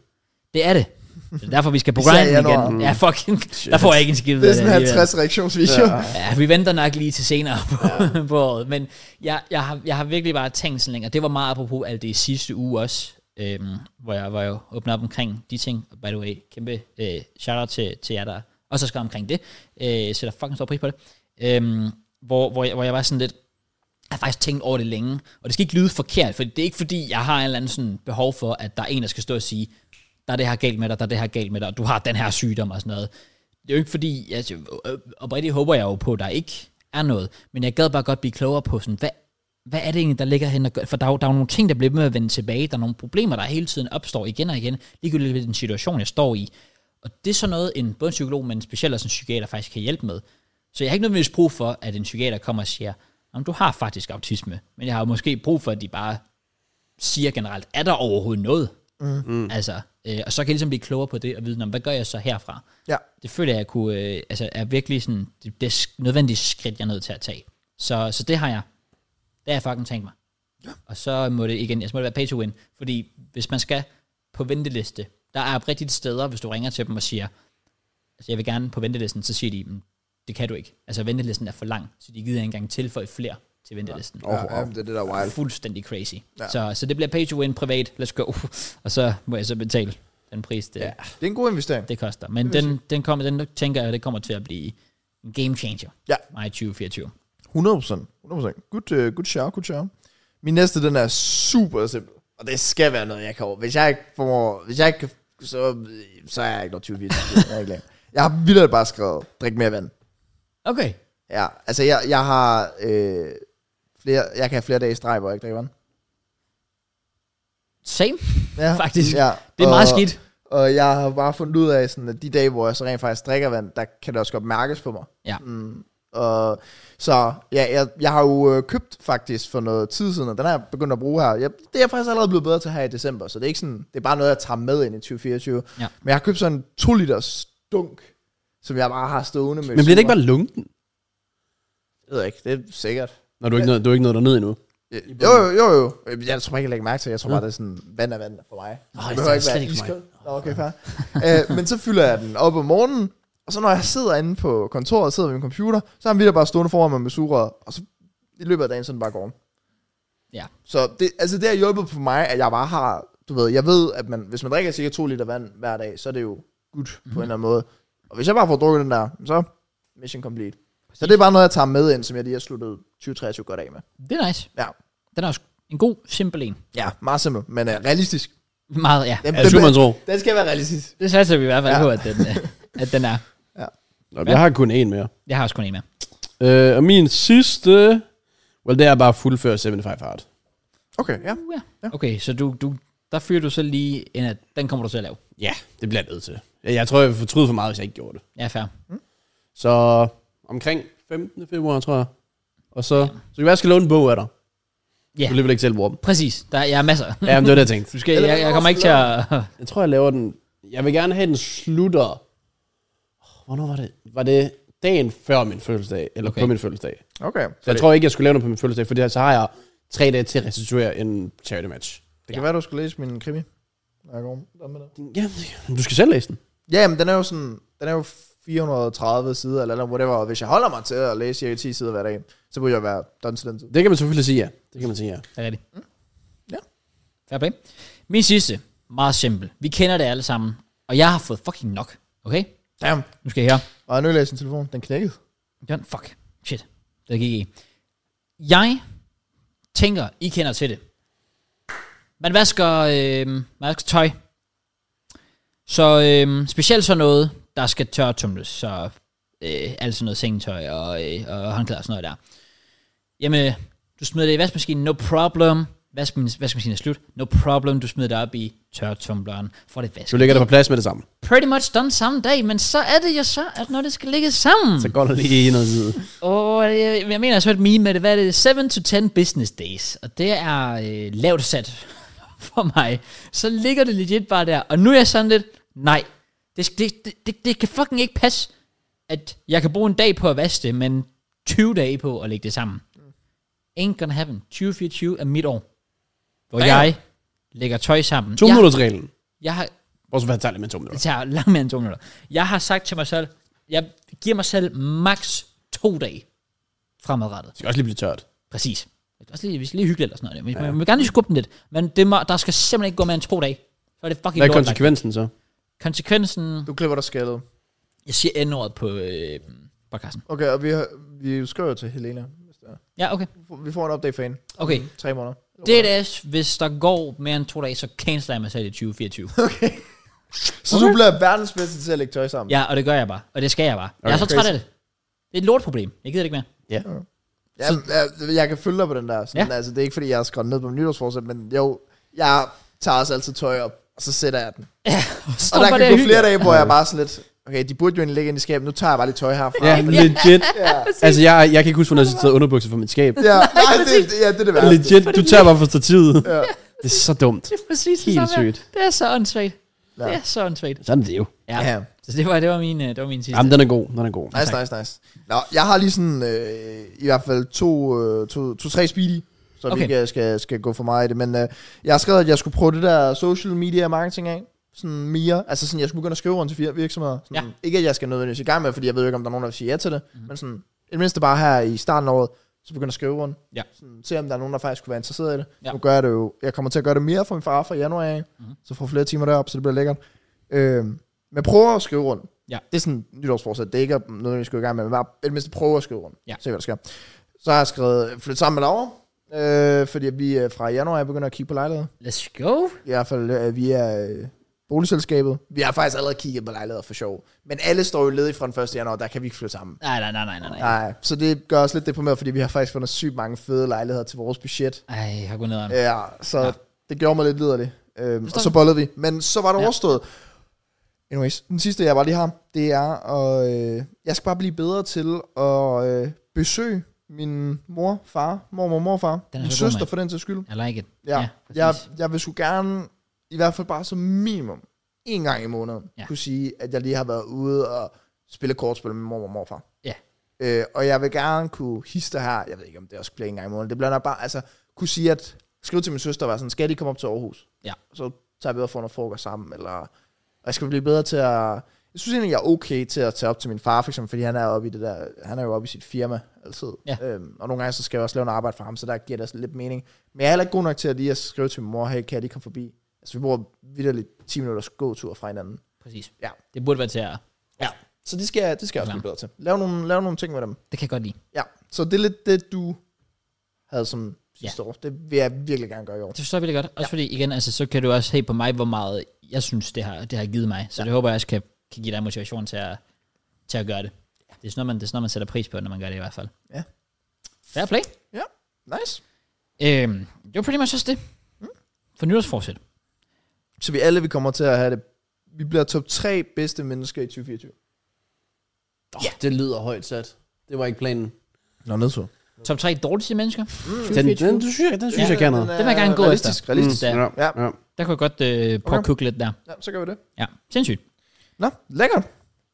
Speaker 1: Det er det. Det er derfor, vi skal på
Speaker 2: Især i
Speaker 1: grinden
Speaker 2: januar.
Speaker 1: igen. Ja, fucking. Der får jeg ikke en skid
Speaker 2: Det
Speaker 1: ved
Speaker 2: er sådan
Speaker 1: alligevel.
Speaker 2: 50 reaktionsvideo. Ja.
Speaker 1: Ja, vi venter nok lige til senere på, ja. på året. Men jeg, jeg, har, jeg har virkelig bare tænkt sådan længe, og det var meget apropos alt det i sidste uge også, øhm, hvor, jeg, hvor jeg åbnede op omkring de ting. By the way, kæmpe øh, shout-out til, til jer, der også har skrevet omkring det. Øh, jeg sætter fucking stor pris på det. Øhm, hvor, hvor, jeg, hvor jeg var sådan lidt, jeg har faktisk tænkt over det længe, og det skal ikke lyde forkert, for det er ikke fordi, jeg har en eller anden sådan behov for, at der er en, der skal stå og sige, der er det her galt med dig, der er det her galt med dig, og du har den her sygdom og sådan noget. Det er jo ikke fordi, altså, øh, oprigtigt håber jeg jo på, at der ikke er noget, men jeg gad bare godt blive klogere på sådan, hvad, hvad er det egentlig, der ligger hen og gør, for der er, jo- der er jo nogle ting, der bliver ved med at vende tilbage, der er nogle problemer, der hele tiden opstår igen og igen, ligegyldigt ved den situation, jeg står i. Og det er sådan noget, en, både en psykolog, men specielt også en psykiater faktisk kan hjælpe med. Så jeg har ikke nødvendigvis brug for, at en psykiater kommer og siger, Jamen, du har faktisk autisme, men jeg har jo måske brug for, at de bare siger generelt, er der overhovedet noget? Mm. Altså, øh, og så kan jeg ligesom blive klogere på det, og vide, "Nå, men hvad gør jeg så herfra?
Speaker 2: ja.
Speaker 1: Det føler jeg, jeg kunne, øh, altså, er virkelig sådan, det, det sk- nødvendige skridt, jeg er nødt til at tage. Så, så det har jeg. Det har jeg fucking tænkt mig. Ja. Og så må det igen, altså må det være pay to win, fordi hvis man skal på venteliste, der er oprigtigt steder, hvis du ringer til dem og siger, altså jeg vil gerne på ventelisten, så siger de, "Mm, det kan du ikke. Altså ventelisten er for lang, så de gider ikke engang tilføje flere til ventelisten.
Speaker 2: Oh, ja, det er det, der er wild.
Speaker 1: Fuldstændig crazy. Ja. Så, så det bliver pay to win privat, let's go. Og så må jeg så betale den pris, det, ja.
Speaker 2: Det er en god investering.
Speaker 1: det koster. Men den, den, kommer, den tænker jeg, det kommer til at blive en game changer.
Speaker 2: Ja.
Speaker 1: Maj 2024.
Speaker 2: 100%. 100%. Good, uh, good shout, good shout. Min næste, den er super simpel. Og det skal være noget, jeg kan over. Hvis jeg ikke formår, hvis jeg ikke kan, så, så er jeg ikke noget 20 jeg, er ikke lavet. jeg har vildt bare skrevet, drik mere vand.
Speaker 1: Okay.
Speaker 2: Ja, altså jeg, jeg har øh, flere, jeg kan have flere dage i streg, hvor jeg ikke drikker vand.
Speaker 1: Same.
Speaker 2: Ja,
Speaker 1: Faktisk. Det er meget
Speaker 2: og-
Speaker 1: skidt.
Speaker 2: Og jeg har bare fundet ud af, sådan, at de dage, hvor jeg så rent faktisk drikker vand, der kan det også godt mærkes på mig.
Speaker 1: Ja.
Speaker 2: Mm, og, så ja, jeg, jeg har jo øh, købt faktisk for noget tid siden, og den har jeg begyndt at bruge her. Jeg, det er jeg faktisk allerede blevet bedre til her i december, så det er ikke sådan, det er bare noget, jeg tager med ind i 2024.
Speaker 1: Ja.
Speaker 2: Men jeg har købt sådan en 2 liters dunk, som jeg bare har stående med.
Speaker 3: Men bliver det ikke bare lunken?
Speaker 2: Jeg ved jeg ikke, det er sikkert.
Speaker 3: Når du er ikke noget, du er ikke noget dernede endnu.
Speaker 2: Jo, Øh, jo, jo, jo. Øh, Jeg tror bare ikke, jeg lægger mærke til. Jeg tror bare, det er sådan, vand er vand for mig.
Speaker 1: Nå,
Speaker 2: det
Speaker 1: det
Speaker 2: behøver
Speaker 1: er
Speaker 2: ikke være
Speaker 1: slet ikke for mig.
Speaker 2: iskold. Nå, okay, fair. øh, men så fylder jeg den op om morgenen, og så når jeg sidder inde på kontoret og sidder ved min computer, så har vi bare stående foran mig med sugerøret, og så i løbet af dagen sådan bare går om.
Speaker 1: Ja.
Speaker 2: Så det, altså det har hjulpet for mig, at jeg bare har, du ved, jeg ved, at man, hvis man drikker cirka 2 liter vand hver dag, så er det jo good mm-hmm. på en eller anden måde. Og hvis jeg bare får drukket den der, så mission complete. Så det er bare noget, jeg tager med ind, som jeg lige har sluttet 2023 godt af med.
Speaker 1: Det er nice.
Speaker 2: Ja.
Speaker 1: Den er også en god, simpel en.
Speaker 2: Ja, meget simpelt, men uh, realistisk.
Speaker 1: Meget, ja.
Speaker 2: Den,
Speaker 3: Er det man tror?
Speaker 2: den skal være realistisk.
Speaker 1: Det satser vi i hvert fald
Speaker 2: Ja.
Speaker 1: ja. på, at den, øh, at den er.
Speaker 3: Nå, Jeg har kun en mere.
Speaker 1: Jeg har også kun en med.
Speaker 3: Øh, og min sidste... Well, det er bare fuldføre 75 Hard.
Speaker 2: Okay, ja.
Speaker 1: Uh, ja. Okay, så du, du, der fyrer du så lige en, at den kommer du til at lave.
Speaker 3: Ja, det bliver jeg nødt til. Jeg, jeg tror, jeg vil fortryde for meget, hvis jeg ikke gjorde det.
Speaker 1: Ja, fair.
Speaker 3: Så omkring 15. februar, tror jeg. Og så... Så kan være, jeg skal låne en bog af dig.
Speaker 1: Ja.
Speaker 3: Du alligevel ikke selv bruger dem.
Speaker 1: Præcis. Der, jeg er masser.
Speaker 3: Ja, men det var det, jeg tænkte.
Speaker 1: Du skal, jeg, jeg kommer ikke til at...
Speaker 3: Jeg tror, jeg laver den... Jeg vil gerne have den slutter... Åh, Hvornår var det? Var det dagen før min fødselsdag? Eller okay.
Speaker 1: Okay.
Speaker 3: på min fødselsdag?
Speaker 2: Okay.
Speaker 3: Så jeg tror ikke, jeg skulle lave den på min fødselsdag, for så har jeg tre dage til at restituere en charity match.
Speaker 2: Det kan være, du skulle læse min krimi. når jeg går om. Hvad med det?
Speaker 3: Jamen, det- du skal selv læse den.
Speaker 2: Ja, men den er jo sådan, den er jo 430 sider, eller, eller whatever, og hvis jeg holder mig til at læse cirka 10 sider hver dag, så burde jeg være done til den tid.
Speaker 3: Det kan man selvfølgelig sige ja. Det kan man sige ja.
Speaker 1: Det er rigtigt.
Speaker 2: Ja.
Speaker 1: Fair play. Min sidste, Meget simpel. Vi kender det alle sammen. Og jeg har fået fucking nok. Okay?
Speaker 2: Damn.
Speaker 1: Nu skal jeg høre.
Speaker 2: Og jeg nu læser sin telefon. Den knækkede.
Speaker 1: John, fuck. Shit. Det gik i. Jeg tænker, I kender til det. Man vasker, øh, man vasker tøj. Så øh, specielt sådan noget, der skal tørretumles. Så øh, alt sådan noget sengetøj og, øh, og håndklæder og sådan noget der. Jamen, du smider det i vaskemaskinen, no problem. Vaskemaskinen, vaskemaskinen er slut, no problem. Du smider det op i tørretumbleren, får det
Speaker 3: Du
Speaker 1: vasket.
Speaker 3: ligger der på plads med det samme.
Speaker 1: Pretty much done samme dag, men så er det jo så, at når det skal ligge sammen.
Speaker 3: Så går der lige noget tid.
Speaker 1: Åh, oh, jeg, jeg mener, jeg så et meme med det. Hvad er det? 7 to 10 business days. Og det er øh, lavt sat for mig. Så ligger det legit bare der. Og nu er jeg sådan lidt, nej, det, det, det, det, det kan fucking ikke passe, at jeg kan bruge en dag på at vaske det, men 20 dage på at lægge det sammen. Ain't gonna happen. 2024 er mit år, hvor
Speaker 2: Damn.
Speaker 1: jeg lægger tøj sammen.
Speaker 3: To
Speaker 1: jeg,
Speaker 3: minutters reglen.
Speaker 1: jeg har
Speaker 3: Hvorfor tager det tage lidt med to minutter?
Speaker 1: det tager langt mere end to minutter. Jeg har sagt til mig selv, jeg giver mig selv max to dage fremadrettet.
Speaker 3: Det skal også lige blive tørt.
Speaker 1: Præcis. Det er Også lige, vi skal lige hygge lidt og sådan noget. Ja. Man vil gerne lige skubbe den lidt, men det må, der skal simpelthen ikke gå mere end to dage. Så er det fucking
Speaker 3: Hvad er
Speaker 1: lort.
Speaker 3: konsekvensen så?
Speaker 1: Konsekvensen,
Speaker 2: Du klipper dig skaldet.
Speaker 1: jeg siger n-ordet på øh, podcasten.
Speaker 2: Okay, og vi, har, vi skriver til Helena. hvis det er.
Speaker 1: Ja, okay.
Speaker 2: Vi får en update for hende.
Speaker 1: Okay.
Speaker 2: Tre måneder.
Speaker 1: Det er det, hvis der går mere end to dage, så canceler jeg mig selv i 2024.
Speaker 2: Så okay. du bliver verdens bedste til at lægge tøj sammen.
Speaker 1: ja, og det gør jeg bare. Og det skal jeg bare. Okay, jeg er så
Speaker 2: Okay.
Speaker 1: træt af det. Det er et lortproblem. Jeg gider det ikke mere.
Speaker 2: Ja, øh, jeg, jeg kan følge dig på den der. Sådan,
Speaker 1: Ja.
Speaker 2: ja. altså, det er ikke, fordi jeg har skrevet ned på min nytårsforsæt, men jo, jeg tager også altid tøj op, og så sætter jeg den.
Speaker 1: Stå
Speaker 2: Og der kan gå flere
Speaker 1: dage.
Speaker 2: dage, hvor jeg bare sådan lidt, okay, de burde jo egentlig ligge ind i skabet, nu tager jeg bare lidt tøj herfra.
Speaker 3: Ja,
Speaker 2: Fordi-
Speaker 3: legit.
Speaker 2: ja.
Speaker 3: Altså, jeg, jeg kan ikke huske, hvornår jeg har taget underbukser fra mit skab.
Speaker 2: ja. Nej, det, ja, det er det værste.
Speaker 3: Legit, du tager bare for stativet.
Speaker 2: Ja.
Speaker 3: Det er så dumt.
Speaker 1: Det er præcis det
Speaker 3: Helt
Speaker 1: samme her.
Speaker 3: sygt.
Speaker 1: Det er så åndssvagt.
Speaker 2: Ja.
Speaker 1: Det er så åndssvagt.
Speaker 3: Sådan er det jo.
Speaker 1: Ja.
Speaker 2: Ja.
Speaker 1: Så det var, det var min, øh, det var min sidste.
Speaker 3: Jamen, den er god. Den er god.
Speaker 2: Nice, nice, nice. Nå, jeg har lige sådan, øh, i hvert fald to, øh, to, to tre speedy, så okay.
Speaker 1: Okay.
Speaker 2: vi ikke øh, skal, skal gå for meget i det. Men øh, jeg har skrevet, at jeg skulle prøve det der social media marketing af. Sådan mere. Altså sådan, jeg skulle begynde at skrive rundt til fire virksomheder. Sådan,
Speaker 1: Ja. Mhm.
Speaker 2: Ikke at jeg skal nødvendigvis i gang med, fordi jeg ved jo ikke, om der er nogen, der vil sige ja til det. Mm. Men sådan, i det mindste bare her i starten af året, så begynde at skrive rundt.
Speaker 1: Ja.
Speaker 2: Sådan, se om der er nogen, der faktisk kunne være interesseret i det.
Speaker 1: Ja. Mhm.
Speaker 2: Ja. Nu gør jeg det jo. Jeg kommer til at gøre det mere for min far fra januar af. Mm. Så får flere timer derop, så det bliver lækkert. Øh, men prøv at skrive rundt.
Speaker 1: Ja.
Speaker 2: Det er sådan nytårsforsæt. Det er ikke noget, vi skal i gang med, men bare i det mindste prøve at skrive rundt.
Speaker 1: Ja.
Speaker 2: Se, hvad der sker. Så har jeg skrevet flyt sammen med Laura. Øh, fordi vi øh, fra januar er begyndt at kigge på lejligheder.
Speaker 1: Let's go.
Speaker 2: I hvert fald øh, via øh, boligselskabet. Vi har faktisk allerede kigget på lejligheder for sjov. Men alle står jo ledige fra den 1. januar, der kan vi ikke flytte sammen.
Speaker 1: Nej, nej, nej, nej, nej. nej.
Speaker 2: Nej, så det gør os lidt deprimeret, fordi vi har faktisk fundet sygt mange fede lejligheder til vores budget.
Speaker 1: Ej, jeg har gået ned ad.
Speaker 2: Ja, så
Speaker 1: Ja.
Speaker 2: ja. det gjorde mig lidt liderlig. Øhm, og
Speaker 1: Forstår
Speaker 2: så bollede vi. Men så var det
Speaker 1: Ja.
Speaker 2: ja. overstået. Anyways, den sidste, jeg bare lige har, det er, at øh, jeg skal bare blive bedre til at øh, besøge min mor, far, mormor, morfar,
Speaker 1: er
Speaker 2: min
Speaker 1: så god,
Speaker 2: søster
Speaker 1: mand.
Speaker 2: for den til skyld.
Speaker 1: I like it.
Speaker 2: Ja, ja jeg,
Speaker 1: præcis.
Speaker 2: jeg vil sgu gerne, i hvert fald bare som minimum, en gang i måneden,
Speaker 1: Ja.
Speaker 2: ja. kunne sige, at jeg lige har været ude og spille kortspil med mor og morfar.
Speaker 1: Ja.
Speaker 2: Øh, og jeg vil gerne kunne hister her, jeg ved ikke, om det også bliver en gang i måneden, det bliver nok bare, altså, kunne sige, at skrive til min søster, var sådan, skal de komme op til Aarhus?
Speaker 1: Ja.
Speaker 2: Så tager vi ud og får noget frokost sammen, eller, og jeg skal blive bedre til at, jeg synes egentlig, jeg er okay til at tage op til min far, for eksempel, fordi han er, oppe i det der, han er jo oppe i sit firma altid.
Speaker 1: Ja.
Speaker 2: Øhm, og nogle gange, så skal jeg også lave noget arbejde for ham, så der giver det også lidt mening. Men jeg er heller ikke god nok til at lige at skrive til min mor, hey, kan jeg lige komme forbi? Altså, vi bruger vidderligt 10 minutters gåtur fra hinanden.
Speaker 1: Præcis.
Speaker 2: Ja.
Speaker 1: Det burde være til at...
Speaker 2: Ja. Så det skal, jeg- det skal jeg også
Speaker 1: Klar.
Speaker 2: blive bedre til. Lav nogle, lav nogle ting med dem.
Speaker 1: Det kan jeg godt lide.
Speaker 2: Ja, så det er lidt det, du havde som sidste år. Det vil jeg virkelig gerne gøre i år.
Speaker 1: Det forstår jeg virkelig godt. Også fordi, igen, altså, så kan du også se på mig, hvor meget jeg synes, det har, det har givet mig. Så ja. det håber jeg også kan, kan give dig motivation til at, til at gøre det. Det er, sådan noget, man, det er sådan noget, man sætter pris på, når man gør det i hvert fald.
Speaker 2: Ja.
Speaker 1: Fair play.
Speaker 2: Ja, nice.
Speaker 1: Øhm, det var pretty much også det.
Speaker 2: Mm.
Speaker 1: For nytårsforsæt.
Speaker 2: Så vi alle, vi kommer til at have det. Vi bliver top 3 bedste mennesker i 2024.
Speaker 3: Ja. Det lyder højt sat. Det var ikke planen.
Speaker 2: Nå, nedtur.
Speaker 1: Top 3 dårligste mennesker.
Speaker 3: Den, den, den synes jeg, den synes
Speaker 1: Ja.
Speaker 3: ja. jeg kan noget.
Speaker 1: Det vil jeg gerne gå
Speaker 2: realistisk,
Speaker 1: efter.
Speaker 2: Realistisk,
Speaker 1: Mm.
Speaker 2: realistisk.
Speaker 1: Ja.
Speaker 3: Ja. ja.
Speaker 1: Der kunne jeg godt øh, prøve
Speaker 2: Okay.
Speaker 1: at kukke lidt der.
Speaker 2: Ja, så gør vi det.
Speaker 1: Ja, sindssygt.
Speaker 2: Nå, lækkert.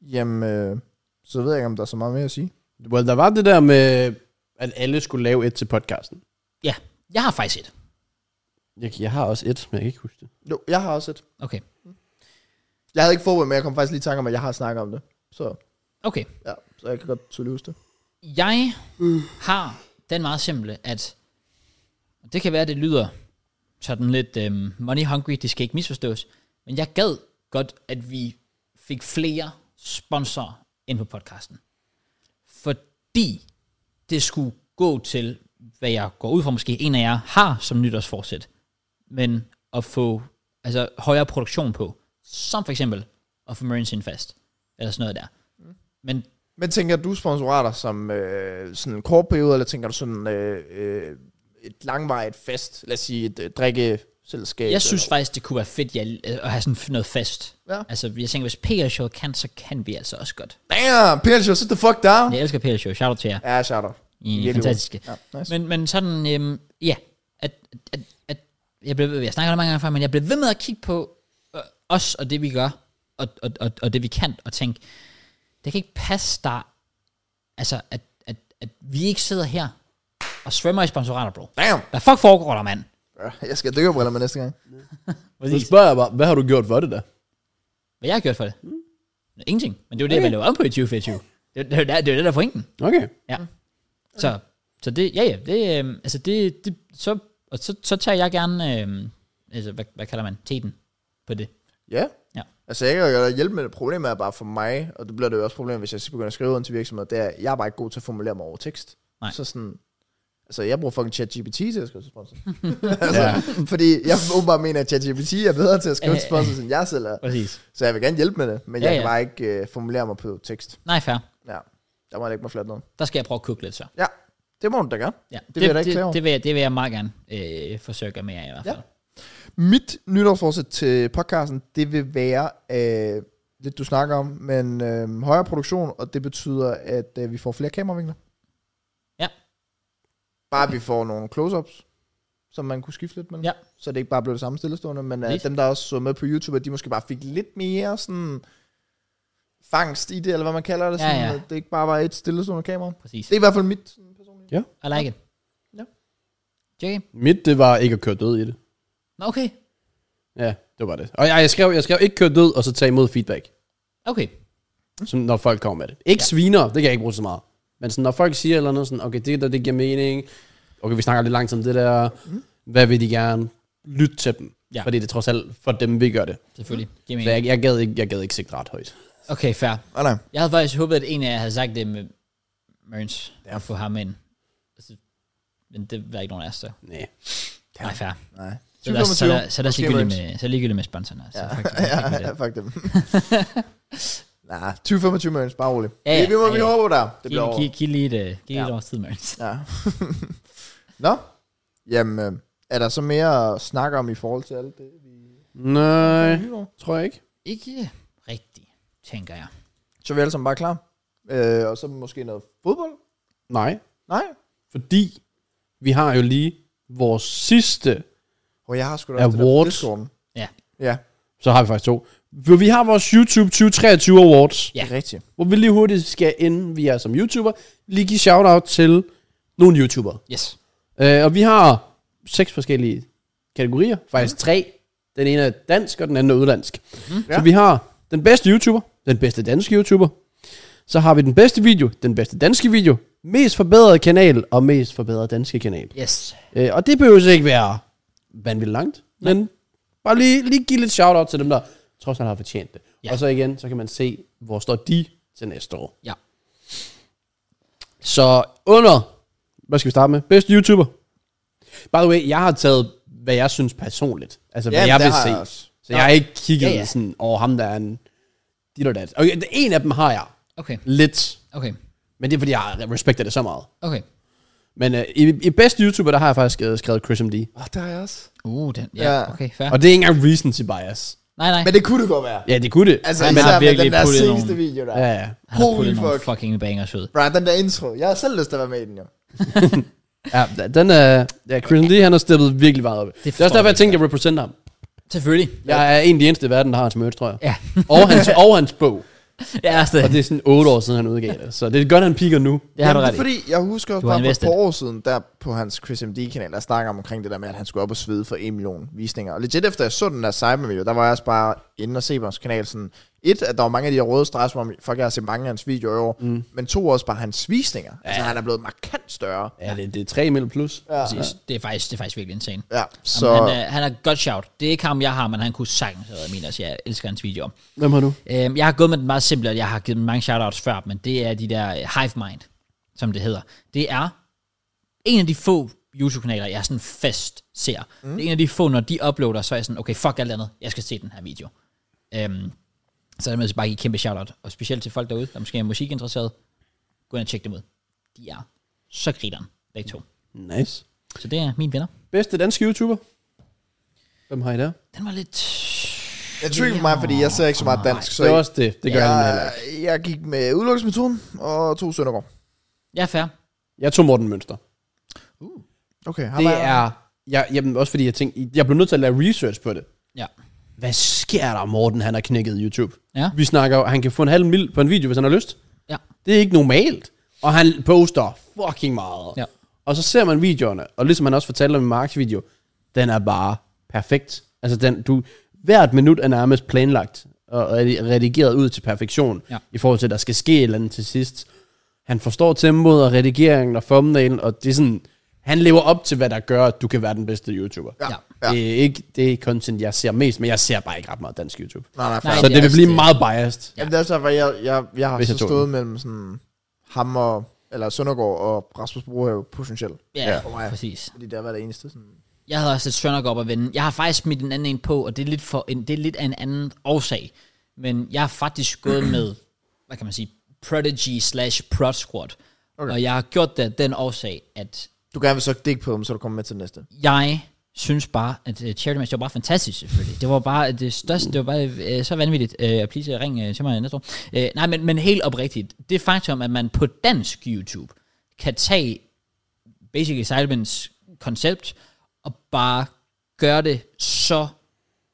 Speaker 2: Jamen, øh, så ved jeg ikke, om der er så meget mere at sige.
Speaker 3: Well, der var det der med, at alle skulle lave et til podcasten.
Speaker 1: Ja, jeg har faktisk et.
Speaker 3: Jeg, jeg har også et, men jeg kan ikke huske det.
Speaker 2: Jo, jeg har også et.
Speaker 1: Okay.
Speaker 2: Jeg havde ikke forberedt, men jeg kom faktisk lige i tanke om, at jeg har snakket om det. Så,
Speaker 1: Okay.
Speaker 2: ja, så jeg kan godt tydeligt huske det.
Speaker 1: Jeg har den meget simple, at og det kan være, at det lyder sådan lidt øhm, money hungry, det skal ikke misforstås. Men jeg gad godt, at vi fik flere sponsorer ind på podcasten. Fordi det skulle gå til, hvad jeg går ud fra måske en af jer har som nytårsforsæt. Men at få altså, højere produktion på. Som for eksempel at få Marines ind fast. Eller sådan noget der. Men
Speaker 2: Men tænker du sponsorater som øh, sådan en kort periode, eller tænker du sådan øh, øh, et langvarigt fast, lad os sige et øh, drikkeselskab?
Speaker 1: jeg synes faktisk, det kunne være fedt ja, øh, at have sådan noget fast.
Speaker 2: Ja.
Speaker 1: Altså, jeg tænker, hvis PR Show kan, så kan vi altså også godt.
Speaker 2: Damn, Pelsio, sit the fuck down.
Speaker 1: Jeg elsker PR Show. Shout out til jer.
Speaker 2: Ja, shout out.
Speaker 1: I er
Speaker 2: Virkelig
Speaker 1: fantastiske.
Speaker 2: god. Ja, nice.
Speaker 1: Men, men sådan, øhm, ja, at, at, at jeg, blev, jeg snakker det mange gange før, men jeg blev ved med at kigge på øh, os og det, vi gør, og, og, og, og det, vi kan, og tænke, det kan ikke passe der, altså, at, at, at vi ikke sidder her og svømmer i sponsorater, bro.
Speaker 2: Damn.
Speaker 1: Hvad fuck foregår der, mand?
Speaker 2: Ja, Jeg skal have dykkerbriller med næste gang.
Speaker 3: Så spørger jeg bare, hvad har du gjort for det der?
Speaker 1: Hvad jeg har gjort for det?
Speaker 2: Mm.
Speaker 1: Nå, Ingenting. Men det er jo det, okay. jeg vil lave om på i 2024. Det, det, det, det er jo det, der er pointen.
Speaker 3: Okay.
Speaker 1: Ja.
Speaker 2: Mm.
Speaker 1: Så, så det, ja ja, det, øh, altså det, det så, og så, så tager jeg gerne, øh, altså hvad, hvad kalder man, teten på det.
Speaker 2: Ja.
Speaker 1: Ja.
Speaker 2: Altså, jeg kan jo godt hjælpe med det. Problemet er bare for mig, og det bliver det jo også et problem, hvis jeg begynder at skrive ind til virksomheder, det er, jeg er bare ikke god til at formulere mig over tekst.
Speaker 1: Nej.
Speaker 2: Så sådan, altså, jeg bruger fucking ChatGPT til at skrive til sponsor. Altså,
Speaker 3: Ja.
Speaker 2: Fordi jeg åbenbart mener, at ChatGPT er bedre til at skrive til
Speaker 1: Øh,
Speaker 2: sponsor, end jeg selv er.
Speaker 1: Præcis.
Speaker 2: Så jeg vil gerne hjælpe med det, men
Speaker 1: Ja,
Speaker 2: jeg kan
Speaker 1: ja.
Speaker 2: bare ikke øh, formulere mig på tekst.
Speaker 1: Nej, fair.
Speaker 2: Ja, der må jeg lægge mig fladt ned.
Speaker 1: Der skal jeg prøve at kukke lidt så.
Speaker 2: Ja, det må du da gøre.
Speaker 1: Ja,
Speaker 2: Det vil jeg da ikke
Speaker 1: det,
Speaker 2: klage over.
Speaker 1: det, vil jeg, det vil jeg meget gerne øh, forsøge at gøre mere af i hvert
Speaker 2: Ja.
Speaker 1: fald.
Speaker 2: Mit nytårsforsæt til podcasten, det vil være øh, lidt, du snakker om, men øh, højere produktion, og det betyder, at øh, vi får flere kameravinkler.
Speaker 1: Ja.
Speaker 2: Bare vi får nogle close-ups, som man kunne skifte lidt med.
Speaker 1: Ja.
Speaker 2: Så det ikke bare blev det samme stillestående, men øh,
Speaker 1: Lidt.
Speaker 2: dem, der også så med på YouTube, at de måske bare fik lidt mere sådan fangst i det, eller hvad man kalder det.
Speaker 1: Ja,
Speaker 2: Sådan,
Speaker 1: ja.
Speaker 2: at Det ikke bare var et stillestående kamera.
Speaker 1: Præcis.
Speaker 2: Det er i hvert fald mit sådan, personlige.
Speaker 1: I like it.
Speaker 2: Ja.
Speaker 1: Jackie?
Speaker 3: Mit, det var ikke at køre død i det.
Speaker 1: Nå, okay.
Speaker 3: Ja, det var det. Og jeg, jeg, skrev, jeg skrev ikke køre død, og så tage imod feedback,
Speaker 1: Okay.
Speaker 3: som, når folk kommer med det. Ikke
Speaker 1: Ja.
Speaker 3: ja. sviner, det kan jeg ikke bruge så meget. Men sådan, når folk siger eller noget sådan, okay, det der, det giver mening. Okay, vi snakker lidt langt om det der. Hvad vil de gerne? Lyt til dem.
Speaker 1: Ja.
Speaker 3: Ja. Fordi det er trods alt for dem, vi gør det.
Speaker 1: Selvfølgelig. Giv
Speaker 3: Så
Speaker 1: mening.
Speaker 3: jeg, jeg, gad, ikke, jeg gad ikke sigte ret højt.
Speaker 1: Okay, fair.
Speaker 2: Ah, nej.
Speaker 1: Jeg havde faktisk håbet, at en af jer havde sagt det med Mørns, ja. at få ham ind. Altså, men det var ikke nogen af os, så.
Speaker 3: Nej.
Speaker 1: Nej, fair.
Speaker 2: Nej.
Speaker 1: Så der, så der, så der er
Speaker 2: Måske
Speaker 1: ligegyldigt
Speaker 2: Mørns.
Speaker 1: med, så er ligegyldigt med sponsorerne. Så ja.
Speaker 2: ja, fuck dem. Nej, 2025 Marines, bare rolig.
Speaker 1: Ja,
Speaker 2: Ja,
Speaker 1: ja,
Speaker 2: ja, vi, vi må
Speaker 1: ja,
Speaker 2: vi
Speaker 1: ja.
Speaker 2: håber der. Det bliver
Speaker 1: Giv,
Speaker 2: over.
Speaker 1: giv, giv lige et, øh, giv ja.
Speaker 2: Ja.
Speaker 1: et års tid, Mørns.
Speaker 2: Ja. Nå, jamen, øh, er der så mere at snakke om i forhold til alt det? vi-
Speaker 3: Nej,
Speaker 2: nytår?
Speaker 3: tror jeg ikke.
Speaker 1: Ikke rigtigt, tænker jeg.
Speaker 2: Så er vi alle sammen bare klar. Øh, og så måske noget fodbold?
Speaker 3: Nej,
Speaker 2: Nej.
Speaker 3: fordi vi har jo lige vores sidste,
Speaker 2: Og jeg har sgu da også det der på
Speaker 3: Awards.
Speaker 2: Discorden.
Speaker 1: Ja.
Speaker 2: Ja,
Speaker 3: så har vi faktisk to. For vi har vores YouTube 2023 Awards,
Speaker 1: Ja.
Speaker 2: det er rigtigt.
Speaker 3: hvor vi lige hurtigt skal, inden vi er som YouTuber, lige give shout-out til nogle YouTubere.
Speaker 1: Yes.
Speaker 3: Øh, og vi har seks forskellige kategorier, faktisk tre. Den ene er dansk, og den anden er udlandsk. Mm. Så
Speaker 2: Ja.
Speaker 3: vi har den bedste YouTuber, den bedste danske YouTuber. Så har vi den bedste video, den bedste danske video, mest forbedrede kanal og mest forbedrede danske kanal.
Speaker 1: Yes.
Speaker 3: Øh, og det behøver ikke være vanvittigt langt, men bare lige, lige give lidt shout-out til dem, der trods alt har fortjent det.
Speaker 1: Ja.
Speaker 3: Ja. Og så igen, så kan man se, hvor står de til næste år.
Speaker 1: Ja.
Speaker 3: Så under, hvad skal vi starte med? Bedste YouTuber. By the way, jeg har taget, hvad jeg synes personligt. Altså, hvad
Speaker 2: Jamen,
Speaker 3: jeg
Speaker 2: det
Speaker 3: vil
Speaker 2: har jeg
Speaker 3: se.
Speaker 2: også.
Speaker 3: Så jeg har ikke kigget
Speaker 1: Ja,
Speaker 3: ja,
Speaker 1: ja.
Speaker 3: ja. sådan over ham, der er en dit og dat. Okay, en af dem har jeg
Speaker 1: Okay,
Speaker 3: lidt,
Speaker 1: okay,
Speaker 3: men det er, fordi jeg respekter det så meget.
Speaker 1: okay.
Speaker 3: Men øh, i, i bedste YouTuber, der har jeg faktisk øh, skrevet Chris MD.
Speaker 2: Åh, det har jeg også.
Speaker 1: Uh, den, ja,
Speaker 2: Ja.
Speaker 1: okay, fair.
Speaker 3: Og det er ikke engang recency bias.
Speaker 1: Nej, nej,
Speaker 2: Men det kunne det godt være.
Speaker 3: Ja, det kunne det.
Speaker 2: Altså,
Speaker 1: Han har
Speaker 2: især med
Speaker 1: virkelig
Speaker 2: den der
Speaker 1: puttet
Speaker 2: seneste
Speaker 1: nogle-
Speaker 2: video der.
Speaker 3: ja, ja.
Speaker 1: han har
Speaker 2: Holy
Speaker 1: puttet nogle
Speaker 2: fuck.
Speaker 1: fucking bangers ud.
Speaker 2: Bro, den der intro. Jeg har selv lyst til at være med i den, jo.
Speaker 3: ja den er... Ja, Chris D, han har steppet virkelig meget op. Det, det er
Speaker 1: forstår
Speaker 3: også derfor,
Speaker 1: jeg
Speaker 3: jeg tænkte, at jeg representer ham.
Speaker 1: Selvfølgelig.
Speaker 3: Jeg er en af de eneste i verden, der har hans merch, tror jeg.
Speaker 1: Ja,
Speaker 3: Og hans, og hans bog.
Speaker 1: jeg er
Speaker 3: Og
Speaker 1: stadig.
Speaker 3: det er sådan 8 år siden, han udgav det. Så det er godt, han piker nu.
Speaker 1: Det har du
Speaker 2: Jamen,
Speaker 1: ret
Speaker 2: det
Speaker 1: i.
Speaker 2: er fordi, jeg husker også
Speaker 1: Du har
Speaker 2: bare for et
Speaker 1: investet.
Speaker 2: par år siden, der på hans Chris MD-kanal, der snakker om omkring det der med, at han skulle op og svede for 1 million visninger. Og legit efter jeg så den der Cyber Video, der var jeg også bare, inde og se på hans kanal. Sådan, et, at der var mange af de her røde streger, som om folk har set mange af hans videoer i år. Mm. Men to, også bare hans visninger. Ja. Altså, han er blevet markant større.
Speaker 3: Ja, det, det er 3 mil plus. Ja.
Speaker 1: Præcis. Det er faktisk, det er faktisk virkelig insane.
Speaker 2: Ja,
Speaker 1: Så...
Speaker 2: så...
Speaker 1: Jamen, han, er, han er godt shout. Det er ikke ham, jeg har, men han kunne sagtens have været min også. Jeg elsker hans videoer.
Speaker 3: Hvem har du?
Speaker 1: Øhm, jeg har gået med den meget simpelt, og jeg har givet dem mange shoutouts før, men det er de der øh, Hive Mind, som det hedder. Det er en af de få YouTube-kanaler, jeg sådan fast ser. Mm. Det er en af de få, når de uploader, så er jeg sådan, okay, fuck alt andet, jeg skal se den her video. Øhm, så er det bare give et kæmpe shoutout, og specielt til folk derude, der måske er musikinteresserede, gå ind og tjek dem ud. De er så grineren, begge to.
Speaker 3: Nice.
Speaker 1: Så det er mine venner.
Speaker 3: Bedste danske YouTuber? Hvem har I der?
Speaker 1: Den var lidt...
Speaker 2: Jeg tror ikke for mig, fordi jeg ser ikke så meget dansk. Så
Speaker 3: Det er også det. Det gør ja. han heller
Speaker 2: jeg,
Speaker 3: ikke.
Speaker 2: jeg gik med udelukkelsesmetoden og to Søndergaard.
Speaker 1: Ja, fair.
Speaker 3: Jeg tog Morten Mønster.
Speaker 2: Okay, ham
Speaker 3: Det
Speaker 2: jeg-
Speaker 3: er... Jeg, jamen, også fordi jeg tænkte... Jeg blev nødt til at lave research på det.
Speaker 1: Ja.
Speaker 3: Hvad sker der, Morten? Han har knækket YouTube.
Speaker 1: Ja.
Speaker 3: Vi snakker... Han kan få en halv mil på en video, hvis han har lyst.
Speaker 1: Ja.
Speaker 3: Det er ikke normalt. Og han poster fucking meget.
Speaker 1: Ja.
Speaker 3: Og så ser man videoerne, og ligesom han også fortalte om i Marks video, den er bare perfekt. Altså den, du, hvert minut er nærmest planlagt og og er redigeret ud til perfektion,
Speaker 1: Ja.
Speaker 3: i forhold til, at der skal ske et eller andet til sidst. Han forstår tempoet og redigeringen og thumbnailen, og det er sådan, han lever op til, hvad der gør, at du kan være den bedste YouTuber.
Speaker 2: Ja.
Speaker 1: Ja.
Speaker 2: ja.
Speaker 3: Det, er ikke, det er content, jeg ser mest, men jeg ser bare ikke ret meget dansk YouTube.
Speaker 2: Nej, nej, fair.
Speaker 1: Nej,
Speaker 3: Så
Speaker 1: det
Speaker 3: det
Speaker 1: er
Speaker 3: vil
Speaker 1: også
Speaker 3: blive
Speaker 1: det.
Speaker 3: meget biased.
Speaker 2: Jamen, det er også derfor, jeg, jeg, jeg har
Speaker 3: Hvis jeg
Speaker 2: så
Speaker 3: tog
Speaker 2: stået mellem sådan ham og, eller Søndergaard og Rasmus Brohave potentielt.
Speaker 1: Ja,
Speaker 2: for mig.
Speaker 1: præcis.
Speaker 2: Fordi der var det eneste sådan...
Speaker 1: Jeg havde også lidt Søndergaard op at vende. Jeg har faktisk smidt en anden en på, og det er lidt, for en, det er lidt af en anden årsag. Men jeg har faktisk gået med, hvad kan man sige, Prodigy slash Prod Squad. Okay. Og jeg har gjort det af den årsag, at
Speaker 2: Du gerne vil så dække på dem, så du kommer med til det næste.
Speaker 1: jeg synes bare, at uh, Charity Match var bare fantastisk, selvfølgelig. Det var bare øh, det største, det var bare uh, så vanvittigt. Uh, please uh, ring uh, til mig næste år. Uh, nej, men, men helt oprigtigt, det faktum, at man på dansk YouTube kan tage Basic Assignments koncept og bare gøre det så,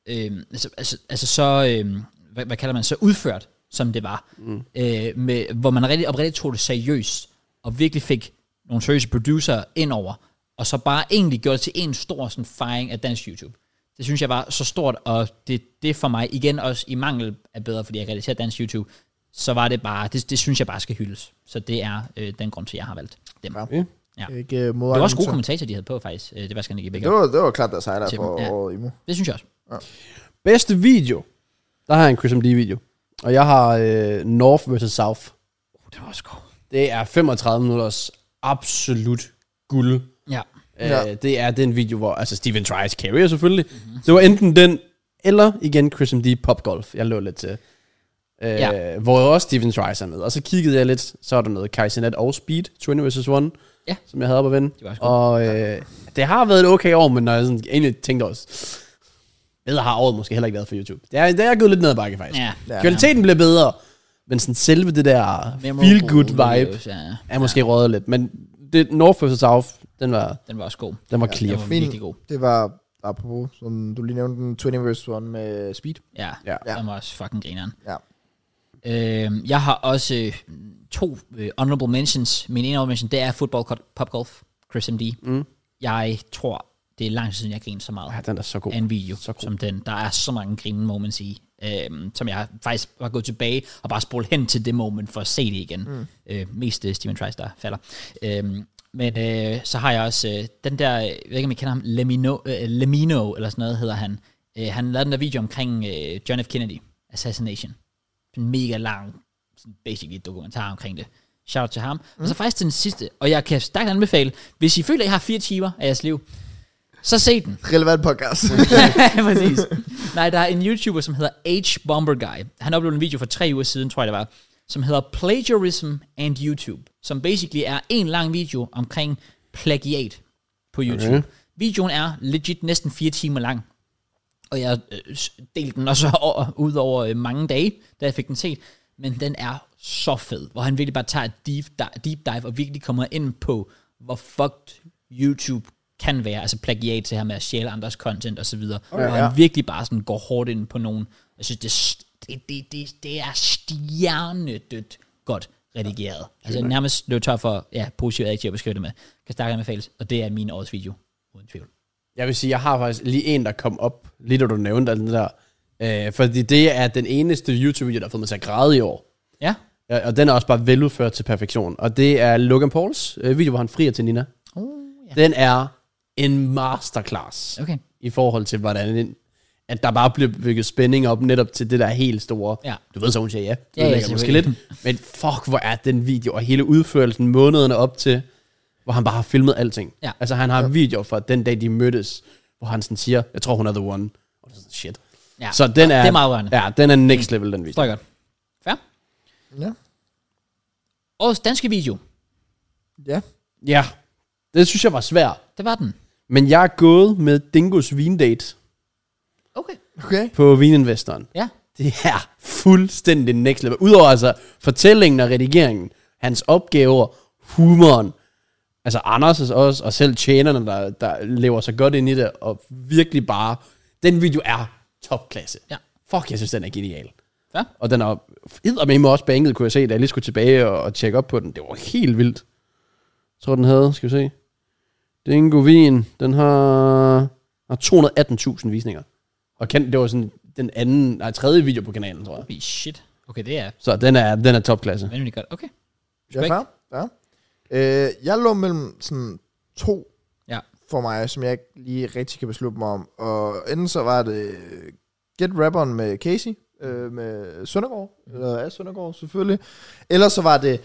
Speaker 1: øh, altså, altså, altså så, øh, hvad, hvad kalder man, så udført, som det var. Mm. Øh, med, hvor man rigtig oprigtigt tog det seriøst, og virkelig fik nogle seriøse producer indover, og så bare egentlig gjorde det til en stor sådan, fejring af dansk YouTube. Det synes jeg var så stort, og det, det for mig, igen også i mangel af bedre, fordi jeg relaterer dansk YouTube, så var det bare, det, det synes jeg bare skal hyldes. Så det er øh, den grund til, at jeg har valgt dem.
Speaker 2: Ja.
Speaker 1: Ja.
Speaker 2: Ikke, uh,
Speaker 1: Det var også gode kommentatorer, de havde på, faktisk. Øh, Det var ikke begge.
Speaker 2: Det var, det var klart deres highlight
Speaker 1: Til
Speaker 2: for
Speaker 1: dem, ja.
Speaker 2: året Imo.
Speaker 1: Det synes jeg også.
Speaker 3: Bedste video. Der har jeg en Chris MD video. Og jeg har øh, North vs. South.
Speaker 1: Det var også god.
Speaker 3: Det er 35 minutters absolut guld.
Speaker 1: Ja.
Speaker 3: Ja.
Speaker 2: Ja.
Speaker 3: Øh, det er den video, hvor altså Steven Trice carrier selvfølgelig. Mm-hmm. Det var enten den, eller igen Chris MD popgolf. Jeg lå lidt til. Øh,
Speaker 1: Ja.
Speaker 3: ja. Hvor også Steven Trice er med. Og så kiggede jeg lidt, så er der noget Kaisenet og Speed, 20 vs. 1,
Speaker 1: Ja.
Speaker 3: som jeg havde op at vende.
Speaker 1: var også
Speaker 3: og øh, det har været et okay år, men når jeg sådan, egentlig tænkte også, bedre har året måske heller ikke været for YouTube. Det er, det er gået lidt ned ad bakke faktisk.
Speaker 1: Ja.
Speaker 2: Ja.
Speaker 3: Kvaliteten bliver bedre, men sådan selve det der
Speaker 1: Memorable
Speaker 3: feel-good vibe,
Speaker 1: videos, Ja. ja.
Speaker 3: er måske ja. røget lidt. Men det, North vs. South, den var,
Speaker 1: Den var også god.
Speaker 3: den var
Speaker 1: Den
Speaker 3: clear.
Speaker 1: var
Speaker 2: Min-
Speaker 1: virkelig god.
Speaker 2: Det var, apropos, som du lige nævnte, den 20 vs. 1 med Speed.
Speaker 1: Ja.
Speaker 3: Ja.
Speaker 1: ja. Den var også fucking grineren.
Speaker 2: Ja.
Speaker 1: Øhm, jeg har også øh, to øh, honorable mentions. Min ene honorable mention, det er football co- popgolf. Chris MD. Mm. Jeg tror, det er lang tid siden, jeg grinede så meget.
Speaker 3: Ja, den er så god.
Speaker 1: af en video
Speaker 3: Så god.
Speaker 1: som den. Der er så mange grinende moments i, øhm, som jeg faktisk var gået tilbage og bare spurgt hen til det moment for at se det igen. Mm. Øh, mest øh, Steven Trice, der falder. Øhm, men øh, så har jeg også øh, den der, øh, jeg ved ikke om I kender ham, Lemino, øh, Lemino eller sådan noget hedder han. Øh, han lavede den der video omkring øh, John F. Kennedy assassination. En mega lang, sådan basically dokumentar omkring det. Shout out til ham. Mm. Og så faktisk til den sidste, og jeg kan stærkt anbefale, hvis I føler, at I har fire timer af jeres liv, så se den.
Speaker 2: Relevant podcast.
Speaker 1: Præcis. Nej, der er en YouTuber, som hedder H. Bomber Guy. Han uploadede en video for tre uger siden, tror jeg det var, som hedder Plagiarism and YouTube, som basically er en lang video omkring plagiat på YouTube. Okay. Videoen er legit næsten fire timer lang, og jeg øh, s- delte den også over, ud over øh, mange dage, da jeg fik den set, men den er så fed, hvor han virkelig bare tager et deep, di- deep dive og virkelig kommer ind på, hvor fucked YouTube kan være, altså plagiat til her med at stjæle andres content og så videre, okay, hvor han
Speaker 2: ja.
Speaker 1: virkelig bare sådan går hårdt ind på nogen. Jeg synes, det, er s- det, det, det, det er stjernedødt godt redigeret. Altså jeg er nærmest løb tør for ja, positivt adjektiv at beskrive det med. Kan stærkt anbefales, og det er min årets video, uden tvivl.
Speaker 3: Jeg vil sige, jeg har faktisk lige en, der kom op, lige da du nævnte den der Øh, fordi det er den eneste YouTube-video, der har fået mig til at græde i år.
Speaker 1: Ja.
Speaker 3: Ja, og den er også bare veludført til perfektion. Og det er Logan Pauls øh, video, hvor han frier til Nina.
Speaker 1: Uh, ja.
Speaker 3: Den er en masterclass
Speaker 1: Okay.
Speaker 3: i forhold til, hvordan en- at der bare bliver bygget spænding op netop til det der helt store.
Speaker 1: Ja.
Speaker 3: Du ved så, hun siger ja. Det
Speaker 1: Ja,
Speaker 3: ja,
Speaker 1: ja,
Speaker 3: ja, måske lidt.
Speaker 1: selvfølgelig.
Speaker 3: Men fuck, hvor er den video, og hele udførelsen månederne op til, hvor han bare har filmet alting.
Speaker 1: Ja.
Speaker 3: Altså han har ja. videoer fra den dag, de mødtes, hvor han sådan siger, jeg tror, hun er the one. Og det er sådan, shit.
Speaker 1: Ja.
Speaker 3: Så den er,
Speaker 1: det er meget rørende.
Speaker 3: Ja, den er next level, den video.
Speaker 1: Forstår jeg godt. Fair.
Speaker 2: Ja.
Speaker 1: Årets danske video.
Speaker 2: Ja.
Speaker 3: Ja, det synes jeg var svært.
Speaker 1: Det var den.
Speaker 3: Men jeg er gået med Dingos vindate
Speaker 1: Okay.
Speaker 2: Okay.
Speaker 3: på Vininvestoren.
Speaker 1: Ja.
Speaker 3: Det er fuldstændig next level. Udover altså fortællingen og redigeringen, hans opgaver, humoren, altså Anders' også, og selv tjenerne, der, der lever sig godt ind i det, og virkelig bare, den video er topklasse.
Speaker 1: Ja.
Speaker 3: Fuck, jeg synes, den er genial.
Speaker 1: Fair.
Speaker 3: Og den er eddermame også banket, kunne jeg se, da jeg lige skulle tilbage og, og tjekke op på den. Det var helt vildt. Jeg tror, den havde, skal vi se. Dingo Vin, den har, har 218.000 visninger. Og kan, det var sådan den anden, nej, tredje video på kanalen, tror jeg.
Speaker 1: Holy shit. Okay, det er
Speaker 3: Så den er, den er topklasse.
Speaker 1: vanvittigt godt. Okay.
Speaker 2: Ja, fair. Ja. Øh, jeg lå mellem sådan to
Speaker 1: Ja.
Speaker 2: for mig, som jeg ikke lige rigtig kan beslutte mig om. Og enten så var det øh, Get Rapperen med Casey, øh, med Søndergaard, eller af Søndergaard selvfølgelig. Eller så var det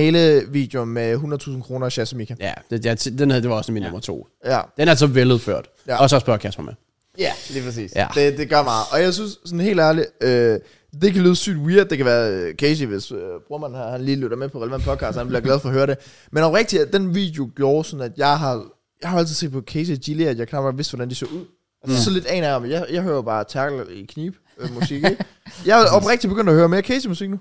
Speaker 2: finale-video med 100.000 kroner af Shazamika.
Speaker 3: Ja, det, jeg, den her, det var også min
Speaker 1: Ja.
Speaker 3: ja. nummer to.
Speaker 2: Ja.
Speaker 3: Den er så veludført.
Speaker 2: Ja.
Speaker 3: Ja. Og så spørger Kasper med.
Speaker 2: Ja, lige præcis.
Speaker 3: Ja.
Speaker 2: Det, det gør meget. Og jeg synes, sådan helt ærligt, øh, det kan lyde sygt weird. Det kan være øh, Casey, hvis øh, brormanden her, han lige lytter med på relevant podcast, han bliver glad for at høre det. Men om rigtigt, at den video gjorde sådan, at jeg har, jeg har altid set på Casey og Gilly, at jeg knap nok vidste, hvordan de så ud. Altså, mm. Så lidt aner jeg om, jeg, jeg hører jo bare tackle i knib øh, musik, ikke? Jeg er oprigtigt begyndt at høre mere Casey-musik nu.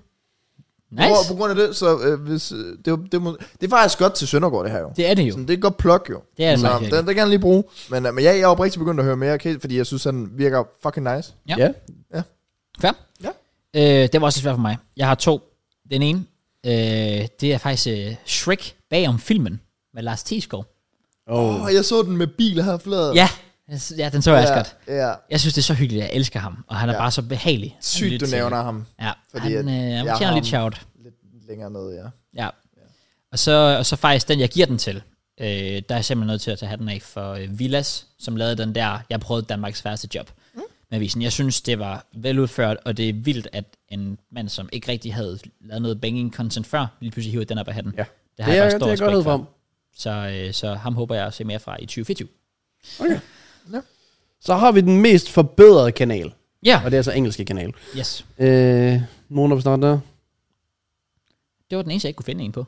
Speaker 1: Nice.
Speaker 2: På, på grund af det, så øh, hvis, øh, det, det, må, det er faktisk godt til Søndergaard, det her jo.
Speaker 1: Det er det jo.
Speaker 2: Sådan, det er et godt plug, jo.
Speaker 1: Det er altså det
Speaker 2: så,
Speaker 1: faktisk.
Speaker 2: den, den kan jeg lige bruge. Men, øh, men jeg, jeg er oprigtigt begyndt at høre mere, okay, fordi jeg synes, han virker fucking nice.
Speaker 1: Ja.
Speaker 3: ja.
Speaker 1: Fair.
Speaker 2: Ja.
Speaker 1: Øh, det var også svært for mig. Jeg har to. Den ene, øh, det er faktisk øh, Shrek bag om filmen med Lars Thiesgaard.
Speaker 3: Oh.
Speaker 2: Åh, oh, jeg så den med bil her forladet.
Speaker 1: Ja, den- ja den så jeg også godt.
Speaker 2: ja, ja.
Speaker 1: Jeg synes, det er så hyggeligt. Jeg elsker ham, og han er
Speaker 2: Ja.
Speaker 1: bare så behagelig. Han er
Speaker 2: Sygt,
Speaker 1: lidt,
Speaker 2: du
Speaker 1: øh,
Speaker 2: nævner ham
Speaker 1: Ja,
Speaker 2: fordi
Speaker 1: fordi han,
Speaker 2: at
Speaker 1: øh, han
Speaker 2: jeg
Speaker 1: tjener
Speaker 2: har
Speaker 1: lidt
Speaker 2: ham.
Speaker 1: shout.
Speaker 2: lidt længere ned, ja.
Speaker 1: Ja. Og så, og så faktisk den, jeg giver den til. Øh, der er jeg simpelthen nødt til at tage hatten af for øh, Villas, som lavede den der, jeg prøvede Danmarks værste job mm. med avisen. Jeg synes, det var veludført, og det er vildt, at en mand, som ikke rigtig havde lavet noget banging content før, lige pludselig hiver den op af hatten.
Speaker 3: Ja.
Speaker 1: Det har
Speaker 3: Det
Speaker 1: jeg
Speaker 3: er,
Speaker 1: bare stor
Speaker 3: det er jeg godt
Speaker 1: respekt
Speaker 3: hørt
Speaker 1: for.
Speaker 3: frem.
Speaker 1: Så, øh, så ham håber jeg at se mere fra i 2024.
Speaker 3: Okay.
Speaker 2: Ja.
Speaker 3: Så har vi den mest forbedrede kanal.
Speaker 1: Ja,
Speaker 3: Og det er altså engelske kanal.
Speaker 1: yes.
Speaker 3: Øh, nogen, der vil starte der?
Speaker 1: Det var den eneste, jeg ikke kunne finde en på.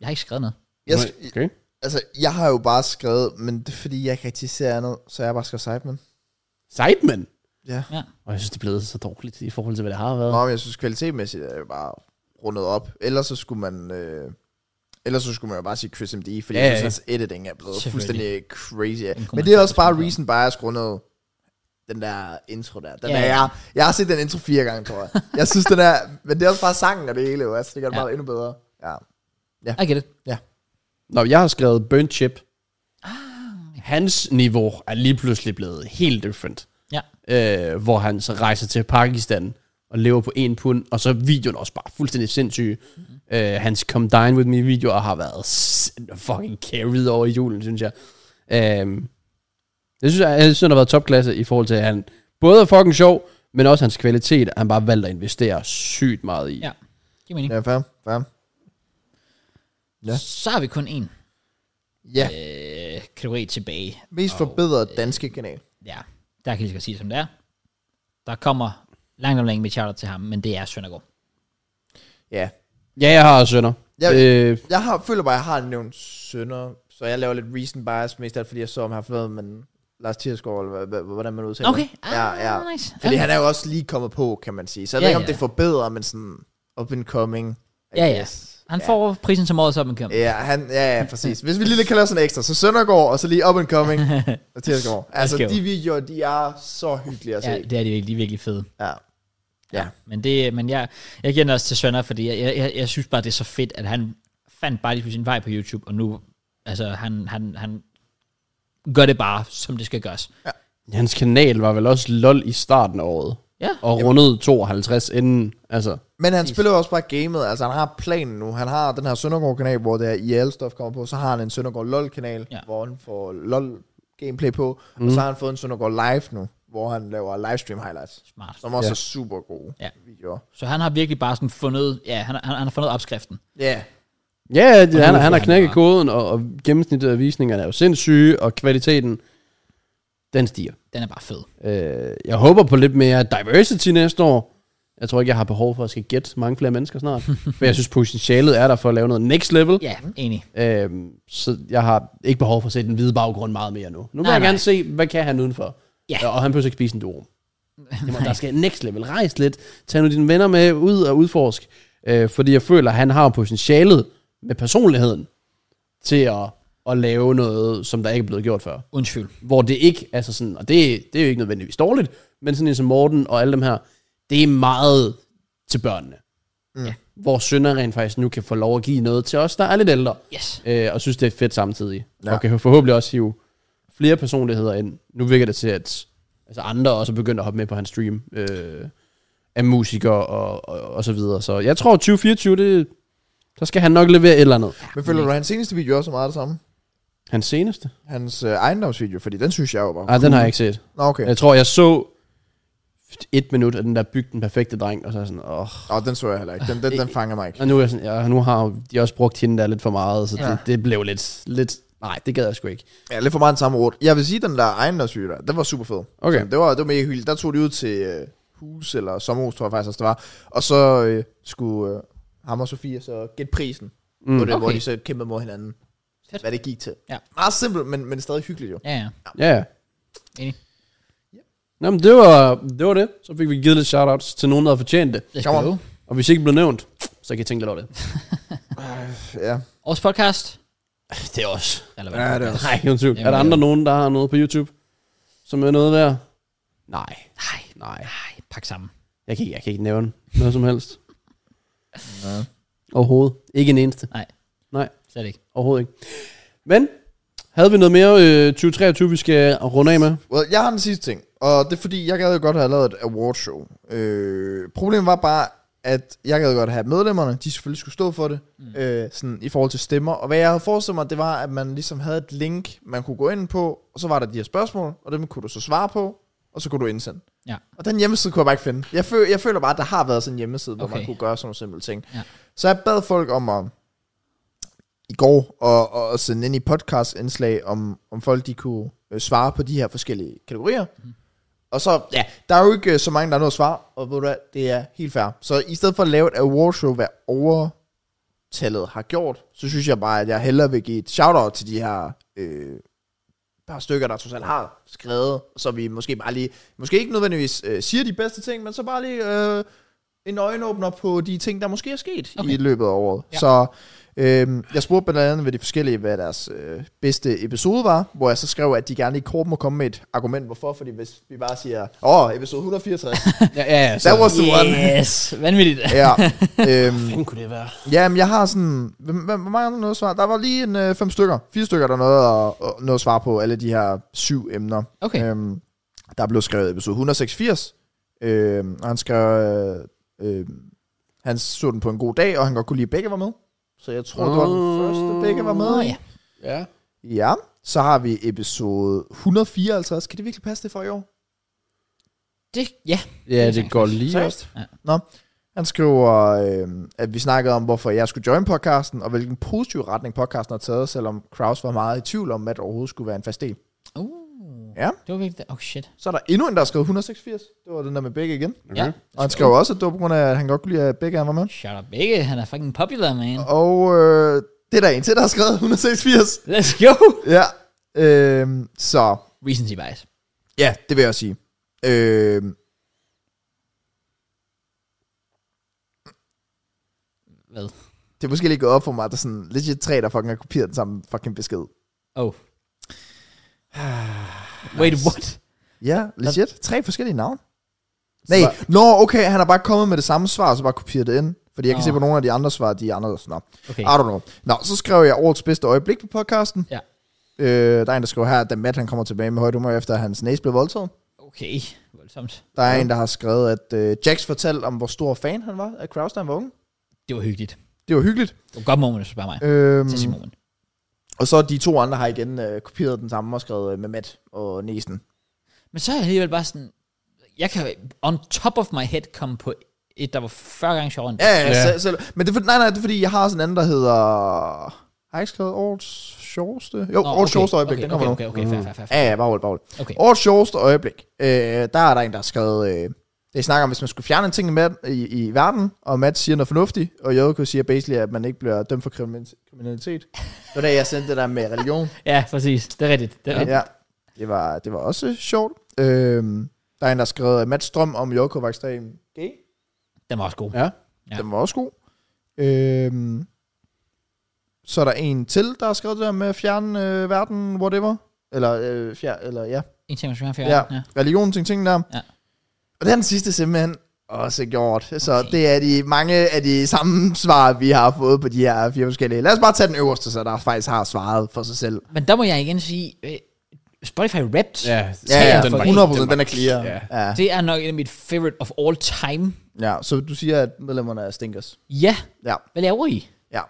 Speaker 1: Jeg har ikke skrevet noget.
Speaker 2: Jeg,
Speaker 3: Nej, okay.
Speaker 2: altså, jeg har jo bare skrevet, men det er fordi, jeg ikke rigtig ser andet, så jeg har bare skrevet Sidemen.
Speaker 3: Sidemen.
Speaker 2: Ja.
Speaker 1: Ja.
Speaker 3: Og jeg synes, det er blevet så dårligt i forhold til, hvad det har været.
Speaker 2: Nå, men jeg synes kvalitetmæssigt er det bare rundet op. Ellers så skulle man... Øh, ellers så skulle man jo bare sige Chris MD, fordi ja,
Speaker 3: Ja,
Speaker 2: jeg
Speaker 3: ja.
Speaker 2: synes, hans editing er blevet
Speaker 1: Selvfølgelig.
Speaker 2: fuldstændig crazy.
Speaker 1: kunne man
Speaker 2: Men det er også
Speaker 1: sagtens
Speaker 2: bare
Speaker 1: finde på.
Speaker 2: reason bias grundet den der intro der.
Speaker 1: Ja,
Speaker 2: Den ja,
Speaker 1: ja.
Speaker 2: der jeg, jeg har set den intro fire gange, tror jeg. Jeg synes, den er... Men det er også bare sangen og det hele, jo. altså, det gør det
Speaker 1: Ja.
Speaker 2: bare endnu bedre. Ja.
Speaker 1: I get it.
Speaker 3: Nå, jeg har skrevet Burn Chip.
Speaker 1: Ah.
Speaker 3: Hans niveau er lige pludselig blevet helt different.
Speaker 1: Ja.
Speaker 3: Øh, hvor han så rejser til Pakistan og lever på en pund, og så er videoen også bare fuldstændig sindssyg.
Speaker 1: Mhm.
Speaker 3: Mm. Øh, hans Come Dine With Me-videoer har været s- fucking carried over i julen, synes jeg. Øh, det synes jeg, jeg synes, han har været topklasse i forhold til, at han både er fucking sjov, men også hans kvalitet, han bare valgt at investere sygt meget i.
Speaker 1: Ja. Giv mening.
Speaker 2: Ja, fair. fair.
Speaker 1: Ja.
Speaker 2: Ja.
Speaker 1: Så har vi kun en
Speaker 2: Ja.
Speaker 1: øh, kategori tilbage.
Speaker 2: Mest forbedret danske kanal.
Speaker 1: Ja, der kan jeg lige så godt sige, det, som det er. Der kommer langt om længe med charter til ham, men det er Søndergaard.
Speaker 2: Ja.
Speaker 3: Ja, jeg har også sønner.
Speaker 2: Jeg-
Speaker 3: øh,
Speaker 2: Jeg har, føler bare, jeg har nævnt sønder, så jeg laver lidt reason bias, mest af alt, fordi jeg så om her forleden, men Lars Thirsgaard, eller hva- hva- hvordan man udtaler
Speaker 1: Okay,
Speaker 2: det. Ja, ja.
Speaker 1: Ah, nice.
Speaker 2: Fordi
Speaker 1: Ja.
Speaker 2: han er jo også lige kommet på, kan man sige. Så jeg
Speaker 1: Ja,
Speaker 2: ja, ved ikke, om
Speaker 1: ja.
Speaker 2: det forbedrer, men sådan up and coming. I
Speaker 1: Ja, ja.
Speaker 2: guess.
Speaker 1: Han får prisen som årets op ja.
Speaker 2: Ja, han, ja, ja, præcis. Hvis vi lige kan lave sådan en ekstra, så Søndergaard, og så lige up and coming, og Thirsgaard. Altså,
Speaker 1: Let's go.
Speaker 2: de videoer, de er så hyggelige at se.
Speaker 1: ja, det er de virkelig, de er virkelig fede.
Speaker 2: Ja. Ja.
Speaker 1: Men, det, men jeg, jeg giver den også til Sønder, fordi jeg, jeg, jeg, jeg synes bare, det er så fedt, at han fandt bare lige pludselig sin vej på YouTube, og nu, altså, han, han, han gør det bare, som det skal gøres. Ja.
Speaker 3: Hans kanal var vel også LOL i starten af året.
Speaker 1: Ja.
Speaker 3: Og rundede 52 inden, altså.
Speaker 2: Men han spiller jo også bare gamet, altså han har planen nu. Han har den her Søndergaard-kanal, hvor det er IL-stof kommer på. Så har han en Søndergaard LOL-kanal,
Speaker 1: Ja.
Speaker 2: ja. hvor han får LOL-gameplay på. Mm. Og så har han fået en Søndergaard Live nu, hvor han laver livestream highlights.
Speaker 1: Smart.
Speaker 2: Som også
Speaker 3: Ja.
Speaker 2: ja. er super gode
Speaker 1: Ja.
Speaker 2: ja. videoer.
Speaker 1: Så han har virkelig bare sådan fundet, ja, han, han, han har fundet opskriften.
Speaker 2: Ja,
Speaker 3: Ja, det, han,
Speaker 1: nu
Speaker 3: han
Speaker 1: får
Speaker 3: har
Speaker 1: han
Speaker 3: knækket
Speaker 1: bare-
Speaker 3: koden, og, og gennemsnittet af visningerne er jo sindssyge, og kvaliteten, den stiger.
Speaker 1: Den er bare fed.
Speaker 3: Øh, jeg håber på lidt mere diversity næste år. Jeg tror ikke, jeg har behov for at skal gætte mange flere mennesker snart. for jeg synes, potentialet er der for at lave noget next level.
Speaker 1: Ja, enig.
Speaker 3: Yeah. Øh, så jeg har ikke behov for at se den hvide baggrund meget mere nu. Nu vil
Speaker 1: Nej,
Speaker 3: jeg
Speaker 1: nej.
Speaker 3: gerne se, hvad kan han udenfor?
Speaker 1: Ja.
Speaker 3: Og han behøver ikke spise en durum. Det må, der skal next level. Rejs lidt. Tag nu dine venner med ud og udforsk. Øh, fordi jeg føler, at han har potentialet med personligheden til at, at lave noget, som der ikke er blevet gjort før
Speaker 1: Uden tvivl.
Speaker 3: hvor det ikke, altså sådan, og det, det er jo ikke nødvendigvis dårligt, men sådan en som Morten og alle dem her, det er meget til børnene.
Speaker 2: Mm.
Speaker 3: Hvor sønner rent faktisk nu kan få lov at give noget til os, der er lidt ældre,
Speaker 1: Yes.
Speaker 3: øh, og synes det er fedt samtidig. Ja.
Speaker 2: Ja.
Speaker 3: Og kan forhåbentlig også hive flere personligheder ind. Nu virker det til, at altså andre også er begyndt at hoppe med på hans stream, øh, af musikere og, og, og så videre. Så jeg tror 2024, det, der skal han nok levere et eller andet.
Speaker 2: men føler du, at hans seneste video også er meget det samme?
Speaker 3: Hans seneste?
Speaker 2: Hans øh, ejendomsvideo, fordi den synes jeg jo var...
Speaker 3: Nej, den har jeg ikke set.
Speaker 2: Nå, okay.
Speaker 3: Jeg tror, jeg så et minut af den der byg den perfekte dreng, og så er jeg sådan, åh.
Speaker 2: Åh, den så jeg heller ikke. Den, den, den fanger mig ikke.
Speaker 3: Og nu, er jeg sådan, ja, nu har de også brugt hende der lidt for meget, så ja.
Speaker 2: Ja.
Speaker 3: det, det, blev lidt, lidt, nej, det gad jeg sgu ikke.
Speaker 2: Ja, lidt for meget den samme ord. Jeg vil sige, den der ejendomshyre, der, den var super fed.
Speaker 3: Okay.
Speaker 2: Så det, var, det var mega hyggeligt. Der tog de ud til øh, hus eller sommerhus, tror jeg faktisk også, det var. Og så øh, skulle øh, ham og Sofie så gætte prisen mm. på det, okay. hvor
Speaker 1: Okay.
Speaker 2: de så kæmpede mod hinanden.
Speaker 1: Fedt.
Speaker 2: Fedt. Hvad det gik til.
Speaker 1: Ja.
Speaker 2: Meget simpelt, men, men stadig hyggeligt jo.
Speaker 1: Ja, ja.
Speaker 3: Ja, ja.
Speaker 1: Enig.
Speaker 3: Nå, men det var, det var det. Så fik vi givet lidt shoutouts til nogen, der havde fortjent det.
Speaker 1: Let's
Speaker 2: Come on.
Speaker 1: go.
Speaker 3: Og hvis I ikke blev nævnt, så kan jeg tænke lidt over det.
Speaker 2: Ja.
Speaker 1: Årets podcast.
Speaker 3: Det er også.
Speaker 1: Relevant
Speaker 2: Ja, det er
Speaker 1: podcast.
Speaker 3: Nej, ikke nogen tvivl.
Speaker 1: Jamen,
Speaker 3: Er der
Speaker 1: ja.
Speaker 3: andre nogen, der har noget på YouTube, som er noget værd? Nej,
Speaker 1: Nej,
Speaker 3: nej.
Speaker 1: nej, pak sammen.
Speaker 3: Jeg kan, ikke- jeg kan ikke nævne noget som helst.
Speaker 2: ja.
Speaker 3: Overhovedet. Ikke en eneste.
Speaker 1: Nej.
Speaker 3: Nej.
Speaker 1: Slet ikke.
Speaker 3: Overhovedet ikke. Men, havde vi noget mere øh, 2023, vi skal runde af med?
Speaker 2: Well, jeg har den sidste ting, og det er fordi, jeg gad jo godt have lavet et awardshow. Øh, problemet var bare, at jeg gad godt have medlemmerne, de selvfølgelig skulle stå for det, mm. øh, sådan i forhold til stemmer. Og hvad jeg havde forestillet mig, det var, at man ligesom havde et link, man kunne gå ind på, og så var der de her spørgsmål, og dem kunne du så svare på, og så kunne du indsende.
Speaker 1: Ja.
Speaker 2: Og den hjemmeside kunne jeg bare ikke finde. Jeg, føl, jeg føler bare, at der har været sådan en hjemmeside, hvor
Speaker 1: Okay.
Speaker 2: man kunne gøre sådan nogle simple ting.
Speaker 1: Ja.
Speaker 2: Så jeg bad folk om at i går og, og at sende ind i podcastindslag, om, om folk de kunne øh, svare på de her forskellige kategorier. Mm. Og så, ja, der er jo ikke øh, så mange, der har noget at svare, og ved du hvad, det er helt fair. Så i stedet for at lave et awardshow, hvad overtallet har gjort, så synes jeg bare, at jeg hellere vil give et shout-out til de her øh, par stykker, der trods alt har skrevet, så vi måske bare lige, måske ikke nødvendigvis øh, siger de bedste ting, men så bare lige øh, en øjenåbner på de ting, der måske er sket
Speaker 1: Okay.
Speaker 2: okay. i løbet af året.
Speaker 1: Ja.
Speaker 2: Ja. Så øh, jeg spurgte blandt andet ved de forskellige, hvad deres øh, bedste episode var, hvor jeg så skrev, at de gerne lige kort må komme med et argument, hvorfor, fordi hvis vi bare siger, åh, oh, episode 164,
Speaker 3: Ja, ja, ja.
Speaker 2: that was the one.
Speaker 1: Yes, vanvittigt.
Speaker 2: Ja, øhm,
Speaker 3: Hvordan kunne det være?
Speaker 2: Jamen, jeg har sådan... Hvem, hvem, hvor mange er der noget at svare? Der var lige en øh, fem stykker. Fire stykker, der nåede at, at, noget at svare på alle de her syv emner.
Speaker 1: Okay.
Speaker 2: Øhm, der blev skrevet episode 186. Øhm, og han skrev... Øh, øh, han så den på en god dag, og han godt kunne lide, at begge var med. Så jeg tror, det var den første, begge var
Speaker 1: Åh,
Speaker 2: med.
Speaker 1: ja.
Speaker 3: Ja.
Speaker 2: Ja. Så har vi episode 154. Kan det virkelig passe det for i år?
Speaker 1: Det, ja.
Speaker 3: Ja, det går lige op.
Speaker 2: Seriøst?
Speaker 1: Ja.
Speaker 2: Nå. Han skriver, øh, at vi snakkede om, hvorfor jeg skulle join podcasten, og hvilken positiv retning podcasten har taget, selvom Kraus var meget i tvivl om, at det overhovedet skulle være en fast del.
Speaker 1: Uh,
Speaker 2: Ja.
Speaker 1: Det var virkelig... Oh, shit.
Speaker 2: Så er der endnu en, der har skrevet 186. Det var den der med begge igen.
Speaker 1: Ja.
Speaker 2: Og han skrev også, at det var på grund af, at han godt kunne lide, at begge han var med.
Speaker 1: Shut up, Begge. Han er fucking popular, man.
Speaker 2: Og øh, det er der en til, der har skrevet 186.
Speaker 1: Let's go.
Speaker 2: Ja. Øh, så
Speaker 1: Recency bias.
Speaker 2: Ja, det vil jeg også sige. Øh...
Speaker 1: Hvad?
Speaker 2: Det er måske lige gået op for mig, at der er sådan legit tre, der fucking har kopieret den samme fucking besked.
Speaker 1: Oh. Wait, what?
Speaker 2: Ja, legit. Tre forskellige navne. Nej, nå, okay, han har bare kommet med det samme svar, og så bare kopieret det ind. Fordi jeg kan
Speaker 1: Nå.
Speaker 2: se på nogle af de andre svar, de er anderledes. Nå,
Speaker 1: Okay.
Speaker 2: I don't know. Nå, så skrev jeg årets bedste øjeblik på podcasten.
Speaker 1: Ja.
Speaker 2: Øh, der er en, der skriver her, at Matt han kommer tilbage med højt humør, efter at hans næse blev voldtaget.
Speaker 1: Okay, voldsomt.
Speaker 2: Der er ja. en, der har skrevet, at øh, Jax fortalte om, hvor stor fan han var af Kraus, da han var unge.
Speaker 1: Det var hyggeligt.
Speaker 2: Det var hyggeligt.
Speaker 1: Det var et godt moment, hvis du spørger mig.
Speaker 2: Øhm,
Speaker 1: Til Simon.
Speaker 2: og så de to andre har igen øh, kopieret den samme og skrevet øh, med Matt og Næsen.
Speaker 1: Men så er jeg alligevel bare sådan, jeg kan on top of my head komme på et, der var 40 gange sjovere end
Speaker 2: Ja, ja,
Speaker 3: Ja.
Speaker 2: ja. Selv, selv, men det er, for- nej, nej, det er fordi, jeg har sådan en anden, der hedder... Har jeg ikke skrevet årets sjoveste? Jo,
Speaker 1: Nå,
Speaker 2: årets sjoveste øjeblik,
Speaker 1: okay,
Speaker 2: den kommer
Speaker 1: okay, okay, okay, fair, fair, fair,
Speaker 2: nu.
Speaker 1: fair.
Speaker 2: Ja, ja, bare hold, bare hold.
Speaker 1: Okay.
Speaker 2: Årets sjoveste øjeblik. Øh, der er der en, der har skrevet... Øh, det snakker om, hvis man skulle fjerne en ting i, Matt, i, i verden, og Matt siger noget fornuftigt, og Jørgen siger basically, at man ikke bliver dømt for krimin- kriminalitet. Det var da, jeg sendte det der med religion.
Speaker 1: Ja, præcis. Det er rigtigt. Det er rigtigt.
Speaker 2: ja. Det var, det var også sjovt. Øhm, der er en, der har skrevet, at Mads Strøm om Joko var ekstrem gay.
Speaker 1: Den var også god.
Speaker 3: Ja.
Speaker 1: Ja.
Speaker 2: Ja. Den var også god. Øhm, så er der en til, der har skrevet det der med at fjerne øh, verden, whatever. Eller, øh, fjer, eller ja.
Speaker 1: En ting, man skal
Speaker 2: ja.
Speaker 1: ja.
Speaker 2: ja. Religion, ting, ting der.
Speaker 1: Ja.
Speaker 2: Og det har den sidste simpelthen også gjort. Så
Speaker 1: Okay.
Speaker 2: okay. det er de mange af de samme svar, vi har fået på de her fire forskellige. Lad os bare tage den øverste, så der faktisk har svaret for sig selv.
Speaker 1: Men der må jeg igen sige, øh, Spotify Wrapped,
Speaker 3: Ja,
Speaker 2: Ja, ja,
Speaker 1: den var-
Speaker 2: 100
Speaker 3: den
Speaker 2: procent,
Speaker 3: var-
Speaker 2: den er clear.
Speaker 3: Ja.
Speaker 2: Ja.
Speaker 1: det er nok en af mit favorite of all time.
Speaker 2: ja, så du siger, at medlemmerne er stinkers.
Speaker 1: Ja,
Speaker 2: Ja,
Speaker 1: hvad laver I?
Speaker 2: ja.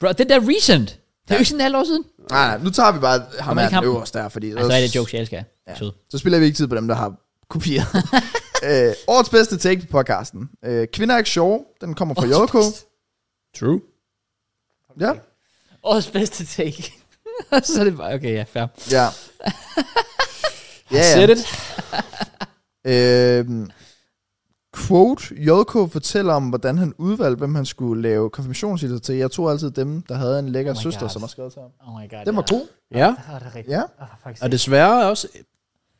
Speaker 1: Bro, det der recent. Det er jo ikke sådan et halvt år siden.
Speaker 2: Nej, nej, nu tager vi bare ham
Speaker 1: man
Speaker 2: her
Speaker 1: ikke ham?
Speaker 2: den øverste der, fordi...
Speaker 1: Ej, så er det jokes, jeg elsker. Ja. Sød.
Speaker 2: Så spiller vi ikke tid på dem, der har kopieret. øh, årets bedste take på podcasten. Øh, Kvinder er ikke sjove. Den kommer fra
Speaker 1: Årets
Speaker 2: Joko.
Speaker 1: bedste-
Speaker 3: True.
Speaker 2: Ja,
Speaker 1: Årets bedste take. så er det bare, okay, ja, fair.
Speaker 2: ja.
Speaker 3: Yeah. Set it.
Speaker 2: Øh, quote, JK fortæller om, hvordan han udvalgte, hvem han skulle lave konfirmationshilser til. Jeg tog altid dem, der havde en lækker
Speaker 1: Oh
Speaker 2: oh
Speaker 1: my
Speaker 2: søster,
Speaker 1: God.
Speaker 2: som har skrevet til ham.
Speaker 1: Oh my god.
Speaker 2: Den var
Speaker 1: ja.
Speaker 2: god.
Speaker 3: Ja.
Speaker 1: Ah, det er rigtigt.
Speaker 2: Ja.
Speaker 1: Ah, faktisk.
Speaker 3: Og desværre også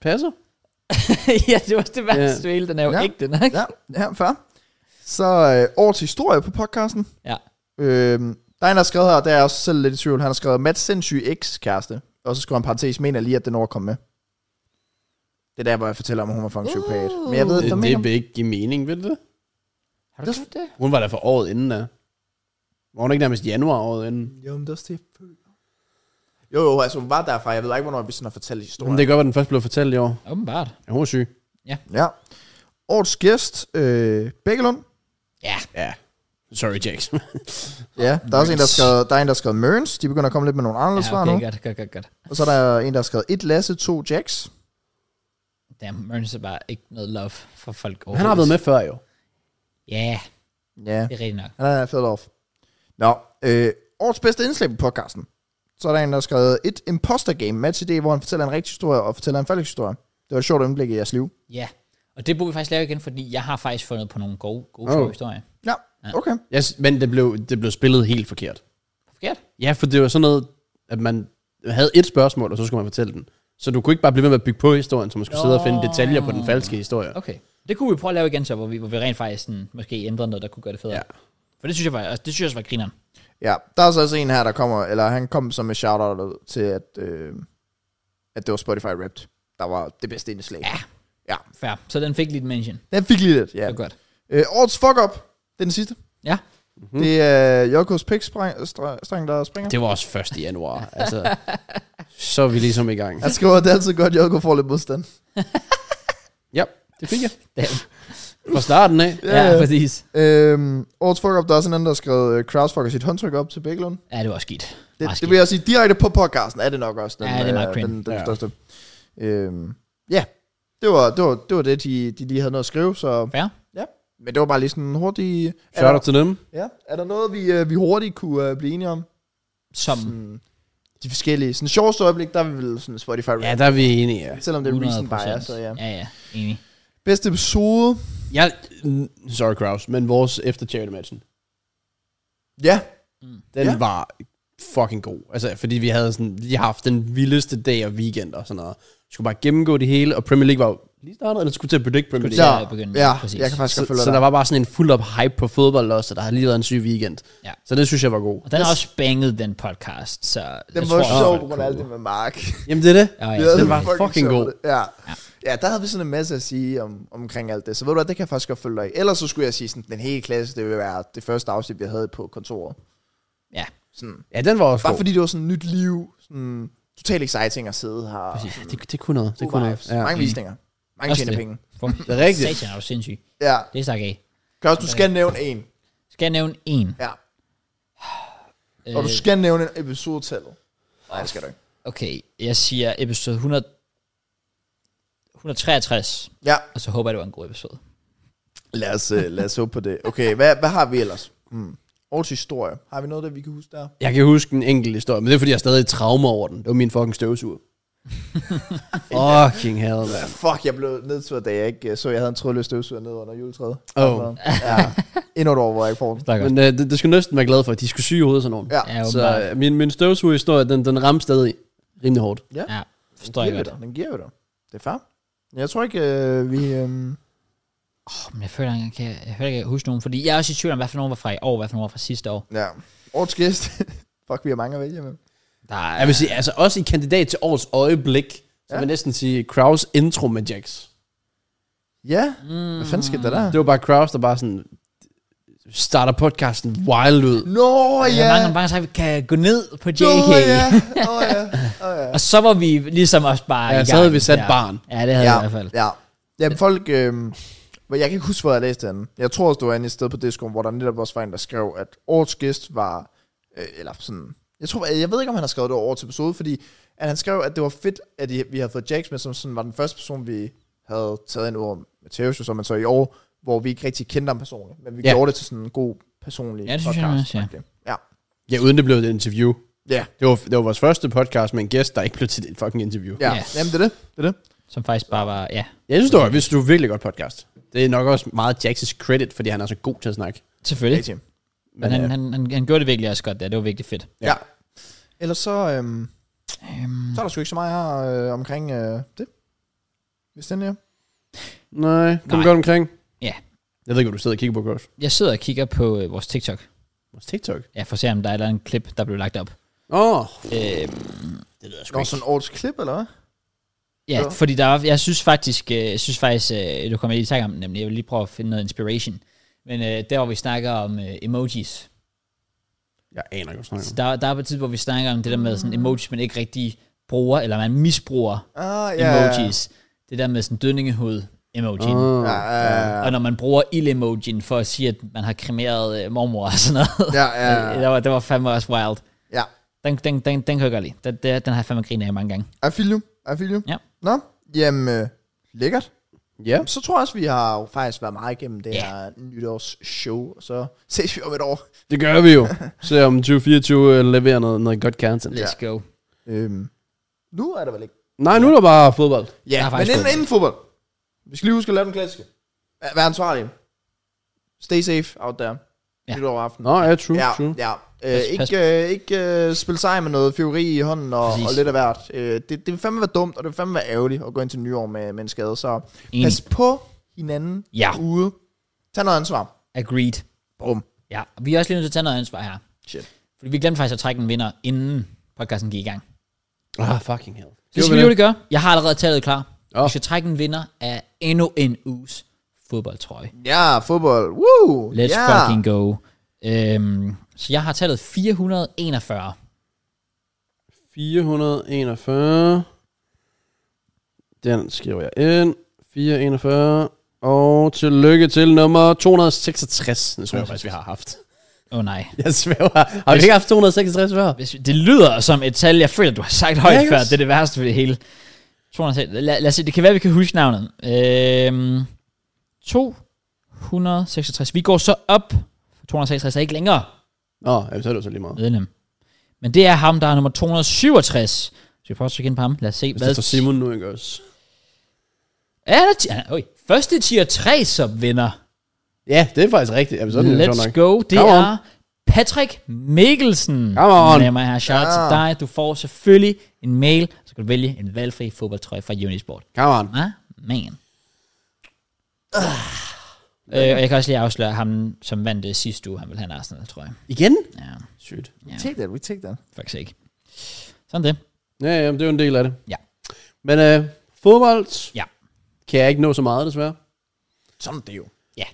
Speaker 3: passer.
Speaker 1: ja, det var det værste yeah. hele. Den er jo
Speaker 2: Ja.
Speaker 1: ægte nok.
Speaker 2: Ja, ja, fair. Så øh, årets historie på podcasten.
Speaker 1: Ja.
Speaker 2: Øh, der er en, der har skrevet her, og der er jeg også selv lidt i tvivl. Han har skrevet, Mads sindssyg ekskæreste. Og så skriver han parentes, mener lige, at den overkom med. Det er der, hvor jeg fortæller om, at hun var fucking psykopat. Men jeg ved,
Speaker 3: Det,
Speaker 2: hvad
Speaker 3: det
Speaker 2: mener.
Speaker 3: vil ikke give mening, ved det?
Speaker 1: Har du gjort det?
Speaker 3: Hun var der for året inden da. Var hun ikke nærmest januar året inden?
Speaker 2: Jo, men det er også det, jeg føler. Jo, jo, altså hun var derfra. Jeg ved ikke, hvornår vi sådan har fortalt historien.
Speaker 3: Men det kan godt være, den først blev fortalt i år.
Speaker 1: Åbenbart.
Speaker 3: Ja, hun er syg.
Speaker 2: Ja. Årets gæst, øh, Bækkelund.
Speaker 1: Ja.
Speaker 3: Ja. Sorry, Jax.
Speaker 2: Ja, der er også en, der har skrevet, der er en, der har skrevet Mørns. De begynder at komme lidt med nogle
Speaker 1: Ja,
Speaker 2: andre svar
Speaker 1: okay,
Speaker 2: nu.
Speaker 1: godt, godt, godt, godt.
Speaker 2: Og så er der en, der har skrevet et Lasse, to Jacks.
Speaker 1: Damn, Ernest er bare ikke noget love for folk
Speaker 3: han har været med før jo.
Speaker 1: Ja,
Speaker 2: Ja.
Speaker 1: det er rigtigt nok.
Speaker 2: Han er fedt off. Nå, øh, årets bedste indslag på podcasten. Så er der en, der har skrevet et imposter game match idé, hvor han fortæller en rigtig historie og fortæller en falsk historie. Det var et sjovt indblik i jeres liv.
Speaker 1: Ja. Og det burde vi faktisk lave igen, fordi jeg har faktisk fundet på nogle gode, gode
Speaker 3: Oh.
Speaker 1: oh. historier.
Speaker 2: Ja, okay.
Speaker 3: Yes, men det blev, det blev spillet helt forkert.
Speaker 1: Forkert?
Speaker 3: Ja, for det var sådan noget, at man havde et spørgsmål, og så skulle man fortælle den. Så du kunne ikke bare blive ved med at bygge på historien, så man skulle sidde og finde
Speaker 1: Nå.
Speaker 3: detaljer på den falske historie.
Speaker 1: Okay. Det kunne vi prøve at lave igen så, hvor vi, hvor vi rent faktisk sådan, måske ændrer noget, der kunne gøre det federe.
Speaker 3: Ja.
Speaker 1: Ja. For det synes jeg var, altså, det synes jeg også var grineren.
Speaker 2: Ja, der er så også en her, der kommer, eller han kom som et shout-out til, at, øh, at det var Spotify Wrapped, der var det bedste indslag.
Speaker 1: Ja.
Speaker 2: Ja.
Speaker 1: Fair. Så den fik lidt mention.
Speaker 2: Den fik lige lidt,
Speaker 1: Ja.
Speaker 2: ja.
Speaker 1: Så godt.
Speaker 2: Øh, årets fuck-up, det er den sidste.
Speaker 1: Ja.
Speaker 2: Mm. Det er Jokos pikstreng, der springer.
Speaker 3: Det var også 1. januar. altså, så er vi ligesom i gang.
Speaker 2: Han skriver, at det er altid godt, at Joko får lidt modstand.
Speaker 3: Ja, det fik jeg.
Speaker 1: Damn.
Speaker 3: Fra starten af.
Speaker 1: Ja, ja, præcis.
Speaker 2: Øhm, årets fuck-up, der er sådan en anden, der har skrevet, øh, Kraus fucker sit håndtryk op til Bækkelund.
Speaker 1: Ja, det var skidt.
Speaker 2: Det,
Speaker 1: Meget
Speaker 2: det
Speaker 1: skidt.
Speaker 2: vil jeg sige direkte på podcasten, er det nok også den,
Speaker 1: Ja, det er meget
Speaker 2: øh,
Speaker 1: cringe.
Speaker 2: den, den
Speaker 3: Ja.
Speaker 2: ja. største. Øhm, ja, det var det, var, det, var det de, de lige havde noget at skrive, så
Speaker 1: Fair.
Speaker 2: ja. Men det var bare lige sådan en hurtig... Er
Speaker 3: Shout out
Speaker 2: der,
Speaker 3: til dem.
Speaker 2: ja, er der noget, vi, øh, vi hurtigt kunne øh, blive enige om?
Speaker 1: Som
Speaker 2: Mm, de forskellige. Sådan sjoveste øjeblik, der er vi vel sådan Spotify.
Speaker 3: Ja, der er vi enige, ja.
Speaker 2: Selvom det er
Speaker 1: 100%.
Speaker 2: recent bias, så ja.
Speaker 1: ja, ja. Enig.
Speaker 2: Bedste episode.
Speaker 3: Jeg, n- sorry, Kraus, men vores efter charity matchen,
Speaker 2: Ja,
Speaker 3: den ja.
Speaker 2: Ja.
Speaker 3: var fucking god. Altså, fordi vi havde sådan, vi har haft den vildeste dag og weekend og sådan noget. Vi skulle bare gennemgå det hele, og Premier League var jo lige startet, eller skulle til at predict Premier
Speaker 1: Skulle
Speaker 3: League.
Speaker 1: til
Speaker 2: ja,
Speaker 1: jeg begynde med,
Speaker 2: ja
Speaker 1: præcis.
Speaker 2: jeg kan faktisk
Speaker 3: Så,
Speaker 2: godt følge
Speaker 3: så der
Speaker 2: dig.
Speaker 3: var bare sådan en fuld op hype på fodbold også, og der har lige været en syg weekend.
Speaker 1: Ja.
Speaker 3: Så det synes jeg var god.
Speaker 1: Og den har også banget den podcast, så...
Speaker 2: Den
Speaker 1: jeg
Speaker 2: var
Speaker 1: tror-
Speaker 2: sjov
Speaker 3: var
Speaker 2: på grund af
Speaker 3: cool.
Speaker 2: alt det med Mark.
Speaker 3: Jamen det er det.
Speaker 1: Ja, ja,
Speaker 2: Vi havde
Speaker 1: den
Speaker 2: det
Speaker 1: var...
Speaker 3: fucking
Speaker 2: sjovt.
Speaker 3: god.
Speaker 2: Ja. ja, der havde vi sådan en masse at sige om, omkring alt det. Så ved du hvad, det kan jeg faktisk godt følge dig i. Ellers så skulle jeg sige, sådan, den hele klasse, det ville være det første afsnit, vi havde på kontoret.
Speaker 1: Ja.
Speaker 2: Sådan.
Speaker 3: Ja, den var også
Speaker 2: Bare
Speaker 3: god.
Speaker 2: fordi det var sådan nyt liv. Sådan, totalt exciting at sidde her.
Speaker 1: Præcis.
Speaker 2: Sådan,
Speaker 3: Det, det kunne noget. Det
Speaker 2: gode
Speaker 3: kunne
Speaker 2: vibes.
Speaker 3: noget. Ja.
Speaker 2: Mange visninger. Mange
Speaker 1: Også
Speaker 2: tjente
Speaker 1: det.
Speaker 2: penge.
Speaker 1: For
Speaker 3: Det er rigtigt.
Speaker 1: Satan er jo sindssyg.
Speaker 2: Ja.
Speaker 1: Det er stak af.
Speaker 2: Kan også, du skal nævne en.
Speaker 1: Skal jeg nævne en?
Speaker 2: Ja. Og du skal nævne en episodetallet. Nej, det skal du ikke.
Speaker 1: Øh, Okay, jeg siger episode 100, 163,
Speaker 2: Ja.
Speaker 1: og så håber jeg, det var en god episode.
Speaker 2: Lad os, øh, lad os håbe på det. Okay, hvad, hvad har vi ellers? Mm. Årets historie. Har vi noget, der vi kan huske der?
Speaker 3: Jeg kan huske en enkelt historie, men det er fordi, jeg er stadig i traume over den. Det var min fucking støvsuger. fucking hell, man.
Speaker 2: Ah, Fuck, jeg blev nedtur, da jeg ikke øh, så, jeg havde en trådløs støvsuger ned under juletræet.
Speaker 3: Åh.
Speaker 2: Ja. Endnu et år, hvor jeg ikke får den.
Speaker 1: Stakkers.
Speaker 3: Oh. Men øh, det, det, skulle næsten være glad for, at de skulle syge i hovedet sådan nogen.
Speaker 2: Ja.
Speaker 1: Ja,
Speaker 3: så
Speaker 1: åbenbart.
Speaker 3: øh, min, min støvsugerhistorie, den, den ramte stadig rimelig hårdt.
Speaker 1: Ja,
Speaker 2: Den
Speaker 1: forstår jeg
Speaker 2: giver vi
Speaker 1: godt.
Speaker 2: dig. Den giver vi dig. Det er fair. Jeg tror ikke, øh, vi... Øh,
Speaker 1: Oh, men jeg føler, ikke, jeg, kan, jeg føler, ikke, jeg kan huske nogen, fordi jeg er også i tvivl om, hvad for nogen var fra i år, hvad for nogen var fra sidste år.
Speaker 2: ja. Årets gæst. Fuck, vi har mange at vælge med.
Speaker 1: Der er,
Speaker 3: Jeg vil sige, altså også i kandidat til årets øjeblik, så
Speaker 2: Ja.
Speaker 3: ja. vil jeg næsten sige Kraus intro med Jax.
Speaker 2: Ja. Mm. Hvad fanden skete der der?
Speaker 3: Det var bare Kraus, der bare sådan starter podcasten wild ud.
Speaker 2: Nå,
Speaker 1: der er mange, der bare sagde, vi kan gå ned på JK.
Speaker 2: Nå, ja. Åh, ja. Åh, ja.
Speaker 1: Og så var vi ligesom også bare i
Speaker 3: Ja, så
Speaker 1: gang
Speaker 3: havde vi sat
Speaker 1: der.
Speaker 3: barn.
Speaker 1: Ja, det havde ja.
Speaker 2: ja,
Speaker 1: vi i hvert fald.
Speaker 2: Ja. Jamen, folk... Øh, men jeg kan ikke huske, hvor jeg læste den. Jeg tror også, det var inde et sted på Discord, hvor der netop også var en, der skrev, at årets gæst var... Øh, eller sådan... Jeg, tror, jeg ved ikke, om han har skrevet det over årets episode, fordi at han skrev, at det var fedt, at I- vi havde fået Jax med, som sådan var den første person, vi havde taget ind over Mateus, og så man så i år, hvor vi ikke rigtig kendte ham personligt, men vi
Speaker 3: Ja.
Speaker 2: gjorde det til sådan en god personlig
Speaker 1: Ja, det synes jeg også, ja.
Speaker 2: ja.
Speaker 3: Ja, uden det blev et interview.
Speaker 2: Ja,
Speaker 3: Det var, det var vores første podcast med en gæst, der ikke blev til et fucking interview.
Speaker 2: ja.
Speaker 1: Ja.
Speaker 2: Jamen, det er det. Det er det.
Speaker 1: Som faktisk bare var, ja.
Speaker 3: Jeg synes, det var, hvis du er virkelig godt podcast. Det er nok også meget Jax's credit, fordi han er så god til at snakke.
Speaker 1: Selvfølgelig.
Speaker 2: Rigtig.
Speaker 1: Men han, han, han, han gjorde det virkelig også godt der. Det var virkelig fedt.
Speaker 2: Ja. ja. Ellers så, øhm,
Speaker 1: Øhm,
Speaker 2: så er der sgu ikke så meget her øh, omkring øh, det. Hvis den er.
Speaker 3: øh, Nej, kom
Speaker 1: Nej.
Speaker 3: godt omkring.
Speaker 1: Ja.
Speaker 3: Jeg ved ikke, om du sidder og kigger på Gross.
Speaker 1: Jeg sidder og kigger på øh, vores TikTok.
Speaker 3: Vores TikTok.
Speaker 1: Ja, for at se, om der er et eller andet klip, der blev lagt op.
Speaker 3: Åh, oh,
Speaker 1: Øh,
Speaker 3: det lyder sgu
Speaker 2: Nå,
Speaker 3: ikke.
Speaker 2: sådan årets klip, eller hvad?
Speaker 1: ja,
Speaker 2: Ja.
Speaker 1: fordi der er, jeg synes faktisk, øh, jeg synes faktisk øh, du kommer lige i tanke om det, nemlig. Jeg vil lige prøve at finde noget inspiration. Men øh, der, hvor vi snakker om øh, emojis.
Speaker 3: Jeg aner ikke, hvad du
Speaker 1: Så
Speaker 3: snakker
Speaker 1: der, der er på et tidspunkt, hvor vi snakker om det der med sådan emojis, man ikke rigtig bruger, eller man misbruger
Speaker 2: Ah, ja. ja, ja.
Speaker 1: emojis. Det der med sådan dødningehoved emojien.
Speaker 3: om.
Speaker 2: Ja,
Speaker 3: Åh.
Speaker 2: ja, ja,
Speaker 1: Og når man bruger ild-emojien for at sige, at man har kremeret øh, mormor og sådan noget.
Speaker 2: ja. ja, ja,
Speaker 1: det, var, det var fandme også wild.
Speaker 2: ja.
Speaker 1: Den, den, den, den kan jeg godt lide. Den, den, den har jeg fandme grinet af mange gange.
Speaker 2: I feel you. I feel you.
Speaker 1: Ja.
Speaker 2: Nå, jamen, øh, lækkert.
Speaker 3: Ja.
Speaker 2: Så tror jeg også, vi har jo faktisk været meget igennem det
Speaker 1: Ja.
Speaker 2: her nytårsshow, og så ses vi om et år.
Speaker 3: Det gør vi jo. Se om 2024 øh, leverer noget, noget godt content.
Speaker 1: Let's go.
Speaker 2: Øhm, nu er der vel ikke.
Speaker 3: Nej, nu er der bare fodbold.
Speaker 1: Der
Speaker 2: Ja,
Speaker 1: er
Speaker 2: men
Speaker 1: faktisk
Speaker 2: inden,
Speaker 1: fodbold.
Speaker 2: inden fodbold. Vi skal lige huske at lave den klassiske. Vær- Vær ansvarlig. Stay safe out there.
Speaker 1: Ja.
Speaker 2: Ja. Nytår aften.
Speaker 3: Nå, ja, true,
Speaker 2: ja,
Speaker 3: true.
Speaker 2: ja. Øh,
Speaker 1: Pas- pas-
Speaker 2: ikke øh, ikke øh, spille sej med noget fyrværkeri i hånden og,
Speaker 1: Præcis.
Speaker 2: og lidt af hvert. Øh, det, det vil fandme være dumt, og det vil fandme være ærgerligt at gå ind til nyår med, med en skade. Så
Speaker 1: Enig.
Speaker 2: pas på hinanden
Speaker 1: Ja.
Speaker 2: ude. Tag noget ansvar.
Speaker 1: Agreed.
Speaker 2: Bum.
Speaker 1: Ja, og vi er også lige nødt til at tage noget ansvar her.
Speaker 2: Shit.
Speaker 1: Fordi vi glemte faktisk at trække en vinder, inden podcasten gik i gang.
Speaker 3: Ah, fucking hell.
Speaker 1: Så det skal vi jo det gøre. Jeg har allerede tallet klar.
Speaker 3: Åh.
Speaker 1: Vi skal trække en vinder af endnu en uges fodboldtrøje.
Speaker 2: Ja, fodbold. Woo!
Speaker 1: Let's
Speaker 2: ja.
Speaker 1: fucking go. Øhm, så jeg har tallet 441.
Speaker 3: 441. Den skriver jeg ind. 441. Og tillykke til nummer 266. Det tror jeg faktisk, vi har haft.
Speaker 1: Åh oh, nej.
Speaker 3: Jeg svæver. Har vi ikke haft 266 før?
Speaker 1: Hvis, det lyder som et tal, jeg føler, du har sagt højt
Speaker 3: Ja,
Speaker 1: ja,
Speaker 3: ikke
Speaker 1: før.
Speaker 3: også?
Speaker 1: Det er det værste ved det hele. 200, lad, lad os se, det kan være, vi kan huske navnet. Øhm, 266. Vi går så op. 266 er ikke længere
Speaker 3: Nå, jamen, så er det jo så lige meget.
Speaker 1: medlem. Men det er ham, der er nummer 267. Så vi prøver at trykke ind på ham. Lad os se,
Speaker 3: Hvis der
Speaker 1: hvad...
Speaker 3: står Simon nu, ikke også?
Speaker 1: Ja, der ti- ja, øj. Første tier 3 som vinder.
Speaker 3: Ja, det er faktisk rigtigt. Jamen, så er det jo sjovt
Speaker 1: Let's
Speaker 3: nok.
Speaker 1: go. Det
Speaker 3: Come on.
Speaker 1: er Patrick Mikkelsen.
Speaker 3: Come on.
Speaker 1: Lad mig have shout ja. til dig. Du får selvfølgelig en mail, så kan du vælge en valgfri fodboldtrøje fra Unisport.
Speaker 3: Come on.
Speaker 1: Ah, man. Øh, og jeg kan også lige afsløre ham, som vandt det sidste uge. Han vil have en Arsenal, tror jeg.
Speaker 3: Igen?
Speaker 1: Ja,
Speaker 3: Sygt.
Speaker 2: We take that, we take that.
Speaker 1: faktisk ikke. Sådan det.
Speaker 3: Ja, ja, det er jo en del af det.
Speaker 1: Ja.
Speaker 3: Men øh, fodbold
Speaker 1: Ja.
Speaker 3: kan jeg ikke nå så meget, desværre.
Speaker 2: Sådan er det jo.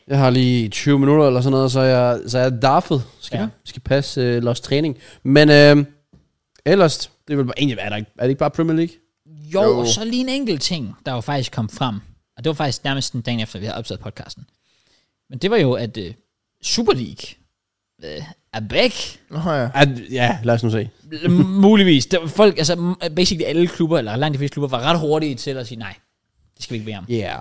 Speaker 3: Jeg har lige 20 minutter eller sådan noget, så jeg, så jeg er daffet. Skal,
Speaker 1: Ja.
Speaker 3: ja. skal passe øh, Lost Træning. Men øh, ellers, Det vil egentlig være, er, der ikke, er det ikke bare Premier League?
Speaker 1: Jo,
Speaker 2: Jo.
Speaker 1: jo, og så lige en enkelt ting, der jo faktisk kom frem. Og det var faktisk nærmest den dagen efter, vi havde optaget podcasten. Men det var jo, at uh, Super League uh, er back.
Speaker 2: Nå ja.
Speaker 3: At, ja, lad os nu se.
Speaker 1: M- Muligvis. Der var folk, altså m- basically alle klubber, eller langt de fleste klubber, var ret hurtige til at sige nej. Det skal vi ikke bede om.
Speaker 3: Ja. Yeah.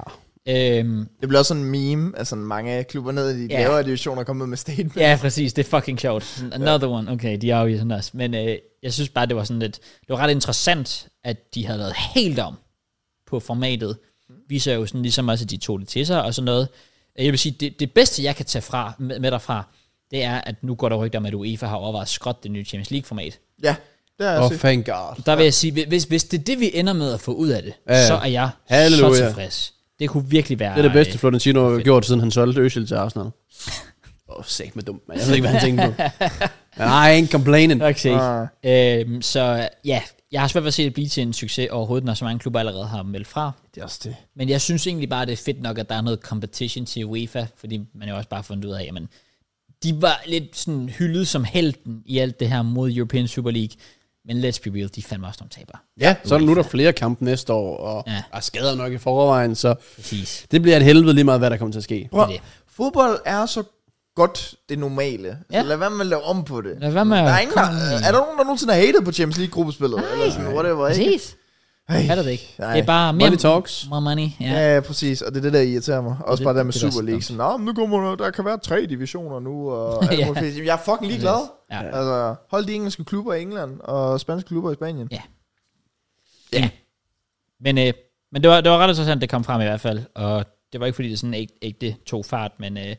Speaker 1: Øhm,
Speaker 2: Det bliver også sådan en meme, altså mange af klubber nede i de
Speaker 1: Ja.
Speaker 2: lavere divisioner er kommet med statement.
Speaker 1: ja, præcis. Det er fucking sjovt. Sådan, Another one. Okay, de er jo i sådan også. Men øh, jeg synes bare, det var sådan lidt... Det var ret interessant, at de havde været helt om på formatet. Viser jo sådan ligesom også, at de tog det til sig og sådan noget. Jeg vil sige, det, det bedste, jeg kan tage fra, med, med derfra, det er, at nu går der rygter om, at UEFA har overvejet at skrotte det nye Champions League-format.
Speaker 2: Ja, det er
Speaker 3: Oh,
Speaker 2: oh,
Speaker 3: thank God.
Speaker 1: Der vil jeg sige, hvis, hvis det er det, vi ender med at få ud af det,
Speaker 3: Ja, ja.
Speaker 1: så er jeg
Speaker 3: Halleluja.
Speaker 1: så tilfreds. Det kunne virkelig være...
Speaker 3: Det er det bedste,
Speaker 1: øh,
Speaker 3: Florentino har gjort, siden han solgte Øsil til Arsenal. Åh, oh, sæt med dumt, man. Jeg ved ikke, hvad han tænkte på. Men I ain't complaining.
Speaker 1: Okay.
Speaker 3: Ah.
Speaker 2: Nej.
Speaker 1: Øhm, så ja, jeg har svært ved at se det blive til en succes overhovedet, når så mange klubber allerede har meldt fra.
Speaker 2: Det er også det.
Speaker 1: Men jeg synes egentlig bare, det er fedt nok, at der er noget competition til UEFA, fordi man jo også bare har fundet ud af, jamen, de var lidt sådan hyldet som helten i alt det her mod European Super League, men let's be real, de er fandme også nogle taber.
Speaker 3: Ja, så er der nu der flere kampe næste år, og
Speaker 1: Ja.
Speaker 3: ja. er skader nok i forvejen, så
Speaker 1: Præcis.
Speaker 3: det bliver et helvede lige meget, hvad der kommer til at ske.
Speaker 2: Prøv,
Speaker 1: Det er
Speaker 2: fodbold er så godt det normale. Ja.
Speaker 1: Ja.
Speaker 2: Så lad være med at lave om på det.
Speaker 1: Lad være med
Speaker 2: Der er,
Speaker 1: at
Speaker 2: ingen, der, er der nogen, der nogensinde har hatet på Champions League-gruppespillet? Eller sådan, whatever, ikke?
Speaker 1: Præcis.
Speaker 2: Ej.
Speaker 1: Er altså, det det ikke?
Speaker 2: Nej.
Speaker 1: Det er bare mere
Speaker 3: Money talks.
Speaker 1: More money, ja.
Speaker 2: Ja, ja, præcis. Og det er det, der irriterer mig. Også
Speaker 1: det-
Speaker 2: bare der med
Speaker 1: det er også
Speaker 2: Super League. Sådan, Nå, men nu kommer der, der kan være tre divisioner nu. Og alt
Speaker 1: Ja.
Speaker 2: muligt. Jamen, Jeg er fucking ligeglad.
Speaker 1: Ja.
Speaker 2: Altså, hold de engelske klubber i England, og spanske klubber i Spanien.
Speaker 1: Ja. Ja. Men, øh, men det, var, det var ret interessant, det kom frem i hvert fald. Og det var ikke, fordi det sådan ikke, ikke det tog fart, men øh,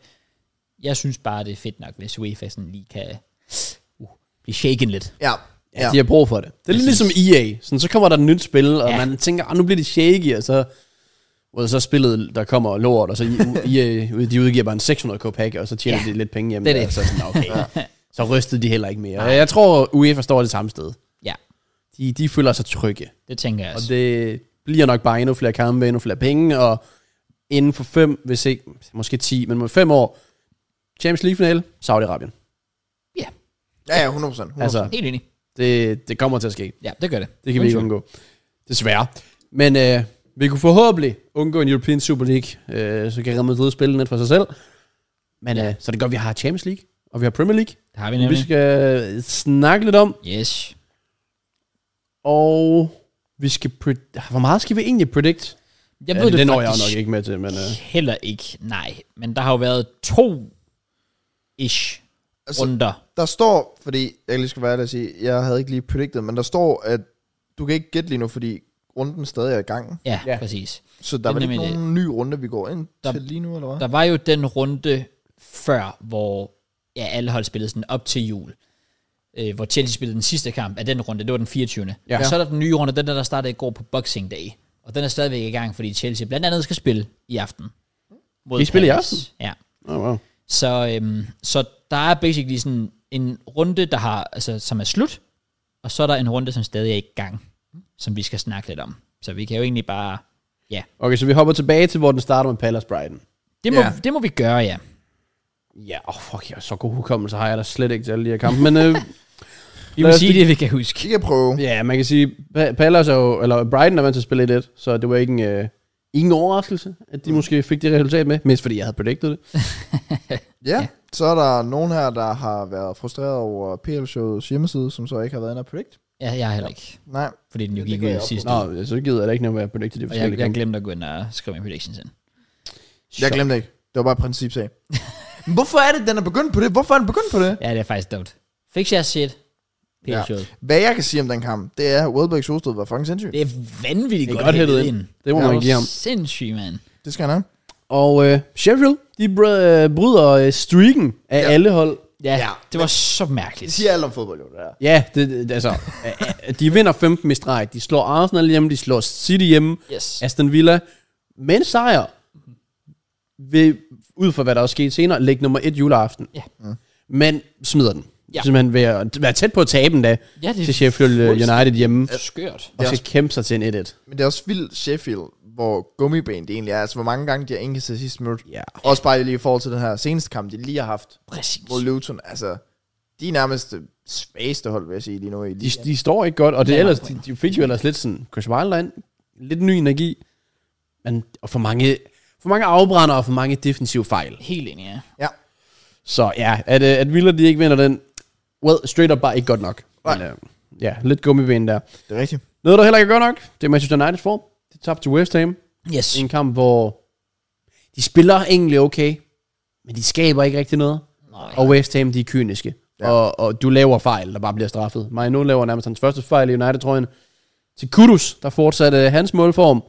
Speaker 1: jeg synes bare, det er fedt nok, hvis UEFA sådan lige kan uh, blive shaken lidt.
Speaker 2: Ja,
Speaker 3: Ja. De har brug for det. Det er lidt ligesom EA. Sådan, så kommer der et nyt spil, og
Speaker 1: Ja.
Speaker 3: ja. man tænker, "Ah, nu bliver det shaky, og så, og så er spillet, der kommer lort, og så E I- EA, de udgiver bare en 600 k pakke, og så tjener
Speaker 1: Ja.
Speaker 3: ja. de lidt penge hjem.
Speaker 1: Det er det.
Speaker 3: der, og Så, er sådan, okay. ja. så rystede de heller ikke mere. Og Jeg tror, UEFA står det samme sted.
Speaker 1: Ja,
Speaker 3: De, de føler sig trygge.
Speaker 1: det tænker jeg
Speaker 3: Og
Speaker 1: også.
Speaker 3: det bliver nok bare endnu flere kampe, endnu flere penge, og inden for fem, hvis ikke, måske ti, men med fem år, Champions League-finale, Saudi-Arabien.
Speaker 1: Ja,
Speaker 2: ja, ja 100 procent.
Speaker 3: Altså,
Speaker 1: helt enig.
Speaker 3: det, det kommer til at ske.
Speaker 1: Ja, det gør det.
Speaker 3: Det kan vi ikke
Speaker 1: Undskyld.
Speaker 3: undgå. Desværre. Men øh, vi kunne forhåbentlig undgå en European Super League, øh, så kan Real Madrid spille lidt for sig selv. Men øh, så er det godt, at vi har Champions League, og vi har Premier League.
Speaker 1: Det har vi
Speaker 3: Vi
Speaker 1: nemlig.
Speaker 3: skal øh, snakke lidt om,
Speaker 1: Yes.
Speaker 3: og vi skal... Pre- Hvor meget skal vi egentlig predict?
Speaker 1: Jeg
Speaker 3: Ja,
Speaker 1: ved det,
Speaker 3: det når jeg
Speaker 1: faktisk
Speaker 3: jo nok ikke med til, men... Øh.
Speaker 1: heller ikke, nej. Men der har jo været to ish
Speaker 2: Altså,
Speaker 1: runder.
Speaker 2: Der står, fordi jeg lige skal være ærlig at sige, jeg havde ikke lige predicted, men der står, at du kan ikke gætte lige nu, fordi runden stadig er i gang.
Speaker 1: Ja, ja,
Speaker 3: Ja.
Speaker 1: præcis.
Speaker 2: Så der
Speaker 1: er
Speaker 2: er vel ikke
Speaker 1: nemlig det.
Speaker 2: nogen ny runde, vi går ind
Speaker 1: Der-
Speaker 2: til lige nu, eller hvad?
Speaker 1: Der var jo den runde før, hvor ja, alle hold spillede sådan op til jul. Øh, hvor Chelsea spillede den sidste kamp af den runde, det var den 24. Ja.
Speaker 3: Ja.
Speaker 1: Og så er der den nye runde, den der, der startede i går på Boxing Day. Og den er stadigvæk i gang, fordi Chelsea blandt andet skal spille i aften. Mod
Speaker 3: De spiller i
Speaker 1: Palace.
Speaker 3: aften?
Speaker 1: Ja.
Speaker 3: Oh, wow.
Speaker 1: Så, øhm, så der er basically sådan en runde, der har, altså, som er slut, og så er der en runde, som stadig er i gang, som vi skal snakke lidt om. Så vi kan jo egentlig bare, ja,
Speaker 3: Okay, så vi hopper tilbage til, hvor den starter med Palace Brighton.
Speaker 1: det må,
Speaker 2: Ja.
Speaker 1: det må vi gøre, ja.
Speaker 3: Ja, åh oh, fuck, jeg er så god hukommelse har jeg da slet ikke til alle de her kampe. Men øh,
Speaker 1: Vi
Speaker 3: Lad
Speaker 1: må
Speaker 3: os
Speaker 1: sige
Speaker 3: lige-
Speaker 1: det, vi kan huske.
Speaker 2: Vi kan prøve.
Speaker 3: ja, man kan sige, Pa- Palace er jo, eller Brighton er vant til at spille 1-1, så det var ikke en, øh, ingen overraskelse, at de
Speaker 1: Mm.
Speaker 3: måske fik det resultat med. Mest fordi jeg havde predicted det.
Speaker 2: Ja. ja. Så er der nogen her, der har været frustreret over PL Shows hjemmeside, som så ikke har været inde og predict.
Speaker 1: Ja, jeg heller ikke.
Speaker 2: Nej.
Speaker 1: Fordi den jo
Speaker 2: Det
Speaker 1: gik
Speaker 2: går
Speaker 1: ud
Speaker 2: jeg op
Speaker 1: sidste uge.
Speaker 3: Nå, så gider jeg da ikke noget, hvad jeg predicted de
Speaker 1: Og jeg,
Speaker 3: forskellige
Speaker 1: jeg
Speaker 3: kampe.
Speaker 1: glemte at gå ind og skrive min predictions ind.
Speaker 2: Jeg glemte det ikke. Det var bare et principsag. Men hvorfor er det, den er begyndt på det? Hvorfor er den begyndt på det?
Speaker 1: Ja, det er faktisk dumt. Fix jeres shit. Det er
Speaker 2: Ja.
Speaker 1: sjovt.
Speaker 2: Hvad jeg kan sige om den kamp, det er, at Welbeck Solsted var fucking sindssyg.
Speaker 1: Det er vanvittigt
Speaker 3: Det er
Speaker 1: godt,
Speaker 3: godt hættet
Speaker 1: hættet
Speaker 3: ind. Det må
Speaker 2: Ja,
Speaker 3: man give ham.
Speaker 1: Sindssyg, mand.
Speaker 2: Det skal han have.
Speaker 3: Og øh, Sheffield, de br- øh, bryder øh, streaken af
Speaker 2: Ja.
Speaker 3: ja. alle hold.
Speaker 1: Ja,
Speaker 2: Ja,
Speaker 1: ja det var så mærkeligt.
Speaker 2: Det siger alt om fodbold, jo, det der.
Speaker 3: Ja, det, det, altså, øh, øh, de vinder 15 i streg. De slår Arsenal hjemme, de slår City hjemme.
Speaker 1: Yes.
Speaker 3: Aston Villa med en sejr vil, ud fra hvad der også skete senere, lægge nummer et juleaften.
Speaker 1: Ja.
Speaker 2: Mm.
Speaker 3: Men smider den.
Speaker 1: Ja.
Speaker 3: Ja. Simpelthen ved at være tæt på at tabe den da
Speaker 1: Ja, det er
Speaker 3: til Sheffield øh,
Speaker 1: fuldstændig
Speaker 3: United hjemme.
Speaker 1: skørt.
Speaker 3: Og
Speaker 2: Det er
Speaker 3: skal kæmpe sig til en 1-1.
Speaker 2: Men det er også vildt Sheffield, hvor gummiben det egentlig er. Altså, hvor mange gange de har indkastet sidste minut.
Speaker 3: Ja.
Speaker 2: Også bare lige i forhold til den her seneste kamp, de lige har haft
Speaker 1: Præcis.
Speaker 2: mod Luton. Altså, de er nærmest øh, svageste hold, vil jeg sige lige nu. I
Speaker 3: De,
Speaker 2: ligaen.
Speaker 3: de står ikke godt, og det
Speaker 1: Ja,
Speaker 3: er ellers, de,
Speaker 1: pointer.
Speaker 3: de fik jo ellers lidt sådan Chris Wilder ind, lidt ny energi, men og for mange, for mange afbrænder og for mange defensive fejl.
Speaker 1: Helt enig, ja.
Speaker 2: ja.
Speaker 3: Så ja, at, øh, at Willer de ikke vinder den, well, straight up bare ikke godt nok. Men, øh, ja, lidt gummibene der.
Speaker 2: Det er rigtigt.
Speaker 3: Noget, der heller ikke er godt nok, det er Manchester Uniteds form. Det tabte til West Ham.
Speaker 1: Yes.
Speaker 3: i en kamp, hvor de spiller egentlig okay, men de skaber ikke rigtig noget.
Speaker 1: Nej.
Speaker 3: Og West Ham, de er kyniske.
Speaker 2: Ja.
Speaker 3: Ja. Og, og du laver fejl, der bare bliver straffet. Manu laver nærmest hans første fejl i United-trøjen. Til Kudus, der fortsatte hans målform.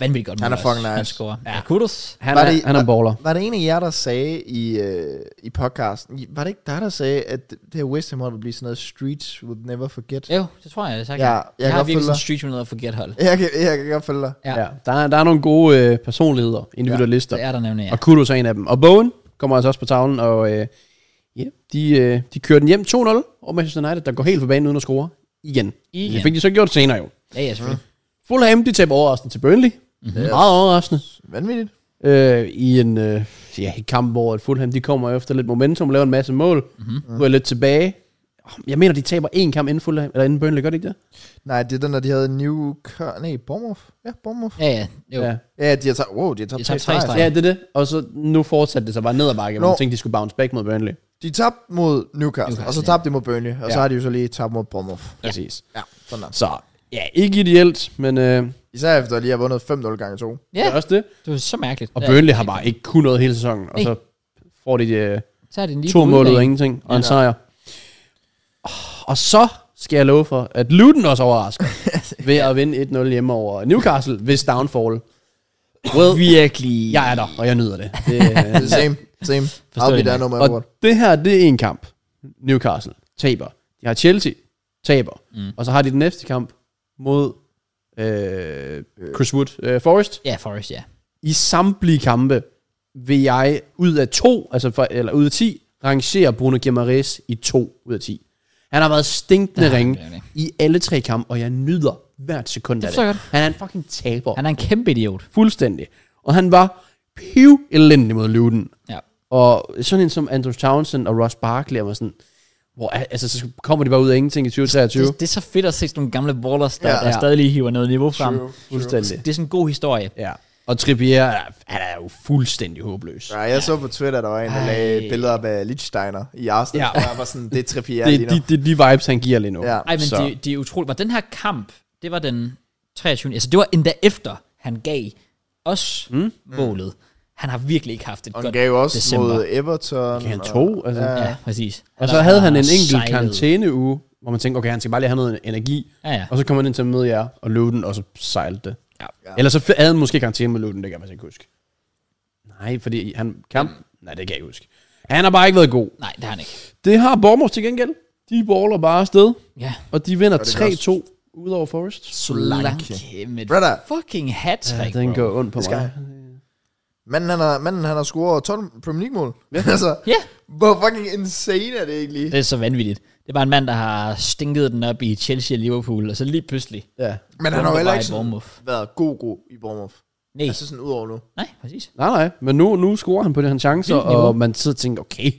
Speaker 1: Vanvittigt godt.
Speaker 2: Han
Speaker 1: mål
Speaker 2: er fucking
Speaker 1: også. Han
Speaker 2: nice.
Speaker 1: scorer. Ja, kudos.
Speaker 3: Han
Speaker 2: Var
Speaker 3: er,
Speaker 2: det-
Speaker 3: han er en baller.
Speaker 2: Var det en af jer, der sagde i, øh, i podcasten, I- var det ikke dig, der sagde, at det her West Ham hold ville blive sådan noget streets would never forget?
Speaker 1: Jo, det tror jeg, sagt.
Speaker 2: Ja, jeg
Speaker 1: jeg,
Speaker 2: kan
Speaker 1: jeg har
Speaker 2: godt
Speaker 1: virkelig
Speaker 2: følge
Speaker 1: sådan en street med for get hold.
Speaker 2: Jeg kan, jeg kan godt følge dig.
Speaker 1: Ja.
Speaker 3: Ja. Der, er, der er nogle gode øh, personligheder, individualister.
Speaker 1: Det
Speaker 3: Ja,
Speaker 1: er der nemlig, ja.
Speaker 3: Og Kudus er en af dem. Og Bowen kommer altså også på tavlen, og øh, ja, de, øh, de kører den hjem 2-0. Og Manchester United, der går helt for banen uden at score. Igen.
Speaker 1: Igen.
Speaker 3: Det fik de så gjort senere jo.
Speaker 1: Ja, ja, selvfølgelig.
Speaker 3: Fulham, de taber overraskende til Burnley.
Speaker 1: Mhm.
Speaker 3: Mm-hmm. Meget overraskende.
Speaker 2: Vanvittigt.
Speaker 3: øh, i en øh, ja, et kamp, hvor at Fulham de kommer efter lidt momentum, laver en masse mål,
Speaker 1: Mhm.
Speaker 3: mm-hmm. går lidt tilbage. Jeg mener, de taber én kamp inden, Fulham, eller inden Burnley, gør de ikke det?
Speaker 2: Nej, det er den, når de havde New... Nej, Bournemouth. Ja, Bournemouth.
Speaker 1: Ja, ja. Jo. Ja.
Speaker 2: Ja, de har tabt... Wow, de har
Speaker 1: De
Speaker 2: tabt
Speaker 1: har
Speaker 2: tre
Speaker 1: tabt tre
Speaker 2: sejre.
Speaker 1: streg.
Speaker 3: ja, det er det. Og så nu fortsatte det så bare ned ad bakke, hvor
Speaker 2: Nå.
Speaker 3: man tænkte, de skulle bounce back mod Burnley.
Speaker 2: De tabte mod Newcastle,
Speaker 1: Newcastle,
Speaker 2: og så
Speaker 1: ja.
Speaker 2: tabte de mod Burnley, og
Speaker 3: Ja.
Speaker 2: så har de jo så lige tabt mod Bournemouth.
Speaker 3: Præcis.
Speaker 2: Ja, sådan der.
Speaker 3: Så ja, ikke ideelt, men øh, det
Speaker 2: Især efter at de har vundet 5-0 gange 2.
Speaker 3: er også det.
Speaker 1: Det var så mærkeligt.
Speaker 3: Og
Speaker 1: Ja.
Speaker 3: Burnley har bare ikke kunnet noget hele sæsonen, og
Speaker 1: Nej.
Speaker 3: så får de øh,
Speaker 1: Så er det lige
Speaker 3: to
Speaker 1: på
Speaker 3: mål ud af
Speaker 1: udebane.
Speaker 3: ingenting, og en
Speaker 2: Ja.
Speaker 3: sejr. Og så skal jeg love for, at Luton også overrasker ved at vinde 1-0 hjemme over Newcastle, hvis downfall. Well,
Speaker 1: Virkelig.
Speaker 3: jeg er der, og jeg nyder det. det
Speaker 2: Det er same, same. I'll be
Speaker 1: det
Speaker 2: there
Speaker 1: ikke.
Speaker 2: no matter
Speaker 3: og
Speaker 2: what.
Speaker 3: det her, det er en kamp. Newcastle taber. De har Chelsea, taber. Mm. Og så har de den næste kamp mod øh, Chris Wood, øh, Forest.
Speaker 1: Ja, Forrest, ja.
Speaker 3: I samtlige kampe vil jeg ud af to, altså for, eller ud af ti, rangere Bruno Guimaraes i to ud af ti. Han har været stinkende
Speaker 1: Det har han
Speaker 3: ringe
Speaker 1: virkelig.
Speaker 3: i alle tre kampe, og jeg nyder hvert sekund af
Speaker 1: forstår jeg
Speaker 3: det.
Speaker 1: godt.
Speaker 3: Han er en fucking taber.
Speaker 1: Han er en kæmpe idiot.
Speaker 3: Fuldstændig. Og han var piv elendig mod Luton.
Speaker 1: Ja.
Speaker 3: Og sådan en som Andrew Townsend og Ross Barkley var sådan, hvor altså, så kommer de bare ud af ingenting i 2023.
Speaker 1: Det, det er så fedt at se sådan nogle gamle ballers, der,
Speaker 2: Ja.
Speaker 1: ja. der
Speaker 3: Ja.
Speaker 1: stadig lige hiver noget niveau frem.
Speaker 2: True.
Speaker 3: fuldstændig.
Speaker 1: Det er sådan en god historie.
Speaker 3: Ja. Og Trippier, er- han er jo fuldstændig håbløs.
Speaker 2: Ja, jeg så på Twitter, der var en, der
Speaker 1: Ej.
Speaker 2: lagde et billede op af Lichsteiner i Arsenal.
Speaker 3: Ja.
Speaker 2: Ja. Og jeg var sådan, det er Trippier
Speaker 3: Det
Speaker 2: lige
Speaker 3: er
Speaker 2: nu.
Speaker 3: de, de, de vibes, han giver lige nu.
Speaker 2: Ja.
Speaker 1: Ej, men
Speaker 3: Så-
Speaker 1: det, det er utroligt. Var den her kamp, det var den 23. Altså, det var endda efter, han gav os mm. målet. Han har virkelig ikke haft et
Speaker 2: Og han
Speaker 1: godt
Speaker 2: gav jo også
Speaker 1: december.
Speaker 2: mod Everton.
Speaker 3: Kan han
Speaker 2: og-
Speaker 3: to? Altså,
Speaker 2: Ja.
Speaker 1: Ja, præcis.
Speaker 3: Og så havde han en enkelt
Speaker 1: sejlede.
Speaker 3: karantæneuge, hvor man tænkte, okay, han skal bare lige have noget energi.
Speaker 1: Ja, ja.
Speaker 3: Og så kommer han ind til at møde jer og løbe den, og så sejlede det.
Speaker 1: Ja.
Speaker 2: Ja.
Speaker 3: Eller så havde han måske karantæne med løbe den, det kan jeg faktisk ikke huske. Nej, fordi han
Speaker 2: Mm.
Speaker 3: kamp... Nej, det kan jeg ikke huske. Han har bare ikke været god.
Speaker 1: Nej, det har han ikke.
Speaker 3: Det har Bormos til gengæld. De baller bare afsted,
Speaker 1: Ja.
Speaker 3: og de vinder
Speaker 2: Og det
Speaker 3: 3-2 ud over Forest.
Speaker 2: Solanke.
Speaker 1: med
Speaker 2: Brother.
Speaker 1: fucking hat
Speaker 3: Ja,
Speaker 1: ja,
Speaker 3: den går ondt på
Speaker 2: Det skal
Speaker 3: mig.
Speaker 2: Manden, han har, manden, han har scoret 12 Premier League-mål. Ja. altså,
Speaker 1: Ja,
Speaker 2: hvor fucking insane er det egentlig?
Speaker 1: det er så vanvittigt. Det var en mand, der har stinket den op i Chelsea og Liverpool, og så lige pludselig.
Speaker 3: Ja.
Speaker 2: Men han har jo heller ikke
Speaker 1: i
Speaker 2: sådan
Speaker 1: Bournemouth.
Speaker 2: været god, god i Bournemouth.
Speaker 1: Nej,
Speaker 2: Altså sådan ud over nu.
Speaker 1: nej, præcis.
Speaker 3: Nej, nej, men nu, nu scorer han på det her chancer,
Speaker 1: Vildt niveau.
Speaker 3: og man sidder og tænker, okay,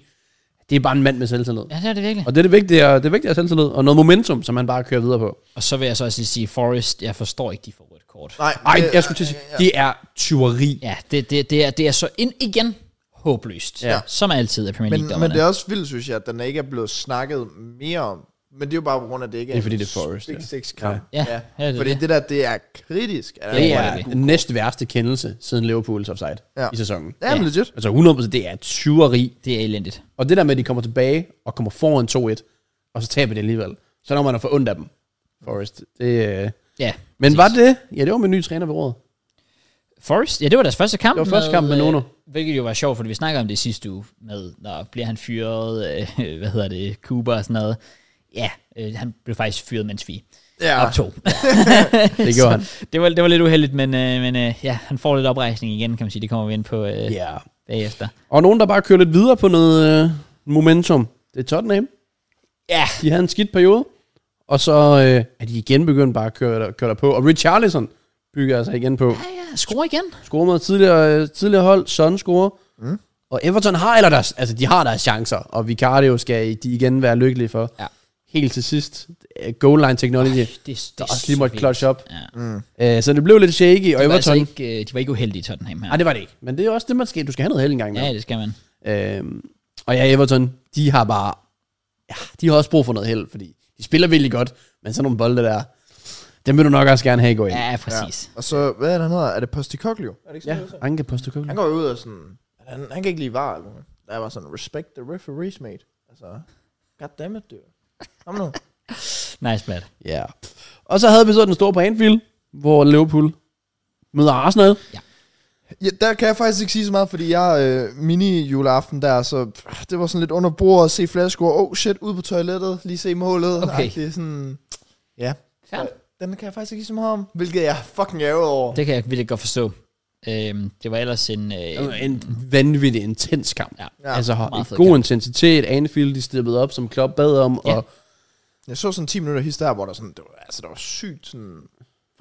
Speaker 3: det er bare en mand med selvtillid.
Speaker 1: Ja, det er det virkelig.
Speaker 3: Og det er det vigtige, det er vigtigt at have selvtillid, og noget momentum, som man bare kører videre på.
Speaker 1: Og så vil jeg så også lige sige, Forrest, jeg forstår ikke, de får rødt kort.
Speaker 2: Nej,
Speaker 3: Ej,
Speaker 2: det-
Speaker 3: jeg skulle til at sige, det er tyveri.
Speaker 1: Ja, det, det, det, er, det er så ind igen håbløst.
Speaker 3: Ja.
Speaker 1: Ja. Som altid af Premier
Speaker 2: Men,
Speaker 1: League
Speaker 2: men det
Speaker 1: dommerne.
Speaker 2: er også vildt, synes jeg, at den ikke er blevet snakket mere om. Men det er jo bare på grund af, at det ikke er,
Speaker 3: Det er fordi, det er Forrest, ja.
Speaker 2: Big Six kamp.
Speaker 1: Ja, ja, det er
Speaker 2: fordi det.
Speaker 1: det.
Speaker 2: der, det er kritisk. at
Speaker 3: Det
Speaker 2: der
Speaker 1: Ja,
Speaker 2: er-
Speaker 1: det
Speaker 3: er den næst værste kendelse siden Liverpools offside
Speaker 2: Ja.
Speaker 3: i sæsonen.
Speaker 2: Ja, men legit.
Speaker 3: Altså 100%, det er tyveri.
Speaker 1: Det er elendigt.
Speaker 3: Og det der med, at de kommer tilbage og kommer foran 2-1, og så taber de alligevel. Så når man er for ondt af dem. Forrest. Det, øh.
Speaker 1: Ja.
Speaker 3: Men var det? Ja, det var med en ny træner ved rådet.
Speaker 1: Forrest, ja, det var deres første kamp.
Speaker 3: Det var første kamp med
Speaker 1: øh,
Speaker 3: Nuno.
Speaker 1: Hvilket jo var sjovt, fordi vi snakker om det sidste uge med, når bliver han fyret, øh, hvad hedder det, Cooper og sådan noget. Ja, øh, han blev faktisk fyret, mens vi
Speaker 2: Ja.
Speaker 1: optog.
Speaker 3: Det gjorde han.
Speaker 1: det, var, det var lidt uheldigt, men, øh, men øh, ja, han får lidt oprejsning igen, kan man sige. Det kommer vi ind på øh,
Speaker 3: Ja.
Speaker 1: yeah.
Speaker 3: Yeah.
Speaker 1: bagefter.
Speaker 3: Og nogen, der bare kører lidt videre på noget øh, momentum. Det er Tottenham.
Speaker 1: Ja,
Speaker 3: De havde en skidt periode. Og så øh, er de igen begyndt bare at køre, der- køre der på. Og Richarlison bygger altså igen på.
Speaker 1: ja, ja, score igen.
Speaker 3: Scorer med tidligere, øh, tidligere hold. Son scorer. Mm. Og Everton har, eller deres, altså de har deres chancer, og Vicario skal de igen være lykkelige for.
Speaker 1: Ja.
Speaker 3: Helt til sidst, øh, goal line technology, Ej,
Speaker 1: det, det
Speaker 3: der
Speaker 1: er
Speaker 3: også lige måtte
Speaker 1: vildt.
Speaker 3: clutch op.
Speaker 1: Ja.
Speaker 3: Øh, så det blev lidt shaky, og
Speaker 1: Det var
Speaker 3: Everton...
Speaker 1: altså
Speaker 3: Nej,
Speaker 1: ikke, øh, de var ikke uheldige i Tottenham her.
Speaker 3: det var det ikke. Men det er jo også det, man skal. Du skal have noget held en gang.
Speaker 1: Ja,
Speaker 3: Ja.
Speaker 1: det skal man.
Speaker 3: Øhm, og ja, Everton, de har bare... Ja, de har også brug for noget held, fordi de spiller virkelig godt, men sådan nogle bolde der, dem vil du nok også gerne have gå ind.
Speaker 1: Ja, præcis.
Speaker 2: Og så, hvad er det, han hedder? Er det Postikoglio? Er det ikke
Speaker 3: Ja,
Speaker 2: sådan, ja.
Speaker 3: Anke Postacoglu.
Speaker 2: Han går jo ud og sådan... Han, han kan ikke lide var, eller noget. Der var sådan, respect the referees, mate. Altså, goddammit, dude. Kom nu.
Speaker 1: Ja. Nice, Brad.
Speaker 3: Ja. Yeah. Og så havde vi så den store på Anfield, hvor Liverpool møder Arsenal.
Speaker 2: Ja, der kan jeg faktisk ikke sige så meget, fordi jeg øh, mini-juleaften der, så pff, det var sådan lidt under bordet at se flaskor. Oh shit, ud på toilettet, lige se målet.
Speaker 1: Okay.
Speaker 2: Ej, det er sådan... Ja.
Speaker 1: Ja.
Speaker 2: Øh, Den kan jeg faktisk ikke sige så meget om, hvilket jeg er fucking ærger over.
Speaker 1: Det kan jeg virkelig godt forstå. Øhm, det var ellers en... Øh,
Speaker 3: Altså, En vanvittig intens kamp.
Speaker 1: ja.
Speaker 2: Ja.
Speaker 3: altså
Speaker 1: meget
Speaker 3: har
Speaker 1: fed
Speaker 3: en god
Speaker 1: kamp.
Speaker 3: intensitet. Anfield, de steppede op, som Klopp bad om.
Speaker 1: Ja.
Speaker 3: Og,
Speaker 2: Jeg så sådan 10 minutter his der, hvor der sådan, det var, altså, der var sygt sådan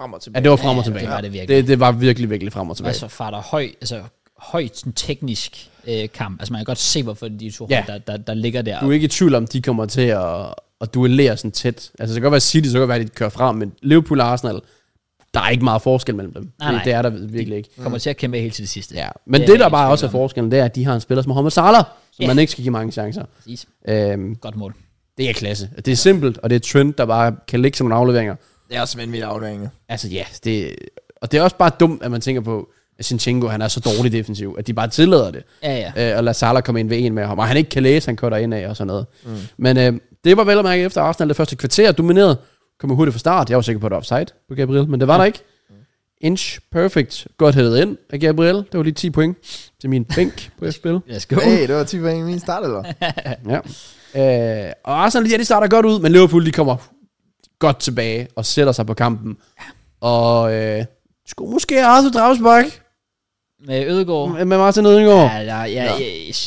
Speaker 2: frem og
Speaker 3: ja,
Speaker 2: tilbage.
Speaker 3: det var frem
Speaker 1: Ja,
Speaker 3: og tilbage.
Speaker 1: det var det virkelig.
Speaker 3: Det, det var virkelig, virkelig frem og tilbage.
Speaker 1: Altså farter høj, altså højt sådan teknisk øh, kamp. Altså man kan godt se, hvorfor de to
Speaker 3: Ja.
Speaker 1: ja. hold, der, der, der ligger der.
Speaker 3: Du er ikke i tvivl om, de kommer til at, at duellere sådan tæt. Altså, det kan godt være City, så kan det være, at de kører frem, men Liverpool og Arsenal, der er ikke meget forskel mellem dem.
Speaker 1: Nej,
Speaker 3: det,
Speaker 1: nej.
Speaker 3: det er der virkelig ikke.
Speaker 1: kommer til at kæmpe helt til det sidste.
Speaker 3: Ja. Men
Speaker 1: Det er
Speaker 3: det, det
Speaker 1: jeg
Speaker 3: der
Speaker 1: ikke
Speaker 3: bare
Speaker 1: i
Speaker 3: også er
Speaker 1: tvivl om.
Speaker 3: forskellen, det er, at de har en spiller som Mohamed Salah, som
Speaker 1: Ja.
Speaker 3: man ikke skal give mange chancer.
Speaker 1: Præcis.
Speaker 3: Øhm,
Speaker 1: Godt mål.
Speaker 3: det er klasse. Det er simpelt, og det er Trent, der bare kan lægge sådan nogle afleveringer.
Speaker 2: det er også vanvittigt afhængig.
Speaker 3: Altså ja, det, og det er også bare dumt, at man tænker på, at Sinchenko, han er så dårlig defensiv, at de bare tillader det.
Speaker 1: Ja, ja.
Speaker 3: Øh, og lader Salah komme ind ved en med ham, og han ikke kan læse, han cutter ind af og sådan noget. Mm. Men øh, det var vel at mærke efter Arsenal det første kvarter, domineret, kom hurtigt fra start. Jeg var sikker på, at det var offside på Gabriel, men det var der ikke. Inch perfect, godt hættet ind af Gabriel. Det var lige 10 point til min bænk på et spil.
Speaker 1: Let's go.
Speaker 2: Hey, det var typen af min start, eller?
Speaker 3: Ja. Øh, og Arsenal, ja, de starter godt ud, men Liverpool, de kommer godt tilbage og sætter sig på kampen. Og øh, skulle måske Arthur Dragsbak
Speaker 1: Med Ødegaard.
Speaker 3: med Martin Ødegaard.
Speaker 1: Ja, ja, ja, ja,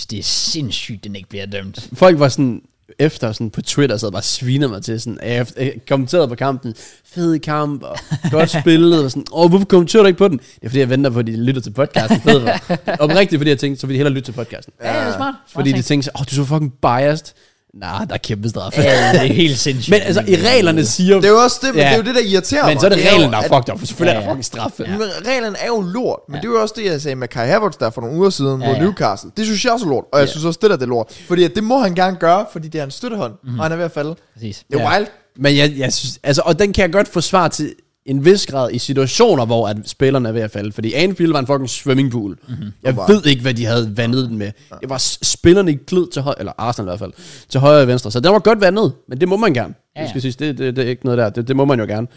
Speaker 1: det er sindssygt, den ikke bliver dømt.
Speaker 3: Folk var sådan efter sådan på Twitter sad og bare sviner mig til sådan, øh, efter, øh, kommenterede på kampen, fed kamp, og godt spillet, og sådan, åh, hvorfor kommenterer du ikke på den? Det er fordi, jeg venter på, at de lytter til podcasten, i stedet for. Det er Oprigtigt, fordi jeg tænkte, så vil de hellere lytte til podcasten.
Speaker 1: Ja, det er smart.
Speaker 3: Fordi de
Speaker 1: Smart
Speaker 3: tænkte, så, åh, du er så fucking biased. Nej, der er kæmpe straf.
Speaker 1: tænkt. ja, det er helt sindssygt.
Speaker 3: Men altså, i reglerne siger...
Speaker 2: Det er jo også det, men
Speaker 3: Ja.
Speaker 2: det er jo det, der irriterer
Speaker 3: Men
Speaker 2: mig.
Speaker 3: så er det
Speaker 2: jo,
Speaker 3: reglen, der er
Speaker 2: at-
Speaker 3: fucked up. For Selvfølgelig
Speaker 1: Ja,
Speaker 3: er der
Speaker 1: ja.
Speaker 3: fucking straffe.
Speaker 2: Men reglen er jo lort, men ja. det er jo også det, jeg sagde med Kai Havertz der for nogle uger siden ja, mod
Speaker 1: ja.
Speaker 2: Newcastle. Det synes jeg også er lort, og jeg synes også, det der det er lort. Fordi at det må han gerne gøre, fordi det er en støttehånd, mm-hmm. og han er ved at falde.
Speaker 1: Præcis.
Speaker 2: Det er
Speaker 3: Ja.
Speaker 2: ja. wild.
Speaker 3: Men jeg, jeg synes, altså, og den kan jeg godt forsvare til en vis grad i situationer, hvor at spillerne er ved at falde. Fordi Anfield var en fucking swimmingpool. Mm-hmm. Jeg
Speaker 2: var-
Speaker 3: ved ikke, hvad de havde vandet den med. Det var s- spillerne i glid til højre, eller Arsenal i hvert fald, til højre og venstre. Så den var godt vandet, men det må man gerne.
Speaker 1: Ja,
Speaker 3: Ja,
Speaker 1: ja.
Speaker 3: skal sige, det, det, det er ikke noget der. Det, det må man jo gerne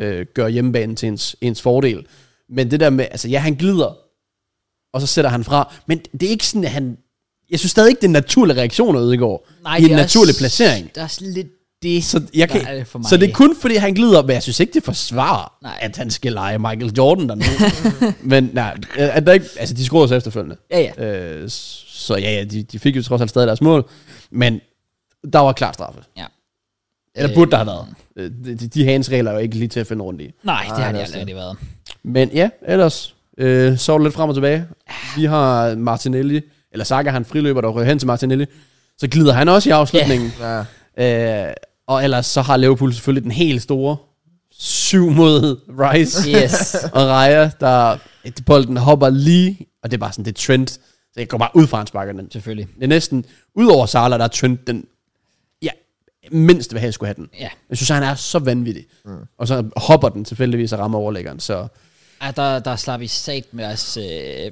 Speaker 3: øh, gøre hjemmebanen til ens, ens fordel. Men det der med, altså ja, han glider, og så sætter han fra. Men det er ikke sådan, at han... Jeg synes stadig ikke, det er en naturlig reaktion, at Ødegaard. Nej, I en
Speaker 1: det er
Speaker 3: naturlig
Speaker 1: også-
Speaker 3: placering.
Speaker 1: Der er også lidt det,
Speaker 3: Så, jeg kan,
Speaker 1: der er det for mig.
Speaker 3: så det er kun fordi, han glider, men jeg synes ikke, det forsvarer,
Speaker 1: Nej.
Speaker 3: at han skal lege Michael Jordan dernede. men nej, at der ikke, altså de scorede så efterfølgende.
Speaker 1: Ja, ja.
Speaker 3: Øh, så ja, ja de, de fik jo trods alt stadig deres mål, men der var klar straffe.
Speaker 1: Ja.
Speaker 3: Eller burde der have været. Øh, De, de, de hans regler er jo ikke lige til at finde rundt i.
Speaker 1: Nej, det har
Speaker 2: det
Speaker 1: Ah, det
Speaker 2: er
Speaker 1: aldrig rigtig været.
Speaker 3: Men ja, ellers øh, så var det lidt frem og tilbage. Vi har Martinelli, eller Saka, han friløber, der ryger hen til Martinelli. Så glider han også i afslutningen.
Speaker 2: Ja.
Speaker 3: Øh, og ellers så har Liverpool selvfølgelig den helt store syv mod Rice
Speaker 1: Yes.
Speaker 3: og Raja, der bolden hopper lige, og det er bare sådan, det er trend. Så jeg går bare ud fra, at han sparker den. Det
Speaker 1: Selvfølgelig.
Speaker 3: er næsten, udover Salah, der er trend den, ja, mindst vil have, skulle have den.
Speaker 1: Ja.
Speaker 3: Jeg synes, han er så vanvittig. Mm. Og så hopper den tilfældigvis og rammer overlæggeren, så
Speaker 1: Ja, der, der slap i sat med, os, øh,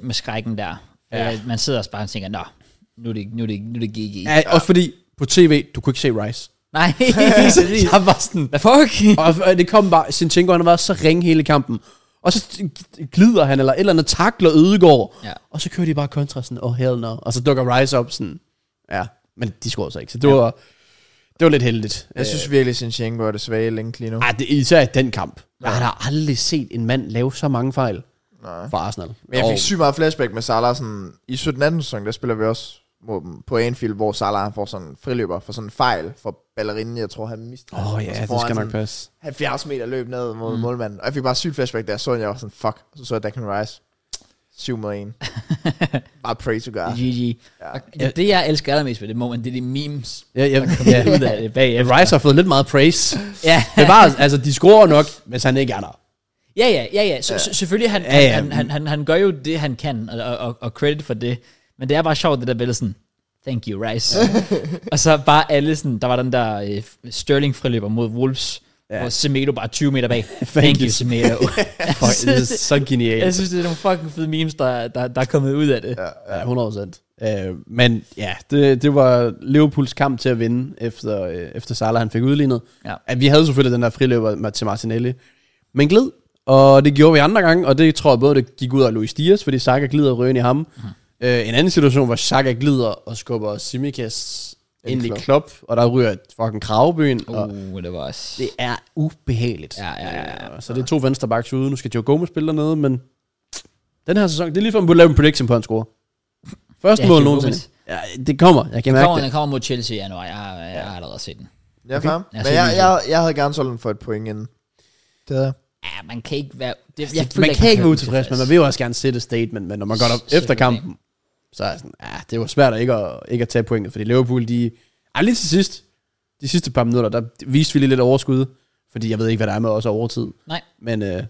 Speaker 1: med skrækken der.
Speaker 3: Ja.
Speaker 1: Ja. Man sidder også bare og tænker, nå, nu er det, nu er det, nu er det GG. Ja.
Speaker 3: ja. Også fordi, på tv, du kunne ikke se Rice.
Speaker 1: Nej,
Speaker 3: Så jeg var sådan,
Speaker 1: hvad fuck?
Speaker 3: Og og det kom bare, Sinchenko han har været så ringe hele kampen. Og så glider han, eller et eller andet takler Ødegård.
Speaker 1: Ja.
Speaker 3: Og så kører de bare kontra sådan, oh hell no. Og så dukker Rice op sådan, ja, men de scorede så ikke. Så det, ja. var, det var lidt heldigt.
Speaker 2: Jeg synes virkelig, Sinchenko er det svage link lige nu.
Speaker 3: Ej, det, især i den kamp. Ja. Jeg har da aldrig set en mand lave så mange fejl Nej. for Arsenal.
Speaker 2: Men jeg fik
Speaker 3: Og-
Speaker 2: sygt meget flashback med Salah. Sådan, I 17. sæson, der spiller vi også mod dem på Anfield, hvor Salah han får sådan en friløber for sådan en fejl for ballerinen, jeg tror, han mistede.
Speaker 3: Åh oh, ja, det skal nok passe.
Speaker 2: 70 meter løb ned mod mm. målmanden. Og jeg fik bare sygt flashback, der så den, jeg var sådan, fuck. Og så så jeg Declan Rice. 701. Bare pray to God.
Speaker 1: GG. Ja. Det, jeg elsker allermest ved det moment, det er de memes,
Speaker 3: Ja, ja,
Speaker 1: der
Speaker 3: ja.
Speaker 1: er ud af det bagefter.
Speaker 3: Rice har fået lidt meget praise.
Speaker 1: Ja,
Speaker 3: Det var, altså, de scorer nok, hvis han ikke er der.
Speaker 1: ja, ja, ja, ja. Så, så, selvfølgelig, han,
Speaker 3: Ja, ja.
Speaker 1: Han, han, han, han gør jo det, han kan, og, og- og, og credit for det. Men det er bare sjovt, det der billede sådan, thank you, Rice. og så bare alle sådan, der var den der øh, Sterling friløber mod Wolves, ja. hvor Semedo bare er 20 meter bag. thank you,
Speaker 3: you.
Speaker 1: Semedo.
Speaker 3: Fuck, det er så genialt.
Speaker 1: jeg synes, det er nogle fucking fede memes, der, der, der er kommet ud af det. Ja.
Speaker 3: Ja, 100 procent. Øh, men ja, det, det var Liverpools kamp til at vinde, efter, øh, efter Salah han fik udlignet.
Speaker 1: Ja.
Speaker 3: At vi havde selvfølgelig den der friløber ma- til Martinelli, men glid. Og det gjorde vi andre gange, og det tror jeg både, det gik ud af Luis Diaz, fordi Saka glider og ryger ind i ham. Mm. Øh, en anden situation, hvor Saka glider og skubber Simicas ind i
Speaker 2: Klopp.
Speaker 3: klop, og der ryger et fucking kravbyen. Uh. Og
Speaker 1: Uh, det var også...
Speaker 3: det er ubehageligt.
Speaker 1: Ja, ja, ja, ja.
Speaker 3: Øh, Så det er to venstre backs ude. Nu skal Joe Gomez spille dernede, men den her sæson, det er lige før, man burde lave en prediction på, at han scorer. Første
Speaker 1: Ja,
Speaker 3: ja, mål
Speaker 1: Joe
Speaker 3: nogensinde.
Speaker 1: Gomez.
Speaker 3: Ja, det kommer. Jeg
Speaker 1: Den
Speaker 3: kan mærke
Speaker 1: kommer,
Speaker 3: det.
Speaker 1: den kommer mod Chelsea i januar. Jeg, har- jeg har allerede set den.
Speaker 2: Ja, okay. Men
Speaker 1: Ja,
Speaker 2: jeg,
Speaker 1: så
Speaker 2: jeg,
Speaker 1: lige så.
Speaker 2: jeg, jeg havde gerne solgt den for et point inden. Det havde jeg.
Speaker 1: Ja, man kan ikke være... Det,
Speaker 3: Jeg man kan ikke være utilfreds, men man vil jo også gerne sætte et statement, men når man går op efter
Speaker 1: Selvfølgelig.
Speaker 3: kampen, så er jeg sådan, ja, det var svært at ikke, at ikke at tage pointet, fordi Liverpool, de... Ej, lige til sidst, de sidste par minutter, der viste vi lige lidt overskud, fordi jeg ved ikke, hvad der er med os overtid.
Speaker 1: Nej.
Speaker 3: Men, øh,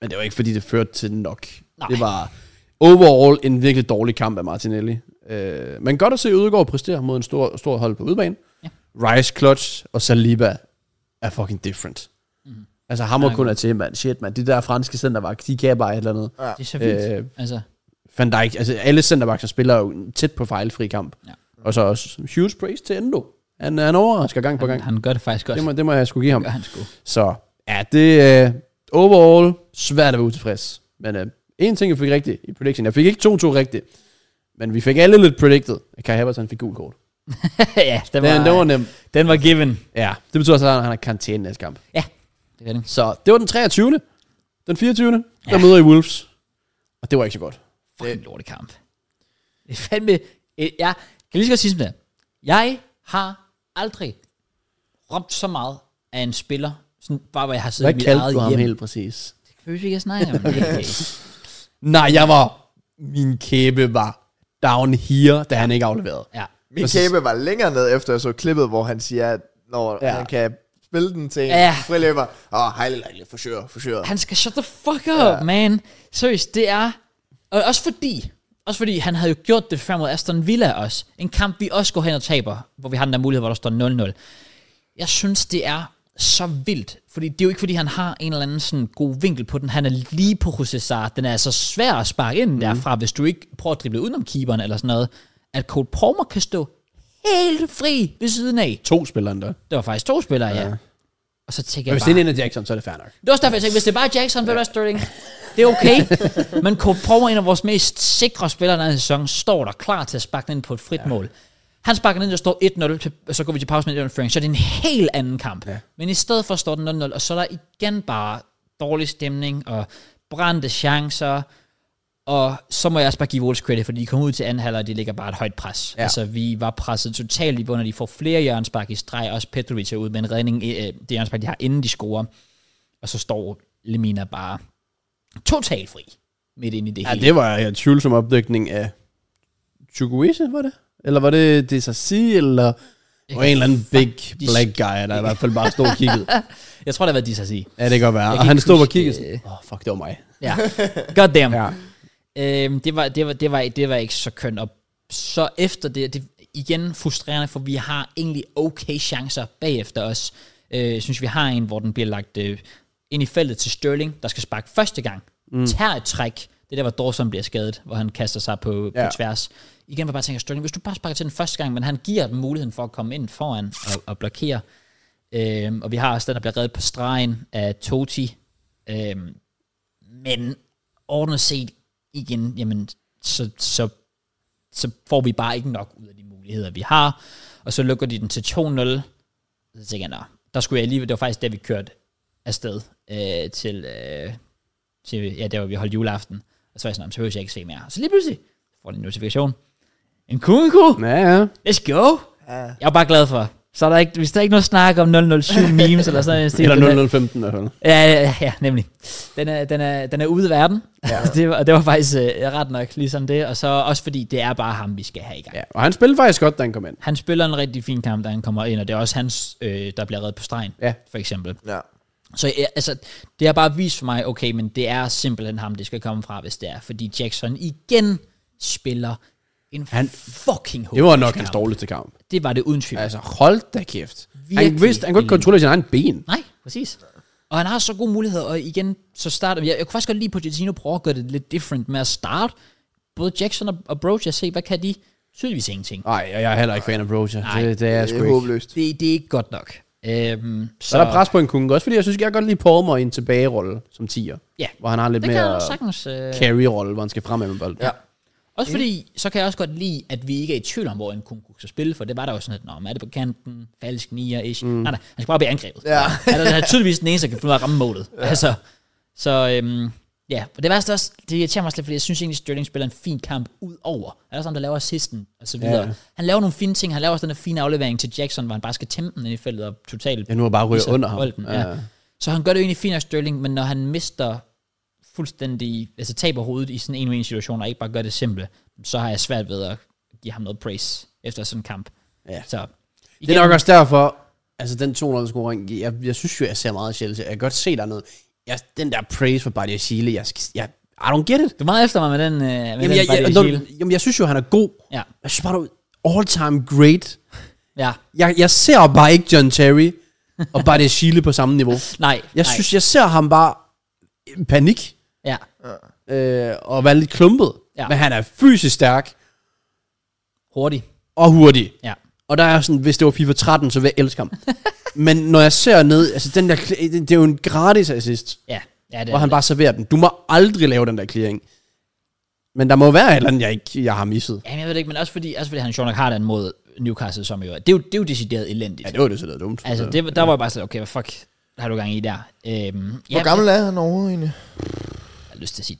Speaker 3: men det var ikke, fordi det førte til nok.
Speaker 1: Nej.
Speaker 3: Nej. Det var overall en virkelig dårlig kamp af Martinelli. Øh, men godt at se Ødegaard præstere mod en stor, stor hold på udebane.
Speaker 1: Ja.
Speaker 3: Ja. Rice, Clutch og Saliba er fucking different. Mm.
Speaker 1: Mhm.
Speaker 3: Altså ham og
Speaker 1: Nej,
Speaker 3: kun er til, mand. Shit, mand. De der franske centerback, de kan bare et eller andet.
Speaker 1: Det er så vildt.
Speaker 3: Øh,
Speaker 1: altså,
Speaker 3: Van Dijk, altså alle centerbacks spiller jo tæt på fejlfri kamp.
Speaker 1: Ja.
Speaker 3: Ja. Og så også huge praise til Endo. Han, øh, han overrasker gang på
Speaker 1: han,
Speaker 3: gang.
Speaker 1: han gør det faktisk godt.
Speaker 3: Det må, det må jeg skulle give ham.
Speaker 1: gør han sgu.
Speaker 3: Så ja, det er øh, overall svært at være utilfreds. Men øh, en ting, jeg fik rigtigt i prediction. Jeg fik ikke 2-2 rigtigt. Men vi fik alle lidt predicted, at Kai Havertz han fik gul kort.
Speaker 1: ja, den var,
Speaker 3: Den, den var nem.
Speaker 1: den var given.
Speaker 3: Ja, det betyder så, at han har karantæne næste kamp.
Speaker 1: Det er det.
Speaker 3: Så det var den 23. Den 24. Der
Speaker 1: Ja.
Speaker 3: møder I Wolves. Og det var ikke så godt.
Speaker 1: Fucking lortekamp. Det er fandme... øh, Jeg kan lige så godt sige som det er. Jeg har aldrig råbt så meget af en spiller, sådan bare hvor jeg har siddet
Speaker 3: Hvad
Speaker 1: i mit
Speaker 3: kaldte
Speaker 1: eget
Speaker 3: du ham
Speaker 1: hjem.
Speaker 3: helt præcis?
Speaker 1: Det kan vi ikke snakke om. Okay.
Speaker 3: Nej, jeg var... Min kæbe var down here, da han ikke afleverede.
Speaker 1: Ja.
Speaker 2: Min
Speaker 3: Præcis.
Speaker 2: kæbe var længere ned, efter jeg så klippet, hvor han siger, at når ja.
Speaker 3: Ja.
Speaker 2: han kan spille den til en
Speaker 1: Ja.
Speaker 2: ja. friløber. Åh, oh, hejlelejlig, forsøger, forsøger.
Speaker 1: Han skal shut the fuck up, ja. man. Seriøst, det er... Og også fordi, også fordi han havde jo gjort det frem mod Aston Villa også. En kamp, vi også går hen og taber, hvor vi har den der mulighed, hvor der står 0-0. Jeg synes, det er så vildt. Fordi det er jo ikke, fordi han har en eller anden sådan god vinkel på den. Han er lige på Jose Sarr. Den er altså svær at sparke ind mm. derfra, hvis du ikke prøver at drible udenom keeperen eller sådan noget. At Cole Palmer kan stå helt fri ved siden af.
Speaker 3: To spillere endda.
Speaker 1: Det var faktisk to spillere, ja. ja. Og så tænker jeg
Speaker 3: Men hvis
Speaker 1: bare...
Speaker 3: det er en af Jackson, så er det fair nok.
Speaker 1: Det var også derfor, jeg tænkte, hvis det er bare Jackson, ved du hvad, Sterling? Det er okay. Men Cole Palmer, en af vores mest sikre spillere i den her sæson, står der klar til at sparke den ind på et frit ja. mål. Han sparker den ind, der står 1-0, til- og så går vi til pause med en føring. Så er det en helt anden kamp. Ja. Men i stedet for står den 0-0, og så er der igen bare dårlig stemning og brændte chancer. Og så må jeg også bare give Wolves credit, fordi de kom ud til anden halvleg, og de ligger bare et højt pres. Ja.
Speaker 3: Ja.
Speaker 1: Altså, vi var presset totalt i bunden, og de får flere hjørnspark i streg. Også Petrovic er ude med en redning, øh, det hjørnspark, de har, inden de scorer. Og så står Lemina bare totalt fri midt ind i det
Speaker 3: Ja,
Speaker 1: hele.
Speaker 3: det var en tvivlsom opdækning af Chukwese, var det? Eller var det Desassi, eller og en eller anden big black guy, der i hvert fald bare stod og kiggede.
Speaker 1: Jeg tror, det var de, så sige.
Speaker 3: Ja, det kan godt være.
Speaker 1: kan
Speaker 3: Og han
Speaker 1: ikke
Speaker 3: stod og
Speaker 1: huske,
Speaker 3: kiggede
Speaker 1: øh,
Speaker 3: sådan, åh, oh, fuck, det var mig.
Speaker 1: Ja. God damn.
Speaker 3: Ja.
Speaker 1: Øhm, det, var, det, var, det, var, det var ikke så kønt. Og så efter det, det igen frustrerende, for vi har egentlig okay chancer bagefter os. Øh, jeg synes, vi har en, hvor den bliver lagt øh, ind i feltet til Sterling, der skal sparke første gang. Mm. Tager et træk. Det er der, hvor Dawson bliver skadet, hvor han kaster sig på, ja.
Speaker 3: Ja.
Speaker 1: på tværs. Igen, hvor jeg bare tænker, Sterling, hvis du bare sparker til den første gang, men han giver dem muligheden for at komme ind foran og, og blokere. Øhm, og vi har også den, der bliver reddet på stregen af Toti. Øhm, men ordnet set igen, jamen, så, så, så får vi bare ikke nok ud af de muligheder, vi har. Og så lukker de den til 2-0. Så tænker jeg, nå, der skulle jeg alligevel, det var faktisk der, vi kørte afsted øh, til, øh, til, ja, der hvor vi holdt juleaften. Og så var jeg sådan, "Nå, så behøver jeg ikke se mere. Og så lige pludselig får jeg en notifikation. En kungeku,
Speaker 3: Ja, ja.
Speaker 1: let's go.
Speaker 2: Ja.
Speaker 1: Jeg er bare glad for, Så er der ikke, hvis der er ikke noget snak om 007 memes eller sådan noget.
Speaker 3: Eller 0015 i hvert fald.
Speaker 1: Ja, ja, ja, ja, nemlig. Den er, den er, den er ude af verden. Ja. det, var, det var faktisk øh, ret nok ligesom det. Og så også fordi, det er bare ham, vi skal have i gang. Ja.
Speaker 3: Ja, og han spillede faktisk godt, da han kom ind.
Speaker 1: Han spiller en rigtig fin kamp, da han kommer ind, og det er også hans, øh, der bliver reddet på stregen,
Speaker 3: Ja.
Speaker 1: for eksempel.
Speaker 2: Ja.
Speaker 1: Så ja, altså, det har bare vist for mig, okay, men det er simpelthen ham, det skal komme fra, hvis det er. Fordi Jackson igen spiller en han, fucking
Speaker 3: Det var nok
Speaker 1: håbløs
Speaker 3: hans
Speaker 1: kamp.
Speaker 3: dårligste kamp.
Speaker 1: Det var det uden tvivl.
Speaker 3: Altså, hold da kæft. Han
Speaker 1: Virkelig
Speaker 3: vidste, han kunne ikke kontrollere sin egen ben.
Speaker 1: Nej, præcis. Og han har så gode muligheder, og igen, så starter jeg, jeg kunne faktisk godt lide Pochettino prøve at gøre det lidt different med at starte både Jackson og, og Broach, jeg se, hvad kan de? Tydeligvis ingenting.
Speaker 3: Nej, og jeg er heller ikke fan af Broja.
Speaker 1: Nej.
Speaker 3: Det, det er jeg
Speaker 2: Det
Speaker 3: sgu
Speaker 2: er
Speaker 3: ikke.
Speaker 2: håbløst.
Speaker 1: Det, det er ikke godt nok. Øhm,
Speaker 3: Så er der pres på en kunge også, fordi jeg synes, jeg kan godt lide Palmer i en tilbagerolle som 10'er.
Speaker 1: Ja,
Speaker 3: Hvor han har lidt
Speaker 1: det kan
Speaker 3: mere
Speaker 1: jeg sagtens. Øh,
Speaker 3: carry-rolle, hvor han skal fremad med bolden.
Speaker 2: Ja.
Speaker 1: også fordi, så kan jeg også godt lide, at vi ikke er i tvivl om, hvor en kunku skal spille, for det var der jo sådan lidt, nå, men er det på kanten, falsk nier, ish. Mm. Nej, nej, han skal bare blive angrebet.
Speaker 2: Ja.
Speaker 1: han er han er tydeligvis den eneste, der kan finde ud af at ramme målet. Ja. Altså, så øhm, ja, og det værste også, det irriterer mig også lidt, fordi jeg synes egentlig, Sterling spiller en fin kamp ud over. Han er sådan, der laver assisten og så videre.
Speaker 3: Ja.
Speaker 1: Ja. Han laver nogle fine ting, han laver også den der fine aflevering til Jackson, hvor han bare skal tæmme den ind i feltet og totalt
Speaker 3: Jeg nu er bare ryger
Speaker 1: viser
Speaker 3: under ham.
Speaker 1: Ligesom bolden, ja. Så han gør det jo egentlig fint af Sterling, men når han mister fuldstændig, altså taber hovedet i sådan en en situation, og ikke bare gør det simple, så har jeg svært ved at give ham noget praise efter sådan en kamp.
Speaker 3: Ja.
Speaker 1: Så
Speaker 3: Det er nok også derfor, altså den 200-scoring, jeg, jeg synes jo, jeg ser meget af Chelsea. Jeg kan godt se der er noget. Jeg, den der praise for Badia Chile, jeg, skal- jeg, I don't get it.
Speaker 1: Du er meget efter mig med den, øh, med jamen, den
Speaker 3: Jamen, jeg,
Speaker 1: jeg,
Speaker 3: jeg, jeg, jamen, jeg synes jo, han er god.
Speaker 1: Ja,
Speaker 3: Jeg synes bare, du er all-time great.
Speaker 1: ja.
Speaker 3: Jeg, jeg ser bare ikke John Terry og Badia Chile på samme niveau.
Speaker 1: Nej,
Speaker 3: Jeg
Speaker 1: nej.
Speaker 3: synes, jeg ser ham bare i panik
Speaker 1: Ja,
Speaker 3: øh, og være lidt klumpet.
Speaker 1: Ja.
Speaker 3: Men han er fysisk stærk
Speaker 1: hurtigt.
Speaker 3: og hurtig.
Speaker 1: Ja.
Speaker 3: Og der er sådan, hvis det var FIFA 13, så ville jeg elske ham. Men når jeg ser ned, altså den der, kl- det det er jo en gratis assist,
Speaker 1: Ja, ja det
Speaker 3: hvor
Speaker 1: er
Speaker 3: han
Speaker 1: det.
Speaker 3: bare serverer den. Du må aldrig lave den der clearing. Men der må være et eller andet, jeg, ikke, jeg har misset.
Speaker 1: Jamen, jeg ved det ikke, men også fordi, også fordi han sjovt nok har den mod Newcastle, som jo er, det er jo, det er jo decideret elendigt.
Speaker 3: Ja, det var det så der er dumt.
Speaker 1: altså, det, der var jeg bare sådan, okay, hvad fuck har du gang i der? Øhm,
Speaker 2: Hvor gammel er han overhovedet egentlig?
Speaker 1: Jeg har lyst til at sige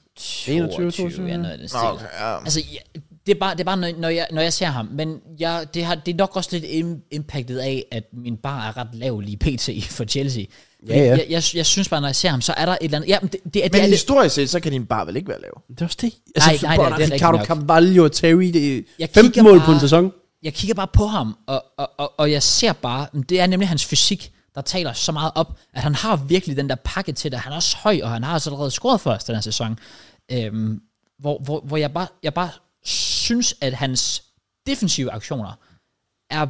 Speaker 3: 21,
Speaker 1: 22, 22 ja, noget af den
Speaker 2: Nå,
Speaker 1: stil. Okay.
Speaker 2: okay, ja.
Speaker 1: Altså, ja, det er bare, det er bare når, når, jeg, når jeg ser ham, men jeg, det, har, det er nok også lidt im- impactet af, at min bar er ret lav lige pt. for Chelsea. Fordi
Speaker 3: Ja, ja.
Speaker 1: Jeg, jeg, jeg, synes bare, når jeg ser ham, så er der et eller andet... Ja, men det, det, er- det,
Speaker 2: Men
Speaker 1: er lidt-
Speaker 2: historisk set, så kan din bare vel ikke være lav.
Speaker 3: det er også det. Altså,
Speaker 1: Nej, nej, nej,
Speaker 3: bare
Speaker 1: det er
Speaker 3: Ricardo
Speaker 1: rigtigt nok.
Speaker 3: Carvalho og Terry, det er
Speaker 1: Jeg
Speaker 3: 15
Speaker 1: kigger
Speaker 3: mål
Speaker 1: bare-
Speaker 3: på en sæson.
Speaker 1: jeg kigger bare på ham, og, og, og, og jeg ser bare, men det er nemlig hans fysik, der taler så meget op, at han har virkelig den der pakke til det. Han er også høj, og han har også allerede scoret for os den her sæson. Øhm, hvor, hvor, hvor jeg, bare, jeg bare synes, at hans defensive aktioner er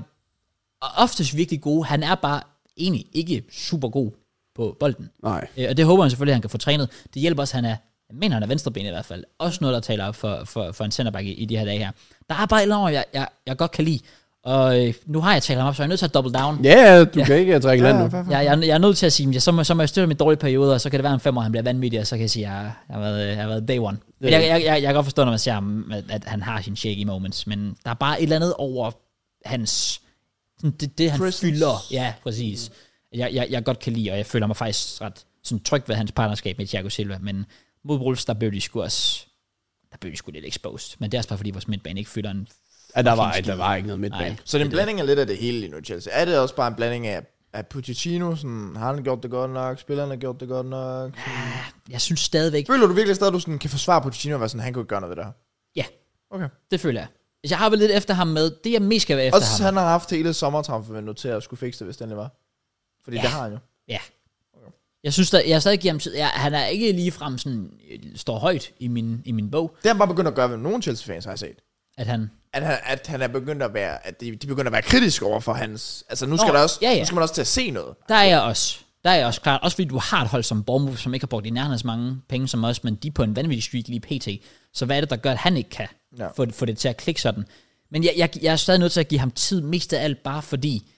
Speaker 1: oftest virkelig gode. Han er bare egentlig ikke super god på bolden.
Speaker 3: Nej.
Speaker 1: Øh, og det håber han selvfølgelig, at han kan få trænet. Det hjælper også, at han er, jeg mener, han er venstreben i hvert fald. Også noget, der taler op for, for, for en centerback i, i de her dage her. Der er bare et eller andet, jeg, jeg, jeg godt kan lide. Og øh, nu har jeg talt ham op, så jeg er nødt til at double down.
Speaker 3: Ja, ja, du kan ikke øh, trække land nu.
Speaker 1: Jeg, jeg, jeg er nødt til at sige, at så må, så må jeg støtte min dårlige periode, og så kan det være om fem år, han bliver vanvittig, og så kan jeg sige, at jeg, jeg, har, været, øh, jeg har været day one. Men jeg, jeg, jeg, jeg kan godt forstå, når man ser ham, at, at han har sine shaky moments, men der er bare et eller andet over hans... sådan Det, det han
Speaker 2: Presence.
Speaker 1: fylder. Ja, præcis. Jeg, jeg, jeg godt kan lide, og jeg føler mig faktisk ret sådan tryg ved hans partnerskab med Thiago Silva, men mod Wolves, der blev de sgu også der blev de sgu lidt exposed. Men det er også bare fordi, vores midtbane ikke fylder en...
Speaker 3: Ja, der var, der var ikke noget midtbane.
Speaker 1: Nej.
Speaker 2: Så det er en blanding af lidt af det hele lige nu, Chelsea. Er det også bare en blanding af, at Pochettino, sådan, har han gjort det godt nok, spillerne har gjort det godt nok?
Speaker 1: Jeg synes stadigvæk...
Speaker 2: Føler du virkelig stadig, at du sådan, kan forsvare Pochettino, og være sådan, han kunne ikke gøre noget ved det her?
Speaker 1: Ja,
Speaker 2: Okay.
Speaker 1: det føler jeg. Jeg har vel lidt efter ham med... Det, jeg mest skal være efter
Speaker 2: Også
Speaker 1: ham.
Speaker 2: Altså, han har haft hele sommertransfervinduet til at skulle fikse det, hvis det endelig var. Fordi
Speaker 1: Ja.
Speaker 2: det har han jo.
Speaker 1: Ja. Jeg synes, der, jeg har stadig giver ham tid. Jeg, han er ikke ligefrem sådan, øh, står højt i min, i min bog,
Speaker 2: Det har han bare begyndt at gøre ved nogle Chelsea-fans, har jeg set.
Speaker 1: at han...
Speaker 2: At han, at han er begyndt at være, at de, de begynder at være kritiske over for hans... Altså, nu skal,
Speaker 1: Nå,
Speaker 2: der også,
Speaker 1: ja, ja.
Speaker 2: nu skal man også til at se noget.
Speaker 1: Der er jeg også. Der er jeg også klart. Også fordi du har et hold som Bournemouth, som ikke har brugt i nærheden så mange penge som os, men de er på en vanvittig streak lige pt. Så hvad er det, der gør, at han ikke kan
Speaker 2: Ja.
Speaker 1: ja. få, få det til at klikke sådan? Men jeg, jeg, jeg er stadig nødt til at give ham tid, mest af alt bare fordi,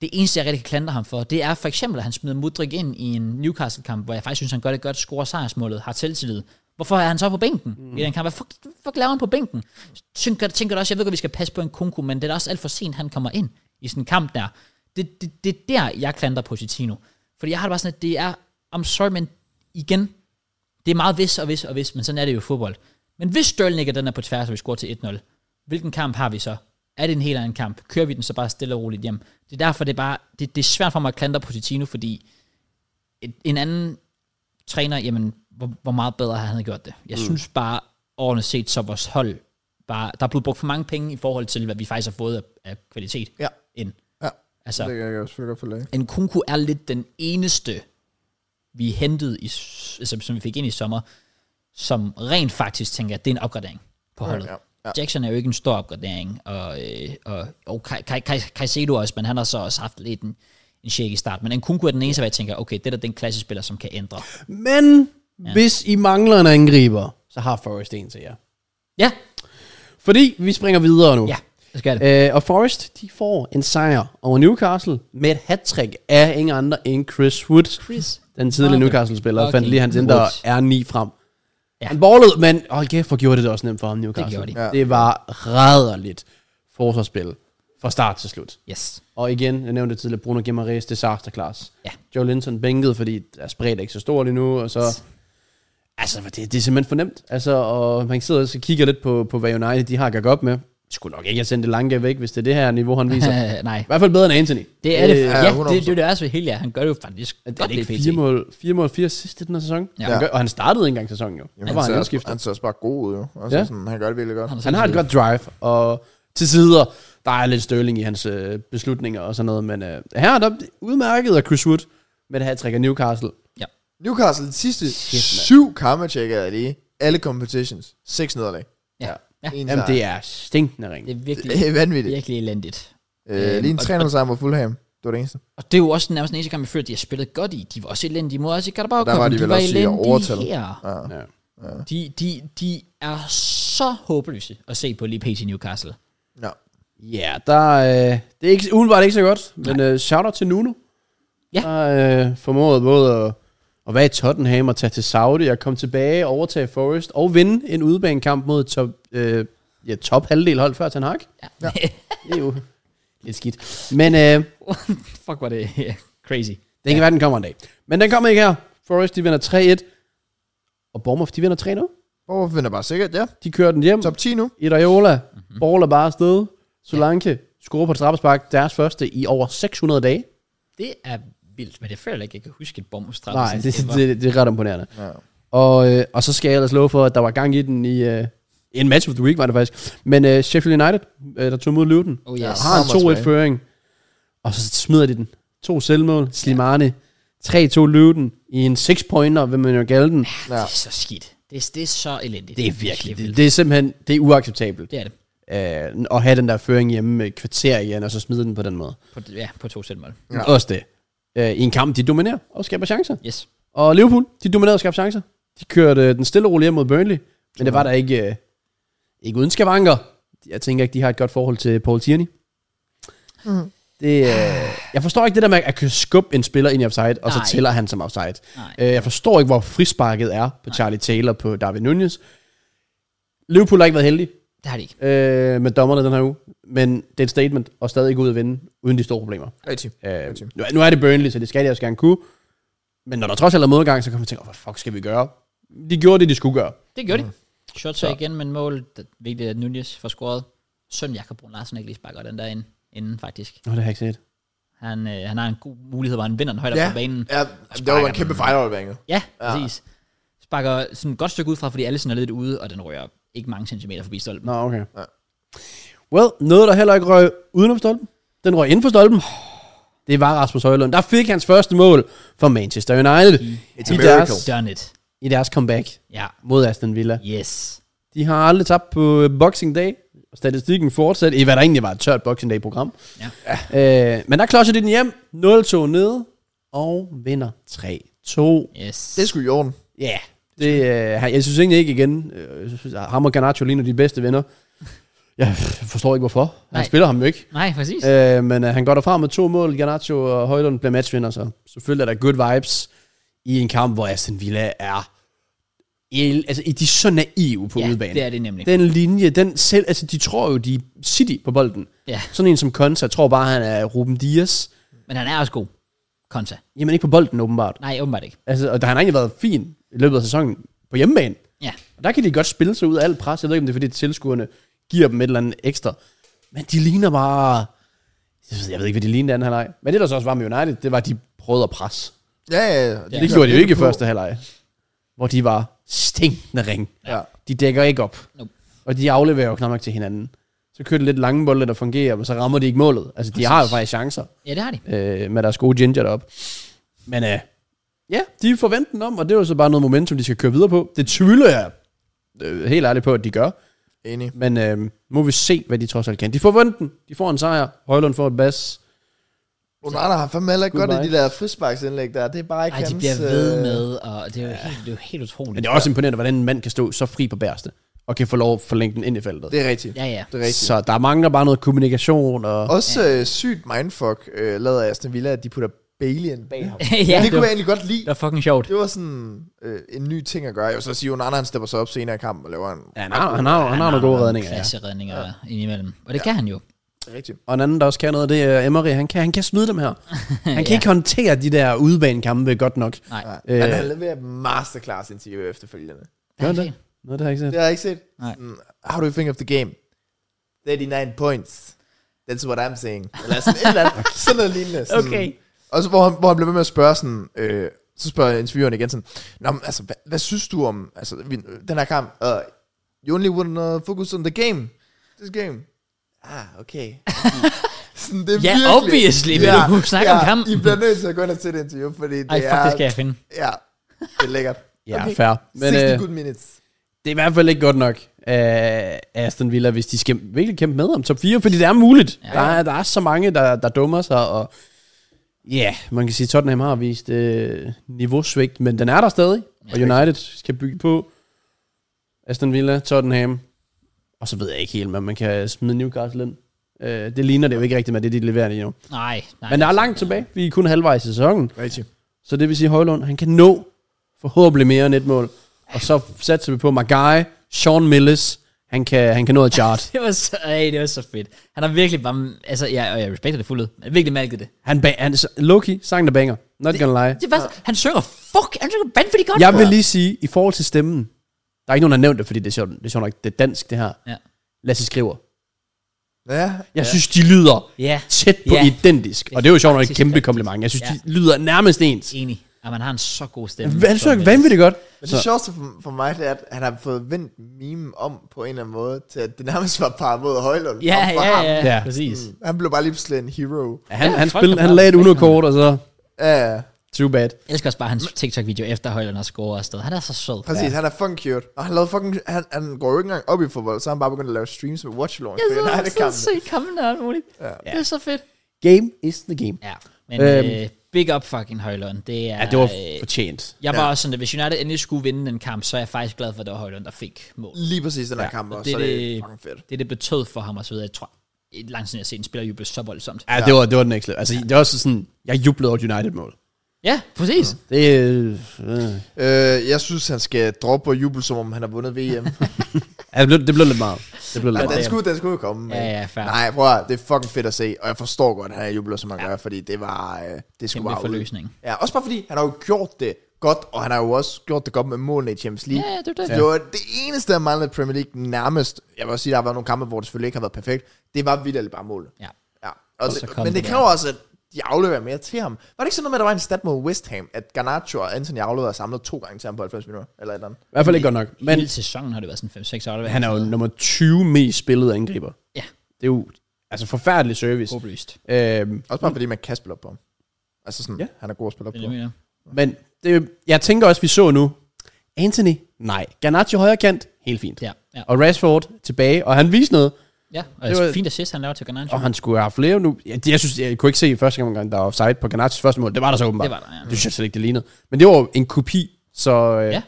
Speaker 1: det eneste, jeg rigtig kan klandre ham for, det er for eksempel, at han smider Mudrik ind i en Newcastle-kamp, hvor jeg faktisk synes, han gør det godt, scorer sejrsmålet, har selvtillid. Hvorfor er han så på bænken mm. i den kamp? Hvad fuck, fuck laver han på bænken? Tænker, tænker du også, jeg ved godt, vi skal passe på en kunku, men det er da også alt for sent, han kommer ind i sådan en kamp der. Det, det, det er der, jeg klandrer Pochettino. Fordi jeg har det bare sådan, at det er, I'm sorry, men igen, det er meget hvis og hvis og hvis, men sådan er det jo i fodbold. Men hvis Sterling ikke er den der på tværs, og vi scorer til 1-0, hvilken kamp har vi så? Er det en helt anden kamp? Kører vi den så bare stille og roligt hjem? Det er derfor, det er, bare, det, det er svært for mig at klandre Pochettino, fordi et, en anden træner, jamen, hvor, hvor meget bedre havde han gjort det? Jeg mm. synes bare, overordnet set, så vores hold, bare, der er blevet brugt for mange penge i forhold til, hvad vi faktisk har fået af, af kvalitet
Speaker 2: Ja.
Speaker 1: ind.
Speaker 2: Ja.
Speaker 1: Altså,
Speaker 2: Det kan jeg jo selvfølgelig godt følge af.
Speaker 1: Nkunku er lidt den eneste, vi hentede, i, s- altså, som vi fik ind i sommer, som rent faktisk tænker, at det er en opgradering på holdet.
Speaker 2: Ja,
Speaker 1: Ja,
Speaker 2: ja.
Speaker 1: ja. Jackson er jo ikke en stor opgradering, og, øh, og, og Kai- Kai- Kai- Kaisedo også, men han har så også haft lidt en, en shake i start. Men Nkunku er den eneste, hvor jeg tænker, okay, det der det er en klassespiller, som kan ændre.
Speaker 3: Men ja. hvis I mangler en angriber, så har Forrest en til jer.
Speaker 1: Ja,
Speaker 3: Fordi vi springer videre nu.
Speaker 1: ja, det skal det.
Speaker 3: Uh. Øh, og Forrest, de får en sejr over Newcastle med et hat af ingen andre end Chris Wood.
Speaker 1: Chris.
Speaker 3: Den tidligere
Speaker 1: Fucking-
Speaker 3: Newcastle-spiller Jeg fandt
Speaker 1: fucking
Speaker 3: lige hans indre
Speaker 1: Wood.
Speaker 3: R9 frem. Ja.
Speaker 1: Ja.
Speaker 3: Han ballede, men hold kæft, hvor gjorde det det også nemt for ham, Newcastle.
Speaker 1: gjorde de.
Speaker 2: Ja.
Speaker 3: det var ræderligt forsvarsspil fra start til slut.
Speaker 1: Yes.
Speaker 3: Og igen, jeg nævnte tidligere Bruno Guimaraes disaster class.
Speaker 1: Ja.
Speaker 3: Joe Linton bænkede, fordi der er spredt ikke så stor lige nu, og så... Altså, det, det er simpelthen fornemt. Altså, og man sidder og så kigger lidt på, på hvad United de har at gøre op med. Skulle nok ikke have sendt det lange væk, hvis det er det her niveau, han viser. I
Speaker 1: Nej,
Speaker 3: hvert fald bedre end Anthony. Øh,
Speaker 1: det er det.
Speaker 2: ja,
Speaker 1: Ja, det,
Speaker 2: 100%.
Speaker 1: det, det er også helt, ja. Han gør det jo faktisk
Speaker 3: Er det, er
Speaker 1: godt
Speaker 3: det ikke
Speaker 1: lidt,
Speaker 3: fire
Speaker 1: PT.
Speaker 3: mål, fire mål, fire sidst i den her sæson?
Speaker 1: Ja.
Speaker 3: Han gør, og han startede ikke engang sæsonen jo. Jamen,
Speaker 2: Jamen, han,
Speaker 3: var han
Speaker 2: ser, også-
Speaker 3: indskiftet.
Speaker 2: han ser også bare god ud, jo. Altså,
Speaker 3: Ja.
Speaker 2: ja. sådan, han gør det virkelig godt.
Speaker 1: er
Speaker 3: Han har et
Speaker 1: sindssygt.
Speaker 3: godt drive, og til sider, der er lidt støvling i hans øh, beslutninger og sådan noget, men øh, her er der udmærket af Chris Wood med det her trækker Newcastle.
Speaker 2: Newcastle, de sidste syv kampe, tjekker jeg lige. Alle competitions. Seks nederlag.
Speaker 1: Ja. ja.
Speaker 2: En
Speaker 3: Jamen,
Speaker 2: sejr.
Speaker 3: det er stinkende ring.
Speaker 1: Det er virkelig,
Speaker 2: det er vanvittigt.
Speaker 1: virkelig elendigt.
Speaker 2: Øh, lige en
Speaker 1: og-
Speaker 2: 300 sejr mod Fulham. Det var det eneste.
Speaker 1: Og det er jo også nærmest den eneste kamp, jeg føler, at de har spillet godt i. De var også elendige mod os i Karabag.
Speaker 2: Og der var de vel også i overtal.
Speaker 1: Her.
Speaker 2: Ja.
Speaker 3: Ja.
Speaker 1: De, de, de er så håbløse at se på lige pt. Newcastle.
Speaker 2: Ja.
Speaker 3: Ja, der øh, det er ikke, udenbart ikke så godt, men øh, shout-out til Nuno.
Speaker 1: Ja.
Speaker 3: Der øh, formåede både at, at være i Tottenham og tage til Saudi og komme tilbage og overtage Forest og vinde en udebanekamp mod top, øh, ja, top halvdel hold før Ten Hag.
Speaker 1: Ja.
Speaker 2: Ja.
Speaker 1: ja.
Speaker 3: Det er jo lidt skidt. Men øh,
Speaker 1: Fuck, var det crazy.
Speaker 3: det kan være, den kommer en dag. Men den kommer ikke her. Forest, de vinder 3-1. Og Bournemouth, de vinder 3-0.
Speaker 2: Hvorfor finder bare sikkert, ja.
Speaker 3: De kører den hjem.
Speaker 2: Top 10 nu.
Speaker 3: Iraola, mm-hmm. baller bare afsted. Solanke scorer på et straffespark, deres første i over 600 dage.
Speaker 1: Det er vildt, men det føler jeg ikke, jeg kan huske et bombestraf.
Speaker 3: Nej, det, det, det, det er ret imponerende.
Speaker 2: Ja.
Speaker 3: Og, øh, og så skal jeg ellers love for, at der var gang i den i øh, en match of the week, var det faktisk. Men øh, Sheffield United, øh, der tog mod Luton,
Speaker 1: Oh yes.
Speaker 2: Ja,
Speaker 1: Ja,
Speaker 3: har
Speaker 2: Hammer
Speaker 3: en
Speaker 2: tilbage.
Speaker 3: 2-1-føring. Og så smider de den. To selvmål, Slimane. 3-2 Luton i en 6-pointer, vil man jo kalde den.
Speaker 1: det
Speaker 2: Ja.
Speaker 1: er så skidt. Det er, det er så elendigt.
Speaker 3: Det er virkelig, det,
Speaker 1: vildt.
Speaker 3: det er simpelthen, det er uacceptabelt.
Speaker 1: Det er det.
Speaker 3: Øh, at have den der føring hjemme med et kvarter igen, og så smide den på den måde.
Speaker 1: På, ja, på to selvmål.
Speaker 3: Ja. Også det. Øh, I en kamp, de dominerer og skaber chancer.
Speaker 1: Yes.
Speaker 3: Og Liverpool, de dominerede og skabte chancer. De kørte øh, den stille og rolige hjem mod Burnley, men det var der ikke, øh, ikke uden skavanker. Jeg tænker ikke, de har et godt forhold til Paul Tierney. Mm. Det, øh, jeg forstår ikke det der med at kunne skubbe en spiller ind i offside, og så
Speaker 1: Nej.
Speaker 3: tæller han som offside.
Speaker 1: Nej.
Speaker 3: Øh, jeg forstår ikke, hvor frisparket er på Charlie Taylor på David Nunez. Liverpool har ikke været heldig
Speaker 1: Det har de ikke.
Speaker 3: øh, med dommerne den her uge, men det er et statement, og stadig ikke ud at vinde, uden de store problemer.
Speaker 2: Rigtig.
Speaker 3: Øh,
Speaker 2: Rigtig.
Speaker 3: nu, er- nu er det Burnley, så det skal de også gerne kunne. Men når der trods alt er modgang, så kan man tænke, "Åh, hvad fuck skal vi gøre? De gjorde det, de skulle gøre.
Speaker 1: Det gjorde
Speaker 2: Mm.
Speaker 1: de. Shots så
Speaker 3: Så.
Speaker 1: igen, men mål. Det er vigtigt, at Nunez får scoret. Søn Jakob Brun Larsen ikke lige sparker den der ind, inden faktisk.
Speaker 3: Nå, det har jeg ikke set.
Speaker 1: Han, øh, han har en god mulighed, hvor han vinder den højt op
Speaker 2: Ja.
Speaker 1: på banen.
Speaker 2: ja. Det var jo en kæmpe fejlaflevering. jo.
Speaker 1: Ja, ja, præcis. Sparker sådan et godt stykke ud fra, fordi alle sådan er lidt ude, og den rører ikke mange centimeter forbi stolpen.
Speaker 3: Nå, okay.
Speaker 2: Ja.
Speaker 3: Well, noget der heller ikke røg udenom stolpen. Den røg inden for stolpen. Det var Rasmus Højlund. Der fik hans første mål for Manchester United.
Speaker 2: It's
Speaker 3: I
Speaker 2: a
Speaker 3: deres,
Speaker 2: miracle.
Speaker 1: Done it.
Speaker 3: I deres comeback
Speaker 1: Ja.
Speaker 3: mod Aston Villa.
Speaker 1: Yes.
Speaker 3: De har aldrig tabt på øh, Boxing Day. Statistikken fortsat i, hvad der egentlig var et tørt Boxing Day-program.
Speaker 1: Ja.
Speaker 3: Øh, men der klodser de den hjem. 0-2 nede. Og vinder 3-2.
Speaker 1: Yes.
Speaker 2: Det er sgu i orden.
Speaker 3: Ja, yeah, det, øh, han- jeg synes egentlig ikke igen, øh, jeg synes, at ham og Garnacho ligner de bedste venner. Jeg forstår ikke hvorfor. Han
Speaker 1: Nej.
Speaker 3: spiller ham jo ikke.
Speaker 1: Nej, præcis. Øh.
Speaker 3: Øh, men øh, han går derfra med to mål. Garnacho og Højlund bliver matchvinder, så selvfølgelig er der good vibes i en kamp, hvor Aston Villa er... El, altså, de er så naive på
Speaker 1: Ja,
Speaker 3: udebane.
Speaker 1: det er de nemlig.
Speaker 3: Den linje, den selv... Altså, de tror jo, de er City på bolden.
Speaker 1: Ja.
Speaker 3: Sådan en som Konsa tror bare, han er Ruben Dias.
Speaker 1: Men han er også god. Konta.
Speaker 3: Jamen, ikke på bolden, åbenbart.
Speaker 1: Nej, åbenbart ikke.
Speaker 3: Altså, og der har han egentlig været fin i løbet af sæsonen på hjemmebane.
Speaker 1: Ja.
Speaker 3: Og der kan de godt spille sig ud af alt pres. Jeg ved ikke, om det er, fordi tilskuerne giver dem et eller andet ekstra. Men de ligner bare... Jeg ved- Jeg ved ikke, hvad de lignede i anden halvleg. Men det, der så også var med United, det var, at de prøvede at presse.
Speaker 2: Ja, ja, ja.
Speaker 3: Det gjorde de jo ikke i første halvleg. Hvor de var stinkende ring.
Speaker 2: Ja.
Speaker 3: De dækker ikke op.
Speaker 1: Nope.
Speaker 3: Og de afleverer jo knap nok til hinanden. Så kører de lidt lange bolde, der fungerer, men så rammer de ikke målet. Altså, de har jo faktisk chancer
Speaker 1: Ja, det har de.
Speaker 3: øh, med deres gode ginger derop. Men øh, ja, de forventer den om, og det er jo så bare noget momentum, de skal køre videre på. Det tvivler jeg øh, helt ærligt på, at de gør.
Speaker 2: Enig.
Speaker 3: Men øh, må vi se, hvad de trods alt kan. De får vundet den. De får en sejr. Højlund får et bas.
Speaker 2: Onana har fandme heller ikke godt i
Speaker 3: Goodbye.
Speaker 2: de der frisparksindlæg der. Det er bare ikke
Speaker 1: Ej, de
Speaker 2: hans,
Speaker 1: bliver ved
Speaker 2: øh,
Speaker 1: med, og det er jo helt, det er jo helt utroligt.
Speaker 3: Men det er også imponerende, hvordan en mand kan stå så fri på bærste, og kan få lov at forlænge den ind i feltet.
Speaker 2: Det er rigtigt.
Speaker 1: Ja, ja.
Speaker 2: Det er rigtigt.
Speaker 3: Så der mangler bare noget kommunikation. Og...
Speaker 2: Også øh, sygt mindfuck øh, lavet af Aston Villa, at de putter Baileyen bag ham.
Speaker 1: ja,
Speaker 2: det kunne jeg egentlig godt lide.
Speaker 1: det var fucking sjovt.
Speaker 2: Det var sådan øh, en ny ting at gøre. Jeg vil så sige, at Onana han stepper sig op senere i kampen og laver en...
Speaker 3: Ja, han har, han har, han har nogle gode redninger. Ja.
Speaker 1: Klasse redninger ja. indimellem. Og det kan han jo.
Speaker 2: Rigtigt.
Speaker 3: Og en anden, der også kan noget, det er Emery. Han kan, han kan smide dem her. Han kan
Speaker 1: Ja.
Speaker 3: ikke håndtere de der udebanekampe godt nok.
Speaker 1: Nej.
Speaker 2: Nej.
Speaker 3: Øh.
Speaker 2: Øh. Han har leveret masterclass interview efterfølgende.
Speaker 3: Gør han
Speaker 1: det?
Speaker 3: det? Nå, det har jeg ikke set.
Speaker 2: Det har jeg ikke set.
Speaker 1: Nej.
Speaker 2: Mm, How do you think of the game? 39 points. That's what I'm saying. Eller sådan et eller andet. Sådan noget lignende. Sådan.
Speaker 1: Okay.
Speaker 2: Og så hvor han, hvor han blev ved med at spørge sådan, øh, så spørger intervieweren igen sådan, Nå, men, altså, hvad, hvad, synes du om altså, vi- den her kamp? Uh, you only want to focus on the game. This game. Ah, okay. sådan, det er
Speaker 1: Ja,
Speaker 2: virkelig,
Speaker 1: obviously vil du snakke om kampen.
Speaker 2: I bliver nødt til at gå ind og se det interview, fordi det
Speaker 1: Ej, fuck,
Speaker 2: er...
Speaker 1: det skal jeg finde.
Speaker 2: Ja, det er lækkert.
Speaker 3: Ja, fair. Men,
Speaker 2: Men, 60
Speaker 3: øh,
Speaker 2: good minutes.
Speaker 3: Det er i hvert fald ikke godt nok øh, af Aston Villa, hvis de skal virkelig kæmpe med om top 4, fordi det er muligt. Ja. Der, er, der er så mange, der, der dummer sig, og ja, yeah, man kan sige, at Tottenham har vist øh, niveausvigt, men den er der stadig, og United skal bygge på Aston Villa, Tottenham, og så ved jeg ikke helt, men man kan smide Newcastle ind. Øh, det ligner det jo ikke rigtigt med det, de leverer lige nu.
Speaker 1: Nej, nej.
Speaker 3: Men der er langt tilbage, vi er kun halvvejs i sæsonen.
Speaker 2: Rigtigt.
Speaker 3: Så det vil sige, at Højlund, han kan nå forhåbentlig mere end et mål. Og så satser vi på Magai, Sean Millis, han kan, han kan nå at chart.
Speaker 1: Det var, så, ej, det var så fedt. Han har virkelig bare... Altså, ja, og jeg respekter det fuldt ud. Han har virkelig malket det.
Speaker 3: Han, ba- han så- Loki, sang der banger. Not gonna lie.
Speaker 1: Det er faktisk, han synger fuck, han synger vanvittigt godt.
Speaker 3: Jeg vil lige sige, i forhold til stemmen, der er ikke nogen, der har nævnt det, fordi det er sjovt, det er sjovt nok, det er dansk, det her.
Speaker 1: Ja.
Speaker 3: Lasse skriver.
Speaker 2: Ja,
Speaker 3: Jeg synes, de lyder
Speaker 1: Ja,
Speaker 3: tæt på
Speaker 1: Ja.
Speaker 3: identisk. Og det er jo sjovt nok et
Speaker 1: faktisk
Speaker 3: kæmpe
Speaker 1: rigtigt.
Speaker 3: kompliment. Jeg synes,
Speaker 1: Ja.
Speaker 3: de lyder nærmest ens.
Speaker 1: enig. Og man har en så god stemme.
Speaker 3: Han
Speaker 1: Sådan
Speaker 3: synger
Speaker 1: lidt.
Speaker 3: vanvittigt godt.
Speaker 2: Men
Speaker 3: Så-
Speaker 2: det sjoveste for, for mig, det er, at han har fået vendt meme om på en eller anden måde, til at det nærmest var par mod Højlund.
Speaker 1: Ja,
Speaker 2: Og for
Speaker 1: ja,
Speaker 2: ham,
Speaker 1: ja, ja,
Speaker 3: Ja.
Speaker 1: præcis.
Speaker 2: Han blev bare lige pludselig en hero.
Speaker 3: Ja, Han,
Speaker 1: Ja,
Speaker 3: han,
Speaker 1: folk
Speaker 3: spillede,
Speaker 1: er
Speaker 3: han
Speaker 1: bare
Speaker 3: lagde et
Speaker 1: perfekte.
Speaker 3: underkort, og så
Speaker 2: Ja, ja.
Speaker 3: too bad.
Speaker 1: Jeg elsker også bare hans TikTok-video, efter Højlund har scoret afsted. Han er så sød.
Speaker 2: præcis. Han er fucking cute. Og han, lavede fucking, han, han går jo ikke engang op i fodbold, så har han bare begyndt at lave streams med watch along.
Speaker 1: Jeg så, så, så i kampen og alt muligt. Ja. Det er så fedt.
Speaker 3: Øhm. Game is the game.
Speaker 1: Ja, men
Speaker 3: Øhm.
Speaker 1: øh, big up fucking Højlund. Det er,
Speaker 3: Ja, det var
Speaker 1: øh,
Speaker 3: fortjent.
Speaker 1: Jeg var
Speaker 2: Ja.
Speaker 1: også sådan, at hvis United endelig skulle vinde den kamp, så er jeg faktisk glad for, at det var Højlund, der fik
Speaker 3: Mm.
Speaker 1: mål.
Speaker 2: Lige præcis den her ja, kamp
Speaker 1: og
Speaker 2: også,
Speaker 1: det
Speaker 2: så
Speaker 1: er
Speaker 2: det er
Speaker 1: det-
Speaker 2: fucking fedt.
Speaker 1: Det, det betød for ham og så videre. Jeg tror, et langt siden jeg har set en spiller juble så voldsomt.
Speaker 3: Ja, det var, det var den next level. Altså, det var også sådan, jeg jublede over et United-mål.
Speaker 1: Ja, præcis. Mm.
Speaker 3: Det øh, øh,
Speaker 2: Øh, jeg synes, han skal droppe og juble, som om han har vundet VM.
Speaker 3: altså, det, blev, det blev lidt meget. Det blev lidt
Speaker 2: Men den
Speaker 3: meget.
Speaker 2: skulle, den skulle jo komme.
Speaker 1: Ja,
Speaker 2: men-
Speaker 1: ja, fair.
Speaker 2: Nej, prøv at, høre, det er fucking fedt at se, og jeg forstår godt, at han jubler, som han ja. gør, fordi det var, øh, det skulle
Speaker 1: Kæmpe
Speaker 2: bare ud.
Speaker 1: forløsning.
Speaker 2: Ja, også bare fordi, han har jo gjort det godt, og han har jo også gjort det godt med målene i Champions League.
Speaker 1: Ja, ja, det er det.
Speaker 2: Så det var det eneste, der manglede i Premier League nærmest. Jeg vil også sige, der har været nogle kampe, hvor det selvfølgelig ikke har været perfekt. Det var vildt bare mål.
Speaker 1: Ja.
Speaker 2: Ja. Og
Speaker 1: så
Speaker 2: det,
Speaker 1: kom det
Speaker 2: men det
Speaker 1: der.
Speaker 2: kræver også, at de afleverer mere til ham. Var det ikke sådan noget med, at der var en stat mod West Ham, at Garnacho og Anthony afleverede samlet to gange til ham på 90 minutter? Eller et eller andet.
Speaker 3: I hvert fald ikke godt nok. Men
Speaker 1: Men, Hele sæsonen har det været sådan 5-6 år.
Speaker 3: han er jo nummer 20 mest spillede angriber.
Speaker 1: Ja,
Speaker 3: Det er jo altså forfærdelig service.
Speaker 1: håbløst.
Speaker 3: Øhm,
Speaker 2: Også bare fordi, man kan spille op på ham. Altså sådan,
Speaker 3: Ja.
Speaker 2: ja. han er god at spille op
Speaker 1: Mm. Det
Speaker 2: på.
Speaker 1: er det, jeg mener.
Speaker 3: men det, jeg tænker også, vi så nu. Anthony? Nej. Garnaccio højre kant? Helt fint.
Speaker 1: Ja, ja.
Speaker 3: Og Rashford tilbage, og han viste noget,
Speaker 1: ja og
Speaker 3: Det
Speaker 1: det
Speaker 3: var-
Speaker 1: var, fint assist, han laver til Garnacho.
Speaker 3: og han skulle have haft flere nu. Jeg, jeg synes, jeg kunne ikke se i første gang, der var offside på Garnaccios første mål. Det var der så åbenbart.
Speaker 1: Det var der, ja.
Speaker 3: Det synes jeg slet ikke, det lignede. Men det var jo en kopi, så øh, ja.
Speaker 1: Ja.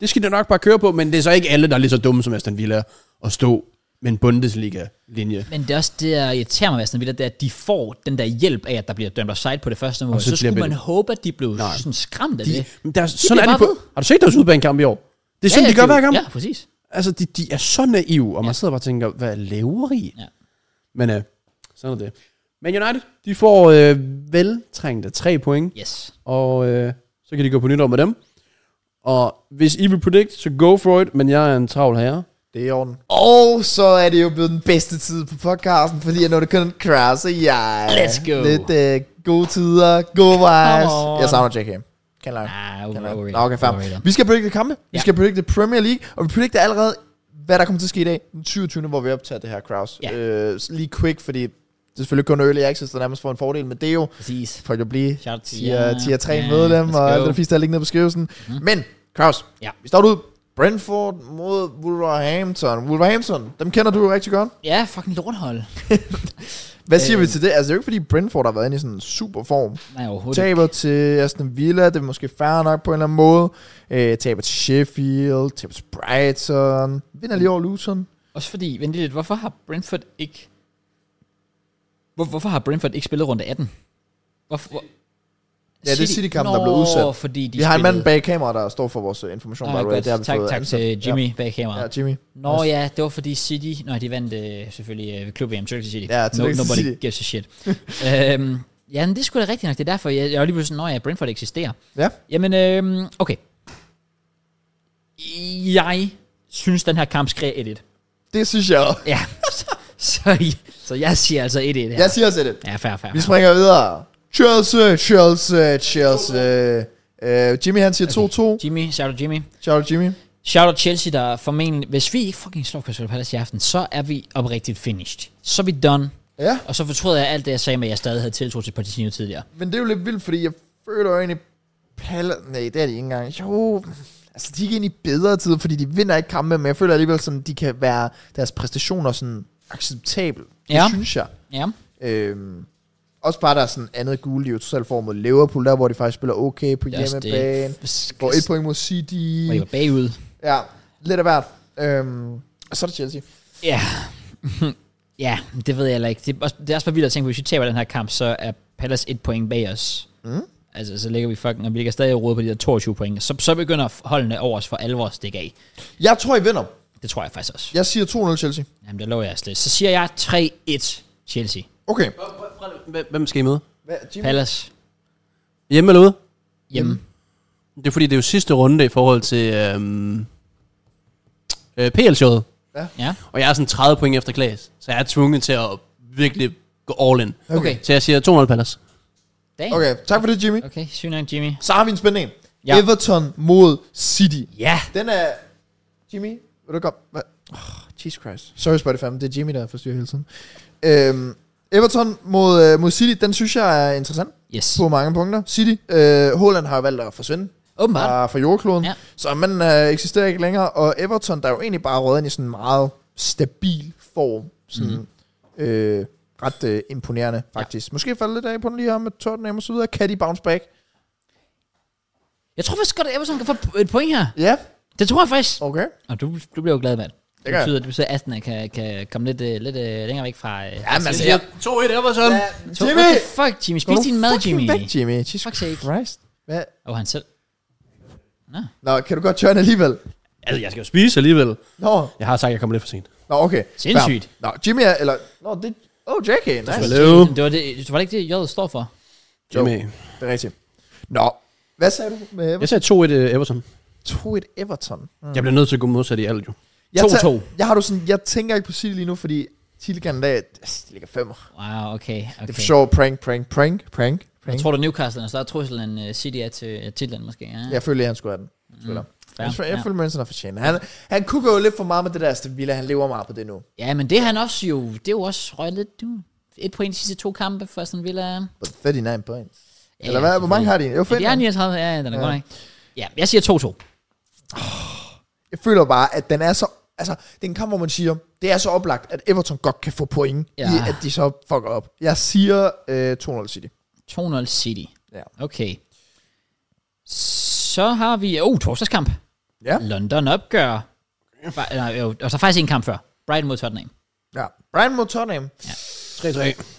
Speaker 3: det skal det nok bare køre på, men det er så ikke alle, der er lige så dumme som Aston Villa at stå med en Bundesliga-linje.
Speaker 1: Men det er også det, der irriterer mig, Aston Villa, det er, at de får den der hjælp af, at der bliver dømt offside på det første mål.
Speaker 3: så
Speaker 1: Så, så
Speaker 3: bliver
Speaker 1: skulle man
Speaker 3: det-
Speaker 1: håbe, at de blev sådan skræmt af
Speaker 3: De,
Speaker 1: det.
Speaker 3: men der, er- sådan er
Speaker 1: bliver
Speaker 3: de på.
Speaker 1: bare
Speaker 3: Har du set deres udbanekamp i år? Det er sådan, ja, de gør hver gang. Ja.
Speaker 1: Ja, præcis.
Speaker 3: Altså, de, de er så naive, og man sidder bare og tænker, hvad laver I?
Speaker 1: Ja.
Speaker 3: Men øh, sådan er det. Men United, de får øh, veltrængte tre point.
Speaker 1: Yes.
Speaker 3: Og øh, så kan de gå på nytår med dem. Og hvis I vil predict, så go for it, men jeg er en travl herre.
Speaker 2: Det er i orden. Og så er det jo blevet den bedste tid på podcasten, fordi jeg nåede kun crash, så jeg...
Speaker 1: Let's go.
Speaker 2: Lidt øh, gode tider, gode vibes.
Speaker 1: on.
Speaker 2: Jeg savner Jack Ham. Kan lade.
Speaker 1: Ah,
Speaker 2: Kan lade.
Speaker 1: overrated.
Speaker 2: Nå, Okay, fair.
Speaker 1: Overrated.
Speaker 2: Vi skal predikte kampe. Vi
Speaker 1: Ja.
Speaker 2: skal predikte Premier League, og vi predikter allerede, hvad der kommer til at ske i dag, den 27. hvor vi optager det her, Kraus.
Speaker 1: Ja.
Speaker 2: Øh, så lige quick, fordi det er selvfølgelig kun early access, der nærmest får en fordel, men det er jo
Speaker 1: Præcis.
Speaker 2: for at blive
Speaker 1: Shout out til
Speaker 2: tier,
Speaker 1: jer.
Speaker 2: tier 3
Speaker 1: Ja,
Speaker 2: medlem,
Speaker 1: let's
Speaker 2: og
Speaker 1: go. Mhm.
Speaker 2: alt det der fisk, der er liggende på beskrivelsen. Mm. Men, Kraus,
Speaker 1: Ja.
Speaker 2: vi starter ud. Brentford mod Wolverhampton. Wolverhampton, dem kender du jo rigtig godt.
Speaker 1: Ja, fucking lorthold.
Speaker 2: Hvad siger øh.
Speaker 1: Øh.
Speaker 2: vi til det? Altså, det er jo ikke, fordi Brentford har været inde i sådan en super form.
Speaker 1: Nej, overhovedet ikke.
Speaker 2: Taber til Aston Villa, det er måske fair nok på en eller anden måde. Øh, taber til Sheffield, taber til Brighton, vinder lige over Luton.
Speaker 1: Også fordi, vent lige lidt, hvorfor har Brentford ikke... Hvor, hvorfor har Brentford ikke spillet runde 18? Hvorfor, hvor,
Speaker 2: Ja, det er City-kampen, der blev udsat.
Speaker 1: fordi de
Speaker 2: Vi har en mand
Speaker 1: spillede-
Speaker 2: bag kamera, der står for vores øh, information. by
Speaker 1: Nej,
Speaker 2: the way.
Speaker 1: godt.
Speaker 2: Det har vi
Speaker 1: tak,
Speaker 2: fået
Speaker 1: tak
Speaker 2: ansat.
Speaker 1: til Jimmy bag
Speaker 2: Ja,
Speaker 1: kameraet.
Speaker 2: ja Jimmy.
Speaker 1: Nå ja, det var fordi City... Nå, de vandt øh, selvfølgelig øh, Klub VM, Turkey City.
Speaker 2: Ja, tillykke til
Speaker 1: nobody
Speaker 2: City.
Speaker 1: gives a shit. øhm, ja, men det er sgu da rigtigt nok. Det er derfor, jeg, jeg var lige pludselig sådan, nå ja, Brentford eksisterer.
Speaker 2: Ja.
Speaker 1: Jamen, øhm, okay. Jeg synes, den her kamp skriger 1-1.
Speaker 2: Det synes jeg også.
Speaker 1: Ja, så, så, så jeg siger altså 1-1 her.
Speaker 2: Jeg siger også det.
Speaker 1: Ja, fair, fair.
Speaker 2: Vi
Speaker 1: fair.
Speaker 2: springer videre. Chelsea, Chelsea, Chelsea. Uh, Jimmy han siger 2-2. Okay.
Speaker 1: Jimmy, shout out Jimmy.
Speaker 2: Shout out Jimmy.
Speaker 1: Shout out Chelsea, der formentlig... Hvis vi ikke fucking slår Crystal Palace i aften, så er vi oprigtigt finished. Så er vi done.
Speaker 2: Ja,
Speaker 1: Og så fortryder jeg alt det, jeg sagde med, at jeg stadig havde tiltro til Pochettino tidligere.
Speaker 2: men det er jo lidt vildt, fordi jeg føler jo egentlig... Pal- Nej, det er de ikke engang. Jo, altså de er ikke egentlig bedre tider, fordi de vinder ikke kampe, men jeg føler alligevel, sådan, de kan være deres præstationer sådan acceptabel. Det
Speaker 1: Ja.
Speaker 2: synes jeg.
Speaker 1: Ja.
Speaker 2: Øhm, også bare der er sådan andet gule, de jo totalt får mod Liverpool, der hvor de faktisk spiller okay på
Speaker 1: Det er også det.
Speaker 2: hjemmebane. Får et point mod
Speaker 1: Hvor I
Speaker 2: City.
Speaker 1: var bagud.
Speaker 2: Ja, lidt af hvert. Øhm, og så er det Chelsea.
Speaker 1: Ja. ja, det ved jeg heller ikke. Det er, også, det er også bare vildt at tænke på, hvis vi taber den her kamp, så er Palace et point bag os.
Speaker 2: Mm.
Speaker 1: Altså, så ligger vi fucking, og vi ligger stadig rode på de der 22 point. Så, så begynder holdene over os for alvor at stikke af.
Speaker 2: Jeg tror, I vinder.
Speaker 1: Det tror jeg faktisk også.
Speaker 2: Jeg siger 2-0 Chelsea.
Speaker 1: Jamen, det lover jeg slet. Så siger jeg 3-1 Chelsea.
Speaker 2: Okay.
Speaker 3: Hvem- Hvem skal I møde?
Speaker 2: Hvad, Jimmy?
Speaker 1: Palace
Speaker 3: Hjemme eller ude?
Speaker 1: hjemme.
Speaker 3: Det er fordi, det er jo sidste runde i forhold til øhm, øh, PL-showet.
Speaker 1: Ja.
Speaker 3: Og jeg er sådan 30 point efter Klaas. Så jeg er tvunget til at virkelig gå all in.
Speaker 1: Okay.
Speaker 3: Så jeg siger 200 Palace.
Speaker 1: Damn. Okay,
Speaker 2: Okay, tak for det, Jimmy.
Speaker 1: okay syv nok, Jimmy.
Speaker 2: Så har vi en spændende en.
Speaker 1: Ja.
Speaker 2: Everton mod City.
Speaker 1: Ja.
Speaker 2: Den er... Jimmy, vil du godt... Hvad? Oh, Jesus Christ. Sorry, Spotify, men det er Jimmy, der forstyrrer hele tiden. Øhm, Everton mod, øh, mod City, den synes jeg er interessant
Speaker 1: Yes.
Speaker 2: på mange punkter. City, øh, Holland har jo valgt at forsvinde
Speaker 1: Åbenbart.
Speaker 2: fra, fra jordkloden, ja.
Speaker 1: Ja.
Speaker 2: så man øh, eksisterer ikke længere. Og Everton, der er jo egentlig bare røget ind i sådan en meget stabil form. Sådan, mm. øh, ret øh, imponerende, faktisk. Ja. Måske falder lidt af på den lige her med Tottenham og så videre. Kan de bounce back?
Speaker 1: Jeg tror faktisk godt, at Everton kan få et point her.
Speaker 2: Ja,
Speaker 1: Det tror jeg faktisk.
Speaker 2: okay.
Speaker 1: Og du, du bliver jo glad, mand. Det,
Speaker 2: gør
Speaker 1: det betyder, det betyder, at Aston kan, kan komme lidt, uh, lidt uh, længere væk fra... Uh, ja,
Speaker 2: men altså, jeg...
Speaker 3: 2-1 Everton. Ja.
Speaker 1: Jimmy! What the fuck, Jimmy? Spis din mad, Jimmy.
Speaker 2: Back, Jimmy. Jesus
Speaker 1: Fuck sake.
Speaker 2: Christ. Hvad?
Speaker 1: Og han selv.
Speaker 2: Nå, kan du godt tørne alligevel?
Speaker 3: Altså, jeg skal jo spise alligevel.
Speaker 2: Nå,
Speaker 3: Jeg har sagt, at jeg kommer lidt for sent.
Speaker 2: Nå okay.
Speaker 1: Sindssygt.
Speaker 2: Fair. Nå, Jimmy er, eller... Nå, det... Oh, Jackie, nice.
Speaker 3: Hello.
Speaker 1: Det var, det, det var ikke det, J står for.
Speaker 2: Jo,
Speaker 3: Jimmy.
Speaker 2: det er rigtigt. Nå, hvad sagde du med
Speaker 3: Jeg
Speaker 2: Everton?
Speaker 3: sagde 2-1 øh, Everton.
Speaker 2: 2-1 Everton.
Speaker 3: Jeg bliver nødt til at gå modsat i alt jo.
Speaker 2: Jeg
Speaker 1: 2-2.
Speaker 2: tager- Jeg har du sådan, jeg tænker ikke på City lige nu, fordi Tilgan dag, altså, de ligger femmer. Okay.
Speaker 1: Wow, okay.
Speaker 2: Det er
Speaker 1: okay.
Speaker 2: for sjov, prank, prank, prank, prank,
Speaker 1: Jeg
Speaker 2: prank.
Speaker 1: tror, du Newcastle er større trussel end uh, City er til uh, titlen, måske. Ja,
Speaker 2: Jeg føler, at han skulle have den. Spiller.
Speaker 1: fair.
Speaker 2: Jeg, føler, jeg
Speaker 1: ja.
Speaker 2: føler, Manson har fortjent. Han, han kunne jo lidt for meget med det der Aston Villa. Han lever meget på det nu.
Speaker 1: ja, men det er han også jo... Det er jo også røget lidt... Du, et point de sidste to kampe for Aston Villa. Ja,
Speaker 2: But 39 points.
Speaker 1: Ja,
Speaker 2: Eller hvad? Hvor mange har de? Jo,
Speaker 1: Ja, det er
Speaker 2: fem.
Speaker 1: 39. Ja, ja, den er ja. godt nok. Ja, jeg siger 2-2.
Speaker 2: Jeg føler bare, at den er så... Altså, det er en kamp, hvor man siger, det er så oplagt, at Everton godt kan få point, ja.
Speaker 1: Ja.
Speaker 2: i at de så fucker op. Jeg siger øh, 2-0 City.
Speaker 1: 2-0 City.
Speaker 2: Ja.
Speaker 1: Okay. Så har vi... Oh, torsdagskamp.
Speaker 2: Ja.
Speaker 1: London opgør. Fa- Nej, jo, og så faktisk en kamp før. Brighton mod Tottenham.
Speaker 2: Ja. Brian mod Tottenham.
Speaker 3: 3-3.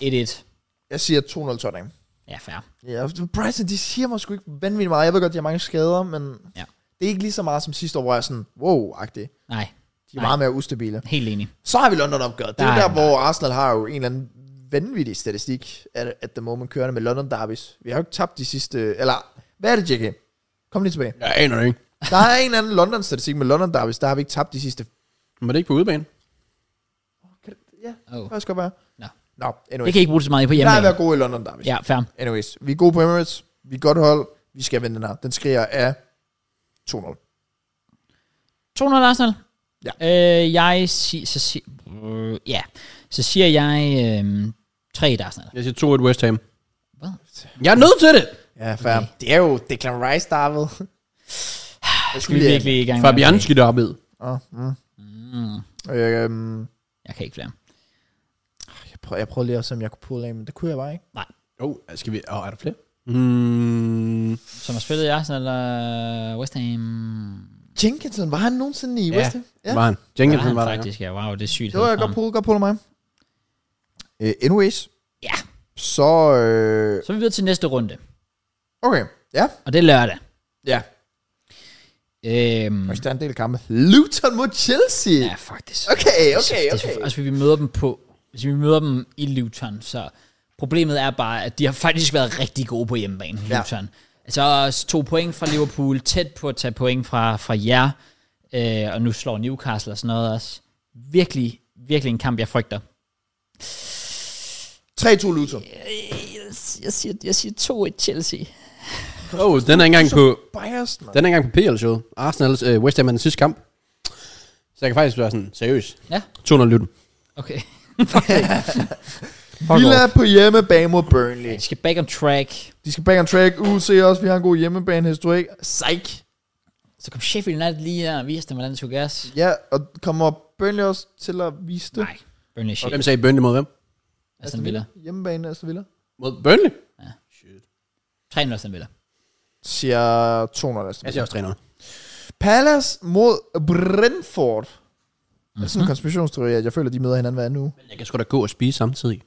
Speaker 1: 1-1.
Speaker 2: Jeg siger 2-0 Tottenham.
Speaker 1: Ja, fair.
Speaker 2: Ja, Brighton, de siger mig sgu ikke vanvittigt meget. Jeg ved godt, de har mange skader, men ja.
Speaker 1: Ja.
Speaker 2: det er ikke lige så meget som sidste år, hvor jeg er sådan, wow-agtig.
Speaker 1: Nej,
Speaker 2: De er
Speaker 1: Nej.
Speaker 2: meget mere ustabile.
Speaker 1: helt enig.
Speaker 2: Så har vi London opgøret. Det er jo
Speaker 1: Nej,
Speaker 2: der,
Speaker 1: nej.
Speaker 2: hvor Arsenal har jo en eller anden vanvittig statistik, at, at the moment kørende med London Derbys. Vi har jo ikke tabt de sidste... Eller, hvad er det, JK? Kom lige tilbage.
Speaker 3: Jeg aner det ikke.
Speaker 2: Der er en eller anden London-statistik med London Derbys, der har vi ikke tabt de sidste
Speaker 3: Men det er ikke på udebane.
Speaker 2: Ja,
Speaker 1: Oh.
Speaker 2: det kan også godt være.
Speaker 1: Nå.
Speaker 2: Nå, anyways.
Speaker 1: Det kan I ikke bruge det så meget i på
Speaker 2: Vi plejer at
Speaker 1: hjemme.
Speaker 2: være gode i London Derby.
Speaker 1: Ja, fair.
Speaker 2: Anyways, vi er gode på Emirates. Vi er et godt hold. Vi skal vinde den her. Den skriger af 2-0.
Speaker 1: 200 Arsenal.
Speaker 2: Ja.
Speaker 1: Øh, jeg siger, så siger, øh, ja. Så siger jeg øh, 3 i Arsenal.
Speaker 3: Jeg siger 2-1 West Ham.
Speaker 1: Hvad?
Speaker 3: Jeg er nødt til det!
Speaker 2: Ja, fair. Okay. Det er jo Declan Rice, der er ved. Jeg
Speaker 1: Skal vi virkelig i gang med
Speaker 3: Fabianski der ved.
Speaker 2: Oh, mm.
Speaker 1: Mm,
Speaker 2: øhm,
Speaker 1: jeg kan ikke flere.
Speaker 2: jeg, prøver, jeg prøvede lige at se, om jeg kunne pulle af, men det kunne jeg bare ikke.
Speaker 3: Jo, oh, skal vi... Åh, oh, er der flere? Mm,
Speaker 1: Som har spillet i Arsenal eller West Ham.
Speaker 2: Jenkinson, var han nogensinde i
Speaker 3: Ja.
Speaker 2: West Ham?
Speaker 3: ja. var han. Jenkins
Speaker 1: Ja,
Speaker 3: var,
Speaker 1: han
Speaker 3: var der. engang.
Speaker 1: faktisk, ja. Wow, det er sygt.
Speaker 2: Det var
Speaker 1: helt
Speaker 2: jeg godt
Speaker 1: frem.
Speaker 2: pulle, godt pulle mig. Uh, anyways.
Speaker 1: Ja.
Speaker 2: Så, øh,
Speaker 1: Så er vi videre til næste runde.
Speaker 2: okay. Ja,
Speaker 1: Og det er lørdag.
Speaker 2: ja.
Speaker 1: Øhm,
Speaker 2: Og der er en del kampe. Luton mod Chelsea.
Speaker 1: ja, faktisk.
Speaker 2: Okay,
Speaker 1: Så-
Speaker 2: okay,
Speaker 1: det er
Speaker 2: okay.
Speaker 1: så- Altså, vi møder dem på... Hvis vi møder dem i Luton, så... Problemet er bare, at de har faktisk været rigtig gode på hjemmebane,
Speaker 2: Ja.
Speaker 1: Luton. Altså, også to point fra Liverpool, tæt på at tage point fra, fra jer, øh, og nu slår Newcastle og sådan noget også. Virkelig, virkelig en kamp, jeg frygter.
Speaker 2: 3-2 Luton.
Speaker 1: Jeg siger, jeg siger 2-1 Chelsea.
Speaker 3: Åh, oh, den er ikke engang på...
Speaker 2: Biased, man.
Speaker 3: Den er ikke engang på PL-showet. Arsenal's øh, West Ham er den sidste kamp. Så jeg kan faktisk være sådan, seriøs.
Speaker 1: Ja.
Speaker 3: 200 lytten.
Speaker 1: Okay.
Speaker 2: Villa er på hjemmebane mod Burnley.
Speaker 1: Vi skal back on track.
Speaker 2: De skal back on track. UC også, vi har en god hjemmebanehistorik. Psych.
Speaker 1: Så kom Sheffield United lige her og viste dem, hvordan det skulle gøres.
Speaker 2: Ja, og kommer Burnley også til at vise det? Altså,
Speaker 1: Nej, Burnley
Speaker 3: Og
Speaker 1: shit.
Speaker 3: hvem sagde Burnley mod hvem?
Speaker 1: Aston Villa.
Speaker 2: Hjemmebane Aston Villa.
Speaker 3: Mod Burnley?
Speaker 1: 3-0 Aston Villa.
Speaker 2: Siger 200 Aston
Speaker 3: Altså,
Speaker 2: Villa.
Speaker 3: Jeg siger også 300.
Speaker 2: Palace mod Brentford. Mm-hmm. Det er sådan
Speaker 1: Mhm.
Speaker 2: en konspirationsteori, at jeg føler, at de møder hinanden hver anden uge.
Speaker 3: Men jeg kan sgu da gå og spise samtidig.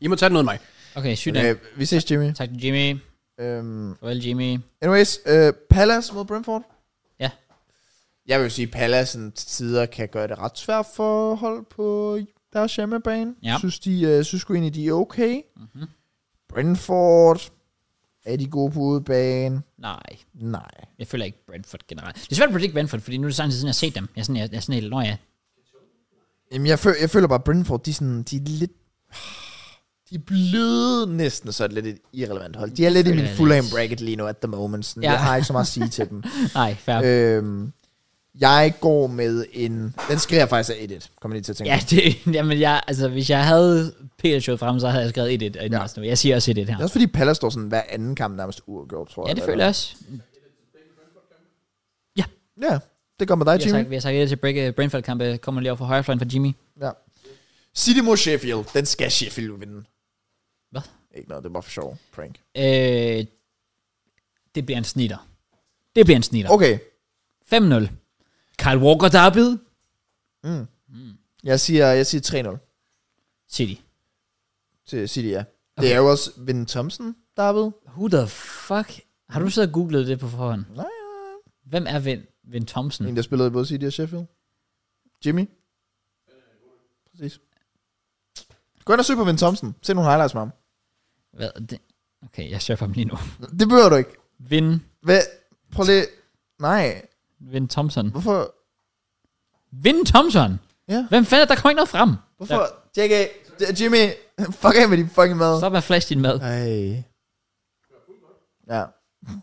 Speaker 3: I må tage noget af mig.
Speaker 1: Okay, sygt. Okay.
Speaker 2: Okay, Øh, vi ses, Jimmy.
Speaker 1: Tak til Jimmy.
Speaker 2: Øhm,
Speaker 1: Farvel, Jimmy.
Speaker 2: anyways, øh, Palace mod Brentford.
Speaker 1: Ja.
Speaker 2: Jeg vil jo sige, at Palace til tider kan gøre det ret svært for hold på deres hjemmebane.
Speaker 1: Ja. Mhm.
Speaker 2: Synes, de, øh, synes sgu egentlig, de er okay. Mm-hmm. Brentford. Er de gode på udebane?
Speaker 1: Nej,
Speaker 2: Nej.
Speaker 1: jeg føler ikke Brentford generelt. Det er svært at predict Brentford, fordi nu er det sådan, siden jeg har set dem. Jeg er sådan, jeg, jeg er sådan helt, nå ja.
Speaker 2: Jamen, jeg, føl- jeg føler bare, at Brentford, de er, sådan, de er lidt... De er bløde næsten, så er det lidt et irrelevant hold. De er lidt i
Speaker 1: Føler
Speaker 2: min
Speaker 1: jeg
Speaker 2: Fulham
Speaker 1: lidt.
Speaker 2: bracket lige nu at the moment. Sådan.
Speaker 1: Ja.
Speaker 2: Ja. Jeg har ikke så meget at sige til dem.
Speaker 1: Nej, fair. Øh,
Speaker 2: øhm, jeg går med en... Den skriver jeg faktisk af 1-1. Kommer lige til at tænke.
Speaker 1: ja,
Speaker 2: på.
Speaker 1: det, jamen jeg, altså hvis jeg havde Peter Schødt frem, så havde jeg skrevet 1-1.
Speaker 2: Ja.
Speaker 1: Ja. Jeg siger også 1-1 her.
Speaker 2: Det er også fordi Palace står sådan hver anden kamp nærmest uafgjort, tror
Speaker 1: Ja,
Speaker 2: jeg.
Speaker 1: det føler jeg også.
Speaker 2: Ja, det kommer dig,
Speaker 1: Vi har
Speaker 2: Jimmy.
Speaker 1: sagt, vi har sagt 1 til break, Brentford-kampe. Kommer lige over for højrefløjen fra Jimmy.
Speaker 2: Ja. City mod Sheffield. Den skal Sheffield jo vinde.
Speaker 1: Hvad?
Speaker 2: Ikke noget, det var for sjov. Prank.
Speaker 1: Øh, det bliver en snitter. Det bliver en snitter.
Speaker 2: Okay,
Speaker 1: 5-0. Kyle Walker, der er blevet
Speaker 2: jeg siger, jeg siger
Speaker 1: City.
Speaker 2: 3-0 til City, ja.
Speaker 1: Okay.
Speaker 2: Det er jo også Vin Thompson, der er ved.
Speaker 1: Who the fuck? Har du siddet og googlet det på forhånd?
Speaker 2: Nej,
Speaker 1: Hvem er Vin, Vin Thompson?
Speaker 2: En, der spillede i både City og Sheffield. Jimmy? Præcis. Gå ind og søg på Vin Thompson. Se nogle highlights med ham.
Speaker 1: Hvad? er Det? Okay, jeg søger på ham lige nu.
Speaker 2: Det behøver du ikke.
Speaker 1: Vin,
Speaker 2: Hvad? Prøv lige... Nej.
Speaker 1: Vin Thompson.
Speaker 2: Hvorfor?
Speaker 1: Vin Thompson?
Speaker 2: Ja.
Speaker 1: Hvem fanden er der kommer ikke noget frem?
Speaker 2: Hvorfor? Tjek af. J- Jimmy, fuck af med din fucking mad.
Speaker 1: Stop med at flash din mad.
Speaker 2: Ej. Ja.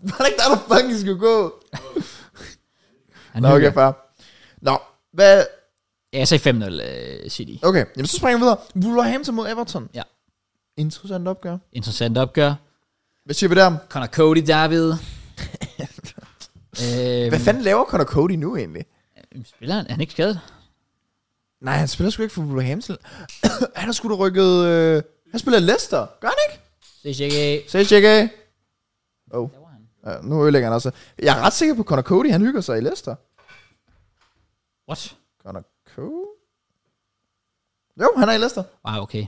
Speaker 2: Var det ikke der, der fucking skulle gå?
Speaker 1: Han
Speaker 2: Nå,
Speaker 1: hygger.
Speaker 2: okay, far. Nå, hvad?
Speaker 1: Ja, jeg sagde 5-0 uh, City.
Speaker 2: Okay, jamen så springer vi videre. Wolverhampton mod Everton.
Speaker 1: Ja.
Speaker 2: Interessant opgør.
Speaker 1: Interessant opgør.
Speaker 2: Hvad siger vi der?
Speaker 1: Connor Cody, David. øhm,
Speaker 2: Hvad fanden laver Connor Cody nu egentlig?
Speaker 1: Spiller han? Er han ikke skadet?
Speaker 2: Nej, han spiller sgu ikke for Wolverhampton. han har sgu da rykket... Øh, han spiller i Leicester. Gør han ikke?
Speaker 1: Se, tjek af.
Speaker 2: Se, tjek af.
Speaker 1: Der var han.
Speaker 2: Ja, nu ødelægger han altså. Jeg er ret sikker på, at Connor Cody han hygger sig i Leicester.
Speaker 1: What?
Speaker 2: Connor Cody? Jo, han er i Leicester.
Speaker 1: Wow, Ah, okay.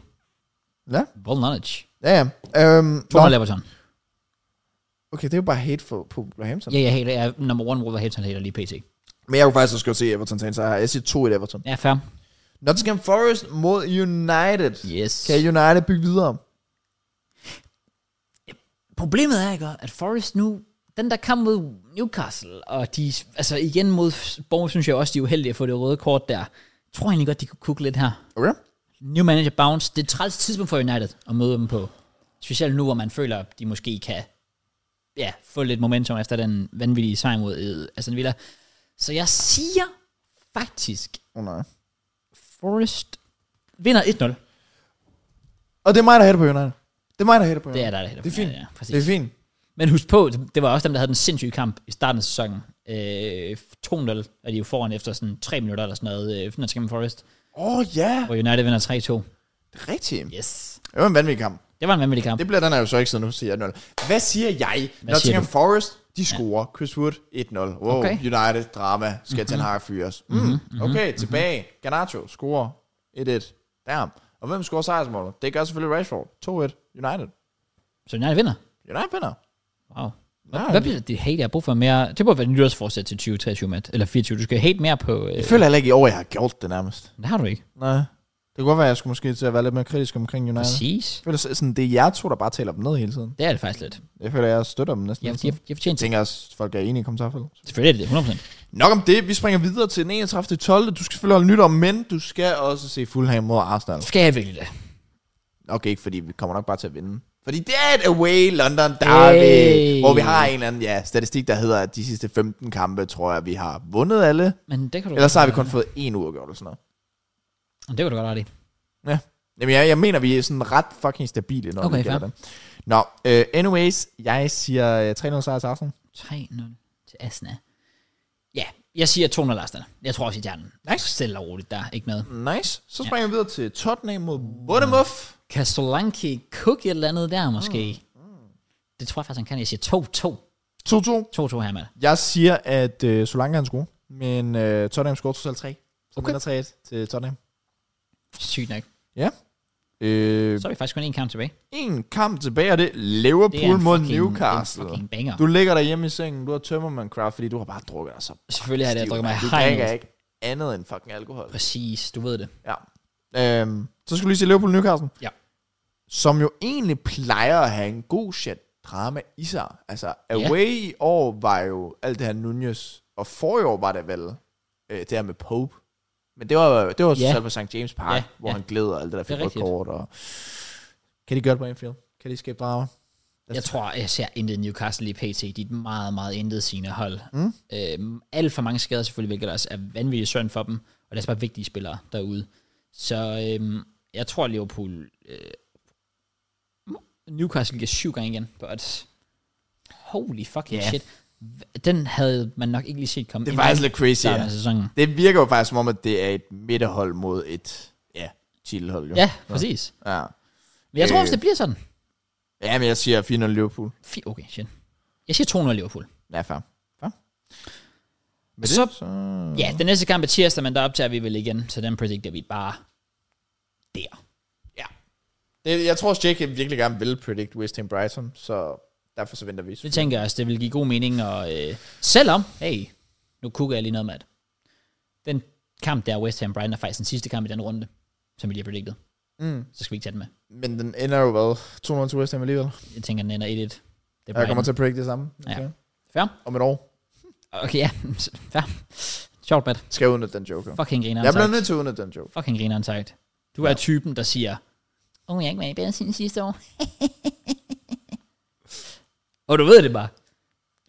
Speaker 2: Ja,
Speaker 1: Well knowledge.
Speaker 2: ja, ja. Øhm,
Speaker 1: 2 0
Speaker 2: nå,
Speaker 1: Everton.
Speaker 2: okay, det er jo bare hateful på Wolverhampton.
Speaker 1: Ja, jeg er helt, jeg er number one Wolverhampton hater lige pt.
Speaker 2: Men jeg kunne faktisk også godt se Everton tage en sejr her. Jeg siger 2-1 Everton.
Speaker 1: Ja, fair.
Speaker 2: Nottingham Forest mod United.
Speaker 1: Yes.
Speaker 2: Kan United bygge videre?
Speaker 1: Problemet er ikke, at Forrest nu, den der kamp mod Newcastle, og de, altså igen mod Bournemouth, synes jeg også, de er uheldige at få det røde kort der. tror egentlig godt, de kunne kugle lidt her.
Speaker 2: Okay.
Speaker 1: New manager bounce. Det er et træls tidspunkt for United at møde dem på. Specielt nu, hvor man føler, at de måske kan ja, få lidt momentum efter den vanvittige sejr mod øh, Aston Villa. Så jeg siger faktisk,
Speaker 2: Oh, nej.
Speaker 1: Forest vinder 1-0.
Speaker 2: Og det er mig, der hætter på United. Det er mig, der hætter på United.
Speaker 1: Det er der, der hætter
Speaker 2: Det er
Speaker 1: på. Ja,
Speaker 2: fint.
Speaker 1: Ja, præcis.
Speaker 2: Det er fint.
Speaker 1: Men husk på, det- det var også dem, der havde den sindssyge kamp i starten af sæsonen. Øh, 2-0 er de jo foran efter sådan 3 minutter eller sådan noget, øh, når Scam Forest,
Speaker 2: Åh, oh, ja.
Speaker 1: hvor United vinder 3-2.
Speaker 2: Yeah. Rigtigt.
Speaker 1: Yes.
Speaker 2: Det var en vanvittig kamp.
Speaker 1: Det var en vanvittig kamp.
Speaker 2: Det bliver den her jo så ikke siden nu, siger jeg 0. Hvad siger jeg?
Speaker 1: Hvad
Speaker 2: Nottingham
Speaker 1: siger
Speaker 2: Forest, de scorer. Ja. Chris Wood, 1-0. Wow,
Speaker 1: Okay.
Speaker 2: okay. United, drama. Skal mm-hmm. Ten Hag fyres. Mm. Mm-hmm. Okay, tilbage. Garnacho scorer 1-1. Damn. Og hvem scorer sejrsmålet? Det gør selvfølgelig Rashford. 2-1. United.
Speaker 1: Så United vinder.
Speaker 2: United vinder.
Speaker 1: Wow. Hvad,
Speaker 2: Nej.
Speaker 1: hvad bliver det hate, jeg har brug for mere? Det burde være et nytårsforsæt til 2023, Matt. Eller 24. Du skal hate mere på... Øh,
Speaker 2: Jeg føler heller ikke i år, jeg har gjort det nærmest.
Speaker 1: det har du ikke.
Speaker 2: Nej. Det kunne godt være, at jeg skulle måske til at være lidt mere kritisk omkring United.
Speaker 1: Præcis.
Speaker 2: Jeg føler sådan, det er jer to, der bare taler dem ned hele tiden.
Speaker 1: Det er det faktisk lidt.
Speaker 2: Jeg føler, jeg støtter dem næsten.
Speaker 1: Jeg,
Speaker 2: hele
Speaker 1: jeg,
Speaker 2: tiden.
Speaker 1: jeg fortjener
Speaker 2: Jeg tænker også, at folk er enige i kommentarfeltet.
Speaker 1: Selvfølgelig er det det, 100%.
Speaker 2: Nok om det. Vi springer videre til den 31. 12. Du skal selvfølgelig holde nyt om, men du skal også se Fulham mod Arsenal.
Speaker 1: Skal jeg virkelig det?
Speaker 2: Nok ikke, fordi vi kommer nok bare til at vinde. Fordi det er et away London derby,
Speaker 1: Hey.
Speaker 2: hey. hvor vi har en eller anden ja, statistik, der hedder, at de sidste 15 kampe, tror jeg, vi har vundet alle.
Speaker 1: Men det kan du
Speaker 2: Ellers så har vi kun fået én uafgjort eller sådan noget.
Speaker 1: Det kan du godt have ret i.
Speaker 2: Ja. Jamen, jeg, jeg mener, vi er sådan ret fucking stabile, når
Speaker 1: Okay,
Speaker 2: okay, vi gælder
Speaker 1: fair.
Speaker 2: dem. Nå, øh, anyways, jeg siger øh, 3-0 sejr til Arsenal.
Speaker 1: 3-0 til Asna. Ja, jeg siger 200 Arsenal. Jeg tror også, I tager den.
Speaker 2: Nice.
Speaker 1: Selv og roligt, der er ikke noget.
Speaker 2: Nice. Så springer ja. vi videre til Tottenham mod Bournemouth.
Speaker 1: Kan Solanke cook et eller andet der måske? Det tror jeg faktisk, han kan. Jeg siger 2-2.
Speaker 2: 2-2.
Speaker 1: 2-2 her, Matt.
Speaker 2: Jeg siger, at øh, Solanke han scorer, men øh, Tottenham scorer totalt 3. Så
Speaker 1: Okay.
Speaker 2: okay. vinder 3-1 til Tottenham.
Speaker 1: Sygt nok.
Speaker 2: Ja. Øh,
Speaker 1: Så er vi faktisk kun en kamp tilbage.
Speaker 2: en kamp tilbage, og det er
Speaker 1: Det er
Speaker 2: Liverpool
Speaker 1: en
Speaker 2: mod
Speaker 1: fucking,
Speaker 2: Newcastle.
Speaker 1: En fucking banger.
Speaker 2: Du ligger derhjemme i sengen, du har tømmermancraft, fordi du har bare drukket dig så
Speaker 1: Selvfølgelig har det, jeg
Speaker 2: stiv,
Speaker 1: drukket mig
Speaker 2: mand. Du
Speaker 1: hegnet.
Speaker 2: drikker ikke andet end fucking alkohol.
Speaker 1: Præcis, du ved det.
Speaker 2: Ja. Øhm, så skal vi lige se Liverpool Newcastle.
Speaker 1: Ja.
Speaker 2: Som jo egentlig plejer at have en god shit drama i sig. Altså, Away i år var jo alt det her Nunez, og for i år var det vel øh, det her med Pope. Men det var, det var
Speaker 1: Ja.
Speaker 2: ja. selv på St. James Park,
Speaker 1: Ja,
Speaker 2: ja. hvor
Speaker 1: ja.
Speaker 2: ja. han glæder og alt det der
Speaker 1: Det er
Speaker 2: fik rødt
Speaker 1: rigtigt.
Speaker 2: kort. Og... Kan de gøre det på Anfield? Kan de skabe drama?
Speaker 1: Jeg
Speaker 2: Altså-
Speaker 1: tror, jeg ser intet Newcastle i PT. De er et meget, meget intet sine hold. Mm. Øhm, alt for mange skader selvfølgelig, hvilket også er vanvittigt synd for dem. Og deres bare vigtige spillere derude. Så øhm, jeg tror, Liverpool... Øh, Newcastle giver syv gange igen på odds. Holy fucking
Speaker 2: Ja.
Speaker 1: yeah. shit. Hva- Den havde man nok ikke lige set komme
Speaker 2: Det er
Speaker 1: ind
Speaker 2: faktisk
Speaker 1: i
Speaker 2: lidt crazy,
Speaker 1: starten af
Speaker 2: ja.
Speaker 1: sæsonen.
Speaker 2: Det virker jo faktisk som om, at det er et midterhold mod et ja, titelhold. Jo.
Speaker 1: Ja, præcis.
Speaker 2: ja.
Speaker 1: Men jeg tror
Speaker 2: Øh.
Speaker 1: også, det bliver sådan.
Speaker 2: ja, men jeg siger 4-0 Liverpool.
Speaker 1: Fi- Okay, shit. Jeg siger 2-0 Liverpool.
Speaker 2: Ja, fair. fair. Med
Speaker 1: Så-
Speaker 2: det, så...
Speaker 1: Ja, den næste kamp er tirsdag, men der optager vi vel igen, så den predicter vi bare der.
Speaker 2: Ja. Det, jeg tror, Jake virkelig gerne vil predict West Ham Brighton, så derfor så venter vi.
Speaker 1: Det tænker jeg også, det vil give god mening, og øh, selvom, hey, nu kugger jeg lige noget med det. Den kamp der, West Ham Brighton, er faktisk den sidste kamp i den runde, som vi lige har predicted.
Speaker 2: Mm.
Speaker 1: Så skal vi ikke tage den med.
Speaker 2: Men den ender jo hvad? 200 til West Ham alligevel.
Speaker 1: Jeg tænker, den ender 1-1. Det er
Speaker 2: Jeg kommer
Speaker 1: Brighton.
Speaker 2: til at predict det samme.
Speaker 1: Ja.
Speaker 2: Okay.
Speaker 1: Fair?
Speaker 2: Om et år.
Speaker 1: Okay, ja. Fair. Sjovt, Matt.
Speaker 2: Skal jeg udnytte den joke? jo?
Speaker 1: Fucking griner
Speaker 2: Jeg bliver
Speaker 1: sagt.
Speaker 2: nødt til at udnytte den joke.
Speaker 1: Fucking griner sagt. Du er typen, der siger, åh, oh, jeg er ikke med i Bensin sidste år. og du ved det bare.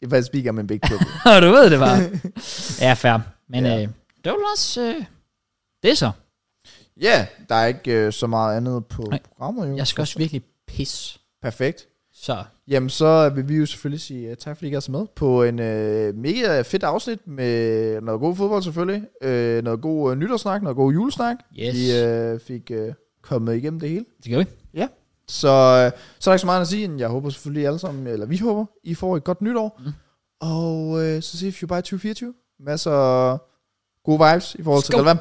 Speaker 2: If I speak, I'm in big trouble.
Speaker 1: Og du ved det bare. ja, fair. Men
Speaker 2: Ja.
Speaker 1: øh, det var vel også... Øh, det er så.
Speaker 2: Ja, yeah, der er ikke øh, så meget andet på
Speaker 1: Nej.
Speaker 2: programmet jo.
Speaker 1: Jeg skal også virkelig pisse.
Speaker 2: Perfekt.
Speaker 1: Så
Speaker 2: Jamen, så vil vi jo selvfølgelig sige uh, tak, fordi I er så med på en uh, mega fedt afsnit med noget god fodbold selvfølgelig, uh, noget god uh, nytårssnak, noget god julesnak.
Speaker 1: Yes.
Speaker 2: Vi uh, fik uh, kommet igennem det hele.
Speaker 1: det gør vi.
Speaker 2: Så, uh, så er der ikke så meget at sige, end jeg håber selvfølgelig alle sammen, eller vi håber, I får et godt nytår.
Speaker 1: Mm.
Speaker 2: Mm. Og uh, så ses vi bare i 2024. Masser af gode vibes i forhold til
Speaker 1: Skål.
Speaker 2: relevant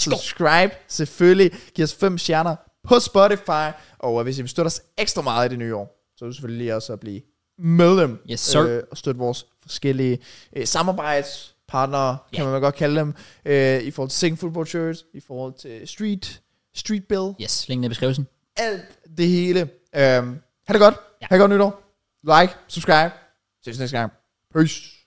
Speaker 1: Skål.
Speaker 2: Subscribe selvfølgelig. Giv os fem stjerner på Spotify. Og uh, hvis I vil støtte os ekstra meget i det nye år, så er det selvfølgelig lige også at blive medlem
Speaker 1: Yes, sir.
Speaker 2: øh, og støtte vores forskellige øh, samarbejdspartnere, yeah.
Speaker 1: Ja.
Speaker 2: kan man vel godt kalde dem, øh, i forhold til Sing Football Shirts, i forhold til Street, Street Bill, yeah.
Speaker 1: Yes, linken er i beskrivelsen.
Speaker 2: alt det hele. Øhm, ha' det godt.
Speaker 1: Ja.
Speaker 2: Ja. Ha' det godt nytår. Like, subscribe. Ses næste gang. Peace.